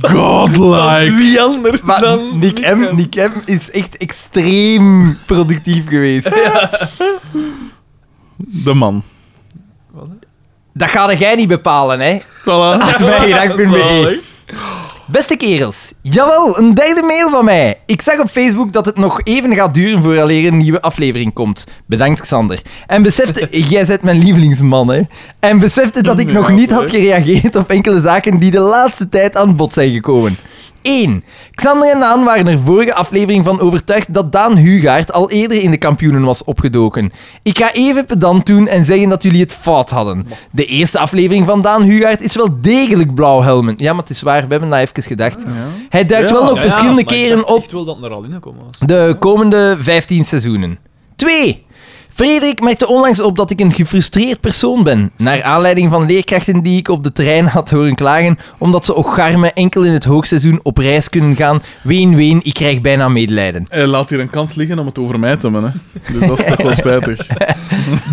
S1: Godlike.
S2: Wie anders
S4: Maar
S2: dan
S4: Nick, M, Nick M is echt extreem productief geweest.
S1: De man.
S4: Dat ga jij niet bepalen, hè?
S1: Voilà.
S4: Atmijgedank.be. Beste kerels, jawel, een derde mail van mij. Ik zag op Facebook dat het nog even gaat duren voor er een nieuwe aflevering komt. Bedankt, Xander. En besefte, jij bent mijn lievelingsman, hè? En besefte dat ik
S1: Nee,
S4: nog
S1: dat
S4: niet
S1: is
S4: had
S1: echt.
S4: gereageerd op enkele zaken die de laatste tijd aan bod zijn gekomen. 1. Xander en Daan waren er vorige aflevering van overtuigd dat Daan Hugaard al eerder in de kampioenen was opgedoken. Ik ga even pedant doen en zeggen dat jullie het fout hadden. De eerste aflevering van Daan Hugaard is wel degelijk blauwhelmen. Ja, maar het is waar, we hebben dat even gedacht. Hij duikt wel nog verschillende keren op
S2: Ik wil dat er al in komen was.
S4: de komende 15 seizoenen. 2. Frederik merkte onlangs op dat ik een gefrustreerd persoon ben. Naar aanleiding van leerkrachten die ik op de trein had horen klagen. omdat ze Ocharme enkel in het hoogseizoen op reis kunnen gaan. Ween, ween, ik krijg bijna medelijden.
S1: Hij laat hier een kans liggen om het over mij te hebben, hè. Dus dat is toch wel spijtig.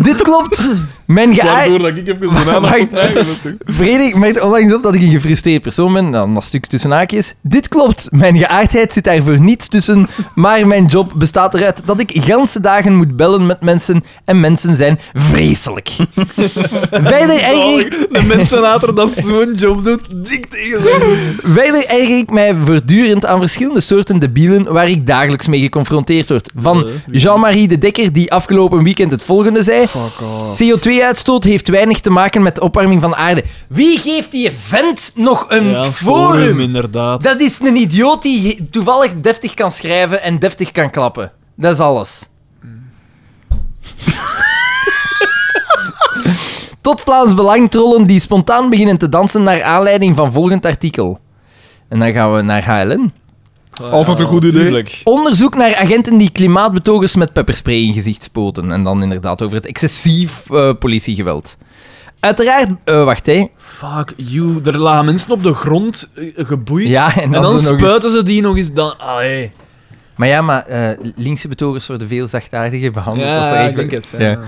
S4: Dit klopt! Mijn geaard...
S1: Waardoor dat ik even mijn aandacht op
S4: Wacht.
S1: mij gevestigd.
S4: Frederik merkt onlangs op dat ik een gefrustreerd persoon ben. Nou, dat stuk tussen haakjes. Dit klopt. Mijn geaardheid zit daarvoor niets tussen. Maar mijn job bestaat eruit dat ik ganse dagen moet bellen met mensen. En mensen zijn vreselijk. Verder erger ik,
S2: De mensen later dat zo'n job doet, dik tegen
S4: verder erger ik mij voortdurend aan verschillende soorten debielen waar ik dagelijks mee geconfronteerd word. Van Jean-Marie de Dekker, die afgelopen weekend het volgende zei.
S1: Fuck off.
S4: CO2-uitstoot heeft weinig te maken met de opwarming van de aarde. Wie geeft die vent nog een forum?
S2: inderdaad.
S4: Dat is een idioot die toevallig deftig kan schrijven en deftig kan klappen. Dat is alles. Tot Vlaams Belang trollen die spontaan beginnen te dansen naar aanleiding van volgend artikel. En dan gaan we naar HLN.
S1: Altijd een goed idee.
S4: Onderzoek naar agenten die klimaatbetogers met pepperspray in gezicht spoten. En dan inderdaad over het excessief eh, politiegeweld. Uiteraard... eh, wacht, hè.
S2: Fuck you. Er lagen mensen op de grond eh, geboeid.
S4: Ja,
S2: en dan,
S4: zo nog eens-
S2: spuiten ze die nog eens. Dan... Ah, hey.
S4: Maar ja, maar eh, linkse betogers worden veel zachtaardiger behandeld. dat is
S2: Ja, ik
S4: eigenlijk-
S2: denk het. Ja.
S4: Ja.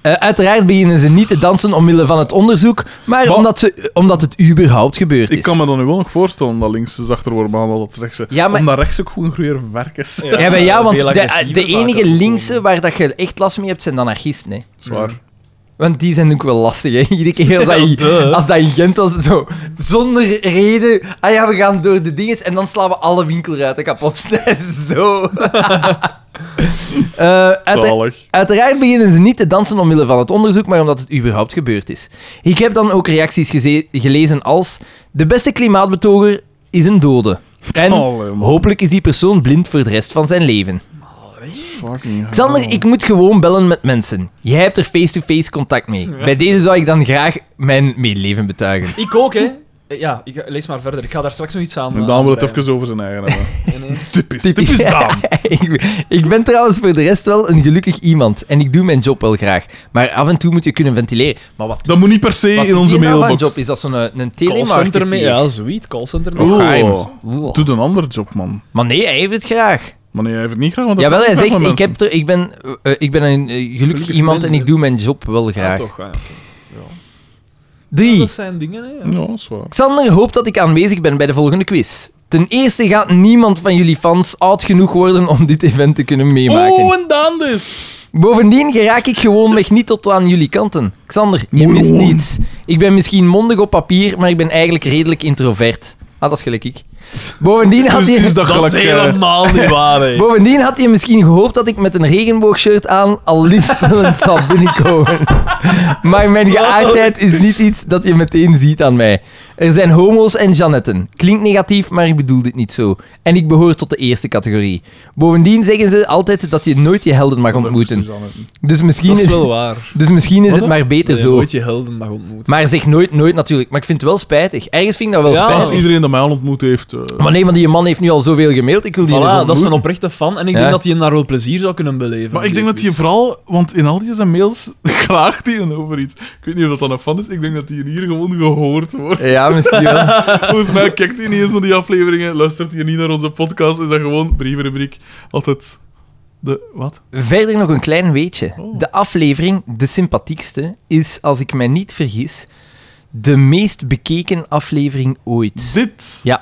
S4: Eh, uiteraard beginnen ze niet te dansen omwille van het onderzoek, maar
S1: Wat?
S4: omdat, ze, omdat het überhaupt gebeurd is.
S1: Ik kan me dan nu wel nog voorstellen dat links zachter wordt behandeld dan rechts.
S4: Ja, maar-
S1: Omdat rechts ook gewoon weer werk is.
S4: ja, maar ja, want
S2: Veel
S4: de,
S2: agressiever
S4: de
S2: vaak
S4: enige
S2: ook
S4: linkse
S2: gewoon.
S4: waar dat je echt last mee hebt, zijn anarchisten. Hè.
S1: Zwaar.
S4: Want die zijn ook wel lastig. Hè. Iedere keer als dat, in-
S2: duh.
S4: als dat in Gent was, zo, zonder reden. Ah ja, we gaan door de dinges en dan slaan we alle winkelruiten kapot. Dat is zo. Eh, uite-
S1: Zalig.
S4: uiteraard beginnen ze niet te dansen omwille van het onderzoek, maar omdat het überhaupt gebeurd is. Ik heb dan ook reacties geze- gelezen als... De beste klimaatbetoger is een dode. En
S1: Allee, man.
S4: hopelijk is die persoon blind voor de rest van zijn leven.
S1: Fucking
S4: Xander,
S1: hell.
S4: ik moet gewoon bellen met mensen. Jij hebt er face-to-face contact mee. Bij deze zou ik dan graag mijn medeleven betuigen.
S6: Ik ook, hè. Eh, Ja, ik, lees maar verder. Ik ga daar straks nog iets aan...
S1: En Daan wil het even over zijn eigen hebben.
S6: even... Nee, nee.
S1: Typisch. Typisch Daan.
S4: ik, ik ben trouwens voor de rest wel een gelukkig iemand. En ik doe mijn job wel graag. Maar af en toe moet je kunnen ventileren. Maar wat
S1: Dat moet niet per se
S4: wat
S1: in
S4: doet
S1: onze
S4: die nou van
S1: mailbox.
S4: job? Is dat zo'n eh, een
S2: Callcenter
S4: telemarketing?
S2: mee. Ja, zoiets. Callcenter mee.
S1: Oeh.
S4: Geheim. Oeh.
S1: Doe een ander job, man.
S4: Maar nee, hij heeft het graag.
S1: Maar nee, hij heeft het niet graag. Want dat
S4: Jawel, hij
S1: kan
S4: zegt,
S1: met
S4: ik, heb er, ik, ben, eh, eh, ik ben een eh, gelukkig,
S2: Gelukkig
S4: iemand
S2: ben-
S4: en ik doe mijn job wel
S2: Ja,
S4: graag.
S2: toch. ja, oké.
S4: Drie.
S2: Dat zijn dingen, hè.
S1: mensen. Ja, dat is waar.
S4: Xander hoopt dat ik aanwezig ben bij de volgende quiz. Ten eerste gaat niemand van jullie fans oud genoeg worden om dit event te kunnen meemaken.
S1: Oeh, Oh, en Daan dus.
S4: Bovendien geraak ik gewoonweg niet tot aan jullie kanten. Xander, je
S1: Mooi,
S4: mist
S1: hoor.
S4: niets. Ik ben misschien mondig op papier, maar ik ben eigenlijk redelijk introvert. Ah, dat is gelijk ik. Bovendien had
S1: Dus
S4: je...
S1: is dat
S2: Dat is
S1: gelijk... eh,
S2: helemaal niet waar, hè.
S4: Bovendien had je misschien gehoopt dat ik met een regenboogshirt aan al liefstellend zal binnenkomen. Maar mijn geaardheid is niet iets dat je meteen ziet aan mij. Er zijn homo's en Janetten. Klinkt negatief, maar ik bedoel dit niet zo. En ik behoor tot de eerste categorie. Bovendien zeggen ze altijd dat je nooit je helden mag ontmoeten. Dus misschien
S2: Dat
S4: is,
S2: is wel waar.
S4: dus misschien is
S2: Wat dan?
S4: het maar beter
S2: Dat je
S4: zo.
S2: nooit je helden mag ontmoeten.
S4: Maar zeg nooit, nooit natuurlijk. Maar ik vind het wel spijtig. Ergens vind ik dat wel
S2: Ja,
S1: Als
S4: spijtig.
S1: iedereen dat mij al ontmoet heeft... eh,
S4: Maar nee, want die man heeft nu al zoveel gemaild. Ik wil die dus eens
S2: Voilà, dat is een
S4: ontmoeten.
S2: oprechte fan. En ik
S4: Ja.
S2: denk dat hij hem daar wel plezier zou kunnen beleven.
S1: Maar ik denk dat hij vooral, want in al die zijn mails klaagt hij over iets. Ik weet niet of dat dan een fan is, ik denk dat hij hier gewoon gehoord wordt.
S4: Ja, misschien wel.
S1: Volgens mij kijkt hij niet eens naar die afleveringen, luistert hij niet naar onze podcast, is dat gewoon brievenrubriek. Altijd de. Wat?
S4: Verder nog een klein weetje.
S1: Oh.
S4: De aflevering, de sympathiekste, is, als ik mij niet vergis, de meest bekeken aflevering ooit.
S1: Dit!
S4: Ja.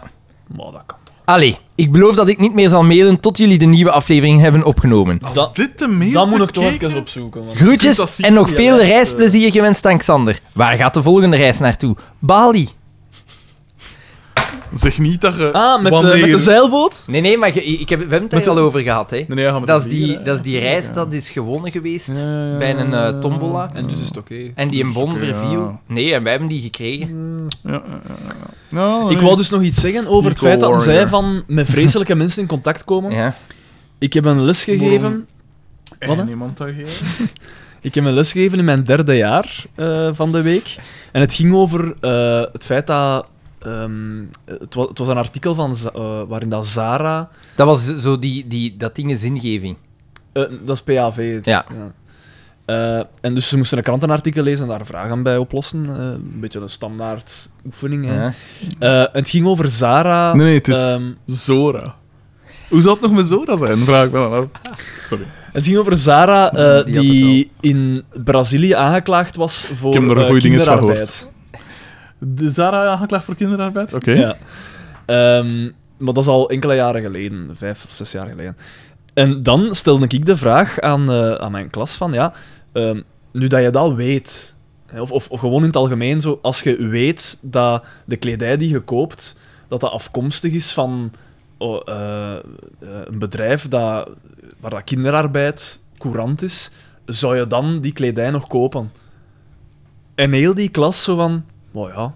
S2: Maar dat kan toch.
S4: Allee, ik beloof dat ik niet meer zal mailen tot jullie de nieuwe aflevering hebben opgenomen.
S1: Als
S2: Dat-
S1: dit de meest.
S2: Dat moet ik toch
S1: bekeken-
S2: even opzoeken. want-
S4: Groetjes
S1: Sympathiek,
S4: en nog
S2: ja,
S4: veel
S1: eh.
S2: echt,
S4: reisplezier gewenst aan Xander. Waar gaat de volgende reis naartoe? Bali.
S1: Zeg niet dat je.
S2: Ah, met,
S1: wanneer...
S2: eh, met de zeilboot?
S4: Nee, nee, maar je- ik heb, we hebben het er
S1: Met
S4: al over gehad. Hè.
S1: Nee, nee, ja, met
S4: Dat,
S1: de
S4: is die,
S1: vier, hè.
S4: dat is die reis
S1: Ja.
S4: dat is gewonnen geweest
S1: Ja, ja, ja,
S4: bij een
S1: ja,
S4: eh,
S1: ja.
S4: tombola.
S1: En dus is het
S2: oké.
S4: En die een
S1: Dus
S4: bon
S1: oké,
S4: verviel.
S1: ja.
S4: Nee, en wij hebben die gekregen.
S1: Ja, ja, ja, ja. Nou,
S2: Ik
S1: nee.
S2: wou dus nog iets zeggen over het
S1: Eco
S2: feit dat
S1: warrior.
S2: zij van met vreselijke mensen in contact komen.
S4: Ja.
S2: Ik heb een les gegeven.
S1: Eh,
S2: dus- Wat, hè?
S1: niemand dat geeft.
S2: Ik heb een les gegeven in mijn derde jaar eh, van de week. En het ging over eh, het feit dat. ehm, het, was, het was een artikel van Za- eh, waarin dat Zara.
S4: Dat was zo die, die, dat ding is zingeving.
S2: Eh, dat is PAV. het-
S4: Ja.
S2: Eh, en dus ze moesten een krantenartikel lezen en daar vragen bij oplossen. Eh, een beetje een standaard oefening. hè.
S4: Ja.
S2: Eh, het ging over Zara.
S1: Nee, nee, het is.
S2: ehm,
S1: Zora. Hoe zou het nog met Zora zijn? Vraag ik me dan af. Sorry.
S2: het ging over Zara eh,
S4: had het
S2: die in Brazilië aangeklaagd was voor
S1: Ik heb er
S2: eh,
S1: goede dingen van
S2: kinderarbeid.
S1: De Zara aangeklaagd voor kinderarbeid? Oké.
S2: Ja. Ehm, maar dat is al enkele jaren geleden, vijf of zes jaar geleden. En dan stelde ik de vraag aan, eh, aan mijn klas van, ja, ehm, nu dat je dat weet, hè, of, of, of gewoon in het algemeen zo, als je weet dat de kledij die je koopt, dat dat afkomstig is van oh, eh, eh, een bedrijf dat, waar dat kinderarbeid courant is, zou je dan die kledij nog kopen? En heel die klas zo van, oh ja,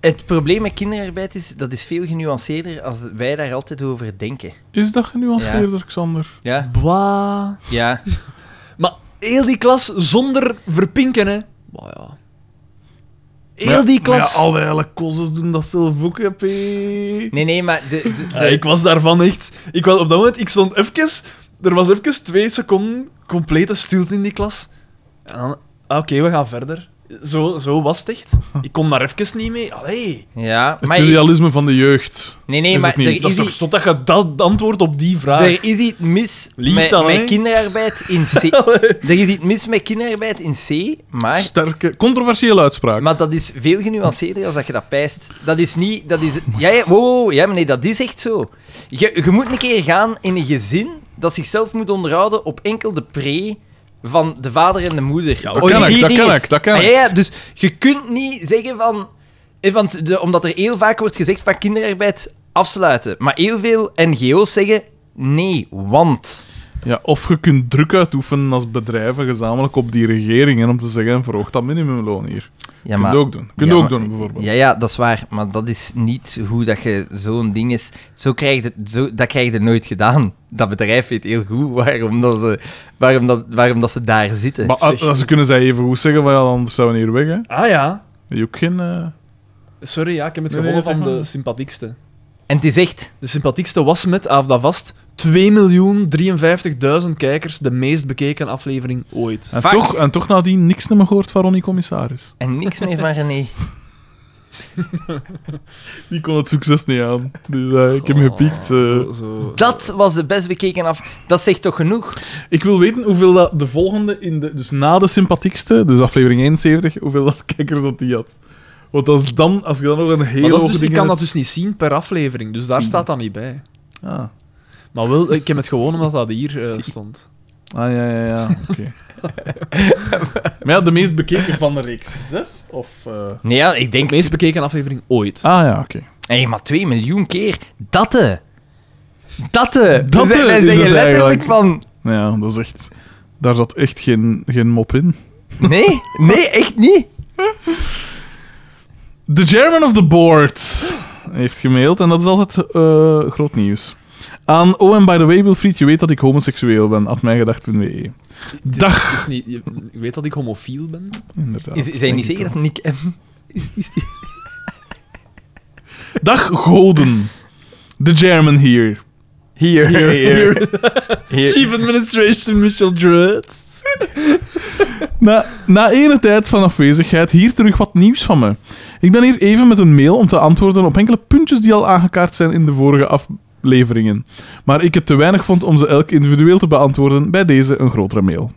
S4: Het probleem met kinderarbeid is, dat is veel genuanceerder als wij daar altijd over denken.
S1: Is dat genuanceerder, Xander?
S4: Ja,
S2: bwa...
S4: ja.
S2: Maar heel die klas zonder verpinken, hè. Maar ja. Heel
S1: Maar ja-
S2: die
S1: maar
S2: klas.
S1: Ja, alle hele kozels doen dat zelf ook, hè, P.
S4: Nee, nee, maar de, de,
S2: Ja, ik was daarvan echt... Ik was, op dat moment, ik stond even... Er was even twee seconden complete stilte in die klas. En dan... ah, Oké, we gaan verder. Zo, zo was het echt. Ik kon daar even niet mee. Allee.
S4: ja,
S1: Het
S4: maar...
S1: idealisme van de jeugd.
S4: nee,
S1: is
S4: nee,
S1: het
S4: maar
S1: niet.
S4: er
S1: Dat
S2: Dat
S4: is,
S2: is toch
S4: i-
S2: zot dat je dat antwoord op die vraag...
S4: er is iets mis
S2: Lief
S4: met,
S2: dan,
S4: met
S2: hè?
S4: kinderarbeid in C. er is iets mis met kinderarbeid in C, maar...
S1: Sterke, controversiële uitspraak.
S4: Maar dat is veel genuanceerder als dat je dat pijst. Dat is niet... Dat is, ja, ja, wow, wow, ja, maar nee, dat is echt zo. Je, je moet een keer gaan in een gezin dat zichzelf moet onderhouden op enkel de pre van de vader en de moeder.
S1: dat
S4: Oh,
S1: ken
S4: die
S1: ik, dat
S4: dinges.
S1: ken ik, dat ken
S4: Ah, ja,
S1: ik.
S4: ja, dus je kunt niet zeggen van... eh, Want de, omdat er heel vaak wordt gezegd van kinderarbeid afsluiten. Maar heel veel NGO's zeggen... Nee, want...
S1: Ja, of je kunt druk uitoefenen als bedrijven gezamenlijk op die regeringen om te zeggen, verhoog dat minimumloon hier.
S4: Ja,
S1: Kun
S4: maar...
S1: je ook doen. Kun je
S4: ja,
S1: ook
S4: maar-
S1: doen, bijvoorbeeld.
S4: Ja, ja, dat is waar. Maar dat is niet hoe dat je zo'n ding is. Zo krijg je, zo, dat krijg je nooit gedaan. Dat bedrijf weet heel goed waarom, dat ze, waarom, dat, waarom dat ze daar zitten.
S1: Maar
S4: Zeg.
S1: als ze kunnen zij even goed zeggen, van, ja, anders zijn we hier weg, hè.
S2: Ah ja.
S1: Je ook geen... eh,
S2: Sorry, ja, ik heb het
S1: Nee,
S2: gevonden
S1: nee,
S2: van
S1: zeg
S2: de
S1: maar.
S2: sympathiekste.
S4: En het is echt...
S2: De sympathiekste was met, af dat vast, 2.053.000 kijkers, de meest bekeken aflevering ooit.
S1: En,
S4: Fuck.
S1: toch, en toch nadien niks meer gehoord van Ronnie Commissaris.
S4: En niks meer van René.
S1: Die kon het succes niet aan. Dus eh, ik heb
S4: Oh.
S1: hem gepiekt. eh.
S2: Zo, zo-
S4: Dat was de best bekeken af. Dat zegt toch genoeg?
S1: Ik wil weten hoeveel dat de volgende, in de, dus na de sympathiekste, dus aflevering 71, hoeveel dat kijkers dat die had. Want als, dan, als je dan nog een
S2: Maar
S1: hele
S2: dat is
S1: hoge
S2: dus, ik
S1: ding
S2: kan
S1: in
S2: dat
S1: het-
S2: dus niet zien per aflevering, dus daar
S1: Zien.
S2: staat dat niet bij.
S1: Ah,
S2: Maar wel, ik heb het gewoon omdat dat hier eh, stond.
S1: ah ja, ja, ja. Oké. maar ja, de meest bekeken van de reeks 6? Of, eh?
S4: Nee, ja, ik
S2: De
S4: denk...
S2: meest bekeken aflevering ooit.
S1: Ah ja, oké.
S4: Hé, maar 2 miljoen keer. Datte. Datte.
S1: Datte
S4: Wij- Wij
S1: is
S4: zeggen
S1: het
S4: letterlijk
S1: eigenlijk.
S4: van...
S1: Nou Ja, dat is echt... Daar zat echt geen, geen mop in.
S4: Nee, nee, echt niet.
S1: De chairman of the board heeft gemaild en dat is altijd eh, groot nieuws. Aan Oh, en by the way, Wilfried, je weet dat ik homoseksueel ben. At mijngedacht.be.
S2: Het is-
S1: Dag.
S2: Is niet, je- ik weet dat ik homofiel ben.
S1: Inderdaad.
S4: Is, zijn niet
S1: denk
S4: zeker
S1: ik
S4: dat Nick M...
S1: wel. Dag, goden. De chairman hier.
S4: Hier.
S1: Hier,
S4: Hier.
S2: Chief Administration Michel Druids.
S1: Na, na enige tijd van afwezigheid, hier terug wat nieuws van me. Ik ben hier even met een mail om te antwoorden op enkele puntjes die al aangekaart zijn in de vorige afleveringen. Maar ik het te weinig vond om ze elk individueel te beantwoorden, bij deze een grotere mail.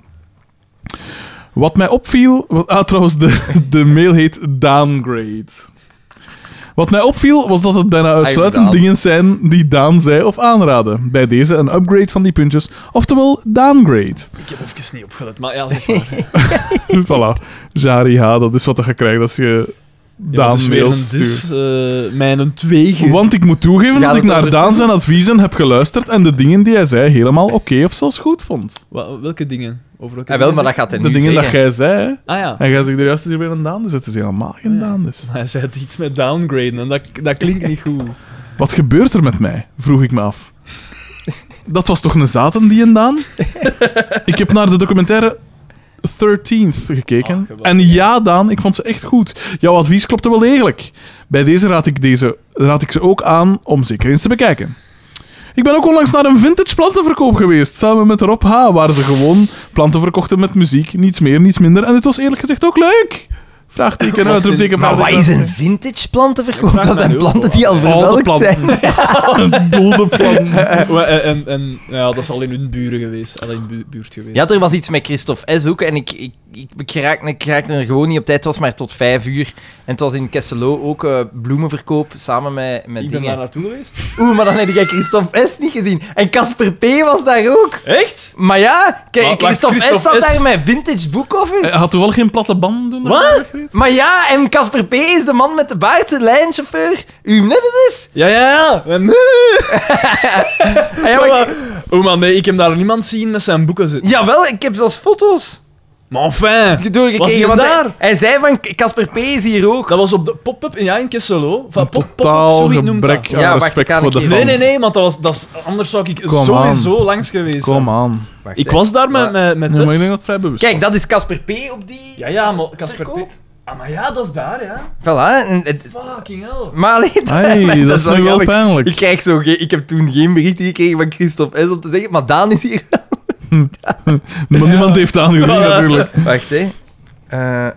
S1: Wat mij opviel... wa- Ah, trouwens, de, de mail heet Downgrade. Wat mij opviel was dat het bijna uitsluitend
S4: Daan.
S1: dingen zijn die Daan zei of aanraadde. Bij deze een upgrade van die puntjes, oftewel downgrade.
S2: Ik heb even niet opgelet, maar ja, zeg maar.
S1: voilà. Jari H, dat is wat je krijgt als je
S2: Ja,
S1: Daan
S2: dus weer een
S1: mails
S2: dis,
S1: stuurt.
S2: eh mijn een tweege.
S1: Want ik moet toegeven
S4: Gaat
S1: dat ik
S4: het
S1: naar
S4: over-
S1: Daan zijn adviezen heb geluisterd en de dingen die hij zei helemaal oké of zelfs goed vond.
S2: Wa- welke dingen? Over welke
S3: Ah,
S4: Ja, Ah, wel, maar
S2: dingen
S4: dat gaat
S1: De
S4: hij nu
S1: dingen dat
S4: zeggen.
S1: jij zei, hè.
S2: zeg- Ah ja.
S1: En jij zegt er juist is hier weer een Daan, dus het is helemaal geen
S2: Ja.
S1: Daan. Dus.
S2: Hij zei het iets met downgraden en dat, dat klinkt niet goed.
S1: Wat gebeurt er met mij? Vroeg ik me af. Dat was toch een zaten die een Daan? ik heb naar de documentaire 13th
S2: Ah,
S1: gekeken.
S2: geweldig.
S1: en ja, Daan, ik vond ze echt goed. Jouw advies klopte wel degelijk. Bij deze raad ik, deze, raad ik ze ook aan om zeker eens te bekijken. Ik ben ook onlangs naar een vintage plantenverkoop geweest, samen met Rob H., waar ze gewoon planten verkochten met muziek, niets meer, niets minder. En het was eerlijk gezegd ook leuk! Vraagteken,
S2: Was
S1: uitroepteken,
S4: Maar wat is
S1: vraagteken.
S4: een vintage plantenverkoop?
S2: vraag
S4: Dat
S2: me
S4: zijn
S2: nu ook
S4: planten
S2: wel
S4: die al
S1: af. Al de
S4: verwelkt zijn.
S1: Doelde plan.
S2: Wa- en, eh, en, en ja, dat is al in hun buren geweest. Al in hun bu- buurt geweest.
S4: Ja, er was iets met Christophe S. ook en ik, ik, ik, ik, raakte, ik raakte er gewoon niet op tijd. Het was maar tot vijf uur. En het was in Kesselo ook eh, bloemenverkoop samen met, met
S2: ik ben daar
S4: dingen.
S2: naartoe geweest.
S4: Oeh, maar dan heb jij Christophe S. niet gezien. En Casper P. was daar ook.
S2: Echt?
S4: Maar ja, Ah, kijk,
S2: Wacht, wacht,
S4: Christophe, S.
S2: Christophe S.
S4: zat
S2: Eh,
S4: daar met vintage boekcovers.
S1: Hij Eh, had toevallig geen platte banden doen.
S2: Wat?
S4: Maar ja, en Casper P. is de man met de baard, de lijnchauffeur. U nemesis.
S2: Ja, ja, ja. En-
S4: Ah, ja, maar ik-
S2: Oh man, nee, ik heb daar niemand zien met zijn boeken zitten.
S4: Jawel, ik heb zelfs foto's.
S2: Maar enfin. Was die
S4: doorgekregen. Want
S2: daar?
S4: Hij, hij zei van, Casper P. is hier ook.
S2: Dat was op de pop-up in, ja, in Kesselo. Van pop, pop-up,
S1: Totaal
S2: zoiets noemt dat.
S1: gebrek aan
S4: Ja, wacht, ik
S1: respect
S4: kan
S1: voor
S4: een
S1: de
S4: keer-
S1: fans.
S2: Nee, nee, nee, want dat was, dat is, anders zou ik
S1: Kom
S2: sowieso langs geweest zijn.
S1: Kom aan.
S2: Ik was daar met,
S4: Maar-
S2: met,
S1: Nee,
S2: met
S1: maar
S2: Tess.
S1: ik denk dat het vrij bewust
S4: Kijk,
S1: was.
S4: dat is Casper P. op die...
S2: Ja, ja, maar Casper
S4: Verkoop.
S2: P- Ah, maar ja, dat is daar, ja.
S4: Voilà. en het-
S2: Fucking hell.
S4: maar alleen...
S1: Hey, dat, is
S4: wel
S1: nu wel
S4: grappig.
S1: pijnlijk.
S4: Ik, krijg zo geen- ik heb toen geen bericht gekregen van Christophe S. om te zeggen, maar Daan is hier.
S1: Maar niemand heeft het aangezien,
S2: Ja.
S1: natuurlijk.
S4: Wacht, hè. Eh,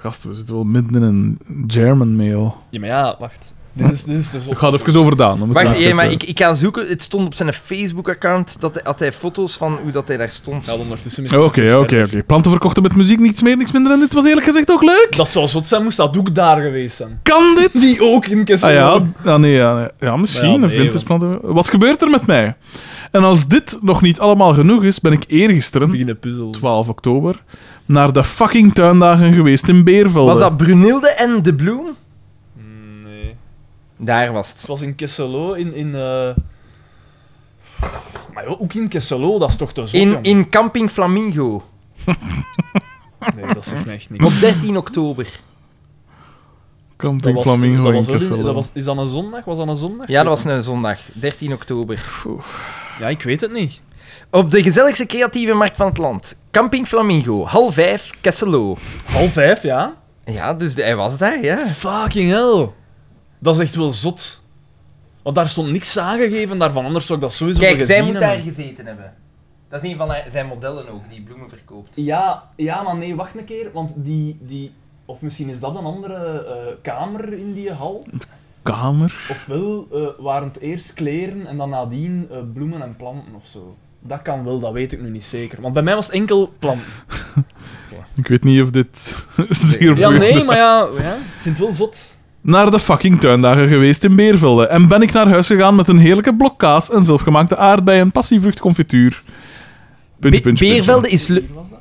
S1: Gasten, we zitten wel midden in een German mail.
S2: Ja, maar ja, wacht. Dit is, dit is dus...
S1: Ik ga het even over Daan. dan moeten we
S4: wacht,
S1: even-
S4: eh, maar ik, ik ga zoeken. Het stond op zijn Facebook-account. Dat hij, had hij foto's van hoe dat hij daar stond.
S2: Ja, ondertussen
S1: Oké, oké, oké. Planten verkochten met muziek, niets meer, niks minder. En dit was eerlijk gezegd ook leuk.
S2: Dat zou zot zijn, moest dat ook daar geweest zijn.
S1: Kan dit?
S2: Die ook in
S1: Ah
S2: Kesselo.
S1: ja, ah, nee, ja, nee. ja misschien.
S2: Ja, nee,
S1: een vintage planten. Wat gebeurt er met mij? En als dit nog niet allemaal genoeg is, ben ik eergisteren,
S2: Beginnen puzzel.
S1: 12 oktober, naar de fucking tuindagen geweest in Beervelde.
S4: Was dat Brunilde en De Bloem?
S2: Nee.
S4: Daar was
S2: Het
S4: het.
S2: was in Kesselo, in... in eh, Maar joh, ook in Kesselo, dat is toch te zot,
S4: In,
S2: jong.
S4: in Camping Flamingo.
S2: Nee, dat zegt mij echt niet.
S4: Op 13 oktober.
S2: Dat
S1: Camping
S2: was,
S1: Flamingo
S2: dat was
S1: in
S2: wel in-
S1: Kessel.
S2: dat was, Is dat een zondag? Was dat een zondag?
S4: Ja, dat was een zondag. 13 oktober.
S2: Ja, ik weet het niet.
S4: Op de gezelligste creatieve markt van het land. Camping Flamingo. Half vijf, Kesselo.
S2: Half vijf, ja?
S4: Ja, dus hij was daar, ja.
S2: Fucking hell. Dat is echt wel zot. Want daar stond niks aangegeven daarvan, anders zou ik dat sowieso
S4: Kijk,
S2: wel
S4: zij
S2: gezien
S4: moet daar
S2: hebben.
S4: gezeten hebben. Dat is een van haar- zijn modellen ook, die bloemen verkoopt.
S2: Ja, ja, maar nee, wacht een keer, want die... die... Of misschien is dat een andere eh, kamer in die hal.
S1: Kamer.
S2: Ofwel eh, waren het eerst kleren en dan nadien eh, bloemen en planten of zo. Dat kan wel, dat weet ik nu niet zeker. Want bij mij was het enkel planten.
S1: Ik weet niet of dit zeer
S2: Ja,
S1: boeiend
S2: nee,
S1: is.
S2: maar ja, ja, ik vind het wel zot.
S1: Naar de fucking tuindagen geweest in Beervelde. En ben ik naar huis gegaan met een heerlijke blok kaas en zelfgemaakte aardbeien, passievruchtconfituur. Puntje, puntje,
S4: Beervelde is... le-
S2: Hier was dat?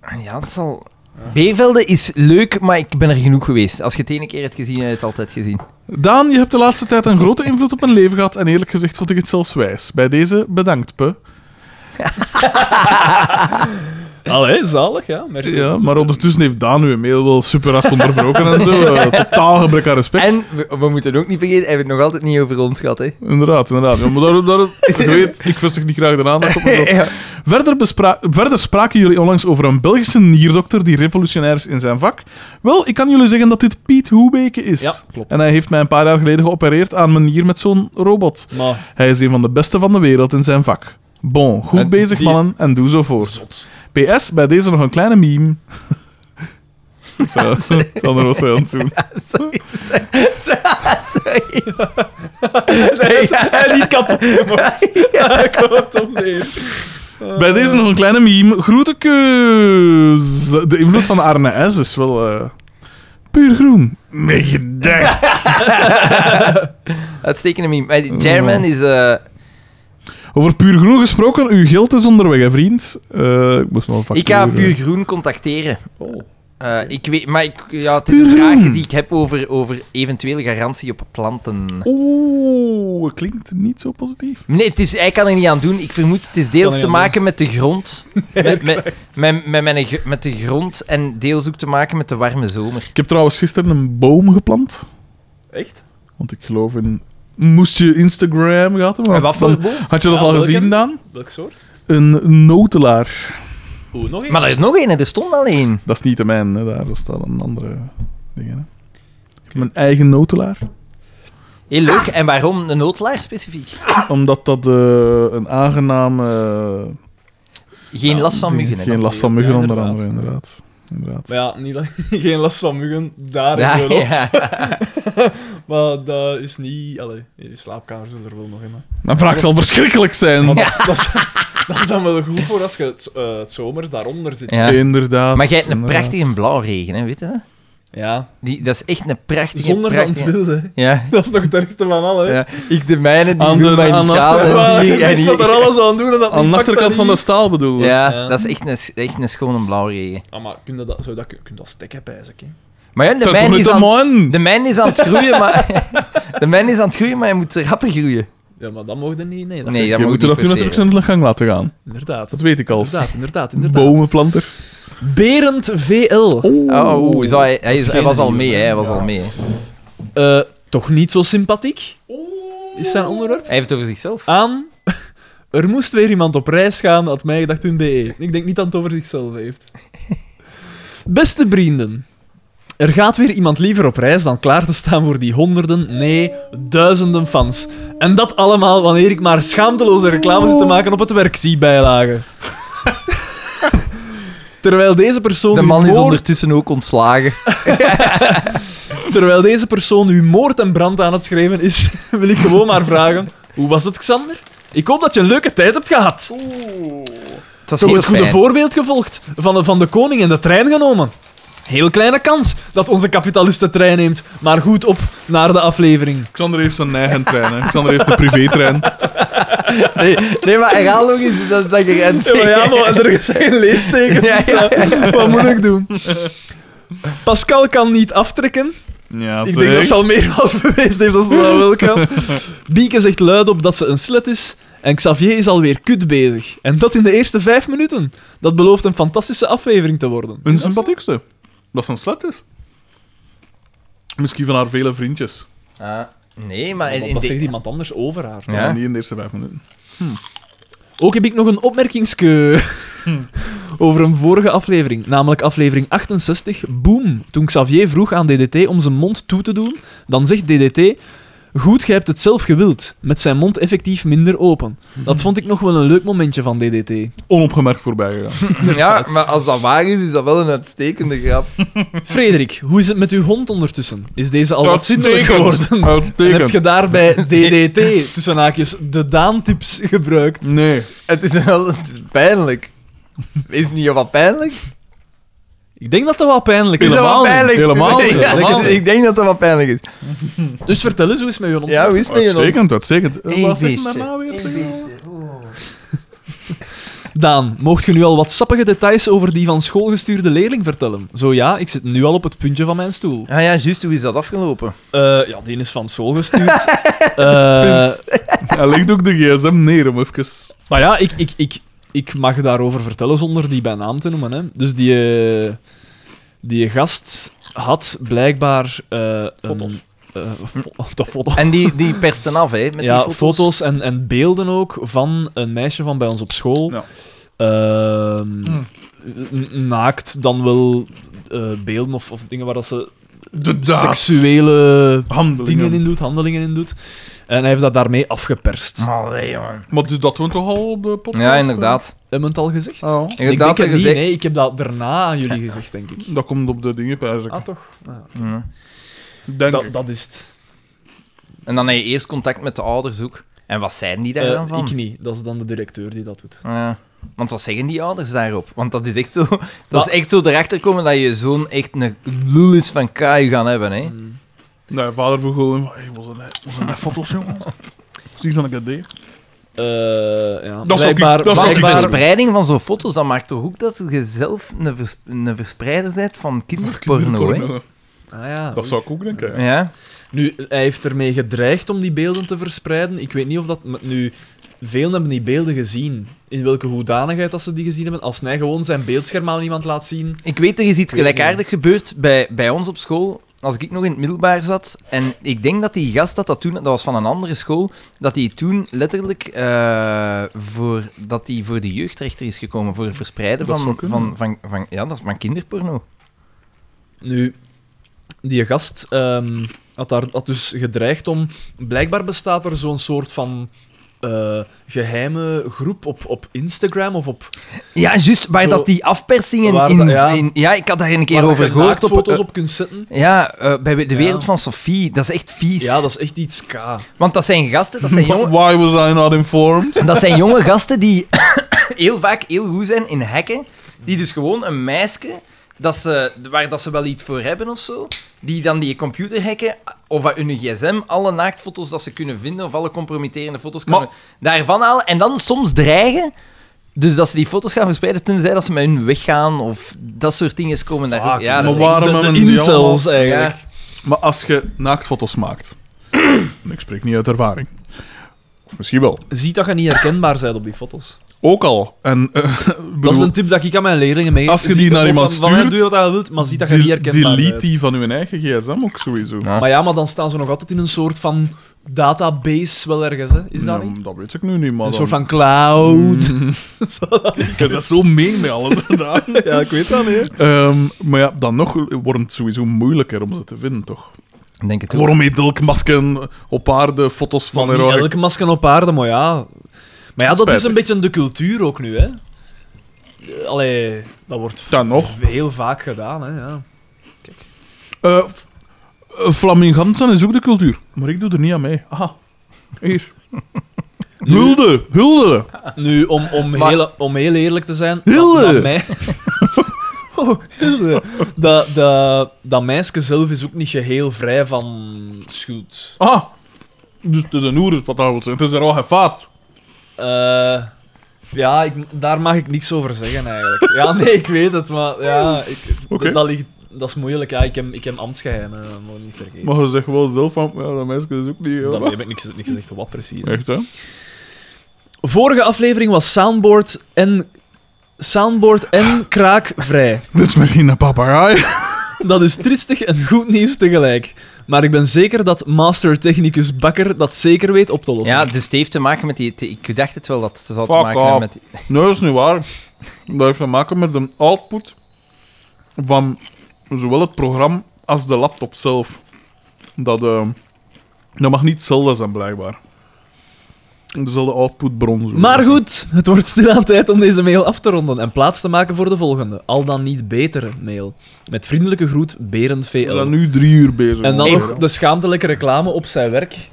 S4: Ah, Ja, dat zal... Beervelde is leuk, maar ik ben er genoeg geweest. Als je het ene keer hebt gezien, heb je het altijd gezien.
S1: puntje. Daan, je hebt de laatste tijd een grote invloed op mijn leven gehad en eerlijk gezegd vond ik het zelfs wijs. Bij deze bedankt, Pe.
S2: Allee, zalig, ja. Merk je.
S1: Ja, maar ondertussen heeft Daan uw mail wel super hard onderbroken en zo. Eh, totaal gebrek aan respect.
S4: En we, we moeten ook niet vergeten, hij heeft het nog altijd niet over ons gehad, hè.
S1: Inderdaad, inderdaad. Ja, maar daar, daar, ik weet, ik vestig niet graag de aandacht op. maar zo.
S4: Ja.
S1: Verder, bespra- verder spraken jullie onlangs over een Belgische nierdokter die revolutionair is in zijn vak. Wel, ik kan jullie zeggen dat dit Piet Hoebeke is.
S2: Ja, klopt.
S1: En hij heeft mij een paar jaar geleden geopereerd aan mijn nier met zo'n robot.
S2: Maar,
S1: Hij is een van de beste van de wereld in zijn vak. Bon, goed
S2: En
S1: bezig
S2: die-
S1: mannen, en doe zo voort.
S2: zot.
S1: PS, bij deze nog een kleine meme. Zo, Sander was hij aan het doen.
S2: Nee, en niet kapot gemaakt. Ik wou het om neer.
S4: Eh.
S1: Bij deze nog een kleine meme. Groetekeus. De invloed van Arne S. is wel... eh, puur groen. Meegedacht.
S4: Uitstekende meme. Maar
S1: Oh.
S4: die Chairman is... eh,
S1: Over puur groen gesproken, uw geld is onderweg, hè, vriend. Eh, ik moest nog een factuur...
S4: ik ga
S1: eh.
S4: Puur Groen contacteren.
S2: Oh.
S4: Eh, ik weet, maar ik, ja, het is een
S1: Puur
S4: vraag
S1: Groen.
S4: die ik heb over, over eventuele garantie op planten.
S1: Oeh, oh, het klinkt niet zo positief.
S4: Nee, het is, hij kan er niet aan doen. Ik vermoed het is
S2: Kan er
S4: deels te
S2: niet aan
S4: maken met de grond. met, met, met, met, mijn gr- met de grond en deels ook te maken met de warme zomer.
S1: Ik heb trouwens gisteren een boom geplant.
S2: Echt?
S1: Want ik geloof in... Moest je Instagram gehad hebben?
S4: En wat voor
S1: dan-
S4: boom?
S1: Had je dat
S2: Ja,
S1: al
S2: welke?
S1: gezien, Daan?
S2: Welk soort?
S1: Een notelaar.
S2: Oeh, nog één?
S4: Maar er is nog een, er stond al één.
S1: Dat is niet de mijn, hè, daar. Dat staat een andere ding, hè. Ik heb mijn eigen notelaar.
S4: Heel leuk. En waarom een noodlaar specifiek?
S1: Omdat dat eh, een aangename... eh,
S4: Geen last van
S1: ding-
S4: muggen. hè,
S1: Geen
S4: dan.
S1: last van muggen,
S2: Ja,
S1: onder
S2: inderdaad.
S1: andere, inderdaad. inderdaad.
S2: Maar ja, niet, la- geen last van muggen, daar
S4: Ja,
S2: hebben we nog.
S4: ja.
S2: Maar dat is niet... Allee, in de slaapkamer zullen er wel nog in, maar...
S1: Mijn vraag zal verschrikkelijk zijn.
S2: maar dat, is, dat, is, dat is dan wel goed voor als je het, eh, het zomers daaronder zit.
S4: Ja.
S1: Inderdaad.
S4: Maar jij hebt een
S1: inderdaad.
S4: prachtige blauwregen, hè, weet je dat?
S2: Ja.
S4: Die, dat is echt een prachtige...
S2: Zonder dat het
S4: prachtige...
S2: wilde.
S4: Ja.
S2: Dat is nog het ergste van alle. hè.
S4: ja. Ik de mijne, die
S1: Aan
S4: doen
S1: de-
S4: mij
S1: aan
S4: niet
S1: de
S4: gaan.
S1: achter-
S4: en
S2: Maar
S4: die- en
S2: je
S4: die-
S2: zat er alles aan doen en dat
S1: Aan
S2: niet
S1: de
S2: pakt,
S1: achterkant
S2: dat
S1: van de
S2: niet.
S1: staal bedoel je?
S4: Ja,
S2: Ja.
S4: dat is echt een, s- echt een schone blauwregen.
S2: Ah, maar kun je dat, zou dat, kun je dat stekken, pijs ik, hè?
S4: Maar ja, de
S1: Dat is toch
S4: mijn
S1: niet
S4: is
S1: de
S4: aan...
S1: man?
S4: De mijn is aan het groeien, maar... De mijn is aan het groeien, maar hij moet rapper groeien.
S2: Ja, maar dat mogen niet. Nee, dat
S4: Nee,
S1: Je
S4: dat moet
S1: moet er
S4: niet
S1: nog natuurlijk
S4: forceren.
S1: zijn gang laten gaan.
S2: Inderdaad.
S1: Dat weet ik al.
S2: Inderdaad, inderdaad, inderdaad.
S1: Bomenplanter.
S2: Berend VL.
S4: Oh, oeh, zo, hij, hij,
S2: Dat is
S4: is- hij
S2: geen
S4: was al
S2: nieuwe,
S4: mee, hè,
S2: hè.
S4: hij was al
S2: Ja.
S4: mee. hè.
S2: Eh, toch niet zo sympathiek?
S4: Oh.
S2: Is zijn onderwerp?
S4: Hij heeft het over zichzelf.
S2: Aan. Er moest weer iemand op reis gaan, had mijgedacht.be. E. Ik denk niet dat het over zichzelf heeft. Beste vrienden. Er gaat weer iemand liever op reis dan klaar te staan voor die honderden, nee, duizenden fans. En dat allemaal wanneer ik maar schaamteloze reclame zit te maken op het werk, zie bijlagen. Terwijl deze persoon...
S4: De man
S2: uw
S4: is
S2: woord-
S4: ondertussen ook ontslagen.
S2: Terwijl deze persoon nu moord en brand aan het schrijven is, wil ik gewoon maar vragen: hoe was het, Xander? Ik hoop dat je een leuke tijd hebt gehad.
S4: Het was
S2: Zo
S4: heel
S2: het goede
S4: fijn.
S2: voorbeeld gevolgd, van de, van de koning in de trein genomen. Heel kleine kans dat onze kapitalist de trein neemt, maar goed op naar de aflevering.
S1: Xander heeft zijn eigen trein. Hè. Xander heeft de privétrein.
S4: Nee, nee, maar herhaal nog eens dat, dat je rent.
S2: Ja, maar ja, maar er is geen leesteken.
S4: Ja, ja,
S2: Wat moet ik doen? Pascal kan niet aftrekken.
S1: Ja,
S2: Ik denk
S1: zeg.
S2: dat ze al meer was bewezen heeft als ze dat wel kan. Bieke zegt luidop dat ze een slet is. En Xavier is alweer kut bezig. En dat in de eerste vijf minuten. Dat belooft een fantastische aflevering te worden.
S1: Hun sympathiekste. Dat ze een slet is. Misschien van haar vele vriendjes.
S4: Ah, nee, maar... in-
S2: Want
S4: in
S2: dat
S4: de-
S2: Oh, zegt iemand anders over haar.
S4: Ja.
S1: Ja. Niet in de eerste vijf minuten.
S2: Ook heb ik nog een opmerkingske over een vorige aflevering, namelijk aflevering 68, Boom. Toen Xavier vroeg aan DDT om zijn mond toe te doen, dan zegt DDT... Goed, gij hebt het zelf gewild. Met zijn mond effectief minder open. Dat vond ik nog wel een leuk momentje van DDT.
S1: Onopgemerkt voorbij gegaan.
S4: Ja, maar als dat waar is, is dat wel een uitstekende grap.
S2: Frederik, hoe is het met uw hond ondertussen? Is deze al wat zindelijk geworden? En heb
S1: Uitstekend.
S2: je daarbij DDT, tussen haakjes, de Daantips gebruikt?
S1: Nee.
S4: Het is wel... Het is pijnlijk. Is het niet wat pijnlijk?
S2: Ik denk dat dat wel pijnlijk
S4: Is
S2: is.
S4: dat wel
S1: Helemaal niet,
S4: pijnlijk?
S1: helemaal niet,
S4: Ja, ik-
S1: helemaal
S4: ik,
S1: niet.
S4: denk dat dat wat pijnlijk is.
S2: Dus vertel eens, hoe is het met je hond?
S4: Ja, hoe is het met je
S1: Uitstekend,
S4: hond?
S1: uitstekend. Eh,
S4: Eén
S1: Wat zeg je
S4: beestje.
S1: daarna weer? zeg je?
S2: Daan, moogt je nu al wat sappige details over die van school gestuurde leerling vertellen? Zo ja, ik zit nu al op het puntje van mijn stoel.
S4: Ah ja, juist, hoe is dat afgelopen?
S2: Eh, ja, die is van school gestuurd. Eh,
S1: Punt. Hij legt ook de gsm neer om even...
S2: maar ja, ik, ik, ik, ik mag daarover vertellen zonder die bij naam te noemen. Hè. Dus die, eh, die gast had blijkbaar... eh
S4: Foto's.
S2: Een, eh, fo- de foto.
S4: En die, die persten af, hè? Met
S2: ja,
S4: die
S2: foto's, en, en beelden ook van een meisje van bij ons op school.
S1: Ja.
S2: Ehm,
S1: Hmm.
S2: n- Naakt dan wel eh, beelden of, of dingen waar dat ze
S1: De daad.
S2: seksuele dingen in
S1: Handelingen.
S2: doet, handelingen in doet. En hij heeft dat daarmee afgeperst.
S4: Maar nee, jongen.
S1: Maar doet dat toen toch al op de podcast?
S4: Ja, inderdaad.
S2: Hebben we het al gezegd?
S1: Oh.
S2: ik
S4: Inderdaad,
S2: denk het niet,
S4: dat je
S2: nee, ik heb dat daarna aan jullie gezegd, denk ik.
S1: Dat komt op de dingen, pijs ik.
S2: Ah, toch? Ah,
S4: zegt- Ja.
S1: Denk
S2: dat,
S1: ik.
S2: dat is het.
S4: En dan heb je eerst contact met de ouders ook. En wat zijn die daar
S2: Eh,
S4: dan van?
S2: ik niet, dat is dan de directeur die dat doet.
S4: Ja. Want wat zeggen die ouders daarop? Want dat is echt zo, dat
S2: Wat?
S4: is echt zo erachter komen dat je zoon echt een lul is van KU gaan hebben, hè?
S2: Mm.
S1: Nee, vader vroeg gewoon van, hey, was dat net- was dat net foto's, jongen? Zie je dat ik dat deed?
S2: Eh, ja.
S1: Dat zou ik-
S2: blijkbaar,
S1: dat zou ik
S4: de
S1: waar-
S2: blijkbaar,
S4: verspreiding van zo'n foto's, dat maakt toch ook dat je zelf een, vers- een verspreider bent van kinderporno, hè?
S2: Ah, ja,
S1: Dat zou ik ook denken. ja.
S4: Ja.
S2: Nu, hij heeft ermee gedreigd om die beelden te verspreiden. Ik weet niet of dat... maar Nu, velen hebben die beelden gezien. In welke hoedanigheid dat ze die gezien hebben. Als hij gewoon zijn beeldscherm aan iemand laat zien...
S4: Ik weet, er is iets
S2: Ik weet
S4: gelijkaardigs gebeurd bij, bij ons op school. Als ik nog in het middelbaar zat. En ik denk dat die gast dat, dat toen, dat was van een andere school, dat hij toen letterlijk eh, voor, dat die voor de jeugdrechter is gekomen. Voor het
S1: Dat
S4: verspreiden van,
S1: zou
S4: van,
S1: kunnen.
S4: van, van- Ja, dat is van kinderporno.
S2: Nu, die gast ehm, had, daar, had dus gedreigd om... Blijkbaar bestaat er zo'n soort van... eh, geheime groep op, op Instagram of op...
S4: Ja, juist. Waar
S2: Zo-
S4: dat die afpersingen
S2: Waar
S4: in,
S2: dat- ja.
S4: in- ja, ik had daar een keer
S2: waar
S4: over
S2: je
S4: gehoord. Op,
S2: foto's
S4: eh,
S2: op kunt zetten.
S4: ja, eh, bij de wereld
S2: Ja.
S4: van Sophie. Dat is echt vies.
S2: Ja, dat is echt iets ka.
S4: Want dat zijn gasten, dat zijn jongen.
S1: Why was I not informed?
S4: En dat zijn jonge gasten die heel vaak heel goed zijn in hekken. Die dus gewoon een meisje, dat ze, waar dat ze wel iets voor hebben of zo, die dan die computer hacken of hun gsm, alle naaktfoto's dat ze kunnen vinden of alle compromitterende foto's
S1: Maar-
S4: kunnen daarvan halen. En dan soms dreigen. Dus dat ze die foto's gaan verspreiden, tenzij dat ze met hun weggaan of dat soort dingen komen daar.
S2: Vaak,
S4: Ja, dat
S1: maar
S4: is
S1: waarom
S2: De-
S1: hebben
S2: de
S1: die
S2: incels,
S1: allemaal-
S2: eigenlijk.
S4: Ja.
S1: maar als je naaktfoto's maakt... en ik spreek niet uit ervaring. Of misschien wel.
S2: Ziet dat je niet herkenbaar bent op die fotos.
S1: Ook al. En, eh,
S2: Dat is
S1: bedoel,
S2: een tip dat ik aan mijn leerlingen meegeef.
S1: Als je die
S2: Zie-
S1: naar
S2: of
S1: iemand
S2: van- van hen
S1: stuurt,
S2: doe wat je wilt, maar ziet dat je niet
S1: de-
S2: herkenbaar
S1: delete
S2: bent.
S1: die van uw eigen gsm ook sowieso.
S4: Ja.
S2: Maar ja, maar dan staan ze nog altijd in een soort van database wel ergens, hè? Is dat
S1: Ja,
S2: niet?
S1: Dat weet ik nu niet, maar
S2: Een
S1: dan-
S2: soort van cloud.
S1: Je bent zo meen met alles gedaan.
S2: ja, ik weet dat niet.
S1: Ehm, maar ja, dan nog wordt het sowieso moeilijker om ze te vinden, toch?
S4: Ik Denk het ook.
S1: Waarom heet elk masken op aarde foto's van
S2: Van
S1: eruit?
S2: elke masker op aarde, maar ja. Maar ja, dat is
S1: Spijtig.
S2: een beetje de cultuur ook nu, hè? Eh, Allee, dat wordt v-
S1: Dan nog.
S2: heel vaak gedaan, hè? Ja.
S1: Eh, f- eh, Flaminganten is ook de cultuur, maar ik doe er niet aan mee. Aha, hier. Hulde, hulde.
S2: Nu, om, om,
S4: Maar-
S2: heel, om heel eerlijk te zijn,
S1: Hilde!
S2: dat, dat mij... Oh, Hilde. Dat, dat, dat meisje zelf is ook niet geheel vrij van schuld.
S1: Ah, dus het is een oer, is wat dat wil zeggen. Het is er al gevaat.
S2: Eh, ja, ik, daar mag ik niks over zeggen eigenlijk. Ja, nee, ik weet het, maar ja, ik,
S1: Oké.
S2: dat, ligt, dat is moeilijk. Ja, ik heb, ik heb ambtsgeheimen, dat moet ik niet vergeten.
S1: Maar je zegt wel zelf van, ja, dat meisje is ook niet...
S2: Daarmee
S1: hè.
S2: heb ik niks, niks gezegd, wat precies.
S1: Echt, hè?
S2: Vorige aflevering was soundboard en, soundboard en kraak vrij.
S1: Dit is misschien een papegaai.
S2: Dat is triestig en goed nieuws tegelijk. Maar ik ben zeker dat Master Technicus Bakker dat zeker weet op te lossen.
S4: Ja, dus het heeft te maken met die... te- Ik dacht het wel dat het zal te
S1: Fuck
S4: maken hebben
S1: off.
S4: met die...
S1: Nee, dat is niet waar. Dat heeft te maken met de output van zowel het programma als de laptop zelf. Dat, eh, dat mag niet hetzelfde zijn, blijkbaar. Dezelfde outputbron. zo.
S2: Maar goed, het wordt stilaan tijd om deze mail af te ronden en plaats te maken voor de volgende, al dan niet betere mail. Met vriendelijke groet, Berend
S1: We zijn
S2: VL.
S1: nu drie uur bezig.
S2: En dan
S1: man.
S2: nog de schaamtelijke reclame op zijn werk.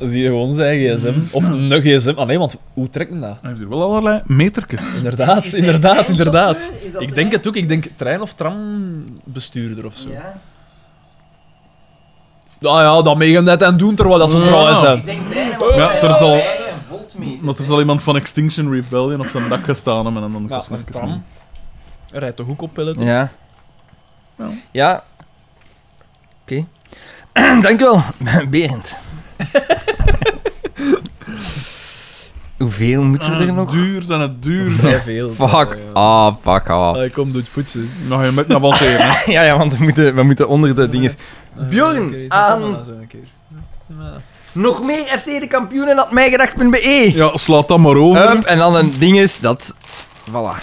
S2: Zie je gewoon zijn gsm. Of een gsm. Ah nee, want hoe trekt men dat?
S1: Hij heeft hier wel allerlei metertjes.
S2: Inderdaad, inderdaad, inderdaad.
S7: Is dat
S2: Ik
S7: de-
S2: denk het ook. Ik denk trein- of trambestuurder of zo.
S7: Ja.
S2: Nou ja, dat meen je net aan doen, terwijl dat zo'n
S1: Ja.
S2: trouw is. hè.
S7: Ik denk treinen,
S1: Oh, Ja, er zal-
S7: een voltmeter.
S1: Want er zal iemand van Extinction Rebellion op zijn dak gestaan hebben en dan
S2: Ja,
S1: was
S2: een tram. Er rijdt de hoek op pillen.
S4: Ja.
S1: Ja.
S4: Ja. Oké. Dankjewel, Berend. Hoeveel moeten we er nog?
S1: Duur dan het duurt.
S2: Vrij veel.
S4: Fuck
S2: Eh,
S4: ah, fuck af.
S2: Allee, kom, doe het voetsen.
S1: Nog je met naar avanceren. hè.
S4: Ja, ja, want we moeten, we moeten onder de dingen.
S7: Eh,
S4: Bjorn, aan- Nog meer FC de kampioenen had mijgedacht.be.
S1: Ja, slaat dat maar over.
S4: Hup, E. Um, en dan een ding is dat. Voilà.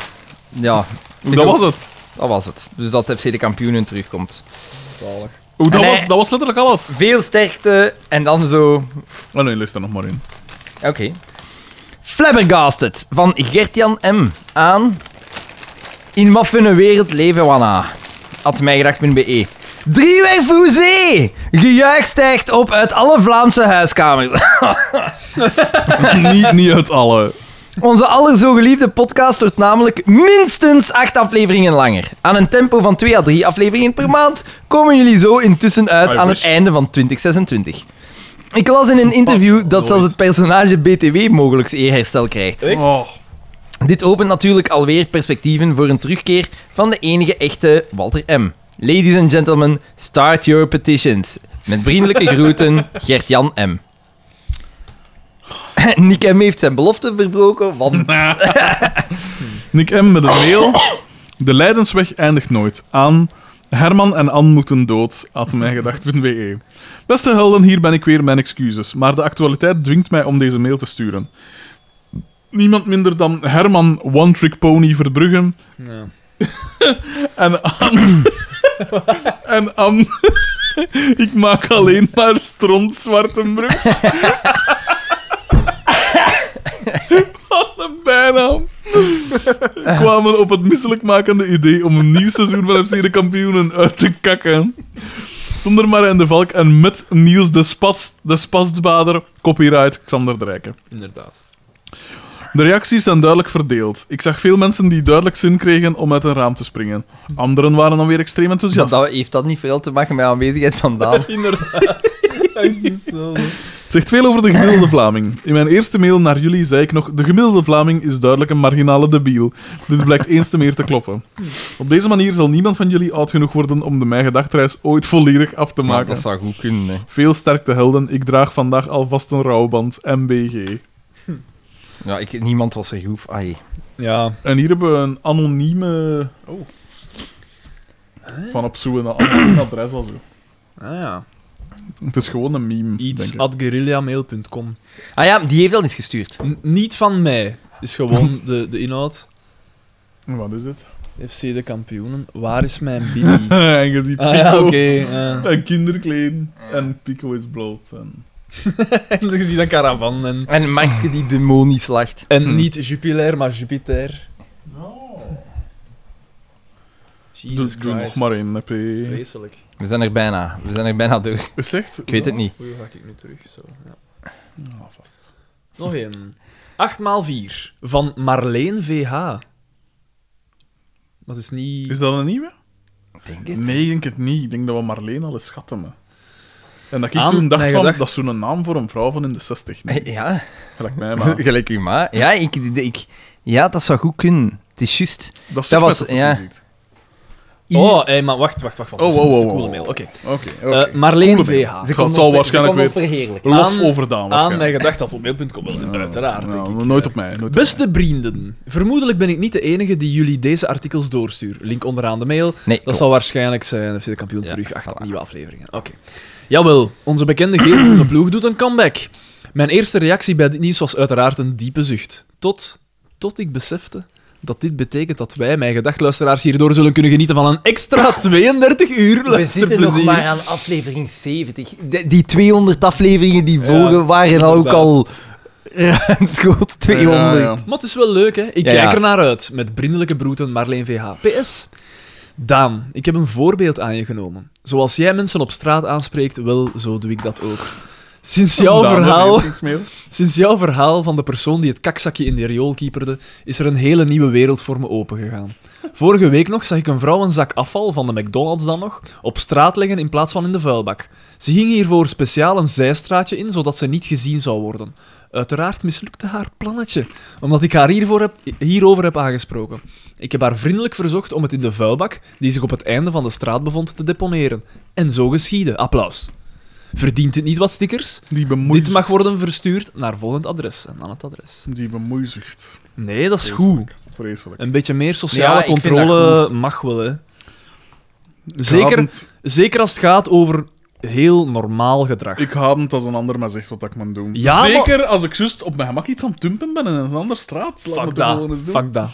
S4: Ja,
S1: Hoe dat was het.
S4: dat was het. Dus dat FC de kampioenen terugkomt.
S2: Zalig.
S1: Hoe dat,
S4: En hij-
S1: was, dat was letterlijk alles.
S4: Veel sterkte en dan zo
S1: Oh nee, lees er nog maar in.
S4: Oké. Flabbergasted van Gertjan M. aan In wat voor een wereld leven we aan? Had mijgedacht.be. Driewerf hoezee! Gejuich stijgt op uit alle Vlaamse huiskamers.
S1: niet, niet uit alle.
S4: Onze allerzogeliefde podcast wordt namelijk minstens acht afleveringen langer. Aan een tempo van twee à drie afleveringen per maand komen jullie zo intussen uit
S1: I
S4: aan
S1: wish.
S4: het einde van 2026. Ik las in een interview dat zelfs het personage BTW mogelijk eerherstel krijgt.
S2: Echt?
S1: Oh.
S4: Dit opent natuurlijk alweer perspectieven voor een terugkeer van de enige echte Walter M. Ladies and gentlemen, start your petitions. Met vriendelijke groeten, Gert-Jan M. Nick M heeft zijn belofte verbroken, want...
S1: Nick M. met een mail. De Leidensweg eindigt nooit. Aan Herman en Ann moeten dood, had mij gedacht.be. Beste helden, hier ben ik weer, mijn excuses. Maar de actualiteit dwingt mij om deze mail te sturen. Niemand minder dan Herman One Trick Pony Verbrugge
S2: Ja.
S1: en Ann... en Ann... ik maak alleen maar strontzwarte broeks. Wat een bijnaam. kwamen op het misselijkmakende idee om een nieuw seizoen van FC de Kampioenen uit te kakken. Zonder Marijn de Valk en met Niels de, Spas, de Spastbader, copyright Xander Drijken.
S2: Inderdaad.
S1: De reacties zijn duidelijk verdeeld. Ik zag veel mensen die duidelijk zin kregen om uit een raam te springen. Anderen waren dan weer extreem enthousiast.
S4: Dat heeft dat niet veel te maken met aanwezigheid van Daan.
S2: Inderdaad. Het is zo.
S1: Zegt veel over de gemiddelde Vlaming. In mijn eerste mail naar jullie zei ik nog: De gemiddelde Vlaming is duidelijk een marginale debiel. Dit blijkt eens te meer te kloppen. Op deze manier zal niemand van jullie oud genoeg worden om de mijn gedachtreis ooit volledig af te
S4: Maar
S1: maken.
S4: dat zou goed kunnen, hè.
S1: Veel sterkte helden, ik draag vandaag alvast een rouwband, MBG.
S4: Ja, ik, niemand was er hoef. Ai.
S2: Ja.
S1: En hier hebben we een anonieme.
S2: Oh.
S1: Van op zoek naar een anoniem adres al zo.
S2: Ah ja.
S1: Het is gewoon een meme.
S2: Iets
S1: denk ik.
S2: at guerrillamail.com.
S4: Ah ja, die heeft al iets gestuurd.
S2: N- Niet van mij, is gewoon de, de inhoud.
S1: Wat is dit?
S2: FC de kampioenen, waar is mijn Billy?
S1: en je ziet Pico.
S2: Ah ja, oké. ja.
S1: En kinderkleen. En Pico is bloot. En...
S2: En je ziet een caravan en,
S4: En Maxke die demonisch lacht.
S2: en
S1: Hm.
S2: niet Jupiler, maar Jupiter. Jesus
S1: Oh. Doe, doe nog
S2: Christ.
S1: maar één, heb je.
S2: Vreselijk.
S4: We zijn er bijna. We zijn er bijna door.
S1: Is het echt? Ah,
S4: Ik weet het niet.
S2: Hoe ga ik nu terug? Zo, ja. Nog één. 8x4 van Marleen VH. Maar het is niet...
S1: Is dat een nieuwe?
S4: Ik Denk het.
S1: Nee, ik denk het niet. Ik denk dat we Marleen al eens schatten. hè. En dat ik
S2: Aan
S1: toen dacht
S2: mijn
S1: van,
S2: gedacht-
S1: dat is zo'n naam voor een vrouw van in de 60. Nee,
S4: Ja.
S1: gelijk mij maar.
S4: Gelijk uw ma. Ja, ik, ik, ja, dat zou goed kunnen. Het is juist.
S1: Dat, zegt
S4: was-
S1: mij toch
S4: ja.
S1: precies iets.
S4: I.
S2: Oh, hey, maar wacht, wacht, wacht. wacht.
S1: Oh,
S2: Het is- het is
S1: wow,
S2: een
S1: wow, Nou, wow.
S2: coole mail. Oké.
S1: Oké,
S2: Eh,
S1: oké.
S2: Marleen
S1: Coole mail.
S2: VH.
S1: Ze kon- zal waarschijnlijk weer
S4: verheerlijk.
S1: lof
S2: aan-
S1: overdaan
S2: Aan mijn
S1: waarschijnlijk.
S2: gedacht op mail.com, wel, uiteraard.
S1: Nou,
S2: denk ik.
S1: nooit op mij. Nooit op
S2: Beste vrienden, vermoedelijk ben ik niet de enige die jullie deze artikels doorstuurt. Link onderaan de mail.
S4: Nee,
S2: Dat
S4: klopt.
S2: zal waarschijnlijk zijn FC de kampioen
S4: Ja,
S2: terug achter nieuwe afleveringen. Oké. Jawel, onze bekende gele ploeg doet een comeback. Mijn eerste reactie bij dit nieuws was uiteraard een diepe zucht. Tot, tot ik besefte dat dit betekent dat wij, mijn gedachtluisteraars, hierdoor zullen kunnen genieten van een extra 32 uur
S4: We zitten nog
S2: luisterplezier.
S4: maar aan aflevering 70. De- die 200 afleveringen die volgen waren ook
S2: inderdaad.
S4: al ruimschoot 200.
S1: Ja, ja.
S2: Maar het is wel leuk, hè? Ik
S4: Ja,
S2: kijk
S4: ja.
S2: er naar uit. Met vriendelijke broeten Marleen VH. PS. Daan, ik heb een voorbeeld aan je genomen. Zoals jij mensen op straat aanspreekt, wel, zo doe ik dat ook. Sinds jouw,
S1: Daan, dat
S2: verhaal,
S1: heeft niks meer.
S2: sinds jouw verhaal van de persoon die het kakzakje in de riool kieperde, is er een hele nieuwe wereld voor me opengegaan. Vorige week nog zag ik een vrouw een zak afval, van de McDonald's dan nog, op straat leggen in plaats van in de vuilbak. Ze ging hiervoor speciaal een zijstraatje in, zodat ze niet gezien zou worden. Uiteraard mislukte haar plannetje, omdat ik haar hiervoor heb, hierover heb aangesproken. Ik heb haar vriendelijk verzocht om het in de vuilbak, die zich op het einde van de straat bevond, te deponeren. En zo geschiedde. Applaus. Verdient dit niet wat stickers?
S1: Die bemoeizucht.
S2: Dit mag worden verstuurd naar volgend adres en aan het adres.
S1: Die bemoeizucht.
S2: Nee, dat is goed.
S1: Vreselijk.
S2: Een beetje meer sociale
S4: Ja, ik vind dat
S2: controle mag wel, hè. Zeker,
S1: Gadend.
S2: zeker als het gaat over heel normaal gedrag.
S1: Ik haat het als een ander mij zegt wat ik moet doen.
S2: Ja, maar-
S1: Zeker als ik juist op mijn gemak iets aan het dumpen ben in een andere straat. Laat me
S2: Fuck
S1: toch
S2: dat.
S1: gewoon eens doen.
S2: Fuck dat.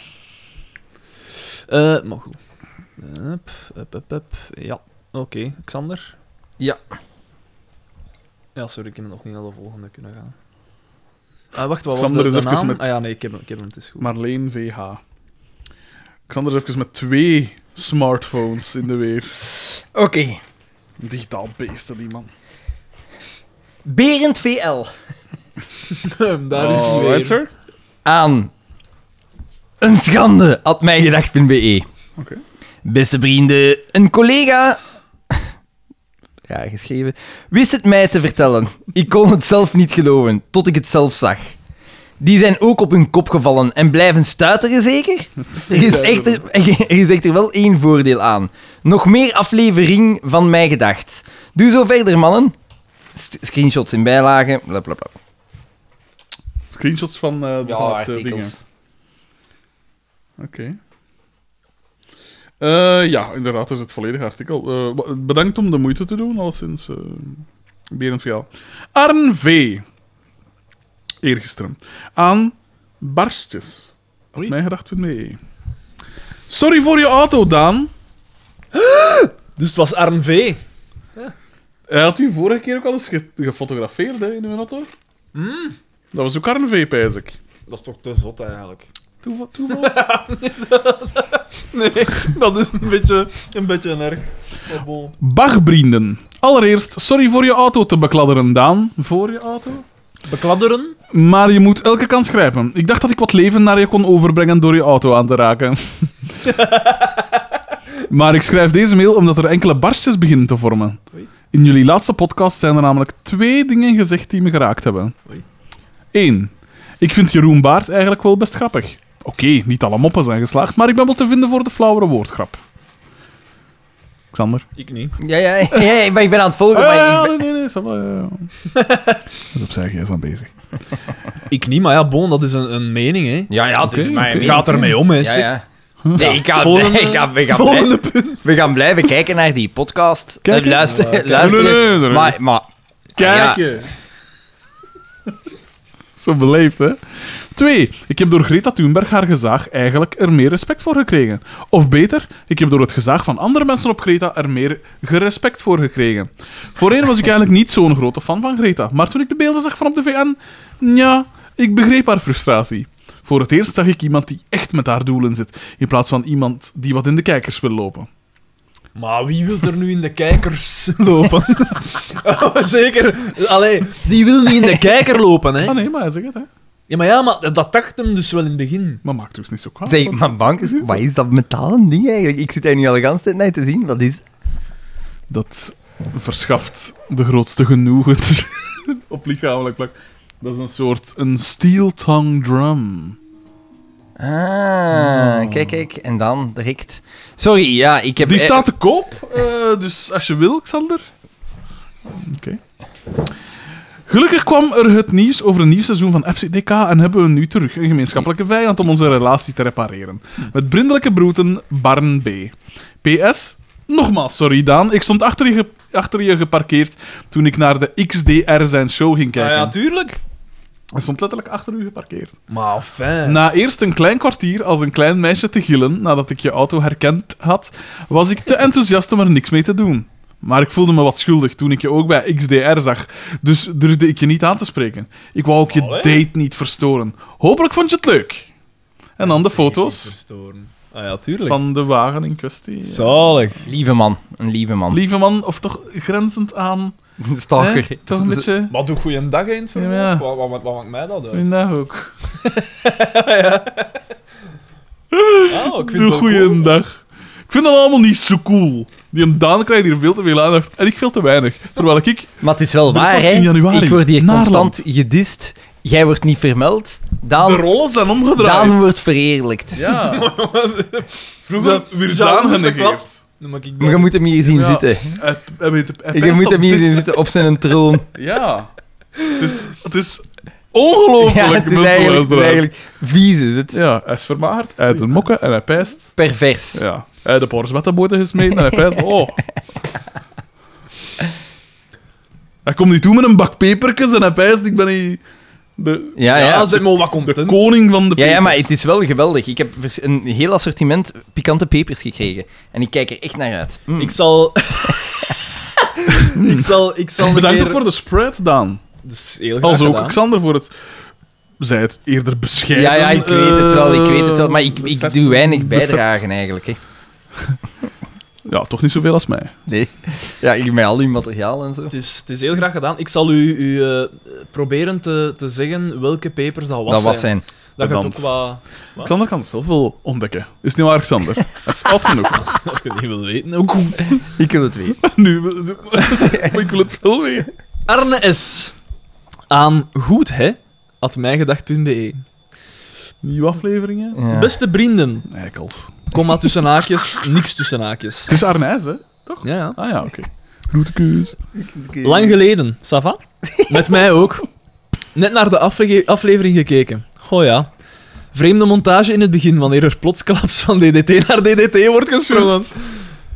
S2: Eh, maar goed. Hup, hup, hup, hup. Ja, oké. Xander?
S4: Ja.
S2: Ja, sorry, ik heb hem nog niet naar de volgende kunnen gaan. Ah, wacht, wat
S1: Xander is
S2: was de, de
S1: even
S2: naam?
S1: met-
S2: Ah ja, nee, ik heb hem, ik heb hem, het is goed.
S1: Marleen VH. Xander is even met twee smartphones in de weer.
S4: Oké.
S1: Digitaal beesten, die man.
S4: Berend VL
S2: Daar is
S1: Oh,
S2: hij
S1: right,
S2: weer.
S1: sir?
S4: aan een schande at mijgedacht.be.
S1: Oké.
S4: E. Beste vrienden, een collega. Ja, geschreven. Wist het mij te vertellen. Ik kon het zelf niet geloven, tot ik het zelf zag. Die zijn ook op hun kop gevallen en blijven stuiteren, zeker? Er is, echter, er is echter wel één voordeel aan. Nog meer aflevering van Mij Gedacht. Doe zo verder, mannen. St- Screenshots in bijlagen. Bla bla bla.
S1: Screenshots van, eh
S4: Ja,
S1: van het eh,
S4: artikels.
S1: dingen. Oké. Eh, ja, inderdaad, dat is het volledige artikel. Eh, wa- bedankt om de moeite te doen, alleszins. eh Berend Viaal. Arn V. Eergisteren. Aan Barstjes. Op
S2: Oei.
S1: mijn gedacht.be. E. Sorry voor je auto, Daan.
S2: Dus het was Arn V.
S1: Hij had u vorige keer ook al eens ge- gefotografeerd hè, in uw auto. Dat was ook Arn V, pijs ik.
S2: Mm. Dat is toch te zot eigenlijk?
S1: Toeval. toeval.
S2: Nee, dat is een beetje, een beetje een erg.
S1: Bagbrienden. Allereerst, sorry voor je auto te bekladderen, Daan. Voor je auto?
S2: Bekladderen?
S1: Maar je moet elke kans grijpen. Ik dacht dat ik wat leven naar je kon overbrengen door je auto aan te raken. maar ik schrijf deze mail omdat er enkele barstjes beginnen te vormen.
S2: Oei.
S1: In jullie laatste podcast zijn er namelijk twee dingen gezegd die me geraakt hebben.
S2: Oei.
S1: Eén. Ik vind Jeroen Baart eigenlijk wel best grappig. Oké, niet alle moppen zijn geslaagd, maar ik ben wel te vinden voor de flauwere woordgrap. Xander?
S2: Ik niet.
S4: Ja, ja, ja, ja, maar ik ben aan het volgen.
S1: Ah,
S4: maar
S1: ja,
S4: ik
S1: ja,
S4: ben-
S1: nee, nee, nee, ça va, ja, ja. Dat is opzij, hij is aan bezig.
S2: Ik niet, maar ja, Bon, dat is een, een mening, hè.
S4: Ja, ja, dit
S1: Oké,
S4: is mijn
S1: oké.
S4: mening.
S2: Gaat ermee om, hè.
S4: Ja,
S2: zeg.
S4: ja. Nee, ik ga,
S2: Volgende-
S4: ik ga, we, gaan
S2: Volgende
S4: blijven, we gaan blijven kijken naar die podcast. Eh,
S1: Kijken? Oh,
S4: luisteren.
S2: Ja,
S4: luisteren.
S1: Nee, nee, Oh. nee, nee.
S4: Maar, maar
S1: Kijk
S4: Ja.
S1: je. Zo beleefd, hè? Twee, ik heb door Greta Thunberg haar gezaag eigenlijk er meer respect voor gekregen. Of beter, ik heb door het gezaag van andere mensen op Greta er meer gerespect voor gekregen. Voorheen was ik eigenlijk niet zo'n grote fan van Greta, maar toen ik de beelden zag van op de VN, ja, ik begreep haar frustratie. Voor het eerst zag ik iemand die echt met haar doelen zit, in plaats van iemand die wat in de kijkers wil lopen.
S2: Maar wie wil er nu in de kijkers lopen? oh, zeker. Allee, die wil niet in de kijker lopen, hè.
S1: Ah nee, maar hij zegt het, hè.
S2: Ja, maar ja, maar dat dacht hem dus wel in het begin.
S1: Maar maakt dus niet zo kwaad.
S4: zeg,
S1: want-
S4: mijn bank is... Wat is dat metalen ding eigenlijk? Ik zit daar nu al de hele tijd naar te zien. Wat is
S1: Dat verschaft de grootste genoegen op lichamelijk vlak. Dat is een soort een steel tongue drum.
S3: Ah, kijk, kijk. En dan, direct. Sorry, ja, ik heb...
S1: Oh. Die
S3: eh,
S1: staat te koop, eh, dus als je wil, Xander. Oké. Gelukkig kwam er het nieuws over een nieuw seizoen van FCDK en hebben we nu terug een gemeenschappelijke vijand om onze relatie te repareren. Met brindelijke broeten, Barn B. PS, nogmaals sorry Daan, ik stond achter je, ge- achter je geparkeerd toen ik naar de XDR zijn show ging
S2: Ah Ja,
S1: kijken.
S2: ja, tuurlijk.
S1: Hij stond letterlijk achter u geparkeerd.
S2: Maar fijn.
S1: Na eerst een klein kwartier als een klein meisje te gillen nadat ik je auto herkend had, was ik te enthousiast om er niks mee te doen. Maar ik voelde me wat schuldig toen ik je ook bij XDR zag, dus durfde ik je niet aan te spreken. Ik wou ook je
S2: Allee.
S1: date niet verstoren. Hopelijk vond je het leuk. En dan de foto's
S2: Verstoren. Ah ja, tuurlijk.
S1: van de wagen in kwestie.
S2: Zalig.
S3: Lieve man. Een lieve man.
S1: Lieve man, of toch grenzend aan...
S3: Stalker.
S1: hè, Toch een beetje...
S2: Maar doe goeiedag in het vervolg.
S1: Ja.
S2: Wat, wat, wat, wat maakt mij dat uit?
S1: Goeiedag ook.
S2: Ah, ik vind
S1: Doe
S2: het wel cool.
S1: goeiedag. Ik vind dat allemaal niet zo cool. Die hem Daan krijgt hier veel te veel aandacht en ik veel te weinig. Terwijl ik
S3: Maar het is wel
S1: Dat
S3: waar,
S1: was
S3: hè.
S1: in januari.
S3: Ik word hier
S1: Naarland.
S3: constant gedist. Jij wordt niet vermeld.
S1: De
S3: Daan,
S1: rollen zijn omgedraaid.
S3: Daan wordt vereerlijkt.
S1: Ja.
S2: Vroeger
S1: Zo- weer
S2: jaloerse
S1: Daan genegeerd.
S2: klap. Dan maak ik
S3: Maar je moet hem hier zien
S1: Ja.
S3: zitten.
S1: Hij- hij weet- hij
S3: Je
S1: pijst
S3: moet
S1: op dus-
S3: hem hier
S1: dis-
S3: zien zitten op zijn troon.
S1: Ja. Het is, het is ongelooflijk,
S3: Ja, het
S1: beste
S3: is eigenlijk, het is
S1: luisteraars.
S3: eigenlijk vies. Is het
S1: Ja, hij is vermagerd, hij heeft een mokken en hij pijst.
S3: pervers?
S1: Ja. Hij heeft de porresbettenboten gesmeten en hij pijst. Oh. Hij komt niet toe met een bak peperkes en hij pijst. Ik ben niet de,
S3: Ja,
S2: Ja,
S3: ja.
S2: ja, zeg maar wat content.
S1: de koning van de
S3: Ja,
S1: pepers.
S3: ja, maar het is wel geweldig. Ik heb vers- een heel assortiment pikante pepers gekregen. En ik kijk er echt naar uit.
S1: Hm.
S3: Mm.
S2: Ik zal... ik zal... Ik zal
S1: Bedankt ook voor de spread, Daan.
S2: Dus heel graag
S1: Als ook
S2: gedaan.
S1: Xander voor het... Zij het eerder bescheiden.
S3: ja, ja, ik weet het wel, ik weet het wel.
S1: eh,
S3: Maar ik, ik
S1: beseft-
S3: doe weinig
S1: buffet.
S3: bijdragen eigenlijk. Hè.
S1: Ja, toch niet zoveel als mij.
S3: Nee. Ja, ik, met al uw materiaal en zo.
S2: Het is, het is heel graag gedaan. Ik zal u, u eh, proberen te, te zeggen welke papers dat was.
S3: dat was
S2: zijn.
S3: zijn.
S2: Dat gaat ook
S1: Bedankt.
S2: wat... Wat?
S1: Xander kan het zelf wel ontdekken. Is het niet waar, Xander? Dat is oud genoeg.
S2: Als je het niet wil weten, ook goed.
S3: Ik wil het weer.
S1: nu, maar ik wil het veel weten.
S2: Arne S. Aan goed, hè? At mijgedacht.be.
S1: Nieuwe afleveringen?
S3: Ja.
S2: Beste vrienden,
S1: Eikels.
S2: komma tussen haakjes, niks tussen haakjes.
S1: Het is Arnijs, hè?
S2: Ja, ja.
S1: Ah ja, oké. Groetekeus.
S2: Lang geleden, Sava. Met mij ook. Net naar de aflege- aflevering gekeken. Goh ja. Vreemde montage in het begin, wanneer er plots klaps van DDT naar DDT wordt gesprongen.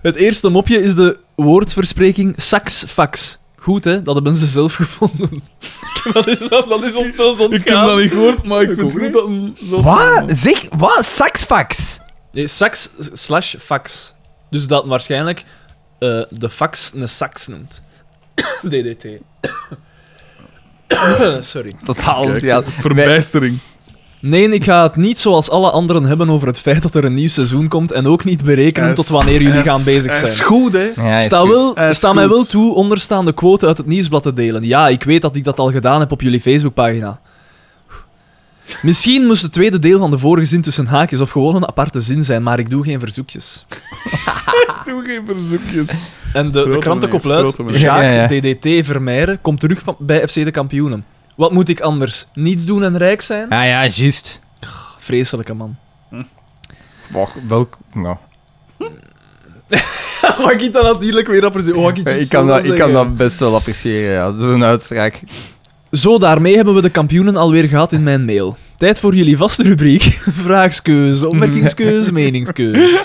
S2: Het eerste mopje is de woordverspreking sax-fax. Goed, hè? Dat hebben ze zelf gevonden. dat, is, dat is ons zo
S1: Ik heb dat niet gehoord, maar ik vind
S2: ook
S1: het goed dat een... zo-
S4: Ah,
S3: Wat? Zeg, wat? Saxfax?
S2: Nee, sax slash fax. Dus dat waarschijnlijk eh, de fax een sax noemt. DDT. Sorry.
S3: Totaal
S1: Kijk,
S3: ontwikkeld.
S1: verbijstering.
S2: Nee, ik ga het niet zoals alle anderen hebben over het feit dat er een nieuw seizoen komt en ook niet berekenen tot wanneer jullie gaan bezig
S1: Het is
S2: zijn.
S1: goed, hè?
S3: Ja, is
S2: Sta,
S3: goed.
S2: wel,
S1: Hij is
S2: sta mij
S1: goed.
S2: wel toe onderstaande quote uit het nieuwsblad te delen. Ja, ik weet dat ik dat al gedaan heb op jullie Facebookpagina. Misschien moest het tweede deel van de vorige zin tussen haakjes of gewoon een aparte zin zijn, maar ik doe geen verzoekjes.
S1: Doe geen verzoekjes.
S2: En de, de
S1: Grote
S2: krantenkop
S1: meneer,
S2: luidt:
S1: grote meneer.
S2: Jacques
S3: Ja,
S2: DDT Vermeijren komt terug van, bij FC de kampioenen. Wat moet ik anders? Niets doen en rijk zijn? Ah,
S3: Ah ja, juist.
S2: Vreselijke man.
S3: Wacht, welk... Nou.
S2: Mag Oh, ik dat natuurlijk weer appreciëren? Oh,
S3: Ja, Ik kan, dat, ik kan dat best wel appreciëren, ja. Dat is een uitspraak.
S2: Zo, daarmee hebben we de kampioenen alweer gehad in mijn mail. Tijd voor jullie vaste rubriek. Vraagskeuze, opmerkingskeuze, meningskeuze.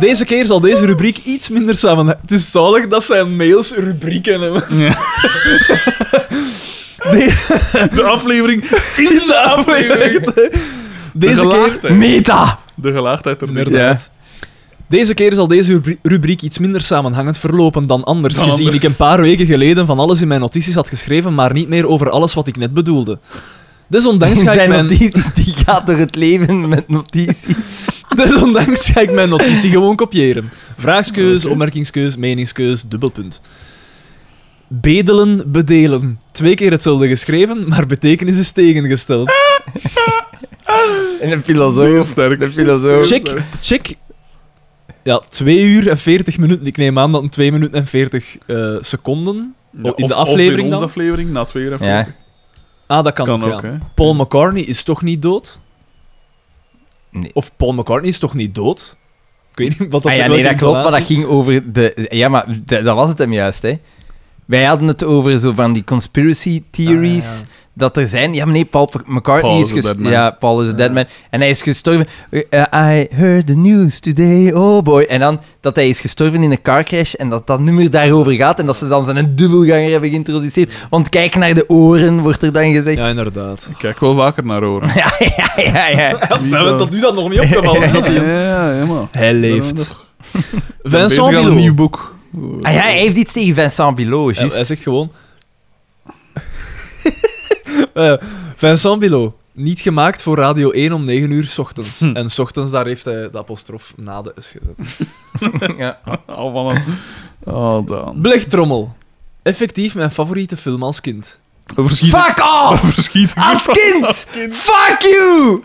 S2: Deze keer zal deze rubriek iets minder samen... Het is zalig dat zijn mails rubrieken hebben. De-
S1: De aflevering
S2: in de aflevering. Deze keer...
S1: gelaagdheid.
S3: Meta!
S1: De gelaagdheid er niet.
S2: Inderdaad. Deze keer zal deze rubri- rubriek iets minder samenhangend verlopen dan anders,
S1: Dan
S2: gezien
S1: anders.
S2: ik een paar weken geleden van alles in mijn notities had geschreven, maar niet meer over alles wat ik net bedoelde. Desondanks ga ik
S3: Zijn
S2: mijn,
S3: notities, die gaat door het leven met notities.
S2: desondanks ga ik mijn notitie gewoon kopiëren. Vraagskeus, opmerkingskeus, meningskeus, dubbelpunt. Bedelen, bedelen. Twee keer hetzelfde geschreven, maar betekenis is tegengesteld.
S3: En een
S1: Heel
S3: filosoof.
S1: sterk.
S3: Een filosoof.
S2: Check, check. Ja, 2 uur en 40 minuten. Ik neem aan dat een 2 minuten en 40 eh, seconden.
S1: Ja,
S2: in de
S1: of- Of in
S2: aflevering
S1: onze
S2: dan?
S1: aflevering, na twee uur en
S3: Ja.
S1: veertig.
S2: Ah, dat kan,
S1: Kan
S2: ook, ja.
S1: ook, hè?
S2: Paul McCartney is toch niet dood?
S4: Nee.
S2: Of Paul McCartney is toch niet dood? Ik weet niet wat dat
S4: ah, ja,
S2: welke
S4: nee, dat klopt, maar dat
S2: intonatie-
S4: ging over de... Ja, maar d- dat was het hem juist, hè. Wij hadden het over zo van die conspiracy theories,
S2: Ah, ja.
S4: dat er zijn... Ja, maar nee, Paul P- McCartney
S1: Paul
S4: is...
S1: is a dead
S4: gestorven.
S1: man.
S4: ja, Paul is a dead man. En hij is gestorven... Eh, I heard the news today, oh boy. En dan dat hij is gestorven in een car crash en dat dat nummer daarover gaat en dat ze dan zijn dubbelganger hebben geïntroduceerd. Want kijk naar de oren, wordt er dan gezegd.
S2: Ja, inderdaad.
S1: Ik kijk wel vaker naar oren.
S4: Ja, ja, ja, ja.
S2: Dat zijn we
S1: dan?
S2: tot nu dan nog niet opgevallen. is dat hij-
S1: ja, helemaal.
S2: Hij leeft. Vincent
S1: bezig aan een nieuw
S2: Milo.
S1: boek.
S4: Ah ja, hij heeft iets tegen Vincent Bilot,
S2: Ja,
S4: juist.
S2: hij zegt gewoon... Eh, Vincent Bilo, niet gemaakt voor Radio 1 om 9 uur 's ochtends.
S1: Hm.
S2: En 's ochtends, daar heeft hij de apostrof na de S gezet.
S4: Ja.
S1: Oh, van een... Oh, dan.
S2: Blechtrommel. Effectief mijn favoriete film als kind.
S1: Een verschiet-
S4: Fuck off!
S1: een verschiet-
S4: Als kind! Fuck you!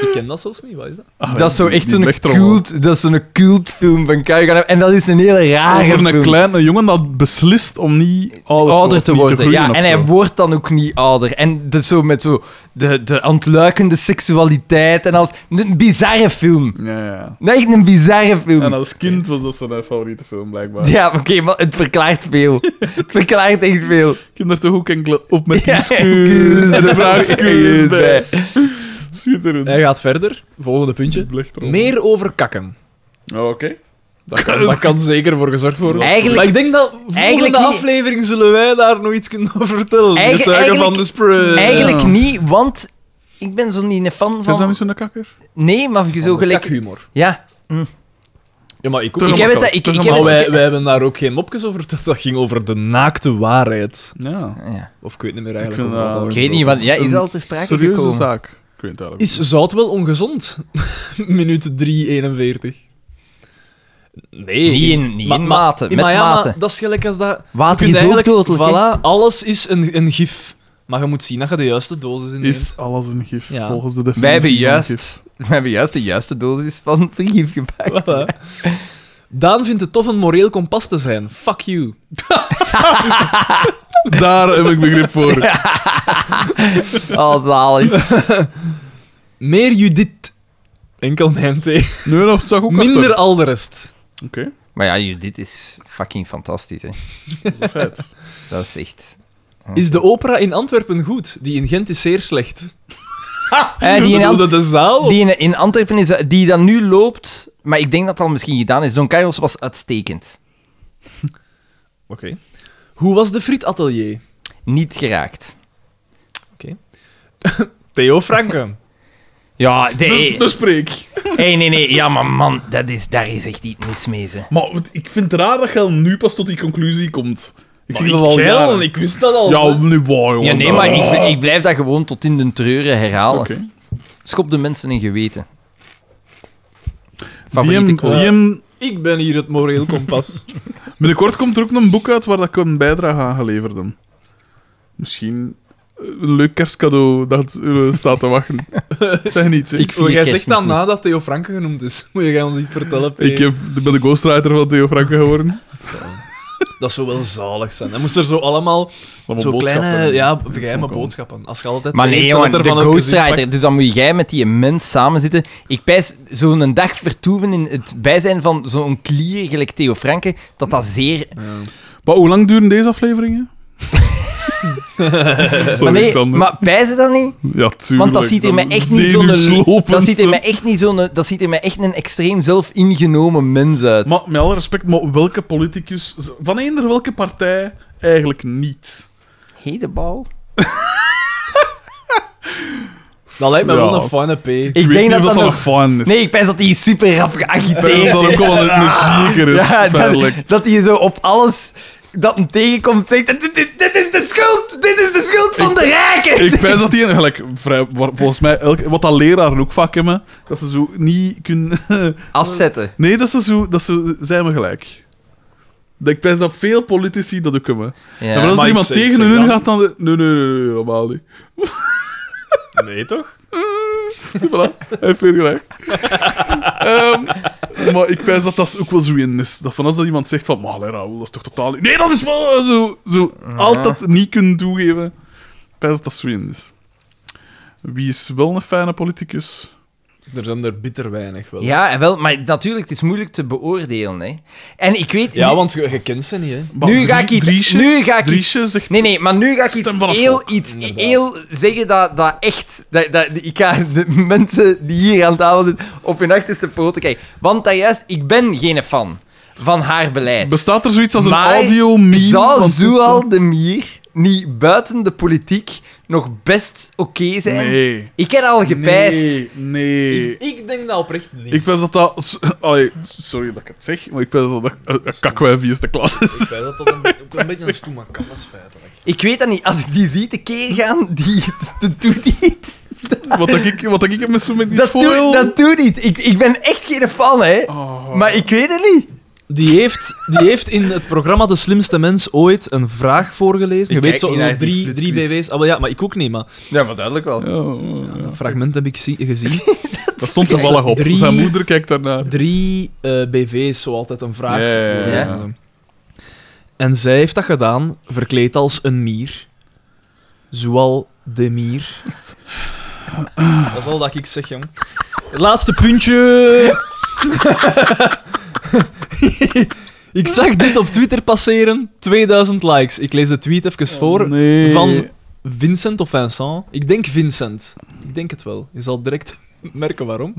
S2: Ik ken dat zelfs niet, wat is dat?
S1: Ah,
S4: dat is zo
S1: die-
S4: echt
S1: die
S4: zo'n
S1: blechtrommel.
S4: cult, dat is zo'n cultfilm van Kaigan. En dat is een hele rare
S1: Over een
S4: film.
S1: kleine jongen dat beslist om niet ouder,
S4: ouder
S1: of
S4: te
S1: niet
S4: worden.
S1: groeien
S4: ja,
S1: of
S4: en hij
S1: zo.
S4: wordt dan ook niet ouder. En dat is zo met zo de, de ontluikende seksualiteit en al. Een bizarre film.
S1: Ja, ja.
S4: Nee, echt een bizarre
S1: En
S4: film.
S1: als kind was dat zijn favoriete film, blijkbaar.
S4: Ja, oké, maar het verklaart veel. het verklaart echt veel.
S1: Kinderen toch ook enkele op met
S4: Ja,
S1: die skeus en de
S4: kus
S1: vraagskeurs bij. Schitterend.
S2: Hij gaat verder. Volgende
S4: Eh,
S2: puntje.
S1: Blechtrommel.
S2: Meer over kakken.
S1: Oh, Oké.
S2: Dat kan, dat kan zeker voor gezorgd worden.
S4: Eigenlijk-
S2: maar ik denk dat volgende
S4: eigenlijk niet.
S2: aflevering zullen wij daar nog iets kunnen over vertellen.
S4: Eigen-
S2: Getuigen van
S4: eigenlijk-
S2: de Spray.
S4: Eigenlijk niet, want ik ben zo niet een fan
S1: Eh. Is dat Oh,
S4: van.
S1: niet zo'n kakker?
S4: Nee, maar zo gelijk.
S2: humor.
S4: Ja,
S2: Ja, maar ik ook.
S1: Toch
S4: ik
S1: een
S4: heb het.
S1: makkelijk.
S4: Ik,
S1: Toch
S4: ik
S1: een
S2: maar
S4: heb het.
S2: wij,
S4: ik-
S2: wij hebben daar ook geen mopjes over verteld. Dat ging over de naakte waarheid.
S1: Ja.
S4: ja.
S2: Of ik weet niet meer
S1: Ik
S2: eigenlijk.
S1: vind
S2: over wat
S1: dat-
S2: dat
S4: Ik
S2: was.
S4: weet niet,
S1: Dat Nou,
S4: want
S1: is
S4: ja, is
S1: een
S4: al ter sprake
S1: Serieuze
S4: gekomen.
S1: zaak. Ik weet het eigenlijk
S2: Is zout wel ongezond? Minuut 3,41. Nee.
S4: Niet in, niet
S2: Ma-
S4: in
S2: ma-
S4: mate, met
S2: maar ja, maar
S4: mate.
S2: dat is gelijk als dat...
S4: Water
S2: je
S4: is
S2: kunt
S4: ook
S2: eigenlijk-
S4: dodelijk. hè.
S2: Voilà, alles is een, een gif. Maar je moet zien dat je de juiste dosis inneemt.
S1: Is alles een gif,
S2: Ja.
S1: volgens de definitie.
S4: Wij hebben,
S1: van gif.
S4: juist, wij hebben juist de juiste dosis van vergif gebruikt.
S2: Voilà. Daan vindt het tof een moreel kompas te zijn. Fuck you.
S1: Daar heb ik begrip voor.
S4: Oh, zalig.
S2: Meer Judith. Enkel mijn thee.
S1: Nu nog zag ook
S2: Minder
S1: achter.
S2: al de rest.
S1: Oké,
S4: Maar ja, joh, dit is fucking fantastisch, hè.
S1: dat is een feit.
S4: Dat is echt...
S2: Is de opera in Antwerpen goed? Die in Gent is zeer slecht.
S4: Eh, die, in Ant-
S2: Bedoelde de zaal?
S4: die in, in Antwerpen is... eh, Die dan nu loopt, maar ik denk dat dat misschien gedaan is. Don Carlos was uitstekend.
S2: Oké. Hoe was de frietatelier?
S4: Niet geraakt.
S2: Theo Franken.
S4: Ja, nee,
S1: Dus Bespreek.
S4: hey, nee, nee. Ja, maar man, dat is, daar is echt iets mis mee, ze.
S1: Maar wat- ik vind het raar dat je al nu pas tot die conclusie komt. Ik zie
S2: ik
S1: dat al
S2: ken,
S1: jaren.
S2: ik wist dat al.
S1: Ja, nu wauw, jongen.
S4: Ja, nee, maar
S1: Ah.
S4: ik, ik blijf dat gewoon tot in de treuren herhalen.
S1: Oké.
S4: Schop de mensen in geweten.
S1: Die hem-
S4: Favoriete quote.
S1: die hem-
S2: Ik ben hier het moreel kompas.
S1: Binnenkort komt er ook een boek uit waar dat ik een bijdrage aan geleverd heb. Misschien een leuk kerstcadeau dat eh, staat te wachten. Zeg niet, zeg.
S4: Ik-
S1: Ik,
S2: Oh, jij
S4: Kerstmis
S2: zegt dat
S4: niet.
S2: nadat Theo Franken genoemd is. Moet jij ons iets vertellen, P?
S1: heb, ben de ghostwriter van Theo Franken geworden.
S2: Dat zou wel zalig zijn. Dan moest er zo allemaal
S1: Allemaal
S2: zo
S1: boodschappen.
S2: kleine, ja,
S1: Dat is
S2: geheime
S1: wel
S2: boodschappen. Als je altijd
S4: Maar
S2: de
S4: nee,
S2: eerste
S4: jongen,
S2: letter
S4: de
S2: van het
S4: ghostwriter.
S2: gezin
S4: Dus dan moet jij met die mens samen zitten. Ik pijs zo'n dag vertoeven in het bijzijn van zo'n klier, gelijk Theo Franke, dat dat zeer...
S2: pakt- Ja.
S1: cool. Maar hoe lang duren deze afleveringen? Sorry,
S4: maar nee,
S1: Xander.
S4: maar pijzen dat niet?
S1: Ja, tuurlijk.
S4: Want dat ziet in mij echt niet zo'n...
S1: zenuwslopend.
S4: Dat ziet in mij echt niet zo'n... Dat ziet in mij echt een extreem zelf ingenomen mens uit.
S1: Maar met alle respect, maar welke politicus... Van eender welke partij eigenlijk niet?
S4: Hedebouw?
S2: Dat lijkt me wel
S1: Ja.
S2: een fijne P.
S4: Ik
S1: weet
S4: denk
S1: niet
S4: dat
S1: wat
S4: dat
S1: dat een
S4: nog...
S1: fan is.
S4: Nee, ik pijs dat hij super rap
S1: Ik denk
S4: geagiteerd
S1: dat dat ook wel een energieker is,
S4: Ja, dat,
S1: feitelijk.
S4: dat hij zo op alles dat hem tegenkomt zegt: dit, dit, dit is de schuld! Dit is de schuld van de rijken!
S1: Ik pijs dat die eigenlijk vrij, waar- volgens mij, elke, wat dat leraren ook vaak hebben, dat ze zo niet kunnen.
S4: Afzetten.
S1: Nee, dat ze zo, dat ze zijn we gelijk. Dat Ik pijs dat veel politici dat ook hebben.
S4: Ja.
S1: maar als
S2: maar
S1: er
S2: ik
S1: iemand
S2: zeg-
S1: tegen
S2: zeg
S1: hun
S2: dan-
S1: gaat, dan. de- Nee, nee, nee, nee, normaal niet.
S2: Nee, toch?
S1: Zie, voilà, hij heeft weer gelijk. Ehm, maar ik pijs dat dat ook wel zo in is. Dat van als dat iemand zegt van, maar leraar, dat is toch totaal niet... Nee, dat is wel eh, zo, zo altijd niet kunnen toegeven. Ik pijs dat dat zo in is. Wie is wel een fijne politicus?
S2: Er zijn er bitter weinig wel.
S4: Ja, en wel, maar natuurlijk, het is moeilijk te beoordelen. Hè. En ik weet...
S2: Ja,
S4: nu-
S2: want je, je kent ze niet, hè.
S1: Maar
S4: Nu
S1: Drie-
S4: ga ik iets-
S1: Driesje-
S4: nu ga ik iets-
S1: Driesje zegt...
S4: Nee, nee, maar nu ga ik
S1: Stem
S4: iets
S1: van het
S4: heel,
S1: volk,
S4: iets
S2: inderdaad.
S4: heel zeggen dat, dat echt... Dat, dat, ik ga de mensen die hier aan tafel zitten op hun achterste poten kijken. Want dat juist, ik ben geen fan van haar beleid.
S1: Bestaat er zoiets als een
S4: Maar
S1: audio-meme?
S4: Zou
S1: Want dit-
S4: Zoal de Mier niet buiten de politiek nog best oké zijn?
S1: Nee.
S4: Ik heb al gepijst.
S1: Nee, nee.
S2: Ik, ik denk dat oprecht niet.
S1: Ik wens dat dat... s- Allee, sorry dat ik het zeg, maar ik wens dat dat een- een kakwijf is de klas
S2: Ik
S1: is.
S2: weet dat dat een, ook een beetje een stoema kan, dat is feitelijk.
S4: Ik weet dat niet. Als ik die zie tekeer gaan, die, dat doet niet.
S1: Wat dat ik, wat dat ik met zo'n moment niet
S4: Dat,
S1: voel.
S4: doet- dat doet niet. Ik, ik ben echt geen fan, hè.
S1: Oh.
S4: Maar ik weet het niet.
S2: Die heeft, die heeft in het programma De Slimste Mens ooit een vraag voorgelezen.
S4: Ik
S2: je weet
S4: kijk
S2: zo,
S4: niet naar
S2: nog
S4: die
S2: drie, drie
S4: flutquiz.
S2: BW's. Ah, wel ja, maar ik ook niet, maar
S4: Ja, maar duidelijk wel.
S1: Ja, ja, ja.
S2: dat fragment heb ik zie- gezien.
S1: Dat stond toevallig op.
S2: Drie-
S1: Zijn moeder kijkt daarnaar.
S2: Drie eh, BV's, zo altijd een vraag.
S1: Ja, ja, ja,
S2: voorlezen
S4: ja.
S2: en zo. En zij heeft dat gedaan, verkleed als een mier. Zoal de mier. dat is al dat ik zeg, jong. Het laatste puntje. ik zag dit op Twitter passeren. 2000 likes. Ik lees de tweet even voor.
S1: Oh, Nee.
S2: Van Vincent of Vincent. Ik denk Vincent. Ik denk het wel. Je zal direct merken waarom.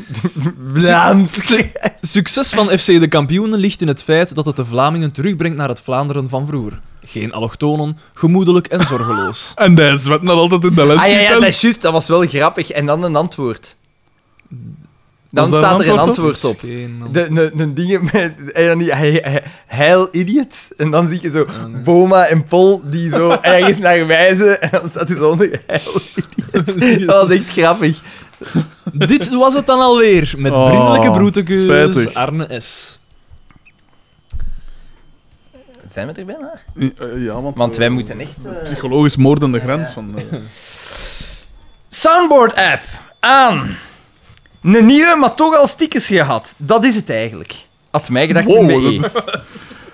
S4: Vlaams.
S2: Succes van FC de Kampioenen ligt in het feit dat het de Vlamingen terugbrengt naar het Vlaanderen van vroeger. Geen allochtonen, gemoedelijk en zorgeloos.
S1: En hij zwet nog altijd in de lens.
S4: Ah ja, ja, dat is juist. Dat was wel grappig. En dan een antwoord.
S1: Was
S4: Dan
S1: daar
S4: staat
S1: een
S4: er een
S1: antwoord
S4: antwoord op. De, de, de dingen met... En dan die he- he- heil idiots. En dan zie je zo Boma en Pol die zo ergens naar wijzen. En dan staat hij zo onder heil idiots. Dat was echt grappig.
S2: Dit was het dan alweer, met
S1: Oh,
S2: vriendelijke
S1: spijtig.
S2: broetekeus Arne S.
S4: Zijn we er bijna?
S1: Ja, want,
S4: Want
S1: eh,
S4: wij moeten echt...
S1: Psychologisch moordende grens van... eh,
S4: Soundboard app. Aan. Een nieuwe, maar toch al stickers gehad. Dat is het eigenlijk. Had mij gedacht
S1: Wow,
S4: in mijn eens.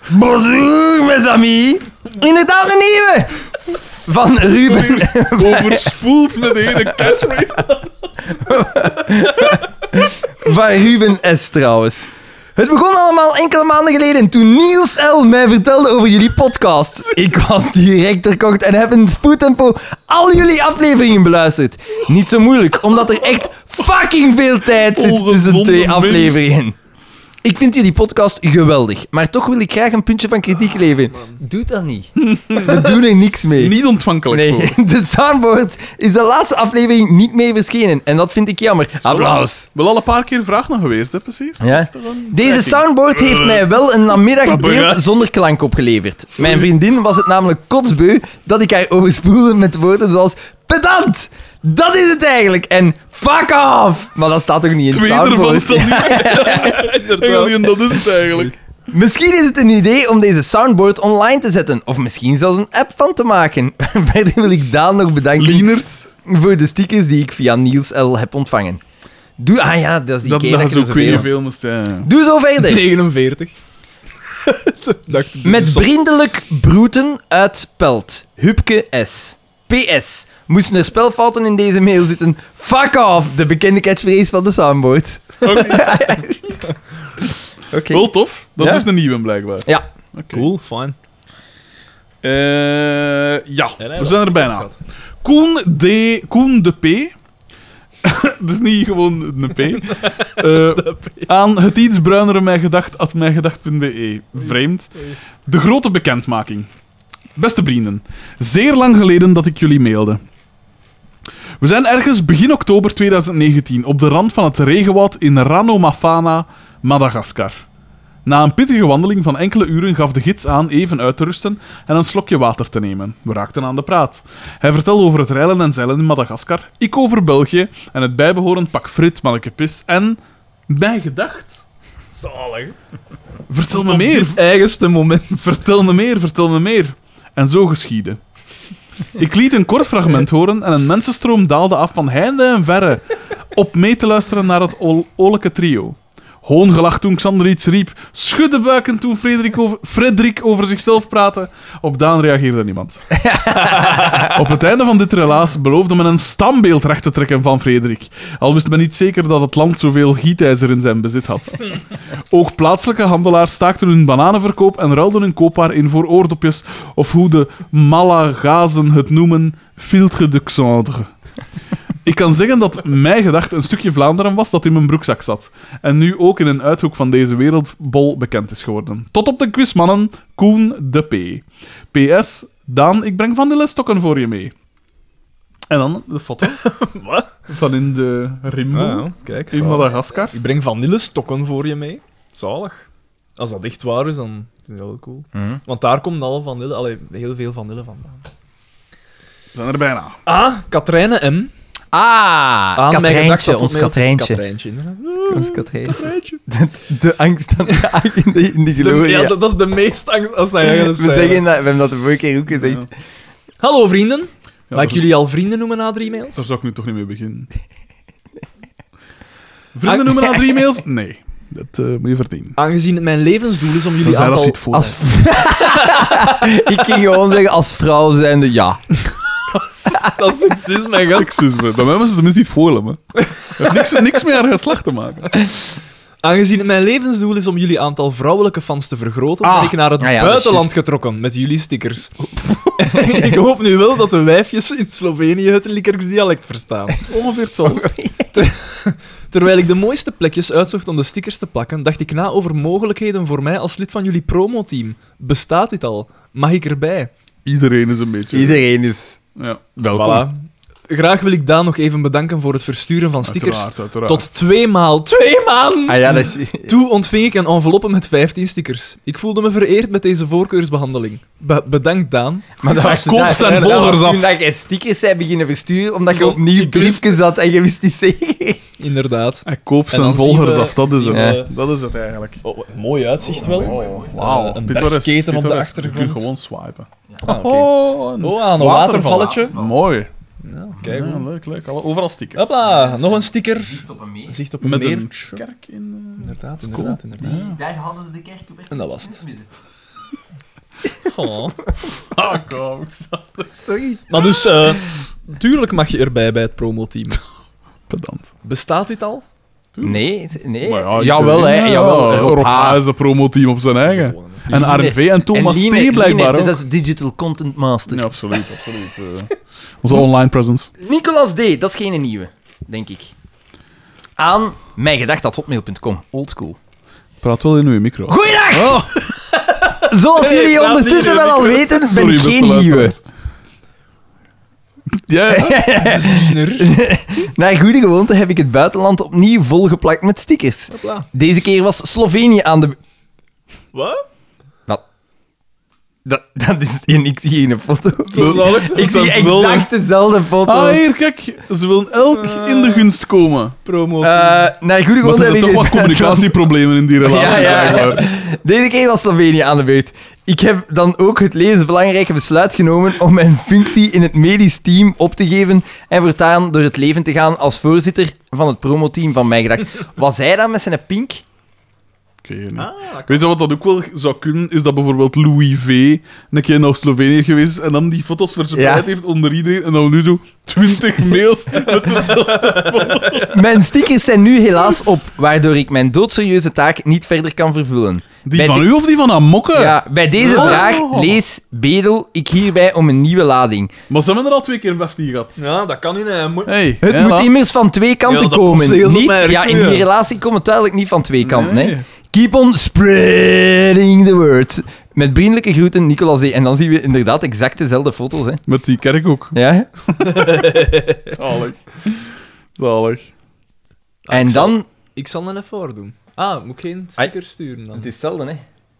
S4: Bonjour, mes amis. Inderdaad een nieuwe. Van Ruben.
S1: overspoeld met de ene catchphrase.
S4: Van Ruben S. trouwens. Het begon allemaal enkele maanden geleden toen Niels L. mij vertelde over jullie podcast. Ik was direct verkocht en heb in spoedtempo al jullie afleveringen beluisterd. Niet zo moeilijk, omdat er echt fucking veel tijd zit tussen
S1: Ongezonde
S4: twee
S1: mens.
S4: afleveringen. Ik vind jullie podcast geweldig, maar toch wil ik graag een puntje van
S1: Ah,
S4: kritiek leveren. Doe dat niet. We doen er niks mee. Oh,
S1: Niet ontvankelijk voor.
S4: nee, de soundboard is de laatste aflevering niet mee verschenen en dat vind ik jammer. Applaus.
S1: Wel al een paar keer vraag nog geweest, hè, precies?
S4: Ja.
S1: Dat is toch een-
S4: Deze soundboard heeft mij wel een namiddagbeeld zonder klank opgeleverd. Mijn vriendin was het namelijk kotsbeu dat ik haar overspoelde met woorden zoals pedant. Dat is het eigenlijk. En fuck off. Maar dat staat ook niet in de
S1: Twee ervan
S4: soundboard.
S1: staan niet. Alien, dat is het eigenlijk.
S4: Misschien is het een idee om deze soundboard online te zetten. Of misschien zelfs een app van te maken. Verder wil ik Daan nog bedanken
S1: Lienert,
S4: voor de stickers die ik via Niels L. heb ontvangen. Doe... Ah ja, dat is die
S1: dat
S4: keer
S1: dat
S4: dat je
S1: zo
S4: er zoveel-
S1: Queen veel moest zijn.
S4: Doe zo verder.
S2: 49. Dacht,
S4: Met vriendelijk broeten uit Pelt. Hupke S. PS. Moesten er spelfouten in deze mail zitten? Fuck off! De bekende catchphrase van de soundboard. Oké.
S1: Wel tof. Dat is
S4: Ja.
S1: dus een nieuwe, blijkbaar.
S4: Ja.
S1: Oké.
S2: Cool, fijn.
S1: Eh, ja, we zijn er bijna. Koen, D, Koen de P. dus niet gewoon een P. Eh, Aan het iets bruinere mijgedacht at mijgedacht.be. Vreemd. De grote bekendmaking. Beste vrienden, zeer lang geleden dat ik jullie mailde. We zijn ergens begin oktober 2019 op de rand van het regenwoud in Ranomafana, Madagaskar. Na een pittige wandeling van enkele uren gaf de gids aan even uit te rusten en een slokje water te nemen. We raakten aan de praat. Hij vertelde over het reilen en zeilen in Madagaskar, ik over België en het bijbehorend pak frit, manneke pis en... Mijn gedacht?
S2: Zalig.
S1: Vertel me meer.
S2: Het eigenste moment.
S1: Vertel me meer, vertel me meer. En zo geschiedde. Ik liet een kort fragment horen en een mensenstroom daalde af van heinde en verre op mee te luisteren naar het ol- olijke trio. Hoongelach toen Xander iets riep. Schudde buiken toen Frederik over, Frederik over zichzelf praatte. Op Daan reageerde niemand. Op het einde van dit relaas beloofde men een stambeeld recht te trekken van Frederik. Al wist men niet zeker dat het land zoveel gietijzer in zijn bezit had. Ook plaatselijke handelaars staakten hun bananenverkoop en ruilden hun koopwaar in voor oordopjes, of hoe de Malagazen het noemen, filtre de Xandre. Ik kan zeggen dat mijn gedacht een stukje Vlaanderen was dat in mijn broekzak zat. En nu ook in een uithoek van deze wereldbol bekend is geworden. Tot op de quiz, mannen. Koen de P. PS, Daan, ik breng van de lesstokken voor je mee. En dan de foto
S2: Wat?
S1: van in de Rimbo
S2: Ah, kijk,
S1: in
S2: zalig.
S1: Madagaskar.
S2: Ik breng vanillestokken voor je mee. Zalig. Als dat echt waar is, dan is dat wel cool. Want daar komt al vanille, allee, heel veel vanille vandaan.
S1: We zijn er bijna.
S2: Ah, Katrijne M.
S4: Ah,
S2: Aan mijn gedacht
S4: Katrijntje,
S2: zat
S4: ons
S2: opnieuw-
S4: Katrijntje.
S2: Katrijntje, inderdaad.
S4: Ons Katrijntje. De, de angst aan de angst in de, in de
S2: De-
S4: glorie.
S2: ja, dat, eh, dat is de meest angst als hij
S4: we,
S2: ergens zei.
S4: zeggen dat, we hebben dat de vorige keer ook gezegd.
S2: Hallo vrienden.
S1: Ja,
S2: Mag ik
S1: daar-
S2: jullie al vrienden noemen na drie mails?
S1: Daar zou ik nu toch niet mee beginnen.
S2: Ah.
S1: Vrienden noemen aan drie mails? Nee. Dat eh, moet je verdienen.
S2: Aangezien het mijn levensdoel is om jullie
S1: Tenzij dat
S2: aantal...
S1: ziet voor.
S4: Als... ik ging gewoon zeggen, als vrouw zijnde, ja.
S2: dat is seksisme, hè, gast.
S1: Seksisme. Bij mij was het tenminste niet voor hem. hè. Het heeft niks, niks meer aan geslacht te maken.
S2: Aangezien het mijn levensdoel is om jullie aantal vrouwelijke fans te vergroten,
S4: Ah,
S2: ben ik naar het
S4: ja, ja, dat is
S2: buitenland
S4: juist.
S2: getrokken met jullie stickers. ik hoop nu wel dat de wijfjes in Slovenië het Likkerks dialect verstaan.
S1: Ongeveer hetzelfde.
S2: Terwijl ik de mooiste plekjes uitzocht om de stickers te plakken, dacht ik na over mogelijkheden voor mij als lid van jullie promoteam. Bestaat dit al? Mag ik erbij?
S1: Iedereen is een beetje...
S4: Iedereen is
S1: Ja,
S4: welkom.
S2: Voilà. Graag wil ik Daan nog even bedanken voor het versturen van stickers.
S1: uiteraard, uiteraard.
S2: Tot twee maal. Twee maal!
S4: Ah ja, dat is...
S2: Toen ontving ik een enveloppe met 15 stickers. Ik voelde me vereerd met deze voorkeursbehandeling. Be- bedankt, Daan.
S4: Maar dat
S1: Hij
S4: was-
S1: koopt
S4: dat-
S1: zijn
S4: dat
S1: volgers
S4: was
S1: af.
S4: Toen dat jij stickers zei beginnen versturen, omdat je
S2: Zo,
S4: opnieuw
S2: ik wist-
S4: briefjes had en je wist niet zeker.
S2: Inderdaad.
S1: Hij koopt
S2: En
S1: zijn
S2: dan zien
S1: volgers
S2: we-
S1: af, dat is
S2: zien
S1: het.
S2: we- Oh,
S1: Dat is het eigenlijk.
S2: mooi uitzicht wel. Eh,
S1: Wauw.
S2: een
S1: Pittoresk,
S2: bergketen op de
S1: pittoresk. Je
S2: achtergrond.
S1: kunt gewoon swipen.
S2: Ah, oké.
S1: Oh, een
S2: Oh, aan een
S1: waterval.
S2: watervalletje.
S1: Mooi.
S2: Kijk,
S1: Ja, leuk, leuk. Alle- Overal stickers.
S2: Hopla, nog een sticker. Zicht op een
S1: Met
S2: meer.
S1: een kerk in... eh,
S2: Inderdaad, inderdaad, inderdaad.
S4: Daar hadden ze de kerk op.
S2: En dat was het. Oh.
S1: Ah, kom, ik sta-
S4: Sorry.
S2: Maar dus, eh, tuurlijk mag je erbij bij het promoteam.
S1: Pedant.
S2: Bestaat dit al?
S4: Nee, z- nee.
S1: Maar ja,
S4: jawel, hè.
S1: ja,
S4: jawel.
S1: Rob
S4: Rob H.
S1: H. is de promoteam op zijn eigen. En RNV en Thomas
S4: En Lien-
S1: T.
S4: Lien
S1: blijkbaar
S4: heeft het
S1: ook.
S4: als digital content master.
S1: Ja, absoluut, absoluut. eh. onze online presence.
S4: Nicolas D, dat is geen nieuwe, denk ik. Aan mijngedacht.hotmail.com. Oldschool.
S1: Praat wel in uw micro.
S4: Goeiedag!
S1: Oh,
S4: Zoals
S2: Nee,
S4: jullie
S2: praat niet
S4: ondertussen
S2: in de
S4: wel al
S2: micro.
S4: weten, ben
S1: sorry,
S4: ik
S1: beste
S4: geen nieuwe.
S1: luisteraars. Ja,
S4: Naar goede gewoonte heb ik het buitenland opnieuw volgeplakt met stickers.
S2: Hopla.
S4: Deze keer was Slovenië aan de...
S2: Wat?
S4: Dat, dat is hier niks, hier een foto.
S2: Zo zal het
S4: Ik zie
S1: zal-
S4: exact dezelfde foto.
S1: ah, hier, kijk. Ze willen elk in de gunst komen.
S2: Promoteam.
S4: Eh, naar goede
S1: Maar
S4: gewoonte
S1: er
S4: heb
S1: zijn toch
S4: ik het
S1: wat communicatieproblemen in die relatie.
S4: Ja, ja, ja.
S1: blijkbaar.
S4: Deze keer was Slovenië aan de beurt. Ik heb dan ook het levensbelangrijke besluit genomen om mijn functie in het medisch team op te geven en voortaan door het leven te gaan als voorzitter van het promoteam van mij gedacht. Was hij dan met zijn pink?
S1: Oké, nee. Weet je wat dat ook wel zou kunnen? Is dat bijvoorbeeld Louis V. een keer naar Slovenië geweest is en dan die foto's verspreid
S4: Ja.
S1: heeft onder iedereen en dan nu zo 20 mails. met dezelfde-
S4: Mijn stickers zijn nu helaas op, waardoor ik mijn doodserieuze taak niet verder kan vervullen.
S1: Die
S4: Bij
S1: van
S4: de-
S1: u of die van Amokke?
S4: Ja, bij deze
S1: Oh.
S4: vraag lees bedel ik hierbij om een nieuwe lading.
S1: Maar ze hebben er al twee keer 15 gehad.
S2: Ja, dat kan niet. Hè. Moet-
S1: Hey,
S4: Het
S1: ja,
S4: moet
S1: laat-
S4: immers van twee kanten
S2: Ja, dat
S4: komen.
S2: postzegel is op
S4: Niet,
S2: mijn rug,
S4: ja, in
S2: ja.
S4: die relatie komt het duidelijk niet van twee kanten.
S1: Nee.
S4: Hè. Keep on spreading the word. Met vriendelijke groeten, Nicolas D. En dan zien we inderdaad exact dezelfde foto's. Hè.
S1: Met die kerk ook.
S4: Ja?
S1: Zalig. Zalig.
S2: Ah,
S4: en
S2: ik zal-
S4: dan...
S2: Ik zal een even doen. Ah, moet ik geen sticker sturen dan?
S4: is hetzelfde, hè.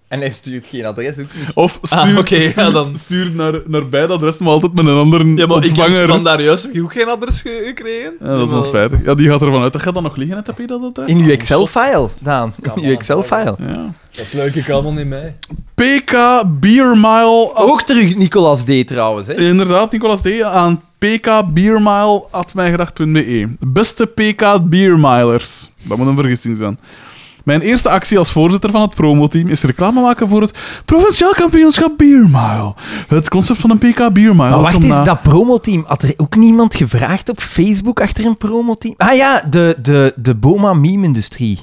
S4: En hij stuurt geen adres ook niet.
S1: Of stuur,
S2: Ah, oké, ja,
S1: stuur,
S2: dan-
S1: stuur naar, naar beide adressen, maar altijd met een andere
S2: Ja, maar ik
S1: ontvanger.
S2: heb van daar juist heb ik ook geen adres ge- gekregen.
S1: Ja, dat is dan
S2: Maar-
S1: spijtig. Ja, die gaat ervan uit. Dat gaat dan nog liggen, het heb je dat adres?
S4: In uw Excel-file, Daan. In uw
S2: man,
S4: Excel-file.
S1: Ja.
S2: Dat sluik ik allemaal niet mee.
S1: PK Beer Mile.
S2: Oh,
S1: at-
S4: Ook terug Nicolas D. trouwens, hè.
S1: Inderdaad, Nicolas D. aan E. pkbiermile.mijgedacht.be. Beste pkbiermilers. Dat moet een vergissing zijn. Mijn eerste actie als voorzitter van het promoteam is reclame maken voor het provinciaal kampioenschap Beer Mile. Het concept van een PK Beer Mile.
S4: Maar
S1: was
S4: wacht
S1: om na-
S4: eens, dat promoteam. Had er ook niemand gevraagd op Facebook achter een promoteam? Ah ja, de, de, de Boma meme-industrie.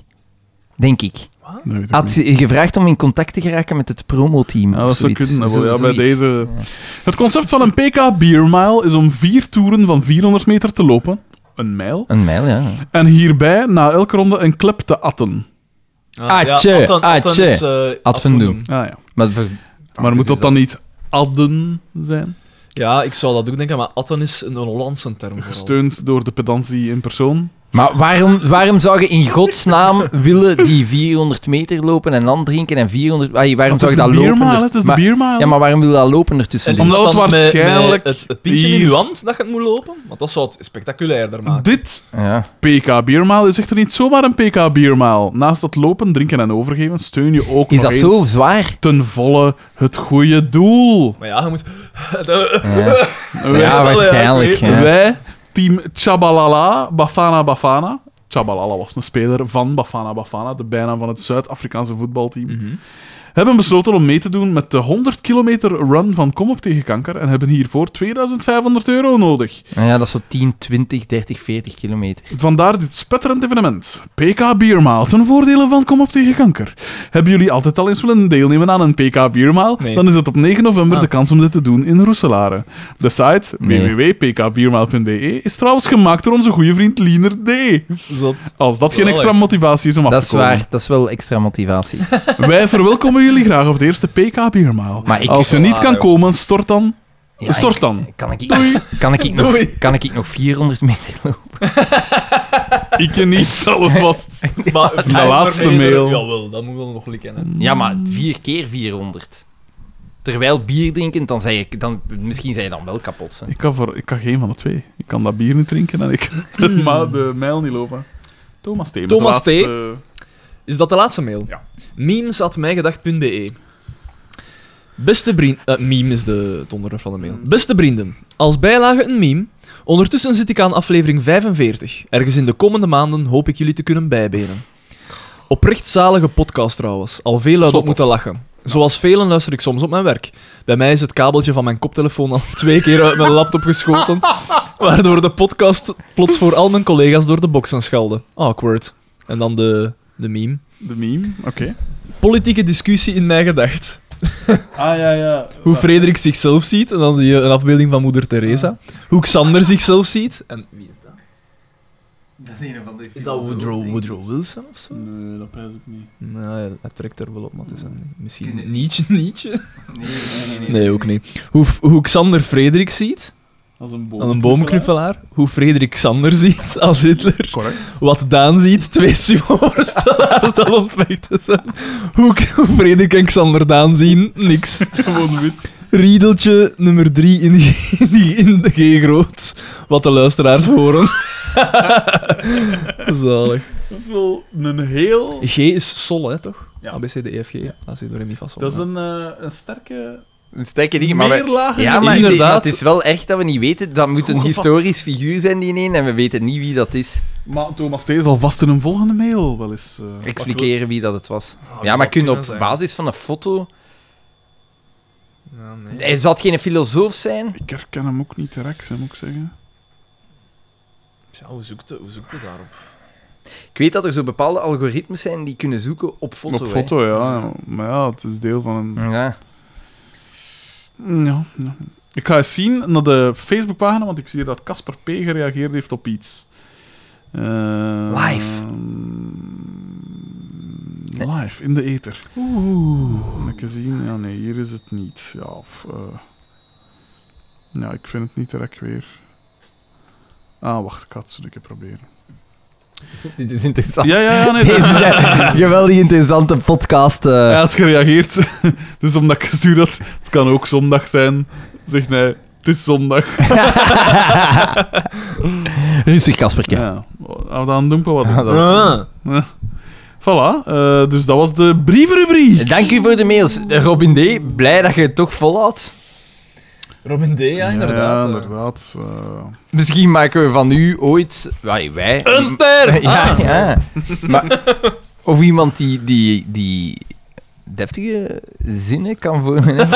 S4: Denk ik.
S1: Nee, weet ik
S4: Had
S1: niet.
S4: ze gevraagd om in contact te geraken met het promoteam.
S1: Ja,
S4: of
S1: dat zou
S4: zoiets.
S1: kunnen.
S4: Zo-
S1: wel, ja, bij
S4: zoiets.
S1: deze. Het concept van een PK Beer Mile is om vier toeren van 400 meter te lopen. Een mijl.
S4: Een mijl, ja.
S1: En hierbij na elke ronde een klep te atten.
S2: Ah,
S4: Atje, atje.
S2: is, eh,
S4: Advendoem.
S2: Advendoem.
S1: Ah, ja.
S4: Maar voor- Ah,
S1: Maar moet dat dan niet adden zijn?
S2: Ja, ik zou dat ook denken, maar atten is een Hollandse term. vooral.
S1: Gesteund door de pedantie in persoon.
S4: Maar waarom, waarom zou je in godsnaam willen die 400 meter lopen en dan drinken en 400... Ai, waarom
S1: Want
S4: zou je
S1: het is
S4: dat
S1: de Beer
S4: lopen?
S1: Mile,
S4: er-
S1: het is de
S4: maar-
S1: Beer Mile.
S4: Ja, maar waarom wil je dat lopen ertussen?
S2: En is
S4: doen?
S1: Omdat
S2: dat
S1: het
S2: dan met-
S1: waarschijnlijk
S2: met het, het pintje in
S1: hier-
S2: uw hand dat je het moet lopen? Want dat zou het spectaculairder maken.
S1: Dit
S4: Ja.
S1: PK Biermaal is echter niet zomaar een PK Biermaal. Naast dat lopen, drinken en overgeven steun je ook
S4: Is
S1: nog
S4: dat
S1: eens
S4: zo zwaar?
S1: ten volle het goede doel.
S2: Maar ja, je moet...
S4: Ja, ja waarschijnlijk. ja.
S1: Wij, team Chabalala, Bafana Bafana. Chabalala was een speler van Bafana Bafana, de bijnaam van het Zuid-Afrikaanse voetbalteam.
S2: Mhm.
S1: Hebben besloten om mee te doen met de 100 kilometer run van Kom op tegen kanker en hebben hiervoor 2500 euro nodig.
S4: Nou ja, dat is zo 10, 20, 30, 40 kilometer.
S1: Vandaar dit spetterend evenement. PK Biermaal, ten voordele van Kom op tegen kanker. Hebben jullie altijd al eens willen deelnemen aan een PK Biermaal?
S2: Nee.
S1: Dan is het op 9 november
S2: Ah.
S1: de kans om dit te doen in Roeselare. De site
S4: Nee.
S1: www.pkbiermaal.be is trouwens gemaakt door onze goede vriend Liener D.
S2: Zot.
S1: Als dat
S2: Zalig.
S1: geen extra motivatie is om af
S4: Dat
S1: te
S4: is
S1: komen.
S4: waar, dat is wel extra motivatie.
S1: Wij verwelkomen jullie graag op het eerste PK Biermaal.
S4: Maar ik-
S1: Als je niet
S2: Ah,
S1: kan
S2: joh.
S1: komen, stort dan.
S4: Ja,
S1: stort dan.
S4: Kan ik, kan ik, nog, kan ik nog 400 meter lopen?
S1: Ik je niet, alvast.
S2: Maar de
S1: laatste mail.
S2: Jawel, dat moet wel nog likken. Hè.
S4: Ja, maar 4 keer 400. Terwijl bier drinkend, dan zei ik, dan, misschien zijn je dan wel kapot. Hè.
S1: Ik kan, voor, ik kan geen van de twee. Ik kan dat bier niet drinken en ik kan maar de mijl niet lopen. Thomas T. met de
S2: Hmm. Thomas T.
S1: laatste- eh,
S2: Is dat de laatste mail?
S1: Ja.
S2: Memes.mijgedacht.be Beste vrienden... eh, meme is de, het onderwerp van de mail. Beste vrienden, als bijlage een meme. Ondertussen zit ik aan aflevering 45. Ergens in de komende maanden hoop ik jullie te kunnen bijbenen. Oprecht zalige podcast trouwens. Al veel uit
S1: Zot
S2: op moeten lachen. Zoals velen luister ik soms op mijn werk. Bij mij is het kabeltje van mijn koptelefoon al twee keer uit mijn laptop geschoten. Waardoor de podcast plots voor al mijn collega's door de boxen schalde. Awkward. En dan de, de meme.
S1: de meme, oké.
S2: Politieke discussie in mijn gedacht.
S1: Ah ja, ja.
S2: Hoe Frederik zichzelf ziet, en dan zie je een afbeelding van moeder Teresa. Hoe Xander zichzelf ziet. En wie is dat?
S3: Dat is een van de...
S2: Is dat Woodrow, Woodrow Wilson of zo?
S1: Nee, dat pijs ik niet.
S2: Nee, Nou hij trekt er wel op, maar het is een- misschien
S3: Nee.
S2: Nietzsche. Nietzsche?
S3: Nee, nee, nee.
S2: Nee, ook niet. Hoe, hoe Xander Frederik ziet,
S1: Als een boom.
S2: aan een boomknuffelaar. Hoe Frederik Xander ziet, als Hitler.
S1: Correct.
S2: Wat Daan ziet, twee sumo-worstelaars dat ontwekt te zijn. Hoe, hoe Frederik en Xander Daan zien, niks.
S1: Gewoon wit.
S2: Riedeltje nummer 3 in, G- in de G groot. Wat de luisteraars horen. Zalig.
S1: Dat is wel een heel...
S2: G is sol, hè, toch?
S1: Ja.
S2: A, B, C, D, E, F, G. Ja, dat zit door in Sol.
S1: Dat is een, eh, een sterke...
S4: Een sterke ding,
S1: Meer lager.
S4: Ja, maar
S2: Inderdaad.
S4: het- maar het is wel echt dat we niet weten. Dat moet een
S1: Goed gevat.
S4: historisch figuur zijn, die een, en we weten niet wie dat is.
S1: Maar Thomas T. is alvast in een volgende mail wel eens... eh,
S4: Expliceren wie dat het was.
S2: Ah,
S4: Ja,
S2: dat zou
S4: maar kun je
S2: kunnen
S4: op
S2: zijn.
S4: basis van een foto...
S2: Ja, nee.
S4: Hij zal het geen filosoof zijn.
S1: Ik herken hem ook niet direct, hè, moet ik zeggen.
S2: Ja, hoe zoekt het hoe zoekt het daarop?
S4: Ik weet dat er zo bepaalde algoritmes zijn die kunnen zoeken op foto.
S1: Op
S4: hè.
S1: foto, ja. Maar ja, het is deel van een...
S4: Ja.
S1: Ja, ja. Ik ga eens zien naar de Facebookpagina, want ik zie hier dat Casper P. gereageerd heeft op iets. Eh,
S4: Live.
S1: Live, in de ether. Oeh. Ik zien, ja nee, hier is het niet. Ja, of, eh, ja ik vind het niet direct weer. Ah, wacht, ik ga het zo een keer proberen.
S4: Dit is interessant.
S1: Ja, ja, ja, nee.
S4: Deze
S1: dat-
S4: zijn geweldig interessante podcast. eh.
S1: Hij had gereageerd, dus omdat ik gestuurd had, het kan ook zondag zijn, zegt hij, het is zondag.
S4: Rustig, Kasperke.
S1: Ja, Oh, dan doen we wat.
S4: Ah, dat-
S1: Voilà, eh, dus dat was de brievenrubriek.
S4: Dank u voor de mails. Robin D., blij dat je het toch volhoudt.
S2: Robin D, ja, inderdaad.
S1: Ja,
S2: hè.
S1: inderdaad. eh.
S4: Misschien maken we van u ooit... Wij, wij...
S2: Een ster!
S4: Ja,
S2: Ah.
S4: ja. Maar Of iemand die, die, die deftige zinnen kan vormen. hè?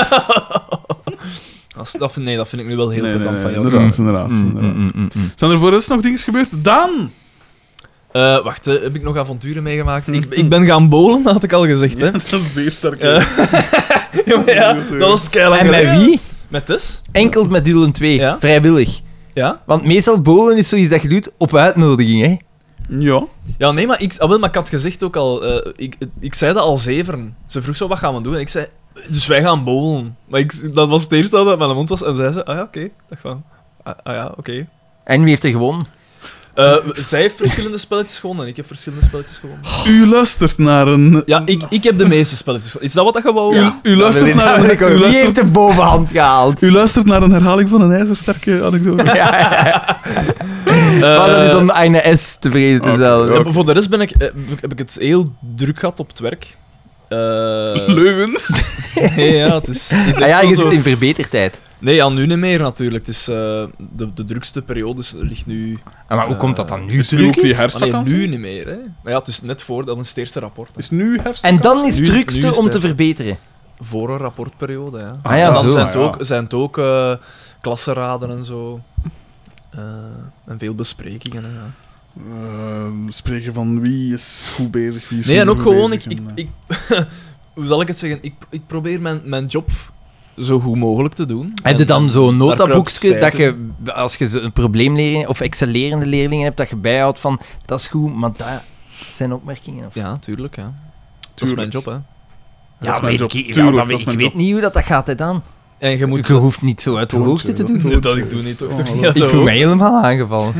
S2: Dat, is- dat vind, nee, dat vind ik nu wel heel
S1: Nee, nee,
S2: pedant
S1: nee,
S2: van jou.
S1: inderdaad, inderdaad,
S4: Mm,
S1: inderdaad.
S4: mm, mm, mm.
S1: Zijn er voor ons nog dingen gebeurd? Daan!
S2: Eh, wacht, eh, heb ik nog avonturen meegemaakt? Ik, ik ben gaan bolen, had ik al gezegd. Hè?
S1: dat is zeer sterk.
S2: Eh, ja, maar ja, dat was keilang
S4: En met wie?
S2: Met Tess.
S4: Enkel met Duelen 2,
S2: Ja?
S4: vrijwillig.
S2: Ja?
S4: Want meestal bolen is zoiets dat je doet op uitnodiging, hè?
S1: Ja.
S2: Ja, nee, maar ik, ah, wel, maar ik had gezegd ook al... eh, ik, ik zei dat al zeven. Ze vroeg zo, wat gaan we doen? En ik zei, dus wij gaan bolen. Maar ik, dat was het eerste dat uit mijn mond was. En zij zei, ah ja, oké. Ik dacht van, ah, ah ja, oké.
S4: En wie heeft er gewonnen?
S2: Eh, zij heeft verschillende spelletjes gewonnen en ik heb verschillende spelletjes gewonnen.
S1: U luistert naar een...
S2: Ja, ik, ik heb de meeste spelletjes gewonnen. Is dat wat dat je wou?
S1: U, u luistert naar een... U
S4: Wie heeft
S1: luistert,
S4: de bovenhand gehaald?
S1: u luistert naar een herhaling van een ijzersterke anekdote.
S4: ja, ja, ja.
S2: Eh,
S4: Maar dat is om Aine S tevreden te
S1: oké,
S4: stellen.
S1: oké.
S2: eh, voor de rest ben ik, eh, heb ik het heel druk gehad op het werk. Eh,
S1: Leugens.
S2: ja, het is, het is
S4: Ah
S2: echt
S4: ja,
S2: wel
S4: je
S2: zo-
S4: zit in verbetertijd.
S2: Nee, ja, nu niet meer natuurlijk. Het is, eh, de, de drukste periode is- ligt nu...
S4: Ah, maar
S2: hoe komt dat dan
S4: nu
S1: Is nu ook die
S2: Allee,
S1: herfstvakantie?
S2: nu niet meer. Hè. Maar ja, het is net voor dat is het eerste rapport. hè.
S1: Is nu herfst?
S4: En dan is
S2: Nu
S4: het
S2: is- nu
S4: drukste
S2: is
S4: om
S2: het-
S4: te verbeteren.
S2: Voor een rapportperiode, ja.
S4: Ah ja,
S2: En dan
S4: zo.
S2: zijn het
S1: Ah, ja.
S2: ook, zijn het ook eh, klasseraden en zo. Eh, en veel besprekingen. hè, ja.
S1: Ehm, spreken van wie is goed bezig, wie is
S2: Nee, en
S1: minder
S2: ook
S1: goed
S2: gewoon, ik,
S1: bezig
S2: ik,
S1: en, eh.
S2: ik, hoe zal ik het zeggen? Ik, ik probeer mijn, mijn job zo goed mogelijk te doen.
S4: Heb je dan zo'n notaboekje
S2: kruipt
S4: dat
S2: tijd
S4: je, als je zo een probleemleerling of excellerende leerlingen hebt, dat je bijhoudt van dat is goed, maar dat zijn opmerkingen? Of...
S2: Ja, tuurlijk, ja. Dat is
S1: Tuurlijk.
S2: mijn job, hè.
S1: is
S4: Ja,
S1: mijn
S4: weet
S1: job.
S4: ik,
S1: Tuurlijk,
S4: wel, dat
S1: dat
S4: weet,
S1: is
S4: ik
S1: mijn
S4: weet
S1: job.
S4: niet hoe dat, dat gaat, hè, dan.
S2: En je moet...
S4: Je hoeft niet zo uit de
S1: Toontje,
S4: hoogte te
S1: dat
S4: doen.
S1: toontje.
S2: Nee, dat ik doe niet, toch?
S1: Oh,
S2: Toch niet,
S1: dat-
S2: ja,
S4: Ik voel
S2: ook.
S4: mij helemaal aangevallen.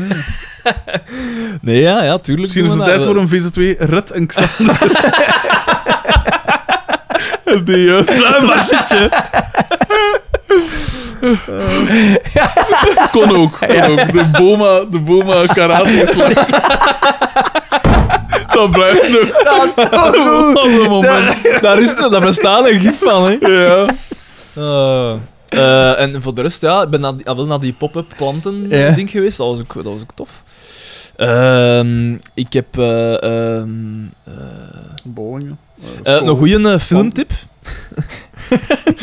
S2: Nee, ja, ja, tuurlijk.
S1: Misschien is
S2: doen
S1: het
S2: we
S1: tijd
S2: dat
S1: voor
S2: wel.
S1: een VZ2 Red en Xander. Die eh, juist.
S2: Een massetje.
S1: Kon ook. Kon ook. De Boma, de Boma karate slag. Dat blijft nog. Dat was een moment.
S2: Daar, is, daar bestaat een gif van, hè.
S1: Ja.
S2: Eh, eh, en voor de rest, ja, ik ben na, die- ah, wel naar die pop-up planten
S4: Ja.
S2: ding geweest. Dat was ook, dat was ook tof. Ehm, ik heb eh, ehm, eh,
S1: Bollingen.
S2: eh, een goede filmtip.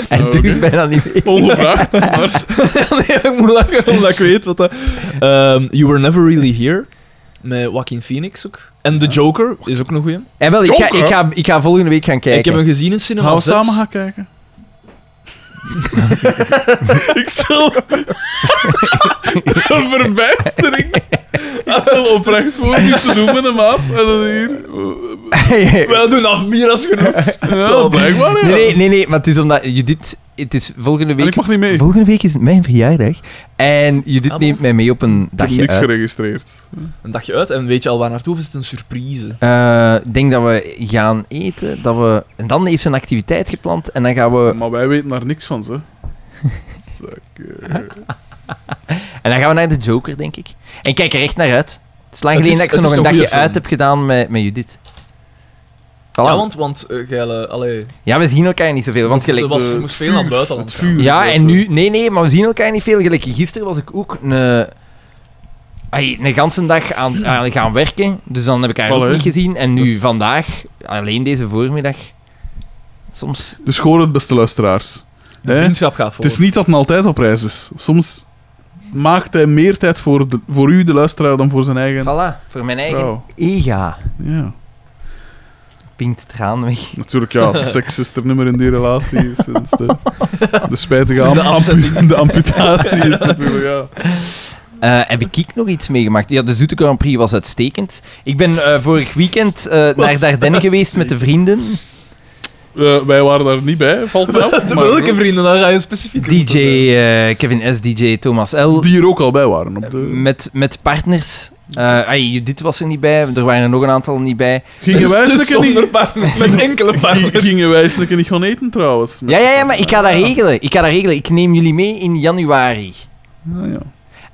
S4: En
S1: Oh,
S4: toen
S1: oké.
S4: bijna niet meer.
S1: Ongevraagd, maar...
S2: nee, ik moet lachen omdat ik weet wat dat... Ehm, you Were Never Really Here, met Joaquin Phoenix ook. En The Joker is ook een goeie.
S4: Eh, wel, ik, ga,
S1: Joker.
S4: ik, ga, ik ga volgende week gaan kijken.
S2: Ik heb hem gezien in Cinema
S1: Gaan we
S2: Z.
S1: samen gaan kijken?
S2: Ik stel,
S1: Een verbijstering. Ik stel oprecht voor iets te doen met een maat. En dan hier...
S2: wij doen af meer als genoeg.
S1: Ja, blijkbaar, ja.
S4: nee, nee, nee, nee, maar het is omdat Judith... Het is volgende
S1: En ik
S4: week...
S1: mag niet mee. Ik
S4: Volgende week is het mijn verjaardag. En Judith
S2: Ah, bon.
S4: neemt mij mee op een
S1: heb
S4: dagje
S1: niks
S4: uit.
S1: geregistreerd.
S2: Een dagje uit en weet je al waar naartoe of is het een surprise?
S4: Eh, Ik denk dat we gaan eten. Dat we... En dan heeft ze een activiteit gepland. En dan gaan we,
S1: Maar wij weten daar niks van, ze. eh. Zakker.
S4: en dan gaan we naar de Joker, denk ik. En ik kijk er echt naar uit. Het is lang
S2: Het
S4: geleden
S2: is-
S4: dat ik zo
S2: het is
S4: nog een
S2: een
S4: dagje
S2: goeie film.
S4: uit heb gedaan met, met Judith. Voilà.
S2: Ja, want, want eh, geile, allee,
S4: Ja, we zien elkaar niet zoveel. Want gelijk
S2: ze was,
S1: de-
S2: ze moest veel naar buitenland
S1: het
S2: gaan.
S1: eh, vuur.
S4: Ja,
S1: Zo,
S4: en
S1: zo.
S4: nu... Nee, nee, maar we zien elkaar niet veel. Gelijk, gisteren was ik ook een... eh, Ai, een ganse dag aan, aan gaan werken. Dus dan heb ik haar
S1: Wel,
S4: ook
S1: hè.
S4: niet gezien. En nu
S1: Dat is-
S4: vandaag, alleen deze voormiddag... Soms...
S1: Dus gewoon het beste luisteraars.
S2: De
S1: Hè?
S2: vriendschap gaat voor.
S1: Het is niet dat men altijd op reis is. Soms maakt hij meer tijd voor, de, voor u, de luisteraar, dan voor zijn eigen
S4: Voilà, voor mijn eigen
S1: vrouw.
S4: ega.
S1: Ja.
S4: Pinkt traan weg.
S1: Natuurlijk, ja, seks is er niet meer in die relatie. Sinds de, de spijtige
S2: Sinds de
S1: am-
S2: afzetting.
S1: ampu- de amputatie is natuurlijk, ja.
S4: Eh, heb ik ik nog iets meegemaakt? Ja, de Zoete Grand Prix was uitstekend. Ik ben eh, vorig weekend eh, naar Dardenne geweest met de vrienden.
S1: Eh, wij waren daar niet bij, valt mij op.
S2: De
S1: maar-
S2: welke vrienden, daar ga je specifiek op.
S4: DJ eh, Kevin S, DJ Thomas L.
S1: Die er ook al bij waren. Op de...
S4: Met, met partners. Eh ai, Judith was er niet bij, er waren er nog een aantal niet bij.
S1: Gingen wij
S2: Dus
S1: eens een keer
S2: zonder
S1: niet...
S2: partner, met enkele
S1: G-
S2: partners.
S1: Gingen wij eens een keer niet gaan eten, trouwens. met-
S4: Ja, ja, ja, maar ik ga dat regelen. Ik ga dat regelen. Ik neem jullie mee in januari.
S1: Ja, ja.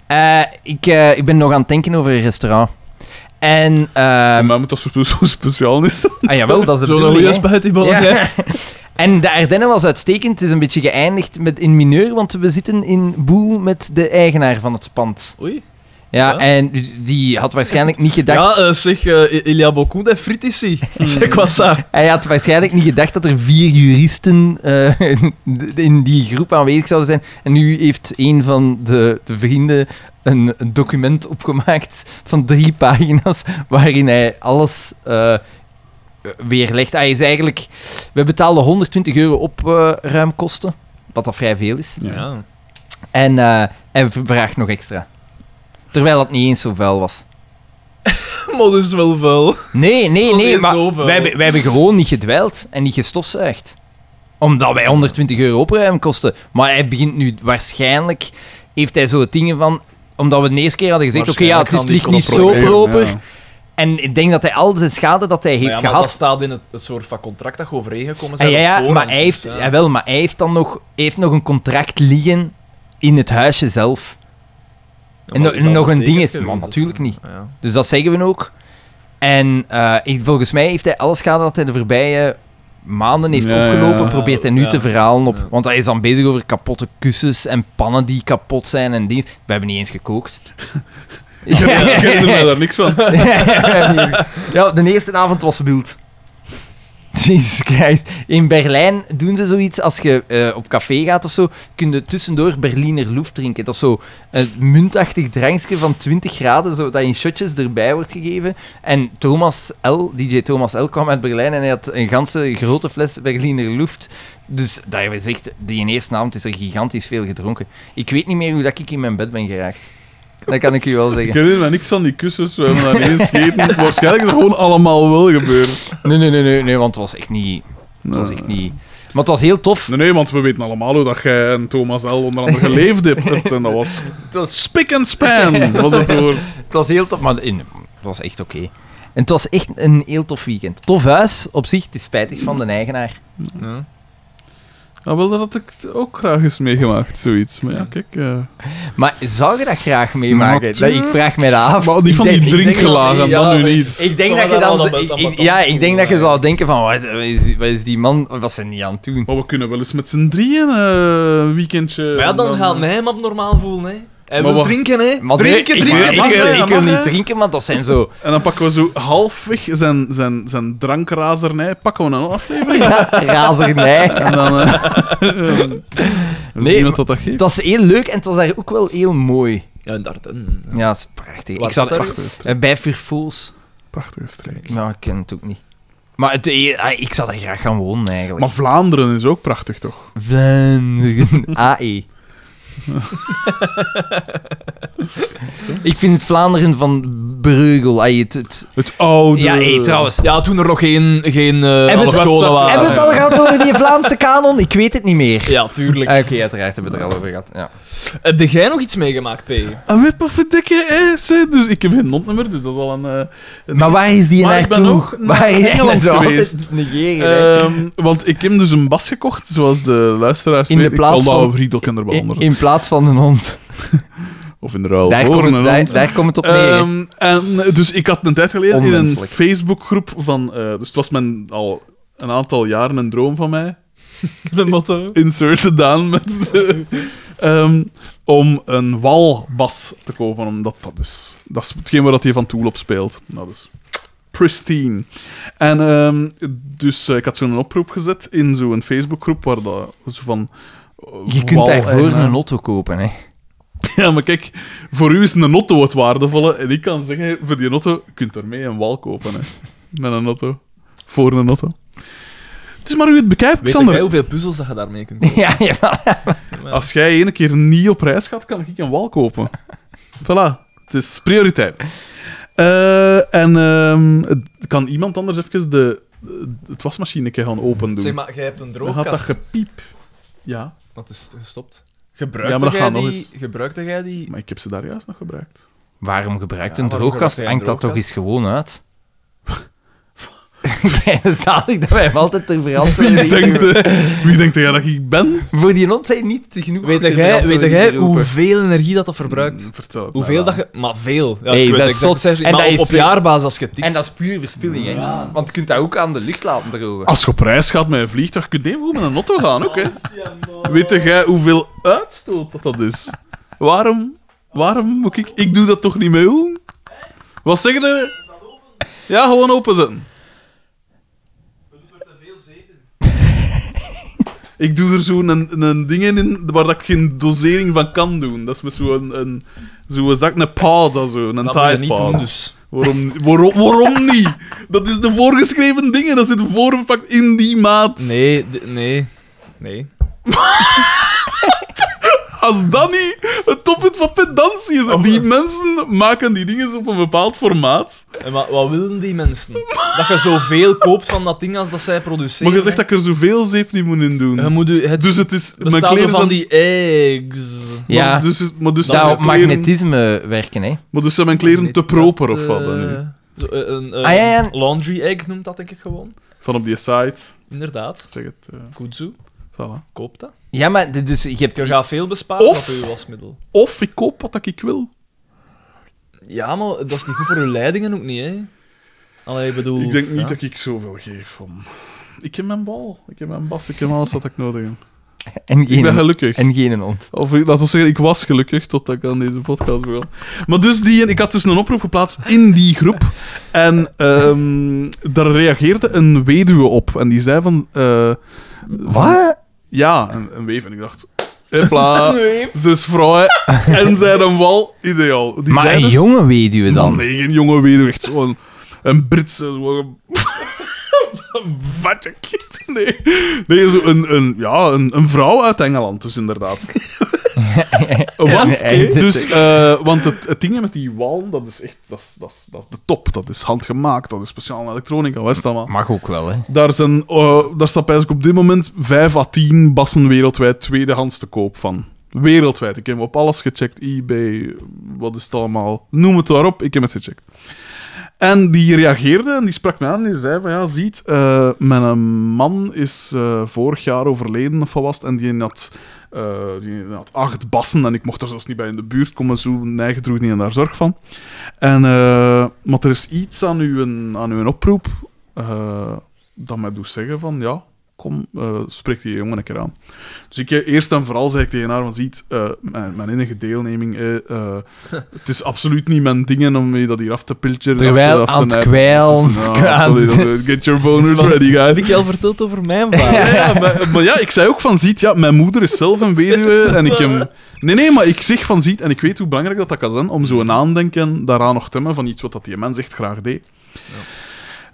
S4: Eh, ik, eh, ik ben nog aan het denken over een restaurant. En, eh
S1: maar moet dat zo, zo speciaal dus. is.
S4: ah jawel, dat is de
S2: Zo'n
S4: bedoeling.
S2: goede
S4: hè.
S2: spaghetti
S4: Ja.
S2: bolognese.
S4: En de Ardennen was uitstekend. Het is een beetje geëindigd met in mineur, want we zitten in boel met de eigenaar van het pand.
S2: Oei.
S4: Ja,
S2: Ja.
S4: en die had waarschijnlijk niet gedacht...
S2: Ja, eh, zeg, eh, I- Ilya Bokoud en Fritici.
S1: Hmm.
S2: Zeg, wat ça?
S4: Hij had waarschijnlijk niet gedacht dat er vier juristen eh, in die groep aanwezig zouden zijn. En nu heeft een van de, de vrienden een, een document opgemaakt van drie pagina's, waarin hij alles eh, weerlegt. Hij is eigenlijk... We betaalden 120 euro op eh, ruimkosten, wat dat vrij veel is.
S1: Ja.
S2: Ja.
S4: En eh, hij vraagt nog extra. Terwijl dat niet eens zo vuil was.
S2: Maar dat is wel vuil.
S4: Nee, nee,
S2: Dat is
S4: nee,
S2: niet
S4: maar
S2: zo vuil.
S4: wij, hebben- wij hebben gewoon niet gedweild en niet gestofzuigd. Omdat wij 120 euro opruim kosten. Maar hij begint nu waarschijnlijk, heeft hij zo dingen van, omdat we de eerste keer hadden gezegd, oké, ja, het is,
S2: Waarschijnlijk
S4: ligt
S2: gaan die
S4: niet zo
S2: controleren,
S4: proper. En ik denk dat hij al de schade dat hij heeft
S2: Maar ja, maar
S4: gehad...
S2: dat staat in het, het soort van contract dat je overeengekomen
S4: Ah,
S2: zijn.
S4: ja,
S2: op
S4: ja,
S2: voorhand,
S4: maar hij heeft,
S2: dus, ja.
S4: jawel, maar hij heeft dan nog, heeft nog een contract liggen in het huisje zelf.
S2: maar
S4: nog-
S2: is dat
S4: nog een
S2: betekend
S4: ding is-
S2: geweest,
S4: maar
S2: dus,
S4: natuurlijk
S2: ja.
S4: niet.
S2: Ja.
S4: Dus dat zeggen we ook. En eh, ik- volgens mij heeft hij alle schade dat hij de voorbije maanden heeft
S1: Ja,
S4: opgelopen,
S1: ja.
S4: probeert hij nu
S2: Ja.
S4: te verhalen op.
S2: Ja.
S4: Want hij is dan bezig over kapotte kussens en pannen die kapot zijn en dingen. We hebben niet eens gekookt.
S1: Ik herinner mij daar niks van.
S4: ja, de eerste avond was wild. Jesus Christ. In Berlijn doen ze zoiets als je eh, op café gaat of zo. Kun je tussendoor Berliner Luft drinken. Dat is zo een muntachtig drankje van 20 graden, zo, dat in shotjes erbij wordt gegeven. En Thomas L., DJ Thomas L., kwam uit Berlijn en hij had een ganse grote fles Berliner Luft. Dus dat je zegt, die in eerste avond is er gigantisch veel gedronken. Ik weet niet meer hoe dat ik in mijn bed ben geraakt. Dat kan ik u wel zeggen.
S1: Ik herinner me niks van die kussens, we hebben daar niet eens gegeten. Waarschijnlijk is het gewoon allemaal wel gebeurd.
S4: Nee, nee, nee, nee, nee, want het was echt niet. Het was echt niet. Maar het was heel tof.
S1: Nee, nee, want we weten allemaal hoe dat jij en Thomas L. onder andere geleefd hebt. En dat was dat spik en span, was het woord.
S4: Het was heel tof, maar in, het was echt oké. En het was echt een heel tof weekend. Tof huis op zich, het is spijtig van de eigenaar.
S2: Ja.
S1: Nou, wel, dat had ik ook graag eens meegemaakt, zoiets. Maar ja, kijk... eh,
S4: Maar zou je dat graag meemaken? Dat,
S1: Natuurlijk.
S4: ik vraag me dat af.
S1: Maar die van
S4: Ah, Ik
S1: die
S4: denk- ik denk
S1: drinkgelagen,
S2: dat-
S1: dan
S2: ja,
S1: nu
S2: ik-
S1: niet.
S4: Ik denk
S2: Zou
S4: dat je
S2: dat
S4: dan...
S2: wel
S4: zo-
S2: dat- dat-
S4: ik-
S2: dat-
S4: ja,
S2: dat
S4: ik denk
S2: voelen,
S4: dat je
S2: ja.
S4: zou denken van, wat, wat is, wat is die man, wat zijn die aan het doen?
S1: Maar we kunnen wel eens met z'n drieën eh, een weekendje... eh,
S2: Maar ja, dan gaat hij hem abnormaal voelen, hè. Hij wil
S1: wacht.
S2: drinken, hè.
S4: Maar
S2: drinken,
S4: nee, ik-
S2: drinken.
S4: Ik,
S1: mag,
S4: ik-
S1: hè,
S4: ik
S1: dat
S4: wil
S1: mag,
S4: niet
S1: hè.
S4: drinken, maar dat zijn zo...
S1: En dan pakken we zo halfweg zijn, zijn, zijn drankrazernij, pakken we een aflevering.
S4: razernij.
S1: En dan... eh,
S4: Nee,
S1: zien wat dat, dat geeft.
S4: Het was heel leuk en het was daar ook wel heel mooi.
S2: Ja, en daar... mm,
S4: Ja, dat is prachtig.
S2: Waar
S4: ik zat
S2: zat dat?
S1: Prachtige streek.
S4: eh, bij Verfools.
S1: Prachtige streek.
S4: Nou, ik ken het ook niet. Maar het, eh, ah, ik zou daar graag gaan wonen, eigenlijk.
S1: Maar Vlaanderen is ook prachtig, toch?
S4: Vlaanderen. E. AE. ik vind het Vlaanderen van Breugel. ai, het, het...
S1: Het oude...
S4: Ja, hey, trouwens.
S2: Ja, eh, toen er nog geen, geen eh
S4: Hebben
S1: we-
S2: allochtonen waren.
S4: Hebben we het al gehad over die Vlaamse kanon? Ik weet het niet meer.
S2: Ja, tuurlijk.
S4: Ah, Oké, uiteraard hebben we het er al over gehad. Ja.
S2: Heb jij nog iets meegemaakt, P?
S1: Een wipperverdikke ass, hè. Dus ik heb geen notnummer, dus dat is al een... eh, een-
S4: Maar waar is die
S1: Maar ik ben
S4: naartoe?
S1: ook naar
S4: waar
S1: Engeland
S4: Dat is altijd
S1: geweest.
S4: negeren, hè.
S1: Ehm, want ik heb dus een bas gekocht, zoals de luisteraars
S4: In de
S1: weten.
S4: plaats
S1: ik zal dat
S4: van-
S1: op Riedel kunnen
S4: in,
S1: bewonderen.
S4: in plaats van een hond.
S1: Of in de ruil
S4: Daar
S1: Oh, voor
S4: komt,
S1: een
S4: het, daar,
S1: hond.
S4: daar komt het op neer.
S1: Ehm, en, dus ik had een tijd geleden in een
S4: Onmenselijk.
S1: Facebookgroep van... eh, dus het was mijn, al een aantal jaren een droom van mij.
S2: De motto.
S1: Insert Daan met... de- ehm, om een walbas te kopen, omdat dat is... Dat is hetgeen waar dat hij van Tool op speelt. Nou, dus... Pristine. En ehm, dus eh, ik had zo'n oproep gezet in zo'n Facebookgroep waar dat zo van... eh,
S4: je kunt
S1: wal-
S4: daarvoor
S1: en, eh,
S4: een auto kopen, hè.
S1: Ja, maar kijk, voor u is een auto het waardevolle. En ik kan zeggen, voor die auto, je kunt ermee een wal kopen. Hè. Met een auto. Voor een auto. Het is maar hoe je het bekijkt,
S2: Weet
S1: Xander.
S2: jij hoeveel puzzels dat je daarmee kunt doen?
S4: Ja, ja.
S1: Als jij ene keer niet op reis gaat, kan ik een wal kopen. Voilà. Het is prioriteit. Eh, en ehm, het- kan iemand anders even de, het wasmachineke gaan opendoen?
S2: Zeg maar, jij hebt een
S1: Dan gaat dat
S2: droogkast.
S1: gepiep. Ja,
S2: Dat is gestopt. Gebruikte
S1: Ja, maar dat
S2: jij
S1: gaat nog
S2: die... Gebruikte jij die...
S1: maar ik heb ze daar juist nog gebruikt.
S4: Waarom gebruikt
S2: Ja,
S4: een
S2: waarom
S4: droogkast?
S2: gebruikt
S4: Hangt
S2: hij een
S4: dat toch eens
S2: droogkast?
S4: gewoon uit? Kijk, zalig dat wij hem altijd ter verantwoording
S1: Wie denkt, eh, wie denkt jij dat ik ben?
S4: Voor die hond zijn niet genoeg.
S2: Weet
S4: ter
S2: jij, weet
S4: verantwoording
S2: jij
S4: geroepen.
S2: hoeveel energie dat dat verbruikt?
S1: Mm, Vertel het mij
S2: Hoeveel
S1: dan.
S2: dat je... Maar veel. Ja,
S4: Hey,
S2: ik weet het
S4: dat is
S2: exact
S4: zot.
S2: cijfers niet,
S4: En
S2: maar
S4: dat
S2: op-
S4: is
S2: op
S4: weer-
S2: jaarbasis als je tikt.
S4: En dat is puur verspilling, hè?
S2: Ja.
S4: Want je kunt dat ook aan de lucht laten drogen.
S1: Als je op reis gaat met een vliegtuig, kun je even goed met een auto gaan ook, hè. Weet jij hoeveel uitstoot dat, dat is? Waarom Waarom moet ik... Ik doe dat toch niet mee, Oel? Wat zeg je? Ja, gewoon openzetten. Ik doe er zo'n een, een ding in waar dat ik geen dosering van kan doen. Dat is met zo'n een, zo'n zak, een paada zo, een
S2: Dat moet je
S1: Tide
S2: niet doen,
S1: Pod.
S2: dus.
S1: Waarom, waarom, waarom niet? Dat is de voorgeschreven dingen. Dat zit voorverpakt in die maat.
S2: Nee, d- nee. Nee.
S1: Als dat niet het toppunt van pedantie is. Die mensen maken die dingen op een bepaald formaat.
S2: En wat, wat willen die mensen? Dat je zoveel koopt van dat ding als dat zij produceren.
S1: Maar je zegt dat ik er zoveel zeep niet moet in doen.
S2: Je moet u, het
S1: dus het is... Mijn
S2: bestaat Ehm, zo
S1: kleren
S2: van
S1: zijn...
S2: die eggs.
S1: Ja.
S3: Ja,
S1: Maar dus, is- maar dus, zijn
S3: zou op
S1: mijn kleren-
S3: magnetisme werken, hè.
S1: maar dus zijn mijn kleren te
S2: Dat,
S1: proper of
S2: eh,
S1: wat dan nu?
S2: zo, eh, een eh,
S3: Ah, ja, ja.
S2: laundry egg noemt dat denk ik gewoon.
S1: Van op die site.
S2: Inderdaad.
S1: Zeg het. eh,
S2: Kudzu,
S1: voilà.
S2: koop dat.
S3: Ja, maar d- dus je hebt...
S2: Je gaat veel besparen
S1: Of-
S2: op je wasmiddel.
S1: Of ik koop wat ik wil.
S2: Ja, maar dat is niet goed voor je leidingen ook niet, hè. Allee, ik bedoel...
S1: Ik denk niet
S2: ja.
S1: dat ik zoveel geef om... Ik heb mijn bal. Ik heb mijn bas. Ik heb alles wat ik nodig heb.
S3: En
S1: Ik ben
S3: geen,
S1: gelukkig.
S3: en geen hond.
S1: Of ik- laten we zeggen, ik was gelukkig totdat ik aan deze podcast begon. Maar dus die, ik had dus een oproep geplaatst in die groep. En ehm, daar reageerde een weduwe op. En die zei van... eh,
S3: Wat?
S1: ja, een, een weef. En ik dacht... Hopla, ze is vrouw hè. en zij een wal. Ideaal. Die
S3: Maar
S1: zei
S3: een
S1: dus-
S3: jonge weduwe dan?
S1: Nee, geen jonge weduwe. Echt zo'n... Een Britse... zo'n- Een vatte kind. Nee, nee zo een, een, ja, een, een vrouw uit Engeland, dus inderdaad. Want,
S3: Ja,
S1: dus, eh, want het, het ding met die walm, dat is echt dat is, dat, is, dat is de top. Dat is handgemaakt, dat is speciaal elektronica, wat is dat maar.
S3: Mag ook wel, hè.
S1: Daar, zijn, eh, daar staat eigenlijk op dit moment 5 à 10 bassen wereldwijd tweedehands te koop van. Wereldwijd. Ik heb op alles gecheckt. eBay, wat is het allemaal. Noem het daarop, ik heb het gecheckt. En die reageerde en die sprak me aan en die zei van ja, ziet, eh, mijn man is eh, vorig jaar overleden of wat was het, en die had, eh, die had acht bassen en ik mocht er zelfs niet bij in de buurt komen, zo neig droeg niet aan daar zorg van. En, eh, maar er is iets aan uw, aan uw oproep eh, dat mij doet zeggen van ja, kom, eh, spreek die jongen een keer aan. Dus ik, eh, eerst en vooral zei ik tegen haar van ziet, eh, mijn, mijn innige deelneming, eh, eh, het is absoluut niet mijn dingen om je dat hier af te pilteren. af
S3: Terwijl
S1: te, af te
S3: aan het
S1: nijpen.
S3: kwijl...
S1: Dus, nou, absoluut, eh, get your boners ready, guy.
S2: Heb ik je al verteld over mijn vader?
S1: Ja, ja, maar, maar ja, ik zei ook van ziet, ja, mijn moeder is zelf een weduwe en ik hem... Nee, nee, maar ik zeg van ziet, en ik weet hoe belangrijk dat dat kan zijn, om zo'n aandenken daaraan nog te hebben van iets wat dat die mens echt graag deed.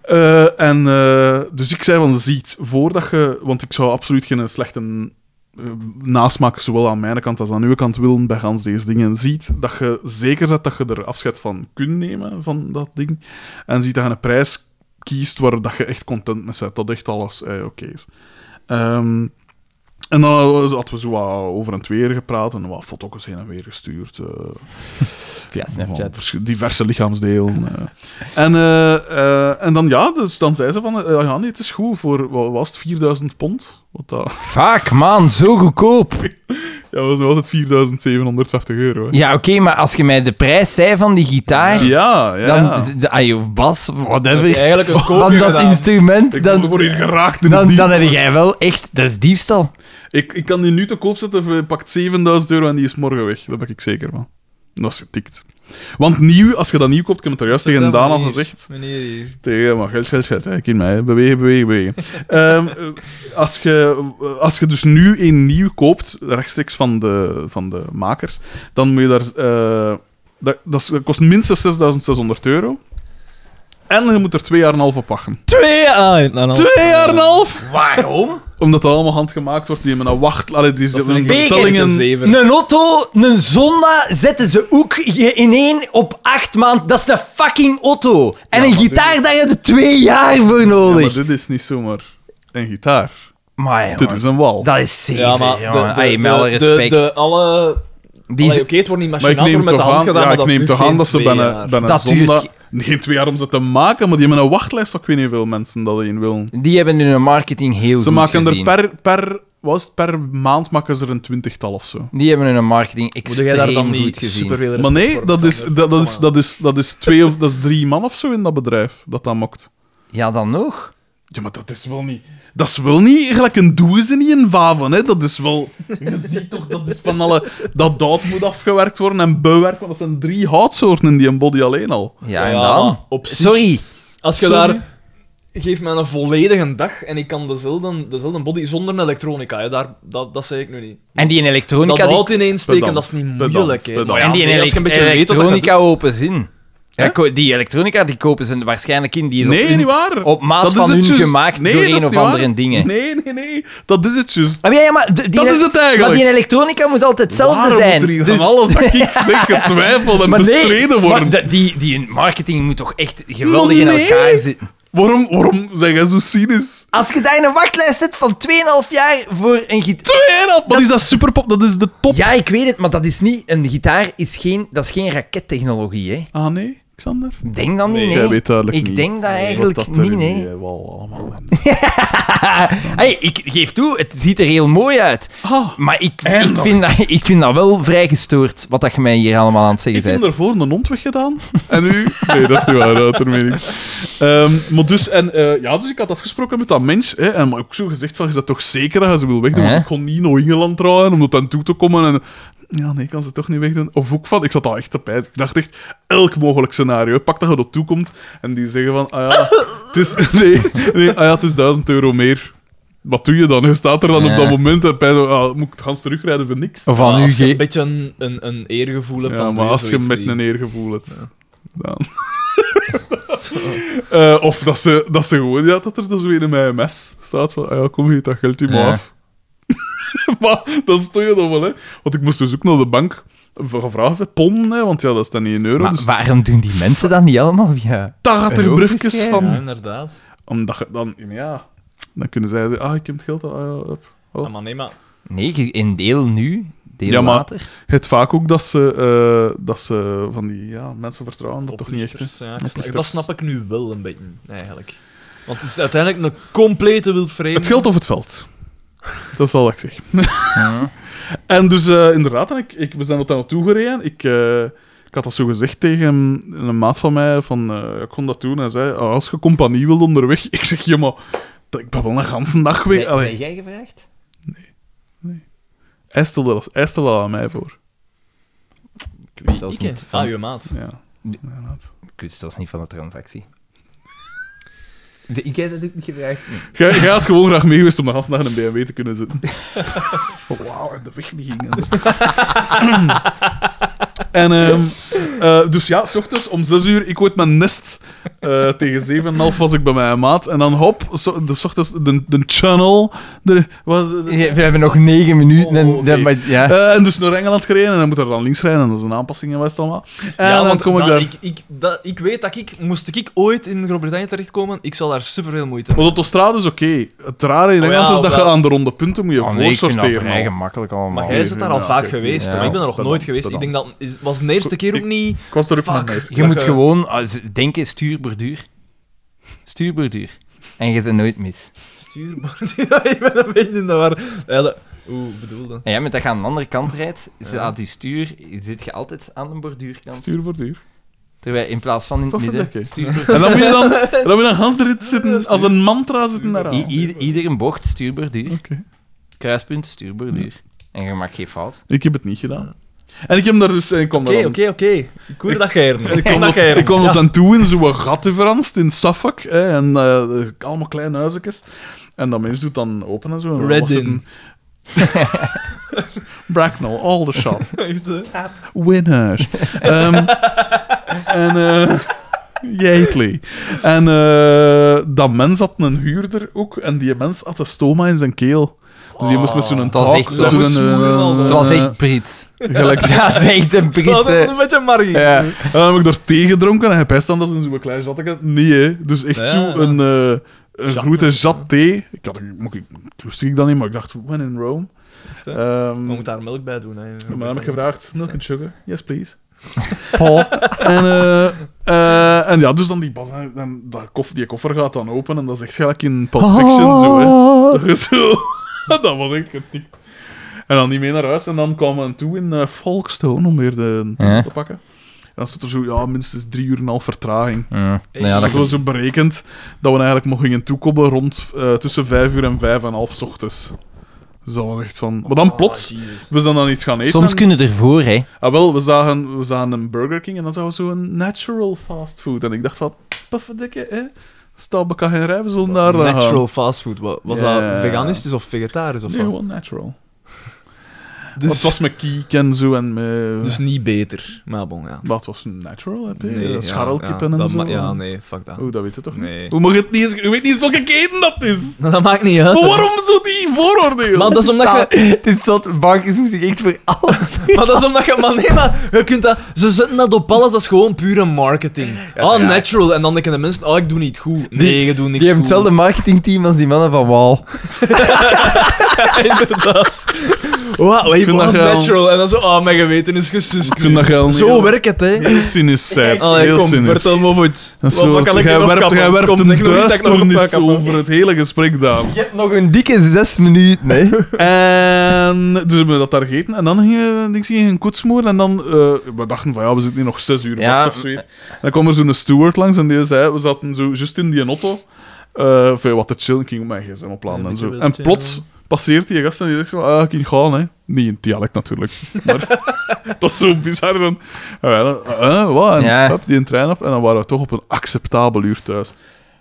S1: Eh, en, eh, dus ik zei van ziet, voordat je... Want ik zou absoluut geen slechte eh, nasmaak, zowel aan mijn kant als aan uw kant, willen bij gans deze dingen. Ziet dat je zeker bent dat je er afscheid van kunt nemen, van dat ding. En ziet dat je een prijs kiest waar dat je echt content mee bent. Dat echt alles eh, oké is. Ehm, en dan hadden we zo wat over en het weer gepraat en wat foto's heen en weer gestuurd. eh,
S3: Via
S1: van
S3: Snapchat.
S1: vers- diverse lichaamsdelen. eh. En, eh, eh, en dan ja, dus dan zei ze van, eh, ja nee, het is goed voor, wat was het, 4000 pond? Wat dat,
S3: Fuck, man, zo goedkoop.
S1: ja, dat was nog altijd 4750 euro. hè.
S3: Ja, oké, maar als je mij de prijs zei van die gitaar,
S1: Ja, ja.
S3: dan... z- de- ai, of bas, of
S2: Heb je
S3: whatever,
S2: eigenlijk een koopje
S3: van dat
S2: gedaan?
S1: ik
S3: instrument,
S1: dan,
S3: dan...
S1: word hier geraakt in de
S3: Dan,
S1: diefstal.
S3: dan heb jij wel echt... Dat is diefstal.
S1: ik, ik kan die nu te koop zetten, voor- pakt 7000 euro en die is morgen weg. Daar ben ik zeker van. Dat is getikt. Want nieuw, als je dat nieuw koopt, ik heb het er juist tegen
S2: Dat
S1: Daan al
S2: meneer-
S1: gezegd.
S2: Meneer hier.
S1: Tegen, maar geld, geld, geld. Kijk in mij, hè. bewegen, bewegen, bewegen. Ehm, eh, als, je, eh, als je dus nu een nieuw koopt, rechtstreeks van de, van de makers, dan moet je daar... eh, dat, dat is- dat kost minstens 6600 euro. En je moet er twee jaar en een half op wachten.
S2: Twee jaar ah, nou, en een half.
S1: Twee jaar en een half?
S3: Waarom?
S1: Omdat dat allemaal handgemaakt wordt, die hebben een wacht... Allee, die
S2: Dat
S1: zijn
S2: vind ik echt
S1: bestellingen...
S2: een zeven.
S3: Een auto, een Zonda, zetten ze ook je in één op acht maanden. Dat is een fucking auto. En een
S1: maar
S3: gitaar, daar heb je twee jaar voor
S1: Ja,
S3: nodig.
S1: maar dit is niet zomaar een gitaar.
S3: maar jongen,
S1: Dit is een wal.
S3: dat is zeven,
S2: Ja, maar de,
S3: jongen.
S2: de,
S3: Ai, met alle
S2: de, de-
S3: respect.
S2: de- alle...
S3: Die
S2: Allee,
S3: is-
S2: Oké, het wordt niet
S1: maar ik
S2: machinaal
S1: neem
S2: door met de
S1: toch
S2: hand
S1: aan,
S2: gedaan,
S1: ja,
S2: maar
S1: ik
S2: dat
S1: neem
S2: duurt
S1: toch aan
S2: geen
S1: dat ze
S2: twee
S1: bijna,
S2: jaar.
S1: bijna
S3: Dat duurt
S1: zondag... Geen twee jaar om ze te maken, maar die hebben een wachtlijst van ik weet niet hoeveel mensen dat in willen.
S3: Die hebben hun marketing heel
S1: Ze
S3: goed
S1: maken
S3: gezien.
S1: er per, per, wat is het, per maand maken ze er een twintigtal of zo.
S3: Die hebben hun marketing
S2: Moet
S3: extreem
S2: jij daar dan
S3: goed
S2: niet
S3: gezien.
S2: superveel
S1: Maar
S2: respect
S1: nee,
S2: voor
S1: dat is,
S2: hebben?
S1: dat, dat, is,
S2: Kom
S1: dat, is, dat, is twee of, dat is drie man of zo in dat bedrijf dat dat mokt.
S3: Ja, dan nog.
S1: Ja, maar dat is wel niet... Dat is wel niet gelijk een douze niet in Vaven, hè. Dat is wel... Je ziet toch, dat is van alle... Dat hout moet afgewerkt worden en bewerkt, want dat zijn drie houtsoorten in die een body alleen al.
S4: Ja, en
S2: Ja,
S4: dan?
S2: maar op zich-
S4: Sorry.
S2: Als je
S1: Sorry.
S2: daar... Geef mij een volledige dag en ik kan dezelfde, dezelfde body zonder elektronica. Hè. Daar, dat, dat zei ik nu niet.
S4: En die in
S2: Dat
S4: elektronica... die-
S2: hout ineens steken,
S1: Pedant,
S2: dat is niet
S1: pedant,
S2: moeilijk. hè.
S1: pedant.
S2: Maar ja,
S4: en die in
S2: nee, als je een beetje weet wat je
S4: elektronica
S2: doet.
S4: open zin. Ja, ko- die elektronica die kopen ze waarschijnlijk in. Die is op
S1: Nee,
S4: hun-
S1: niet waar.
S4: op maat
S1: Dat is
S4: van
S1: het
S4: hun
S1: juist.
S4: gemaakt
S1: Nee,
S4: door
S1: dat is
S4: een of
S1: niet waar.
S4: andere dingen.
S1: Nee, nee, nee. Dat is het juist.
S4: Ah, ja, ja, maar de- die
S1: Dat is het eigenlijk.
S4: Maar die elektronica moet altijd hetzelfde
S1: Waarom
S4: zijn.
S1: Moet er hier
S4: Dus-
S1: van alles dat ik zeg getwijfeld en
S4: maar nee,
S1: bestreden
S4: maar
S1: worden.
S4: dat- die, die marketing moet toch echt geweldig
S1: Maar
S4: in
S1: nee.
S4: elkaar zitten.
S1: Waarom, waarom zijn jij zo cynisch?
S4: Als je daar in een wachtlijst zit van 2,5 jaar voor een gitaar...
S1: Tweeënhalf! Wat is dat superpop? Dat is de top.
S4: Ja, ik weet het, maar dat is niet... Een gitaar is geen... Dat is geen rakettechnologie, hè.
S1: Ah nee, Xander?
S4: Ik denk dat niet,
S1: Nee,
S4: nee.
S1: jij weet duidelijk
S4: ik
S1: niet.
S4: denk dat eigenlijk
S1: Wat dat er
S4: niet,
S1: in
S4: nee.
S1: die, eh, wal allemaal in.
S4: Hey, ik geef toe, het ziet er heel mooi uit.
S1: Ah,
S4: Maar ik,
S1: En
S4: ik,
S1: nog.
S4: vind, dat, ik vind dat wel vrij gestoord, wat dat je mij hier allemaal aan het
S1: ik
S4: zeggen
S1: heb
S4: bent.
S1: daarvoor een hond weggedaan. En nu... Nee, dat is niet waar, dat meen ik. Ehm, maar dus, en, eh, ja, dus ik had afgesproken met dat mens. Hè, en maar ook zo gezegd van, je bent toch zeker dat je ze wil wegdoen?
S4: Hè?
S1: Want ik kon niet naar Engeland trouwen om dat aan toe te komen. En, ja, nee, ik kan ze toch niet wegdoen. Of ook van, ik zat al echt te pijt. Ik dacht echt, elk mogelijk scenario. Pak dat je dat toekomt en die zeggen van, ah ja, het is, nee, nee, ah ja, het is duizend euro meer. Wat doe je dan? Je staat er dan op
S4: Ja.
S1: dat moment en pijt, ah, moet ik het gans terugrijden voor niks?
S4: Of
S2: Ja,
S4: aan u
S2: als je een
S4: ge...
S2: beetje een, een, een eergevoel hebt,
S1: ja,
S2: dan
S1: maar
S2: doe
S1: als je
S2: zoiets
S1: met
S2: niet.
S1: een eergevoel hebt, dan... Eh, of dat ze, dat ze gewoon, ja, dat er dus weer in mijn mes staat van, ah ja, kom hier, dat geld hier maar
S4: Ja.
S1: af. maar dat is toch nog wel, hè. Want ik moest dus ook naar de bank v- gevraagd hebben, pon, hè, want ja, dat is dan niet in euro,
S4: Maar
S1: dus
S4: waarom doen die mensen dat niet allemaal via...
S1: 80
S4: euro
S1: briefjes
S4: geschreven,
S1: van...
S2: Ja, inderdaad.
S1: Omdat je dan, ja, dan kunnen zij zeggen, ah, ik heb het geld, al, ah, ja, hup. Oh.
S2: Ja, maar nee, maar...
S4: Nee, je- in deel nu, deel
S1: Ja, maar-
S4: later.
S1: Het vaak ook dat ze, eh, dat ze van die, ja, mensen vertrouwen dat toch niet echt, hè.
S2: Oplichters, ja, ik snap-
S1: Oplichters.
S2: dat snap ik nu wel een beetje, eigenlijk. Want het is uiteindelijk een complete wildvreemde.
S1: Het geld of het veld. Dat is al wat ik zeg.
S4: Ja.
S1: En dus eh, inderdaad, en ik, ik, we zijn er daar naartoe gereden. Ik, eh, ik had dat zo gezegd tegen een maat van mij, van, eh, ik kon dat doen. Hij zei, "Ah, als je compagnie wilt onderweg... Ik zeg, ja, maar dat- ik ben wel een ganse dag weg. Allee,
S4: Ben jij gevraagd?
S1: Hij, stelde dat, hij stelde dat aan mij voor.
S4: Ik wist zelfs
S2: Ik, hè.
S4: niet
S2: Ah,
S4: van,
S2: uw maat.
S1: Ja.
S4: Nee.
S1: inderdaad.
S4: ik wist zelfs niet van de transactie. De, ik heb dat ook niet gevraagd.
S1: Jij jij had gewoon graag mee geweest om de ganse dag in een BMW te kunnen zitten. Oh, Wauw, en de weg niet ging. en ehm, eh, dus ja, s ochtends om 6 uur, ik ooit mijn nest. eh, tegen 7,5 was ik bij mijn maat. En dan hop, so, de, s ochtends, de, de channel. De, wat, de-
S4: Ja, we hebben nog negen minuten en...
S1: Oh, oké.
S4: ja, maar- ja.
S1: Eh, en dus naar Engeland gereden. En dan moet er dan links rijden. En dat is een aanpassing geweest allemaal. En
S2: ja,
S1: dan
S2: want
S1: kom ik
S2: dat-
S1: daar.
S2: Ik, ik, dat, ik weet dat ik, moest ik ooit in Groot-Brittannië terechtkomen, ik zal daar superveel moeite
S1: Want
S2: mee
S1: de autostrade is oké. Het rare in
S2: Oh ja,
S1: Engeland is dat je
S2: wel.
S1: aan de ronde punten moet je
S4: Oh, nee, ik vind dat
S1: voorsorteren.
S4: vrij
S1: al.
S4: gemakkelijk allemaal.
S2: Maar
S1: Oh,
S2: jij
S1: nee,
S2: zit
S1: nee,
S2: daar al
S1: ja,
S2: vaak
S1: oké.
S2: geweest,
S4: Ja,
S2: maar ik ben er nog nooit
S1: pedant,
S2: geweest. Ik denk dat is- was de eerste keer ook
S1: Ik-
S2: niet.
S1: Ik was er ook
S2: Fuck.
S1: nog mee.
S4: Je moet
S2: je-
S4: gewoon als- denken stuurborduur. Stuurborduur. En je ze nooit mis.
S2: Stuurbord. ja, ik ben een beetje in de war. Ja, dat- Oeh, bedoelde.
S4: En ja, met dat je aan de andere kant rijdt, zit aan je stuur, zit je altijd aan de borduurkant.
S1: Stuur voor duur.
S4: Terwijl in plaats van in het
S1: Wat
S4: midden,
S1: verdekken?
S4: stuurborduur.
S1: En dan moet je dan, dan, moet je dan gans erin zitten, als een mantra zitten daar
S4: I- ieder, ieder een bocht, stuurborduur.
S1: Oké.
S4: Kruispunt, stuurborduur. En je maakt geen fout.
S1: Ik heb het niet gedaan. En ik heb daar dus... en Ik kwam daar
S2: Oké,
S1: dan-
S2: oké, oké. Ik hoor dat jij er
S1: en
S2: nog.
S1: Ik kwam,
S2: dat
S1: op,
S2: jij er
S1: ik kwam
S2: nog.
S1: op dan toe in zo'n gat in Frans, in Suffolk. Hè, en eh, allemaal kleine huizenjes. En dat mens doet dan open en zo. En dan was het een- Bracknell, all the shot.
S2: Echt, hè?
S1: winners. Ehm, en eh Jeetly. En eh, dat mens had een huurder ook, en die mens had een stoma in zijn keel. Dus die moest met zo'n
S4: Oh, dat was
S1: taak-
S4: echt-
S1: zo'n,
S4: dat
S1: eh,
S2: moest smoeren al, hè.
S4: Het was echt Brit.
S1: Gelijk,
S4: Dat is echt een
S2: Zo had
S4: Brit.
S2: het
S4: hè.
S2: een beetje margie.
S4: Ja.
S1: en dan heb ik er thee gedronken en hij pijst dan dat ze in zo'n klein zatje. Nee, hè. Dus echt
S2: Ja.
S1: zo'n eh een
S2: Jat.
S1: grote jat thee. Ik had, mocht ik, ik lust ik dan niet, maar ik dacht, when in Rome.
S2: hè.
S1: Ehm,
S2: We moeten daar melk bij doen. Hè, Oh,
S1: Maar dan heb ik gevraagd, milk and sugar, yes please. Paul. en, eh, eh, en ja, dus dan die, bas, dan, dat kof, die koffer gaat dan open en dat is echt gelijk in Pulp Fiction zo. Hè. Dat is zo. dat was echt getikt. En dan die mee naar huis en dan kwamen we toe in eh, Folkestone om weer de tent
S4: Ja.
S1: te pakken. dan stond er zo, ja, minstens drie uur en een half vertraging.
S3: Ja.
S2: Hey,
S3: Nou ja,
S1: dat
S3: dat
S1: was zo berekend dat we eigenlijk nog gingen toekomen rond eh, tussen vijf uur en vijf en half 's ochtends. Dus dat was echt van... Maar
S2: Ah,
S1: dan plots, we zijn dan iets gaan eten.
S3: Soms
S1: en-
S3: kunnen ervoor, hè.
S1: Ah, wel, we zagen, we zagen een Burger King en dan zagen we zo'n natural fast food. En ik dacht van, pufferdikke, hè? Stel elkaar geen rij, we zullen daar dan gaan.
S2: Natural fastfood. wa- Was
S1: Ja.
S2: dat veganistisch of vegetarisch of
S1: eh, Nee,
S2: zo?
S1: gewoon natural. Dus... Het
S2: Dus,
S1: was met kiek en zo en met...
S2: dus niet beter. Maar bon, ja.
S1: Wat was natural, heb je? Eh,
S2: ja,
S1: Scharrelkippen
S2: ja,
S1: en
S2: dat
S1: zo. Oh.
S2: ma- Ja, nee, fuck dat.
S1: Oeh, dat weet je toch
S2: Nee.
S1: niet? Hoe mag het niet eens... Je weet niet eens welke keten dat is!
S2: Nou, dat maakt niet uit.
S1: Maar
S2: hè.
S1: waarom zo die vooroordeel?
S2: Maar dat is omdat je...
S3: Dit soort bankjes moest ik echt voor alles...
S2: Maar dat is omdat je... Maar nee, maar je kunt dat... Ze zetten dat op alles, dat is gewoon pure marketing. Ah,
S3: ja.
S2: natural. En dan denken de mensen, oh, ik doe niet goed. Nee,
S3: Die-
S2: je doet niks
S3: Die hebben
S2: goed.
S3: hetzelfde marketingteam als die mannen van Wal.
S2: Inderdaad. Wow, ik
S1: vind
S2: vind
S1: dat geil.
S2: natural. En dan zo, oh, mijn geweten is gesust.
S1: Ik vind dat geil.
S2: Zo werkt het, hè.
S1: Heel cynisch zijn.
S2: Allee,
S1: heel
S2: kom,
S1: cynisch.
S2: vertel me goed.
S1: Een soort, jij werpt, jij werpt een duisternis over het hele gesprek, Daan.
S3: Je hebt nog een dikke zes minuten, hè.
S1: En dus hebben we dat daar gegeten. En dan gingen ging een koetsmoer. En dan, eh, we dachten van ja, we zitten hier nog zes uur
S3: Ja.
S1: vast of zoiets. En dan kwam er zo'n steward langs en die zei, we zaten zo juist in die auto. eh, of ja, wat te chillen, ik ging op mijn gsm opladen
S2: Ja,
S1: en
S2: ik
S1: zo.
S2: wil
S1: En
S2: chillen.
S1: plots passeert die gast en die zegt zo, ah, ik hier gaan, hè. Niet in het dialect natuurlijk, maar dat is zo bizar. Zo. En wij dan, eh, wat? En
S3: Ja.
S1: hup, die een trein op. En dan waren we toch op een acceptabel uur thuis.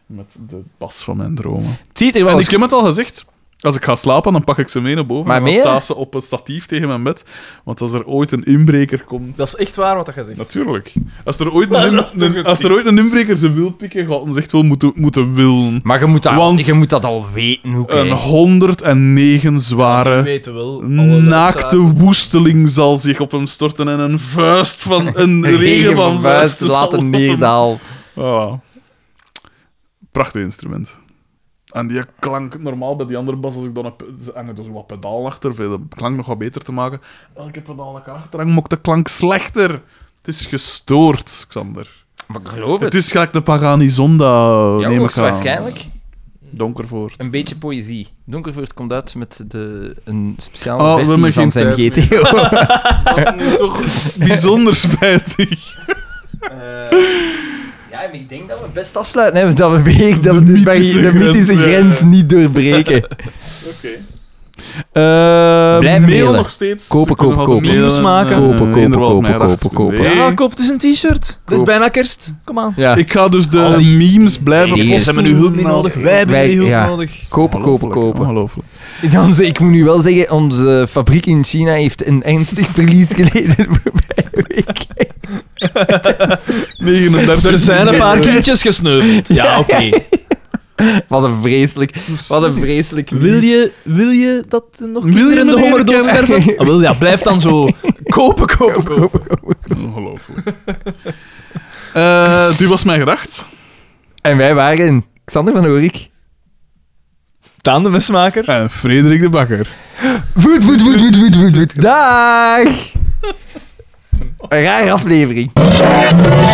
S1: Met de bas van mijn dromen.
S3: Het ziet er
S1: En ik heb het al gezegd. Als ik ga slapen, dan pak ik ze mee naar boven.
S3: Maar
S1: en dan
S3: meer?
S1: staan ze op een statief tegen mijn bed. Want als er ooit een inbreker komt...
S2: Dat is echt waar wat je zegt.
S1: Natuurlijk. Als er ooit een, in-
S2: Dat is toch
S1: een-
S2: het
S1: als er ooit een inbreker ze wil pikken, gaat hem ze echt wel moeten, moeten willen.
S3: Maar je moet, dat,
S1: Want-
S3: je moet dat al weten, hoe
S1: Een 109
S2: We
S1: zware,
S2: weten wel. alle
S1: naakte
S2: luisteraars.
S1: woesteling zal zich op hem storten en een vuist van... Een regen, van vuisten zal op
S3: laten
S1: hem-
S3: neerdalen.
S1: Voilà. Prachtig instrument. En die klank, normaal bij die andere bas, als ik dan een, en er dus wat pedaal achter, om de klank nog wat beter te maken. Elke pedaal dat ik erachter hang, maakt de klank slechter. Het is gestoord, Xander.
S3: Maar ik geloof
S1: Het is gelijk de Pagani Zonda,
S3: Ja,
S1: neem
S3: ook
S1: ik aan.
S3: waarschijnlijk.
S1: Donkervoort.
S3: Een beetje poëzie. Donkervoort komt uit met de, een speciale
S1: Oh, we hebben
S3: versie van
S1: geen
S3: zijn
S1: tijd
S3: GTO.
S1: Dat is nu toch bijzonder spijtig.
S3: ja, maar ik denk dat we best afsluiten. Hè, dat we weer dat
S1: De
S3: we dit bij
S1: mythische
S3: de mythische
S1: grens, eh.
S3: grens niet doorbreken. Blijf
S1: mail
S3: mailen.
S1: nog steeds.
S3: Kopen,
S1: Ze kunnen
S3: kopen,
S1: nog
S3: kopen.
S1: mailen.
S2: Memes maken.
S1: Eh,
S3: Kopen, kopen,
S1: inderdaad,
S3: kopen,
S1: mij erachter
S3: kopen,
S1: kunnen
S3: kopen.
S1: mee.
S2: Ja, koop dus een t-shirt. Het is
S1: Ah, Koop.
S2: bijna kerst. Kom aan.
S3: Ja.
S1: Ik ga dus de
S2: Al
S1: memes blijven
S3: dingen.
S1: posten.
S3: Ze
S2: hebben nu hulp niet nodig. Wij hebben
S3: Wij-
S2: jullie hulp
S3: ja.
S2: nodig.
S3: Kopen, kopen,
S1: Ongelooflijk,
S3: kopen.
S1: Ongelooflijk.
S3: Dan, ze- ik moet nu wel zeggen, onze fabriek in China heeft een ernstig verlies geleden de voorbije week.
S1: 39.
S2: Er zijn een paar kindjes gesneuveld. Ja, oké.
S3: Wat een vreselijk, wat een vreselijk
S2: Wil je, wil je dat er nog
S1: Wil je
S2: kinderen de
S1: meneer
S2: hongerdood
S3: Kemmer?
S2: sterven? Ah, wel, ja, blijf dan zo. Kopen, kopen, kopen.
S1: Ongelooflijk. Eh, die was mijn gedacht.
S3: En wij waren Xander van Oorik.
S2: Daan de mesmaker.
S1: En Eh, Frederik de Bakker.
S3: Voet, voet, voet, voet, voet, voet, voet. Dag! Een rare aflevering.